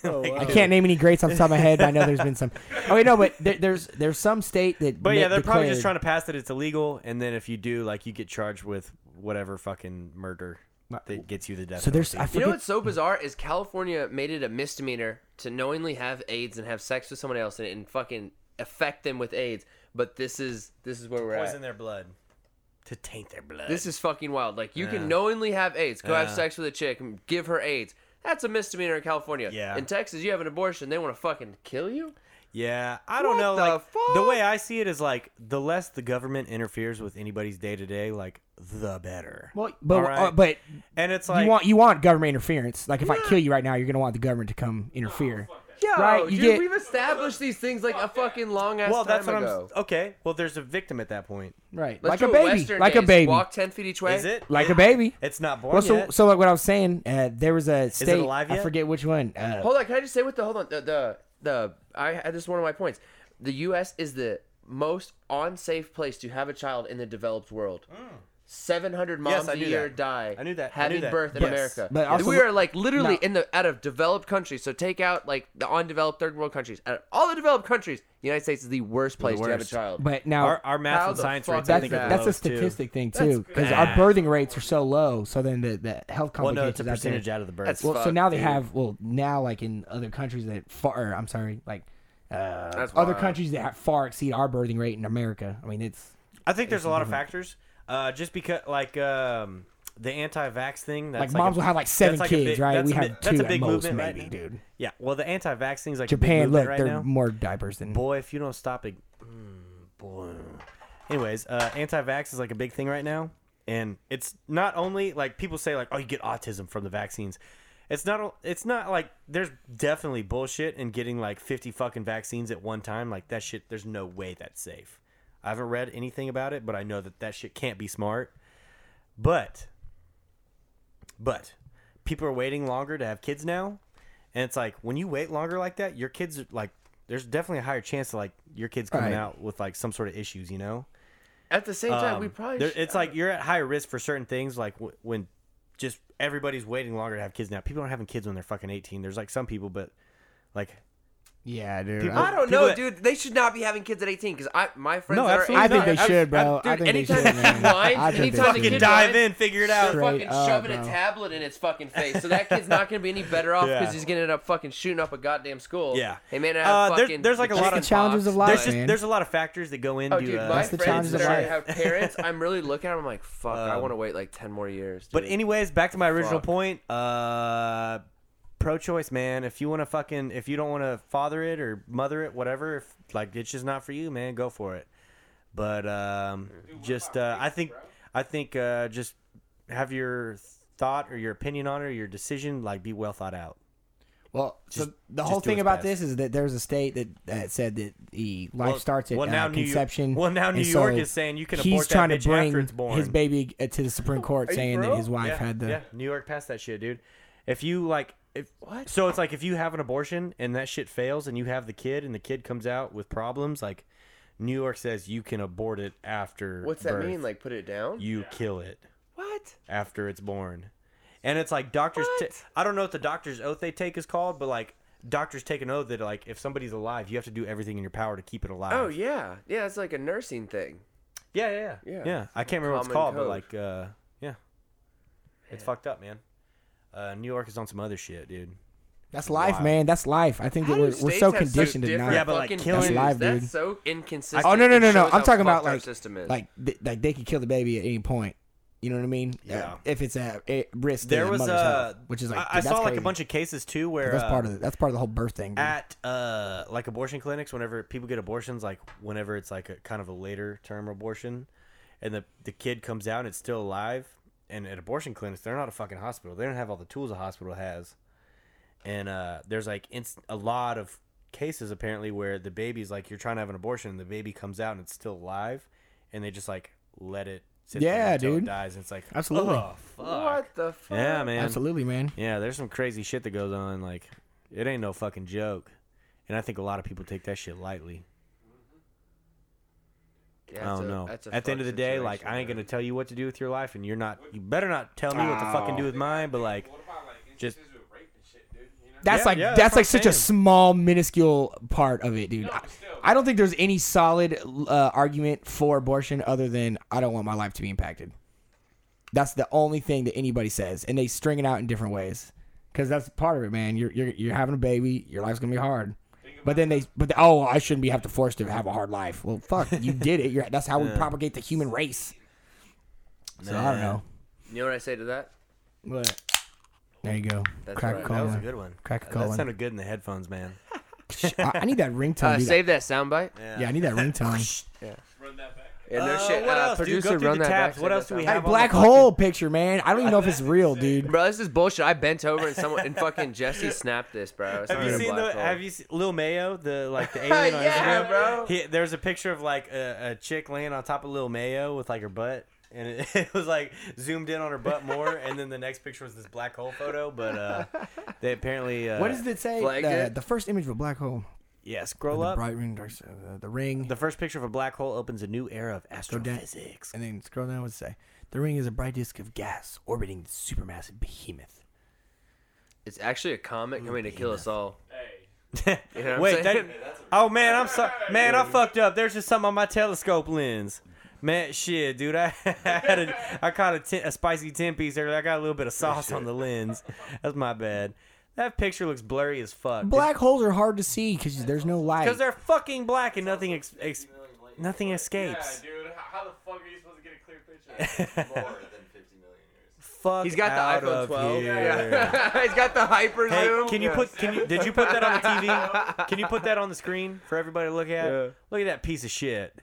Speaker 1: Oh,
Speaker 3: Oh,
Speaker 2: I can't name any greats off the top of my head. But I know there's been some. Oh wait, no, but there, there's there's some state that.
Speaker 1: But yeah, they're probably just trying to pass that it's illegal, and then if you do, like, you get charged with whatever fucking murder that gets you the death.
Speaker 2: So there's I
Speaker 1: penalty.
Speaker 2: forget.
Speaker 3: You know what's so bizarre is California made it a misdemeanor to knowingly have AIDS and have sex with someone else and, and fucking affect them with AIDS. But this is this is where we're
Speaker 1: poison
Speaker 3: at.
Speaker 1: their blood to taint their blood.
Speaker 3: This is fucking wild. Like you can knowingly have AIDS, go have sex with a chick, and give her AIDS. That's a misdemeanor in California.
Speaker 1: Yeah.
Speaker 3: In Texas, you have an abortion, they want to fucking kill you.
Speaker 1: yeah, I don't
Speaker 3: What
Speaker 1: know.
Speaker 3: the
Speaker 1: like the
Speaker 3: fuck?
Speaker 1: way I see it is like the less the government interferes with anybody's day to day, like the better.
Speaker 2: Well, but
Speaker 1: All right?
Speaker 2: uh, but
Speaker 1: and it's like
Speaker 2: you want you want government interference. Like if I kill you right now, you're gonna want the government to come interfere.
Speaker 1: Oh,
Speaker 3: Yo,
Speaker 2: Right, you
Speaker 3: dude,
Speaker 2: get-
Speaker 3: we've established these things like a fucking long ass
Speaker 1: well,
Speaker 3: time
Speaker 1: that's what
Speaker 3: ago.
Speaker 1: I'm. Okay, well, there's a victim at that point.
Speaker 2: Right,
Speaker 3: Let's
Speaker 2: like
Speaker 3: do
Speaker 2: a
Speaker 3: it
Speaker 2: baby,
Speaker 3: Western
Speaker 2: like a
Speaker 3: days.
Speaker 2: baby,
Speaker 3: Walk ten feet each way.
Speaker 1: Is it
Speaker 2: like a baby.
Speaker 1: It's not born
Speaker 2: Well, so
Speaker 1: yet.
Speaker 2: so like what I was saying, uh, there was a state.
Speaker 1: alive
Speaker 2: I
Speaker 1: yet?
Speaker 2: forget which one. Uh,
Speaker 3: Hold on, can I just say what the hold on the the, the I had this is one of my points. The U.S. is the most unsafe place to have a child in the developed world. Seven hundred moms
Speaker 1: Hmm. Yes, I
Speaker 3: a
Speaker 1: knew
Speaker 3: year
Speaker 1: that.
Speaker 3: die.
Speaker 1: I knew that. I
Speaker 3: having
Speaker 1: knew that.
Speaker 3: birth in
Speaker 1: Yes.
Speaker 3: America.
Speaker 2: But also-
Speaker 3: we are like literally
Speaker 2: No.
Speaker 3: in the out of developed countries. So take out like the undeveloped third world countries. Out of all the developed countries, the United States is the worst place to have a
Speaker 1: worst.
Speaker 3: child.
Speaker 2: but now
Speaker 1: our, our math
Speaker 3: How
Speaker 1: and
Speaker 3: the
Speaker 1: science
Speaker 3: fuck
Speaker 1: rates. I
Speaker 2: that's
Speaker 3: is
Speaker 1: think
Speaker 3: that?
Speaker 1: are
Speaker 2: that's
Speaker 1: low,
Speaker 2: a
Speaker 1: too.
Speaker 2: statistic thing too, because our
Speaker 1: bad.
Speaker 2: birthing rates are so low. So then the, the health complications.
Speaker 1: Well, no, it's a
Speaker 2: out there-
Speaker 1: percentage out of the birth.
Speaker 3: That's
Speaker 2: Well, so
Speaker 3: fucked,
Speaker 2: now they
Speaker 3: dude.
Speaker 2: have well now like in other countries that far or, I'm sorry like uh,
Speaker 3: That's
Speaker 2: other
Speaker 3: wild.
Speaker 2: countries that have far exceed our birthing rate in America. I mean it's
Speaker 1: I think there's a lot of factors. Uh, just because, like, um, the anti-vax thing. That's
Speaker 2: like,
Speaker 1: a-
Speaker 2: moms will have like seven
Speaker 1: that's like a
Speaker 2: kids,
Speaker 1: big-
Speaker 2: right?
Speaker 1: that's
Speaker 2: We
Speaker 1: a bi-
Speaker 2: have
Speaker 1: that's
Speaker 2: two
Speaker 1: a big
Speaker 2: at most,
Speaker 1: movement right
Speaker 2: maybe,
Speaker 1: now.
Speaker 2: dude.
Speaker 1: Yeah. Well, the anti-vax thing's like a big
Speaker 2: Japan,
Speaker 1: movement
Speaker 2: look,
Speaker 1: right
Speaker 2: they're
Speaker 1: now.
Speaker 2: more diapers than
Speaker 1: Boy, if you don't stop it, mm, boy. Anyways, uh, anti-vax is like a big thing right now, and it's not only like people say like, oh, you get autism from the vaccines. It's not. o- It's not like there's definitely bullshit in getting like 50 fucking vaccines at one time. Like that shit. There's no way that's safe. I haven't read anything about it, but I know that that shit can't be smart. But, but people are waiting longer to have kids now, and it's like when you wait longer like that, your kids are like there's definitely a higher chance of like your kids coming
Speaker 2: Right.
Speaker 1: out with like some sort of issues, you know.
Speaker 3: At the same time,
Speaker 1: Um,
Speaker 3: we probably
Speaker 1: there-
Speaker 3: should-
Speaker 1: it's like you're at higher risk for certain things, like w- when just everybody's waiting longer to have kids now. People aren't having kids when they're fucking 18. There's like some people, but like
Speaker 2: yeah, dude.
Speaker 1: People-
Speaker 2: I-
Speaker 3: I don't
Speaker 1: people
Speaker 3: know,
Speaker 1: that-
Speaker 3: dude. They should not be having kids at 18 because I my friends
Speaker 1: No,
Speaker 3: that are
Speaker 1: absolutely
Speaker 2: I
Speaker 3: 18
Speaker 2: think
Speaker 1: not.
Speaker 2: they
Speaker 1: I've-
Speaker 2: should, bro.
Speaker 3: Dude,
Speaker 2: I think they
Speaker 3: anytime
Speaker 2: should.
Speaker 3: he
Speaker 2: man.
Speaker 3: whines,
Speaker 2: I think
Speaker 3: anytime
Speaker 2: they
Speaker 3: he
Speaker 1: fucking
Speaker 2: should.
Speaker 3: kid
Speaker 1: dive
Speaker 3: died.
Speaker 1: in, figure it out.
Speaker 3: They're
Speaker 2: Straight
Speaker 3: fucking
Speaker 2: up,
Speaker 3: shoving a
Speaker 2: bro.
Speaker 3: tablet in its fucking face. So that kid's not gonna be any better off because
Speaker 1: Yeah.
Speaker 3: he's gonna end up fucking shooting up a goddamn school.
Speaker 1: Yeah.
Speaker 3: Hey man,
Speaker 1: Uh,
Speaker 3: have
Speaker 1: there-
Speaker 3: fucking
Speaker 1: there's like a
Speaker 3: chicken
Speaker 1: lot of-
Speaker 3: pox.
Speaker 2: Challenges of life.
Speaker 1: There's just
Speaker 2: man.
Speaker 1: there's a lot of factors that go into.
Speaker 3: Oh, dude,
Speaker 1: uh,
Speaker 3: my
Speaker 2: That's the
Speaker 3: friends
Speaker 2: challenges
Speaker 3: that
Speaker 2: of
Speaker 3: already
Speaker 2: life.
Speaker 3: have parents, I'm really looking at them like, fuck, I want to wait like 10 more years.
Speaker 1: Um, But
Speaker 3: dude.
Speaker 1: anyways, back to my original
Speaker 3: Fuck.
Speaker 1: point. Uh, pro-choice, man. If you want to fucking, if you don't want to father it or mother it, whatever. If like it's just not for you, man, go for it. But um, just uh, I think I think uh, just have your thought or your opinion on it or your decision like be well thought out.
Speaker 2: Well, so
Speaker 1: Just-
Speaker 2: the
Speaker 1: just
Speaker 2: whole
Speaker 1: do
Speaker 2: thing
Speaker 1: what's
Speaker 2: about
Speaker 1: best.
Speaker 2: this is that there's a state that, that said that the life
Speaker 1: Well-
Speaker 2: starts at
Speaker 1: well,
Speaker 2: uh,
Speaker 1: now New York-
Speaker 2: conception.
Speaker 1: well, now New
Speaker 2: And
Speaker 1: York is saying you can
Speaker 2: he's
Speaker 1: abort that
Speaker 2: trying
Speaker 1: bitch
Speaker 2: to bring
Speaker 1: after it's born.
Speaker 2: His baby uh, to the Supreme Court, saying that
Speaker 1: bro?
Speaker 2: his wife
Speaker 1: yeah,
Speaker 2: had the.
Speaker 1: yeah. New York passed that shit, dude. If you like, if what? So it's like if you have an abortion and that shit fails, and you have the kid, and the kid comes out with problems, like New York says you can abort it after.
Speaker 3: What's that
Speaker 1: birth.
Speaker 3: mean? Like put it down?
Speaker 1: you kill it
Speaker 3: what?
Speaker 1: after it's born, and it's like doctors. I I don't know what the doctor's oath they take is called, but like doctors take an oath that like if somebody's alive, you have to do everything in your power to keep it alive.
Speaker 3: Oh yeah, yeah. It's like a nursing thing.
Speaker 1: Yeah, yeah, yeah.
Speaker 3: Yeah.
Speaker 1: Yeah. I can't remember what it's
Speaker 3: Common
Speaker 1: called, but like,
Speaker 3: code.
Speaker 1: uh, yeah, it's fucked up, man. Uh, New York is on some other shit, dude.
Speaker 2: That's life,
Speaker 1: Wild.
Speaker 2: man. That's life. I think
Speaker 3: How
Speaker 2: that
Speaker 3: do
Speaker 2: we're, we're
Speaker 3: states
Speaker 2: so
Speaker 3: have
Speaker 2: conditioned to
Speaker 3: different
Speaker 2: not.
Speaker 1: Yeah, but, like,
Speaker 3: fucking
Speaker 1: killing-
Speaker 2: That's live,
Speaker 3: views?
Speaker 2: dude.
Speaker 3: That's so inconsistent.
Speaker 2: Oh no no
Speaker 3: It
Speaker 2: no no!
Speaker 3: shows
Speaker 2: I'm
Speaker 3: how
Speaker 2: talking about
Speaker 3: fucked our
Speaker 2: like
Speaker 3: system is.
Speaker 2: like th- like they could kill the baby at any point. You know what I mean?
Speaker 1: Yeah.
Speaker 2: Uh, if it's a, a risk, to
Speaker 1: There
Speaker 2: the
Speaker 1: was
Speaker 2: mother's
Speaker 1: uh,
Speaker 2: health, which is like
Speaker 1: I, I
Speaker 2: dude,
Speaker 1: saw
Speaker 2: that's
Speaker 1: like a
Speaker 2: crazy.
Speaker 1: bunch of cases too where
Speaker 2: That's
Speaker 1: uh,
Speaker 2: part of the, that's part of the whole birth thing. Dude.
Speaker 1: at uh like abortion clinics whenever people get abortions like whenever it's like a kind of a later term abortion and the the kid comes out and it's still alive and at abortion clinics they're not a fucking hospital they don't have all the tools a hospital has and uh there's like inst- a lot of cases apparently where the baby's like you're trying to have an abortion and the baby comes out and it's still alive and they just like let it sit there
Speaker 2: Yeah,
Speaker 1: until it
Speaker 2: dude.
Speaker 1: dies and it's like
Speaker 2: Absolutely.
Speaker 1: oh fuck
Speaker 3: what the fuck?
Speaker 1: yeah man
Speaker 2: Absolutely, man.
Speaker 1: yeah, there's some crazy shit that goes on. Like, it ain't no fucking joke. And I think a lot of people take that shit lightly.
Speaker 3: Yeah,
Speaker 1: I
Speaker 3: that's
Speaker 1: don't
Speaker 3: a-
Speaker 1: know.
Speaker 3: that's a
Speaker 1: At the end of
Speaker 3: fucked
Speaker 1: the day,
Speaker 3: situation,
Speaker 1: like, I ain't
Speaker 3: man.
Speaker 1: gonna tell you what to do with your life, and you're not. You better not tell me what to fucking
Speaker 3: Oh.
Speaker 1: do with mine. But like,
Speaker 5: What about like
Speaker 1: Just-
Speaker 5: just with rape and shit, dude? You know?
Speaker 2: That's
Speaker 1: Yeah,
Speaker 2: like
Speaker 1: yeah, that's
Speaker 2: that's
Speaker 1: what
Speaker 2: like
Speaker 1: I'm
Speaker 2: such a
Speaker 1: saying.
Speaker 2: small, minuscule part of it, dude.
Speaker 5: No,
Speaker 2: I,
Speaker 5: but still.
Speaker 2: I don't think there's any solid uh, argument for abortion other than I don't want my life to be impacted. That's the only thing that anybody says, and they string it out in different ways. Because that's part of it, man. You're, you're you're having a baby. Your life's gonna be hard. But then they, but they, oh, I shouldn't be have to force to have a hard life. Well, fuck, you did it. You're, that's how we propagate the human race. So I
Speaker 1: Nah.
Speaker 2: don't know.
Speaker 3: You know what I say to that?
Speaker 2: But there you go.
Speaker 3: That's
Speaker 2: Crack
Speaker 3: right.
Speaker 1: that
Speaker 2: a
Speaker 3: That
Speaker 2: colon.
Speaker 1: was a good one.
Speaker 2: Crack a
Speaker 1: That- That
Speaker 2: colon.
Speaker 1: sounded good in the headphones, man.
Speaker 2: I, I need that ringtone.
Speaker 3: Uh,
Speaker 2: dude.
Speaker 3: save that soundbite. Yeah.
Speaker 2: Yeah, I need that ringtone.
Speaker 5: Run that back.
Speaker 3: And
Speaker 1: Uh,
Speaker 3: no shit.
Speaker 1: what
Speaker 3: uh,
Speaker 1: else, dude? Go
Speaker 3: producer,
Speaker 1: through
Speaker 3: run
Speaker 1: the
Speaker 3: that
Speaker 1: tabs.
Speaker 3: back.
Speaker 1: What
Speaker 3: Save
Speaker 1: else
Speaker 3: that
Speaker 1: do we
Speaker 3: soundbite.
Speaker 1: have
Speaker 2: Hey,
Speaker 1: on the
Speaker 2: black
Speaker 1: fucking-
Speaker 2: hole picture, man. I don't even know if it's real, dude.
Speaker 3: Bro, this is bullshit. I bent over and someone and fucking Jesse snapped this, bro. It's
Speaker 1: Have
Speaker 3: not
Speaker 1: you
Speaker 3: even
Speaker 1: seen the?
Speaker 3: black hole.
Speaker 1: Have you seen Lil Mayo, the like the alien on
Speaker 3: Yeah,
Speaker 1: Instagram,
Speaker 3: bro.
Speaker 1: He, there's a picture of like a, a chick laying on top of Lil Mayo with like her butt, and it, it was like zoomed in on her butt more, and then the next picture was this black hole photo. But uh, they apparently uh,
Speaker 2: What does it say?
Speaker 3: Flagged
Speaker 2: The,
Speaker 3: it?
Speaker 2: the first image of a black hole.
Speaker 1: Yeah, scroll
Speaker 2: The
Speaker 1: up.
Speaker 2: bright ring, dark, side, uh, the ring.
Speaker 1: The first picture of a black hole opens a new era of
Speaker 2: down.
Speaker 1: astrophysics.
Speaker 2: and then scroll down. What's it say? The ring is a bright disk of gas orbiting the supermassive behemoth.
Speaker 3: It's actually a comet coming to kill us all.
Speaker 5: Hey,
Speaker 3: You know what I'm
Speaker 1: Wait, that,
Speaker 3: saying?
Speaker 1: oh man, I'm sorry, man, I fucked up. There's just something on my telescope lens. Man, shit, dude, I had a, I caught a, ten, a spicy ten piece earlier. I got a little bit of sauce on the lens. That's my bad. That picture looks blurry as fuck.
Speaker 2: Black holes are hard to see because there's no light.
Speaker 1: because they're fucking black and nothing ex, ex, nothing
Speaker 5: yeah,
Speaker 1: escapes.
Speaker 5: dude. How, how the fuck are you supposed to get a clear picture?
Speaker 6: more than 50 million years.
Speaker 1: Fuck.
Speaker 3: He's got
Speaker 1: out
Speaker 3: the iPhone
Speaker 1: of
Speaker 3: 12.
Speaker 1: Here.
Speaker 3: Yeah. He's got the hyper
Speaker 1: Hey,
Speaker 3: zoom.
Speaker 1: can you put? Can you? Did you put that on the TV? Can you put that on the screen for everybody to look at?
Speaker 3: Yeah.
Speaker 1: Look at that piece of shit.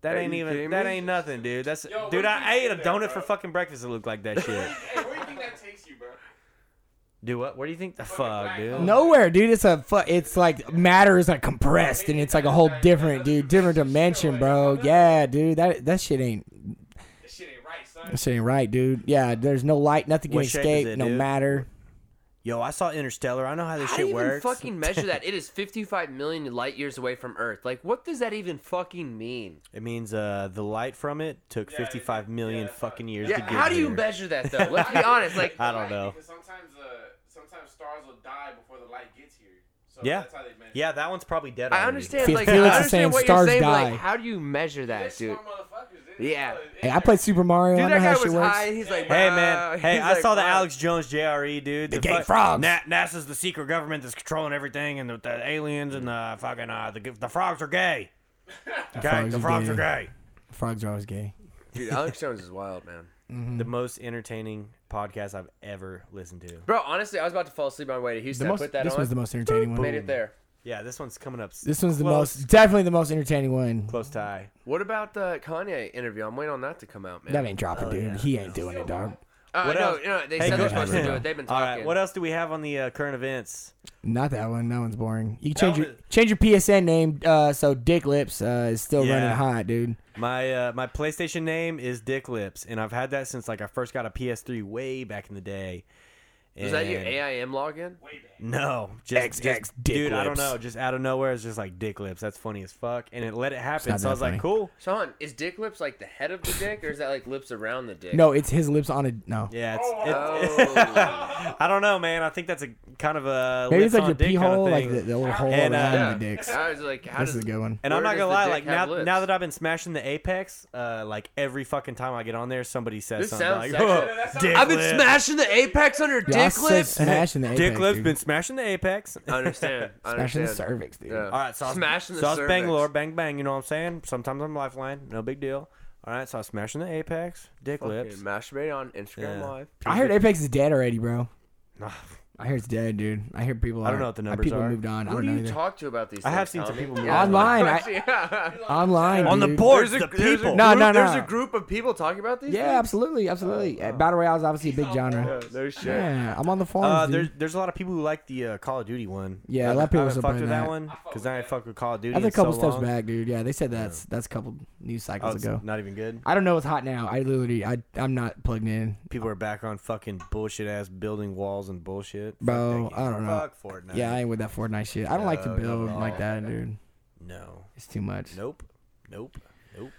Speaker 1: That
Speaker 3: Are
Speaker 1: ain't
Speaker 3: you
Speaker 1: even.
Speaker 3: kidding
Speaker 1: That
Speaker 3: me?
Speaker 1: ain't nothing, dude. That's
Speaker 5: Yo,
Speaker 1: dude.
Speaker 5: what
Speaker 1: I, I
Speaker 5: did
Speaker 1: ate
Speaker 5: you
Speaker 1: a
Speaker 5: do there,
Speaker 1: donut for
Speaker 5: bro?
Speaker 1: fucking breakfast that looked like that shit.
Speaker 5: hey, where do you think that takes you, bro?
Speaker 1: Do what? Where do you think? The fuck, dude.
Speaker 2: Nowhere, dude. It's a fu- it's like matter is like compressed and it's like a whole different, dude, different dimension, bro. Yeah, dude. That that shit ain't
Speaker 5: This shit ain't right, son.
Speaker 2: that shit ain't right, dude. Yeah, there's no light, nothing can
Speaker 1: What shape is
Speaker 2: escape,
Speaker 1: it,
Speaker 2: no
Speaker 1: dude?
Speaker 2: matter.
Speaker 1: Yo, I saw Interstellar. I know how this
Speaker 3: How do
Speaker 1: shit
Speaker 3: you even
Speaker 1: works.
Speaker 3: fucking measure that? It is 55 million light years away from Earth. Like, what does that even fucking mean?
Speaker 1: It means uh, the light from it took
Speaker 5: yeah,
Speaker 1: 55 million
Speaker 5: yeah,
Speaker 1: fucking years
Speaker 3: Yeah,
Speaker 1: to get
Speaker 3: how do you
Speaker 1: here.
Speaker 3: measure that though? Let's be honest. Like,
Speaker 1: I don't
Speaker 5: Right,
Speaker 1: know.
Speaker 5: Because sometimes, uh, sometimes stars will die before the light gets here. So
Speaker 1: Yeah.
Speaker 5: that's how they measure.
Speaker 1: Yeah, that one's probably dead.
Speaker 3: I
Speaker 1: already.
Speaker 3: understand.
Speaker 2: Fe-
Speaker 3: Like,
Speaker 2: Felix is
Speaker 3: I
Speaker 2: saying
Speaker 3: understand what
Speaker 2: stars
Speaker 3: you're saying. But,
Speaker 2: die.
Speaker 3: like, how do you measure
Speaker 5: They're
Speaker 3: that, dude?
Speaker 5: smart motherfuckers, dude.
Speaker 3: Yeah.
Speaker 2: Hey, I played Super Mario. I
Speaker 3: Dude,
Speaker 2: know
Speaker 3: that
Speaker 2: how
Speaker 3: guy
Speaker 2: shit
Speaker 3: was
Speaker 2: works.
Speaker 3: high. He's like,
Speaker 1: Hey
Speaker 3: "Wow."
Speaker 1: man, hey,
Speaker 3: He's
Speaker 1: I saw the
Speaker 3: "Wow."
Speaker 1: Alex Jones JRE dude. The,
Speaker 2: gay
Speaker 1: fuck-
Speaker 2: frogs.
Speaker 1: Na- NASA's the secret government that's controlling everything, and the, the aliens and the fucking uh, the the frogs are gay. Okay,
Speaker 2: frogs
Speaker 1: the
Speaker 2: are
Speaker 1: frogs
Speaker 2: gay.
Speaker 1: are gay.
Speaker 2: Frogs are always gay.
Speaker 3: Dude, Alex Jones is wild, man.
Speaker 1: The most entertaining podcast I've ever listened to.
Speaker 3: Bro, honestly, I was about to fall asleep on my way to Houston.
Speaker 2: The
Speaker 3: I
Speaker 2: most,
Speaker 3: put that
Speaker 2: this
Speaker 3: on.
Speaker 2: was the most entertaining
Speaker 3: made it
Speaker 2: one.
Speaker 3: there.
Speaker 1: Yeah, this one's coming up. s-
Speaker 2: This one's the
Speaker 1: close-
Speaker 2: most, definitely the most entertaining one.
Speaker 1: close tie.
Speaker 3: What about the Kanye interview? I'm waiting on that to come out, man.
Speaker 2: That ain't dropping, dude. He ain't doing it, dog.
Speaker 3: Uh,
Speaker 1: What
Speaker 3: no,
Speaker 1: else?
Speaker 3: no, they
Speaker 1: Hey,
Speaker 3: said
Speaker 1: go-
Speaker 3: they're supposed to do
Speaker 1: Yeah.
Speaker 3: it. They've been
Speaker 1: All
Speaker 3: talking.
Speaker 1: right, what else do we have on the uh, current events?
Speaker 2: Not that one. That one's boring. You can change
Speaker 1: one
Speaker 2: your change your PSN name. Uh, so Dick Lips uh, is still
Speaker 1: Yeah.
Speaker 2: running hot, dude.
Speaker 1: My uh, my PlayStation name is Dick Lips, and I've had that since like I first got a PS3 way back in the day.
Speaker 3: Was that your
Speaker 1: And-
Speaker 3: AIM login?
Speaker 1: No, just,
Speaker 2: XX
Speaker 1: just-
Speaker 2: Dick
Speaker 1: dude. I don't
Speaker 2: Lips.
Speaker 1: know. Just out of nowhere, it's just like Dick Lips. That's funny as fuck, and it let it happen.
Speaker 2: not
Speaker 1: So I
Speaker 2: that
Speaker 1: was
Speaker 2: funny.
Speaker 1: like, cool.
Speaker 3: So hold on, is dick lips like the head of the dick, or is that like lips around the dick?
Speaker 2: No, it's his lips on a no.
Speaker 1: Yeah, it's, it-
Speaker 3: Oh.
Speaker 1: I don't know, man. I think that's a kind of a
Speaker 2: Maybe
Speaker 1: lips
Speaker 2: it's like
Speaker 1: on
Speaker 2: your
Speaker 1: dick
Speaker 2: pee
Speaker 1: kind of
Speaker 2: hole, like
Speaker 1: thing.
Speaker 2: the, the little hole
Speaker 1: And,
Speaker 2: around
Speaker 1: uh,
Speaker 2: the dicks.
Speaker 3: I was like, how
Speaker 2: This is
Speaker 3: does
Speaker 2: a good one.
Speaker 1: And I'm
Speaker 3: Where
Speaker 1: not
Speaker 3: does
Speaker 1: gonna
Speaker 3: the
Speaker 1: lie,
Speaker 3: dick
Speaker 1: like now,
Speaker 3: have lips?
Speaker 1: now that I've been smashing the apex, uh, like every fucking time I get on there, somebody says
Speaker 3: This
Speaker 1: something
Speaker 3: sounds
Speaker 1: like,
Speaker 3: sexual.
Speaker 1: "Whoa,
Speaker 3: No,
Speaker 5: that sounds-
Speaker 1: dick
Speaker 3: I've been
Speaker 1: lips."
Speaker 3: smashing the apex under
Speaker 2: Yeah, I
Speaker 3: dick
Speaker 2: said
Speaker 3: lips.
Speaker 2: smashing the apex,
Speaker 1: Dick lips
Speaker 2: dude.
Speaker 1: been smashing the apex.
Speaker 3: I understand. I
Speaker 2: smashing
Speaker 3: understand.
Speaker 2: the cervix, dude.
Speaker 3: Yeah.
Speaker 1: All right, so I was-
Speaker 3: smashing the
Speaker 1: so I was
Speaker 3: cervix.
Speaker 1: Bangalore, bang bang. You know what I'm saying? Sometimes I'm lifeline, no big deal. All right, so I was smashing the apex, dick
Speaker 3: Fucking
Speaker 1: lips.
Speaker 3: Masturbating on Instagram
Speaker 1: Yeah.
Speaker 3: Live.
Speaker 2: I heard Apex is dead already, bro.
Speaker 1: Nah.
Speaker 2: I hear it's dead, dude. I hear people.
Speaker 1: I don't
Speaker 2: are-
Speaker 1: know what the numbers
Speaker 2: people
Speaker 1: are.
Speaker 2: moved on. I
Speaker 3: Who
Speaker 2: don't
Speaker 3: do
Speaker 2: know
Speaker 3: you
Speaker 2: either.
Speaker 3: talk to about these?
Speaker 1: I have seen
Speaker 3: things,
Speaker 1: some
Speaker 3: Tommy?
Speaker 1: people
Speaker 3: Yeah.
Speaker 2: online. I,
Speaker 3: Yeah.
Speaker 2: online
Speaker 1: On the
Speaker 2: dude.
Speaker 1: boards,
Speaker 3: There's
Speaker 1: the
Speaker 3: a- there's a
Speaker 1: people.
Speaker 2: No,
Speaker 3: group-
Speaker 2: no, no,
Speaker 3: There's a
Speaker 2: no.
Speaker 3: group of people talking about these.
Speaker 2: Yeah, absolutely, absolutely.
Speaker 1: Oh,
Speaker 2: Uh, Battle Royale is obviously a big genre.
Speaker 3: things? No shit.
Speaker 2: Yeah, I'm on the forums.
Speaker 1: Uh, there's
Speaker 2: dude.
Speaker 1: there's a lot of people who like the uh, Call of Duty one.
Speaker 2: Yeah, a
Speaker 1: I-
Speaker 2: lot of people
Speaker 1: I
Speaker 2: was
Speaker 1: haven't
Speaker 2: up
Speaker 1: fucked
Speaker 2: on
Speaker 1: with
Speaker 2: that.
Speaker 1: that one because I ain't fucked with Call of Duty.
Speaker 2: That's a
Speaker 1: in so
Speaker 2: couple steps
Speaker 1: long.
Speaker 2: back, dude. Yeah, they said that's that's a couple news
Speaker 1: Oh,
Speaker 2: cycles
Speaker 1: it's
Speaker 2: ago.
Speaker 1: not even good.
Speaker 2: I don't know what's hot now. I literally, I, I'm not plugged in,
Speaker 1: People are back on fucking bullshit ass building walls and bullshit. Fuck
Speaker 2: bro.
Speaker 1: that game.
Speaker 2: I don't know.
Speaker 1: Fuck Fortnite.
Speaker 2: Yeah, I ain't with that Fortnite shit. I don't like to
Speaker 1: No, not
Speaker 2: build
Speaker 1: at
Speaker 2: like
Speaker 1: all.
Speaker 2: that, dude.
Speaker 1: no.
Speaker 2: It's too much.
Speaker 1: Nope. Nope. Nope.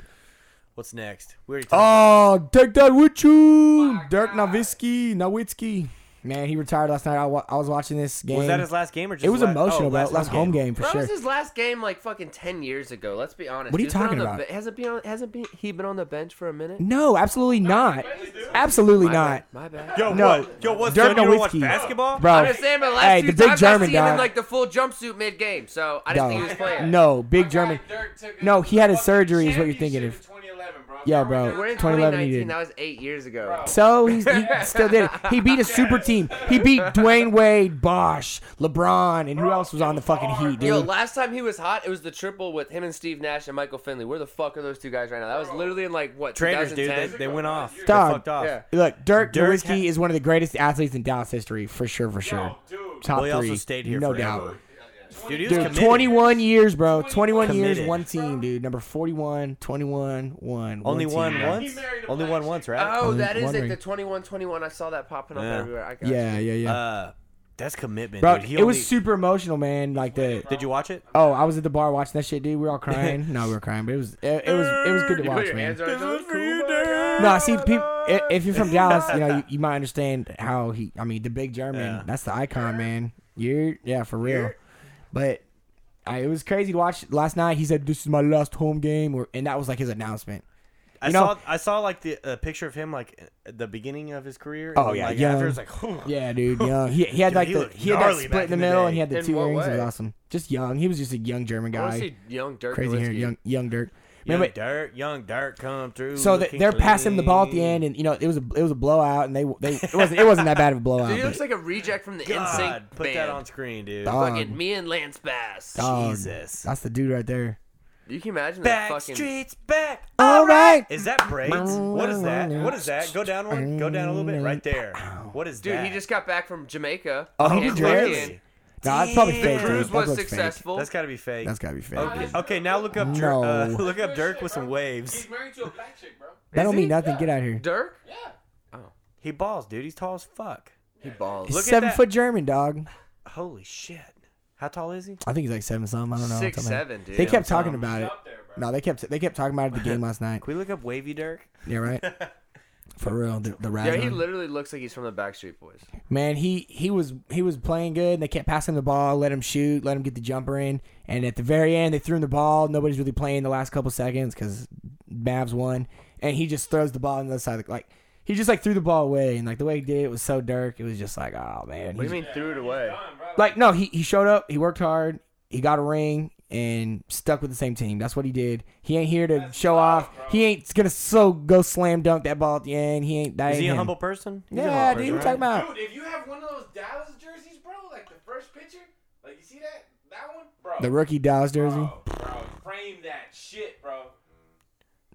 Speaker 1: What's next? We already talked-
Speaker 2: Oh, take that with you, Dirk Nowitzki. Nowitzki, man, he retired last night. I, wa- I was watching this game.
Speaker 1: was that his last game or just
Speaker 2: it was
Speaker 1: la-
Speaker 2: emotional,
Speaker 1: oh,
Speaker 2: bro. Last, home game, for
Speaker 3: That
Speaker 2: sure.
Speaker 3: was his last game, like fucking ten years ago. Let's be honest.
Speaker 2: What are you
Speaker 3: He's been on
Speaker 2: talking
Speaker 3: the
Speaker 2: about?
Speaker 3: be- hasn't been on, hasn't been, he been on the bench for a minute?
Speaker 2: No, absolutely not. Absolutely
Speaker 3: My
Speaker 2: not.
Speaker 3: Bad. My bad.
Speaker 1: Yo,
Speaker 2: No.
Speaker 1: what? Yo, what's
Speaker 2: Dirk
Speaker 1: Dirk
Speaker 2: Nowitzki.
Speaker 1: Watch basketball?
Speaker 2: Bro.
Speaker 3: I understand, but last
Speaker 2: Oh. Hey,
Speaker 3: two
Speaker 2: the big
Speaker 3: times
Speaker 2: German,
Speaker 3: I've seen him
Speaker 2: dog.
Speaker 3: in like the full jumpsuit mid game, so I didn't think he was playing.
Speaker 2: No, big German. No, he had his surgery is what you're thinking of. Yeah, bro.
Speaker 3: We're in
Speaker 2: 2011 he
Speaker 3: 2019.
Speaker 2: did.
Speaker 3: That was eight years ago.
Speaker 2: So he's, he still did it. He beat a super team. He beat Dwayne Wade, Bosch, LeBron, and who else was on the fucking Heat,
Speaker 3: Yo,
Speaker 2: dude?
Speaker 3: last time he was hot, it was the triple with him and Steve Nash and Michael Finley. Where the fuck are those two guys right now? That was literally in like what
Speaker 1: Traders, dude. They,
Speaker 3: 2010?
Speaker 1: they went off. They
Speaker 2: Dog.
Speaker 1: fucked off.
Speaker 3: Yeah.
Speaker 2: Look, Dirk
Speaker 1: Dirk
Speaker 2: Nowitzki
Speaker 1: ha-
Speaker 2: is one of the greatest athletes in Dallas history, for sure, for sure.
Speaker 5: dude.
Speaker 2: Top
Speaker 1: Well, he
Speaker 2: three,
Speaker 1: also stayed here
Speaker 2: no
Speaker 1: forever.
Speaker 2: doubt.
Speaker 1: Dude, he was
Speaker 2: Dude,
Speaker 1: committed.
Speaker 2: 21 years, bro. 21 years,
Speaker 1: Committed.
Speaker 2: one team, dude. Number 41, 21, one.
Speaker 1: Only
Speaker 2: team,
Speaker 1: one
Speaker 2: bro.
Speaker 1: once.
Speaker 5: married a
Speaker 1: Only
Speaker 5: black
Speaker 1: one
Speaker 5: chick.
Speaker 1: once, right?
Speaker 3: Oh,
Speaker 2: was
Speaker 3: that is it.
Speaker 2: wondering.
Speaker 3: The 21-21. I saw that popping up
Speaker 1: Yeah.
Speaker 3: everywhere. I got
Speaker 2: Yeah, yeah, yeah.
Speaker 1: Uh, that's commitment,
Speaker 2: bro,
Speaker 1: dude. He
Speaker 2: it was
Speaker 1: only-
Speaker 2: super emotional, man. Like the.
Speaker 1: Did you watch it?
Speaker 2: Oh, I was at the bar watching that shit, dude. We were all crying. no, we were crying, but it was it, it was it was good to
Speaker 3: You put
Speaker 2: watch,
Speaker 3: your
Speaker 2: man.
Speaker 3: hands on each other? Cool, man.
Speaker 2: No, see, people, i- if you're from Dallas, you know you, you might understand how he. I mean, the big German,
Speaker 1: Yeah.
Speaker 2: that's the icon, man. You're yeah, for real. But I, it was crazy to watch last night. He said, "This is my last home game," or, and that was like his announcement.
Speaker 1: I
Speaker 2: You know-
Speaker 1: saw I saw like the uh, picture of him like at the beginning of his career.
Speaker 2: Oh,
Speaker 1: and,
Speaker 2: yeah,
Speaker 1: like,
Speaker 2: young.
Speaker 1: after it was like, whew.
Speaker 2: Yeah, dude. Yeah, he, he had
Speaker 1: Dude,
Speaker 2: like
Speaker 1: he
Speaker 2: the
Speaker 1: looked
Speaker 2: he had that
Speaker 1: gnarly
Speaker 2: split
Speaker 1: back
Speaker 2: in the
Speaker 1: in the
Speaker 2: middle,
Speaker 1: day.
Speaker 2: and he had the
Speaker 3: In
Speaker 2: two
Speaker 3: what
Speaker 2: earrings. It was
Speaker 3: way?
Speaker 2: awesome. Just young. He was just a young German
Speaker 3: I want to
Speaker 2: guy.
Speaker 3: see young Dirk
Speaker 2: Crazy hair,
Speaker 3: Nowitzki.
Speaker 2: young young Dirk.
Speaker 1: Young
Speaker 2: Man, but-
Speaker 1: Dirk, young Dirk, come through.
Speaker 2: so they,
Speaker 1: looking
Speaker 2: they're passing the ball at the
Speaker 1: clean.
Speaker 2: end, and you know it was a it was a blowout, and they they it wasn't it wasn't that bad of a blowout.
Speaker 3: Dude, he
Speaker 2: but-
Speaker 3: looks like a reject from the
Speaker 1: God,
Speaker 3: NSYNC
Speaker 1: put
Speaker 3: band.
Speaker 1: that on screen, dude.
Speaker 2: Dog.
Speaker 3: Fucking me and Lance Bass.
Speaker 2: Dog,
Speaker 1: Jesus.
Speaker 2: that's the dude right there.
Speaker 3: You can imagine that
Speaker 1: Back
Speaker 3: fucking.
Speaker 1: streets back.
Speaker 2: All right.
Speaker 1: Is that braids? What is that? What is that? Go down one. Go down a little bit. Right there. What is
Speaker 3: Dude,
Speaker 1: that?
Speaker 3: he just got back from Jamaica.
Speaker 2: Oh, he
Speaker 3: And
Speaker 2: did
Speaker 3: fucking-
Speaker 1: really?
Speaker 2: Nah, it's probably
Speaker 1: Damn.
Speaker 2: fake.
Speaker 1: The
Speaker 2: dude.
Speaker 1: cruise
Speaker 3: Cruz
Speaker 2: That
Speaker 3: was
Speaker 2: looks fake.
Speaker 3: successful.
Speaker 1: That's got to be fake.
Speaker 2: That's gotta be fake.
Speaker 1: Okay. Okay. Now look up. Dirk,
Speaker 2: No.
Speaker 1: uh, look up Dirk with some waves.
Speaker 5: He's married to a black chick, bro.
Speaker 2: That don't
Speaker 3: he?
Speaker 2: mean nothing. Get out of here.
Speaker 3: Dirk?
Speaker 1: He balls, dude. He's tall as fuck.
Speaker 3: He balls.
Speaker 2: He's
Speaker 1: Look at
Speaker 2: seven
Speaker 1: that.
Speaker 2: foot German dog.
Speaker 1: Holy shit. How tall is he?
Speaker 2: I think he's like seven something. I don't know.
Speaker 3: Six,
Speaker 2: Something like-
Speaker 3: seven, dude.
Speaker 2: They kept
Speaker 1: Some-
Speaker 2: talking about it. No, they kept they kept talking about it at the game last night.
Speaker 1: Can we look up wavy Dirk?
Speaker 2: Yeah, right. For real, the, the
Speaker 3: Yeah, he
Speaker 2: razzle.
Speaker 3: literally looks like he's from the Backstreet Boys.
Speaker 2: man, he he was he was playing good. And they kept passing him the ball, let him shoot, let him get the jumper in, and at the very end they threw him the ball. Nobody's really playing the last couple seconds because Mavs won, and he just throws the ball on the other side. of the- Like he just like threw the ball away, and like the way he did it was so dark. It was just like, oh man.
Speaker 3: What do
Speaker 2: he's-
Speaker 3: you mean threw it away?
Speaker 2: Like no, he he showed up, he worked hard, he got a ring. And stuck with the same team. That's what he did. He ain't here to show off. He ain't gonna so go slam dunk that ball at the end. He ain't. That
Speaker 1: Is
Speaker 2: ain't
Speaker 1: he a
Speaker 2: him.
Speaker 1: humble person? He's a
Speaker 2: Yeah,
Speaker 1: humble person,
Speaker 2: dude. What you talking
Speaker 1: right?
Speaker 2: about?
Speaker 5: Dude, if you have one of those Dallas jerseys, bro, like the first picture, like you see that that one, bro.
Speaker 2: The rookie Dallas jersey.
Speaker 5: Bro, bro, frame that shit, bro.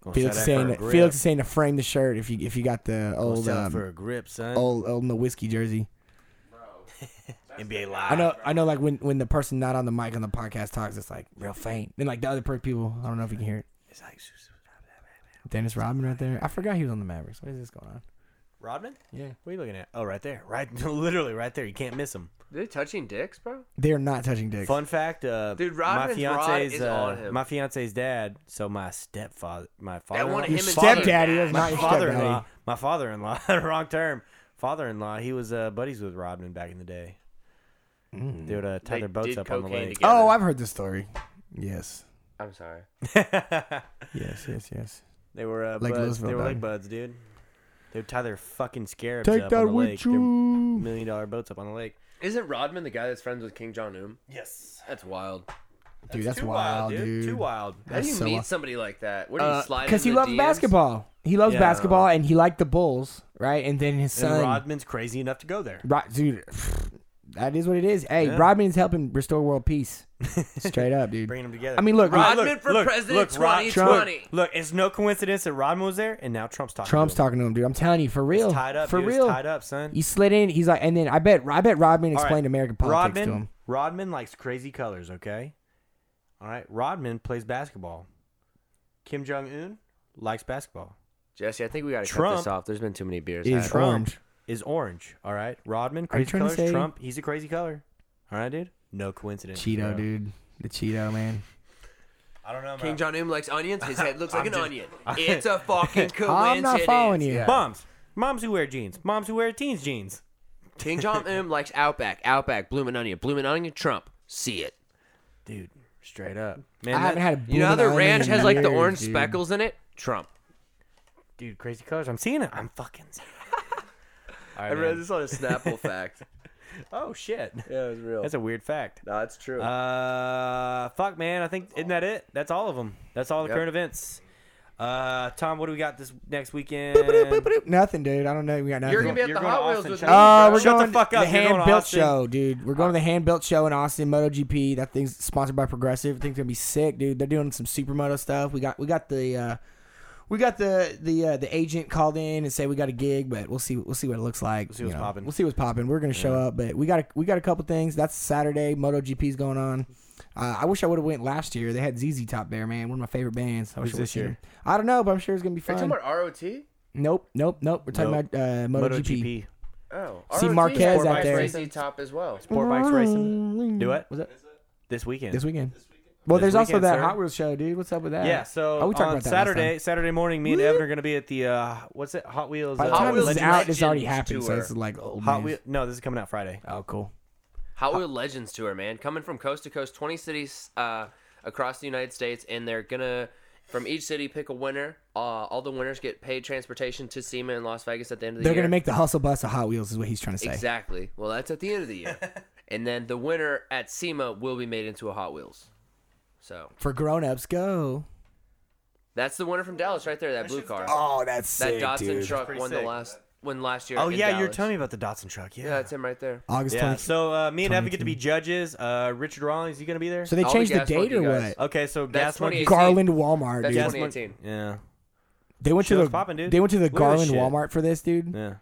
Speaker 1: Gonna
Speaker 2: Felix
Speaker 1: set that for
Speaker 2: is saying
Speaker 1: a
Speaker 2: that,
Speaker 1: grip.
Speaker 2: Felix is saying to frame the shirt if you if you got the
Speaker 1: Gonna
Speaker 2: old
Speaker 1: set it
Speaker 2: um,
Speaker 1: for a grip, son.
Speaker 2: old old no whiskey jersey.
Speaker 1: NBA Live.
Speaker 2: I know I know like when when the person not on the mic on the podcast talks, it's like real faint. And like the other per people, I don't know if you can hear it.
Speaker 1: It's like "Sus- sus-
Speaker 2: Dennis Rodman right there. I forgot he was on the Mavericks. What is this going on?
Speaker 1: Rodman.
Speaker 2: Yeah.
Speaker 1: What are you looking at? Oh, right there. Right, literally right there. You can't miss him.
Speaker 3: they touching dicks, bro?
Speaker 2: They are not touching dicks.
Speaker 1: Fun fact, uh,
Speaker 3: Dude,
Speaker 1: my
Speaker 3: Rodman's rod
Speaker 1: fiance's
Speaker 3: is
Speaker 1: uh,
Speaker 3: on him.
Speaker 1: my fiance's dad, so my stepfather, my
Speaker 3: That
Speaker 1: father,
Speaker 3: one
Speaker 2: Your
Speaker 3: him and
Speaker 2: stepdaddy
Speaker 3: Father-
Speaker 2: is
Speaker 1: my
Speaker 2: not your
Speaker 1: father-in-law,
Speaker 2: stepdaddy.
Speaker 1: my father-in-law, wrong term, father-in-law. He was uh, buddies with Rodman back in the day.
Speaker 2: Mm.
Speaker 1: They would uh, tie
Speaker 3: They
Speaker 1: their boats
Speaker 3: did
Speaker 1: up on the
Speaker 3: cocaine
Speaker 1: lake.
Speaker 3: together.
Speaker 2: Oh, I've heard this story. Yes.
Speaker 3: I'm sorry.
Speaker 2: Yes, yes, yes.
Speaker 1: They were uh,
Speaker 2: Like
Speaker 1: buds.
Speaker 2: Louisville
Speaker 1: They were like
Speaker 2: Bag.
Speaker 1: buds, dude. They would tie their fucking scarabs
Speaker 2: Take
Speaker 1: up on
Speaker 2: that
Speaker 1: the
Speaker 2: with
Speaker 1: lake.
Speaker 2: you.
Speaker 1: Their million-dollar boats up on the lake.
Speaker 3: Isn't Rodman the guy that's friends with King Jong Un?
Speaker 1: Yes,
Speaker 3: That's wild.
Speaker 2: Dude, that's, wild, dude.
Speaker 1: Too wild.
Speaker 3: How do
Speaker 2: That's
Speaker 3: you
Speaker 2: so
Speaker 3: meet
Speaker 2: wild.
Speaker 3: somebody like that? Where do you slide?
Speaker 2: because he
Speaker 3: into
Speaker 2: loves
Speaker 3: DMs?
Speaker 2: basketball. He loves
Speaker 1: Yeah.
Speaker 2: basketball, and he liked the Bulls, right? And then his
Speaker 1: And
Speaker 2: son,
Speaker 1: Rodman's crazy enough to go there.
Speaker 2: Rod- dude, that is what it is. Hey,
Speaker 1: Yeah.
Speaker 2: Rodman's helping restore world peace, straight up, dude.
Speaker 1: Bringing them together.
Speaker 2: I mean, look,
Speaker 1: Ah,
Speaker 3: Rodman for president
Speaker 1: Rod-
Speaker 3: 2020.
Speaker 1: Trump- look, it's no coincidence that Rodman was there, and now Trump's talking.
Speaker 2: Trump's
Speaker 1: to him.
Speaker 2: talking to him, dude. I'm telling you, for real,
Speaker 1: It's tied up.
Speaker 2: for
Speaker 1: dude. It's
Speaker 2: real,
Speaker 1: tied up, son.
Speaker 2: He slid in. He's like, and then I bet, I bet Rodman
Speaker 1: All right.
Speaker 2: explained American politics
Speaker 1: Rodman,
Speaker 2: to him.
Speaker 1: Rodman likes crazy colors. Okay, all right. Rodman plays basketball. Kim Jong Un likes basketball.
Speaker 3: Jesse, I think we gotta cut
Speaker 1: Trump-
Speaker 3: this off. There's been too many beers.
Speaker 2: Is
Speaker 3: I-
Speaker 1: Trump
Speaker 2: orange.
Speaker 1: is orange. All right. Rodman
Speaker 2: Are you
Speaker 1: crazy
Speaker 2: trying to
Speaker 1: colors.
Speaker 2: say-
Speaker 1: Trump he's a crazy color. All right, dude. No coincidence.
Speaker 2: Cheeto,
Speaker 1: bro.
Speaker 2: dude. The Cheeto man.
Speaker 1: I don't know.
Speaker 3: King
Speaker 1: King
Speaker 3: Jong Un likes onions. His head looks like
Speaker 1: I'm
Speaker 3: an
Speaker 1: just-
Speaker 3: onion. It's a fucking coincidence.
Speaker 2: I'm not following you.
Speaker 1: Moms, moms who wear jeans. Moms who wear teens jeans.
Speaker 3: King Jong Un likes Outback. Outback, Bloomin' Onion. Bloomin' Onion, Trump. See it.
Speaker 1: Dude, straight up. Man,
Speaker 2: I haven't
Speaker 1: that-
Speaker 2: had a.
Speaker 3: You know how their
Speaker 2: Bloomin' Onion
Speaker 3: ranch
Speaker 2: in
Speaker 3: has like the
Speaker 2: years,
Speaker 3: orange
Speaker 2: dude.
Speaker 3: speckles in it? Trump.
Speaker 1: dude, crazy colors. I'm seeing it. I'm fucking seeing it. All right, man.
Speaker 3: on a Snapple fact.
Speaker 1: Oh shit.
Speaker 3: Yeah, it was real.
Speaker 1: That's a weird fact.
Speaker 3: no, it's true.
Speaker 1: Uh, fuck, man. I think isn't that it? That's all of them. That's all the
Speaker 3: Yep.
Speaker 1: current events. Uh, Tom, what do we got this next weekend?
Speaker 2: Boop, boop, boop, boop. Nothing, dude. I don't know. We got nothing.
Speaker 3: You're gonna be at
Speaker 1: You're
Speaker 3: the
Speaker 1: going to
Speaker 3: Hot Wheels
Speaker 1: Austin,
Speaker 3: with
Speaker 1: Texas.
Speaker 3: me.
Speaker 2: Uh,
Speaker 3: bro.
Speaker 2: we're
Speaker 1: Shut the
Speaker 2: going
Speaker 1: fuck up.
Speaker 2: the
Speaker 1: You're going to
Speaker 2: hand built
Speaker 1: Austin.
Speaker 2: show, dude. We're going to the hand built show in Austin, MotoGP. That thing's sponsored by Progressive. Thing's gonna be sick, dude. They're doing some supermoto stuff. We got we got the uh, we got the the uh, the agent called in and say we got a gig, but we'll see we'll see what it looks like. We'll
Speaker 1: see what's poppin'.
Speaker 2: We'll see what's popping. We're gonna show up, but we got a, we got a couple things. That's Saturday. MotoGP's going on. Uh, I wish I would have went last year. They had ZZ Top there, man. One of my favorite bands. I wish I
Speaker 1: Who's
Speaker 2: would've
Speaker 1: this
Speaker 2: seen
Speaker 1: year?
Speaker 2: them. I don't know, but I'm sure it's gonna be
Speaker 3: Are you
Speaker 2: fun.
Speaker 3: ROT?
Speaker 2: Nope, nope, nope. We're talking
Speaker 1: Nope.
Speaker 2: about uh,
Speaker 1: MotoGP.
Speaker 2: MotoGP.
Speaker 3: Oh,
Speaker 2: See
Speaker 3: ROT
Speaker 2: Marquez
Speaker 3: has
Speaker 2: out
Speaker 3: Bryce
Speaker 2: there.
Speaker 3: Racing top as well.
Speaker 1: Sport bikes racing. Do it
Speaker 2: Was it?
Speaker 1: this weekend.
Speaker 2: This weekend. Well,
Speaker 1: This
Speaker 2: there's also
Speaker 1: weekend,
Speaker 2: that
Speaker 1: sir.
Speaker 2: Hot Wheels show, dude. What's up with that?
Speaker 1: Yeah, so
Speaker 2: Oh, we talked
Speaker 1: on
Speaker 2: about that last
Speaker 1: Saturday,
Speaker 2: time.
Speaker 1: Saturday morning, me and Evan are going to be at the uh, what's it? Hot Wheels.
Speaker 2: By the
Speaker 1: uh,
Speaker 2: time this is
Speaker 1: Legends-
Speaker 2: out, it's already
Speaker 3: Legends
Speaker 2: happened. So
Speaker 3: tour.
Speaker 2: it's like old
Speaker 1: Hot
Speaker 2: news.
Speaker 1: Wheel. No, this is coming out Friday.
Speaker 2: Oh, cool.
Speaker 3: Hot Wheel Legends tour, man, coming from coast to coast, 20 cities uh, across the United States, and they're gonna from each city pick a winner. Uh, all the winners get paid transportation to SEMA in Las Vegas at the end of the
Speaker 2: They're
Speaker 3: year.
Speaker 2: gonna make the hustle bus of Hot Wheels, is what he's trying to say.
Speaker 3: exactly. Well, that's at the end of the year, and then the winner at SEMA will be made into a Hot Wheels. So
Speaker 2: For grown-ups, go.
Speaker 3: that's the winner from Dallas right there. That blue car,
Speaker 2: Oh, that's
Speaker 3: that
Speaker 2: sick,
Speaker 3: Datsun
Speaker 2: dude.
Speaker 3: truck
Speaker 1: pretty
Speaker 3: won
Speaker 1: sick.
Speaker 3: the last won last year.
Speaker 1: Oh
Speaker 3: in
Speaker 1: yeah, you're
Speaker 3: Dallas.
Speaker 1: telling me about the Datsun truck. Yeah.
Speaker 3: Yeah, that's him right there.
Speaker 2: August
Speaker 1: Yeah,
Speaker 2: 20th. So,
Speaker 1: so uh, me and Evan get to be judges. Uh, Richard Rawlings, you gonna be there?
Speaker 2: they
Speaker 3: all the
Speaker 2: changed the,
Speaker 3: gas
Speaker 2: date
Speaker 3: monkey
Speaker 2: or
Speaker 3: guys.
Speaker 2: what?
Speaker 1: okay, so
Speaker 3: That's
Speaker 1: Gas Monkey.
Speaker 3: 28.
Speaker 2: Garland Walmart,
Speaker 3: That's
Speaker 2: dude.
Speaker 1: Gas
Speaker 3: Yes.
Speaker 1: Monkey-
Speaker 3: 2018.
Speaker 1: Yeah,
Speaker 2: They went to
Speaker 1: Shit's
Speaker 2: the
Speaker 1: poppin', dude.
Speaker 2: they went to the
Speaker 1: Look at this
Speaker 2: Garland
Speaker 1: shit.
Speaker 2: Walmart for this, dude.
Speaker 1: yeah.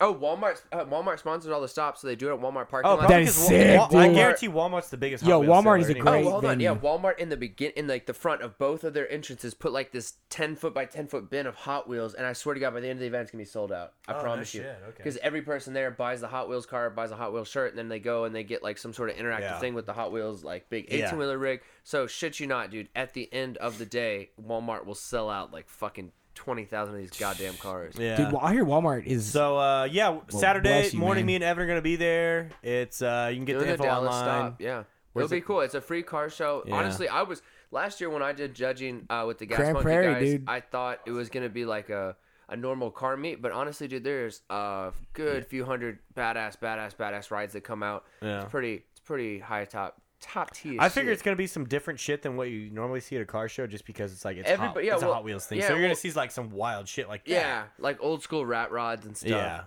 Speaker 3: Oh, Walmart. Uh, Walmart sponsors all the stops, so they do it at Walmart parking
Speaker 1: Oh,
Speaker 3: lot.
Speaker 1: probably
Speaker 2: That is
Speaker 1: 'cause Wa-
Speaker 2: sick,
Speaker 1: Wa- I
Speaker 2: dude.
Speaker 1: guarantee Walmart's the biggest.
Speaker 2: Yo,
Speaker 1: Hot Wheels
Speaker 2: Walmart is
Speaker 1: seller anyway.
Speaker 2: a great-
Speaker 3: Oh, hold on. Yeah,
Speaker 2: venue.
Speaker 3: Walmart in the begin in like the front of both of their entrances put like this 10 foot by 10 foot bin of Hot Wheels, and I swear to God, by the end of the event, it's gonna be sold out. I
Speaker 1: Oh, no
Speaker 3: promise you.
Speaker 1: shit, okay.
Speaker 3: Because every person there buys the Hot Wheels car, buys a Hot Wheels shirt, and then they go and they get like some sort of interactive
Speaker 1: Yeah.
Speaker 3: thing with the Hot Wheels, like big
Speaker 1: Yeah.
Speaker 3: 18 wheeler rig. So shit you not, dude. At the end of the day, Walmart will sell out like fucking 20,000 of these goddamn cars.
Speaker 1: Yeah.
Speaker 2: Dude, well, I hear Walmart is
Speaker 1: So uh, yeah, Saturday
Speaker 2: bless you,
Speaker 1: morning,
Speaker 2: man.
Speaker 1: me and Evan are gonna be there. It's uh, you can get
Speaker 3: Doing
Speaker 1: the
Speaker 3: the
Speaker 1: info
Speaker 3: Dallas
Speaker 1: online.
Speaker 3: stop. Yeah. It'll be cool. It's a free car show.
Speaker 1: Yeah.
Speaker 3: Honestly, I was last year when I did judging uh, with the Gas
Speaker 2: Grand
Speaker 3: Monkey
Speaker 2: Prairie,
Speaker 3: guys.
Speaker 2: dude.
Speaker 3: I thought it was gonna be like a a normal car meet, but honestly, dude, there's a good few hundred badass, badass, badass rides that come out.
Speaker 1: Yeah.
Speaker 3: It's pretty. It's pretty high top, top tier.
Speaker 1: I figure
Speaker 3: shit.
Speaker 1: it's gonna be some different shit than what you normally see at a car show, just because it's like it's, hot,
Speaker 3: Everybody- yeah,
Speaker 1: it's a
Speaker 3: well-
Speaker 1: Hot Wheels thing.
Speaker 3: yeah,
Speaker 1: so you're gonna
Speaker 3: well-
Speaker 1: see like some wild shit like that.
Speaker 3: yeah, like old school rat rods and stuff.
Speaker 1: yeah,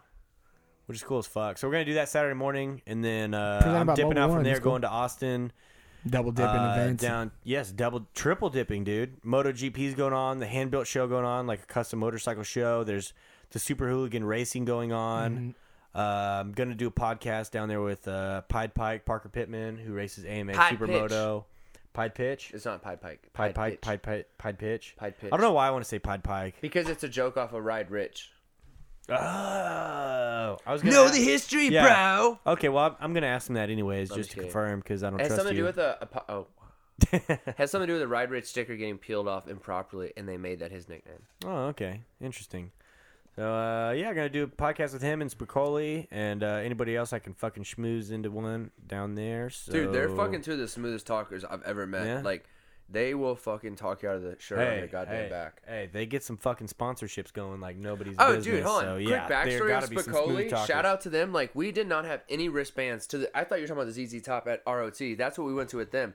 Speaker 1: which is cool as fuck. So we're gonna do that Saturday morning, and then uh,
Speaker 2: Presented
Speaker 1: I'm
Speaker 2: by
Speaker 1: dipping
Speaker 2: Mobile
Speaker 1: out from
Speaker 2: One,
Speaker 1: there,
Speaker 2: it's cool.
Speaker 1: going to Austin.
Speaker 2: Double dipping
Speaker 1: Uh,
Speaker 2: events.
Speaker 1: Down, yes, double, triple dipping, dude. Moto GP's going on, the hand built show going on, like a custom motorcycle show. There's the Super Hooligan Racing going on.
Speaker 2: Mm-hmm.
Speaker 1: Uh, I'm gonna do a podcast down there with uh, Pied Pike Parker Pittman, who races AMA
Speaker 3: Pied
Speaker 1: Supermoto. Pied Pitch,
Speaker 3: It's not Pied Pike.
Speaker 1: Pied Pike,
Speaker 3: Pitch.
Speaker 1: Pied Pike, Pied Pitch.
Speaker 3: Pied Pitch.
Speaker 1: I don't know why I want to say Pied Pike.
Speaker 3: Because it's a joke off of Ride Rich.
Speaker 1: Oh, I was gonna
Speaker 3: Know
Speaker 1: ask-
Speaker 3: the history,
Speaker 1: Yeah.
Speaker 3: bro.
Speaker 1: Okay, well, I'm, I'm gonna ask him that anyways,
Speaker 3: I'm
Speaker 1: just
Speaker 3: just
Speaker 1: to
Speaker 3: kidding.
Speaker 1: confirm because I don't
Speaker 3: It has
Speaker 1: trust
Speaker 3: something
Speaker 1: you.
Speaker 3: to do with a, a po- oh. has something to do with the Ride Rich sticker getting peeled off improperly, and they made that his nickname.
Speaker 1: Oh, okay. Interesting. So, uh, yeah, I'm going to do a podcast with him and Spicoli and uh, anybody else I can fucking schmooze into one down there. So.
Speaker 3: Dude, they're fucking two of the smoothest talkers I've ever met.
Speaker 1: Yeah?
Speaker 3: Like, they will fucking talk you out of the shirt on
Speaker 1: Hey,
Speaker 3: your goddamn
Speaker 1: hey,
Speaker 3: back.
Speaker 1: hey, they get some fucking sponsorships going like nobody's
Speaker 3: Oh,
Speaker 1: business.
Speaker 3: dude, hold on.
Speaker 1: So,
Speaker 3: Quick
Speaker 1: yeah, there
Speaker 3: backstory
Speaker 1: gotta
Speaker 3: of
Speaker 1: be some smooth
Speaker 3: Spicoli.
Speaker 1: talkers.
Speaker 3: Shout out to them. Like, we did not have any wristbands to the. I thought you were talking about the ZZ Top at ROT. That's what we went to with them.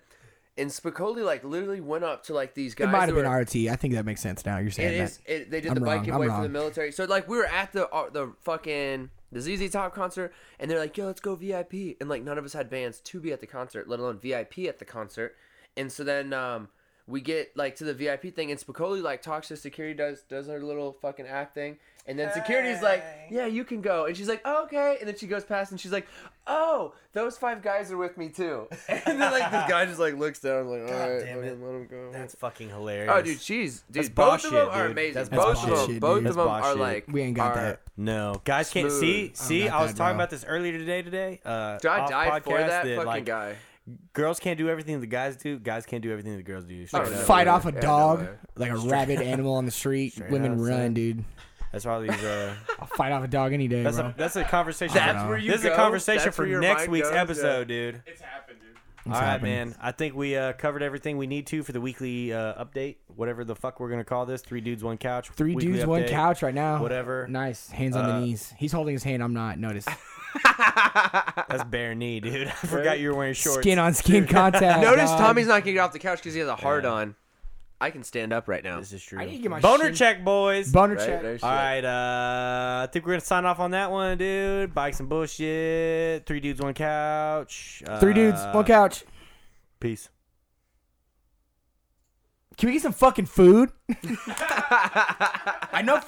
Speaker 3: And Spicoli, like, literally went up to, like, these guys.
Speaker 2: it might
Speaker 3: that
Speaker 2: have been
Speaker 3: were-
Speaker 2: RT. I think that makes sense now. You're saying
Speaker 3: It
Speaker 2: that.
Speaker 3: is. It, they did
Speaker 2: I'm
Speaker 3: the
Speaker 2: wrong,
Speaker 3: biking
Speaker 2: I'm
Speaker 3: away for the
Speaker 2: wrong.
Speaker 3: military. So like we were at the uh, the fucking the ZZ Top concert, and they're like, "Yo, let's go VIP," and like none of us had bands to be at the concert, let alone VIP at the concert. And so then um, we get like to the VIP thing, and Spicoli like talks to security, does does her little fucking act thing, and then security's like, "Yeah, you can go," and she's like, oh, "Okay," and then she goes past, and she's like, "Oh, those five guys are with me too," and then like this guy just like looks down, like, "All right,
Speaker 1: damn
Speaker 3: fucking
Speaker 1: it.
Speaker 3: let him go."
Speaker 1: That's fucking hilarious.
Speaker 3: Oh, dude, she's dude.
Speaker 1: That's
Speaker 3: both of
Speaker 1: bullshit,
Speaker 3: them are
Speaker 1: dude.
Speaker 3: amazing.
Speaker 1: That's
Speaker 3: both of them,
Speaker 2: bullshit,
Speaker 3: both
Speaker 2: dude.
Speaker 3: of them
Speaker 1: That's
Speaker 3: are
Speaker 1: bullshit.
Speaker 3: like
Speaker 2: We ain't got
Speaker 3: are-
Speaker 2: that.
Speaker 1: No, guys can't see.
Speaker 3: Smooth.
Speaker 1: See,
Speaker 2: not
Speaker 1: I was
Speaker 2: that,
Speaker 1: talking
Speaker 2: bro.
Speaker 1: about this earlier today. Today, uh,
Speaker 3: Dude, I
Speaker 1: off
Speaker 3: died for
Speaker 1: podcast
Speaker 3: that fucking
Speaker 1: like,
Speaker 3: guy.
Speaker 1: Girls can't do everything the guys do. Guys can't do everything the girls do. Straight
Speaker 3: don't
Speaker 1: up.
Speaker 3: know.
Speaker 2: Fight off a
Speaker 3: Yeah, no
Speaker 2: dog,
Speaker 3: way.
Speaker 2: like a rabid animal on the street. Women
Speaker 1: up, son.
Speaker 2: run, dude.
Speaker 1: That's probably uh,
Speaker 2: I'll fight off a dog any day,
Speaker 1: that's
Speaker 2: bro.
Speaker 1: a that's a conversation.
Speaker 3: That's where you
Speaker 1: this is a
Speaker 3: go?
Speaker 1: conversation
Speaker 3: That's
Speaker 1: for
Speaker 3: where your
Speaker 1: next
Speaker 3: mind
Speaker 1: week's
Speaker 3: goes?
Speaker 1: episode, dude.
Speaker 5: It's happened, dude.
Speaker 1: All right,
Speaker 2: happening.
Speaker 1: man. I think we uh, covered everything we need to for the weekly uh, update, whatever the fuck we're gonna call this. Three dudes, one couch.
Speaker 2: Three
Speaker 1: weekly
Speaker 2: dudes, one
Speaker 1: update.
Speaker 2: couch right now.
Speaker 1: Whatever. Uh,
Speaker 2: Nice. Hands on the knees. He's holding his hand. I'm not. Notice.
Speaker 1: That's bare knee, dude. I forgot you were wearing shorts.
Speaker 2: Skin on skin contact.
Speaker 3: Notice
Speaker 2: dog.
Speaker 3: Tommy's not getting off the couch because he has a hard on. I can stand up right now.
Speaker 1: This is true.
Speaker 2: I need to get my
Speaker 1: Boner
Speaker 2: shin-
Speaker 1: check, boys.
Speaker 2: boner
Speaker 3: Right?
Speaker 2: check.
Speaker 3: No shit.
Speaker 1: All right, uh, I think we're gonna sign off on that one, dude. Bikes and bullshit. Three dudes, one couch.
Speaker 2: Three dudes,
Speaker 1: Uh,
Speaker 2: one couch.
Speaker 1: Peace.
Speaker 2: Can we get some fucking food? I know.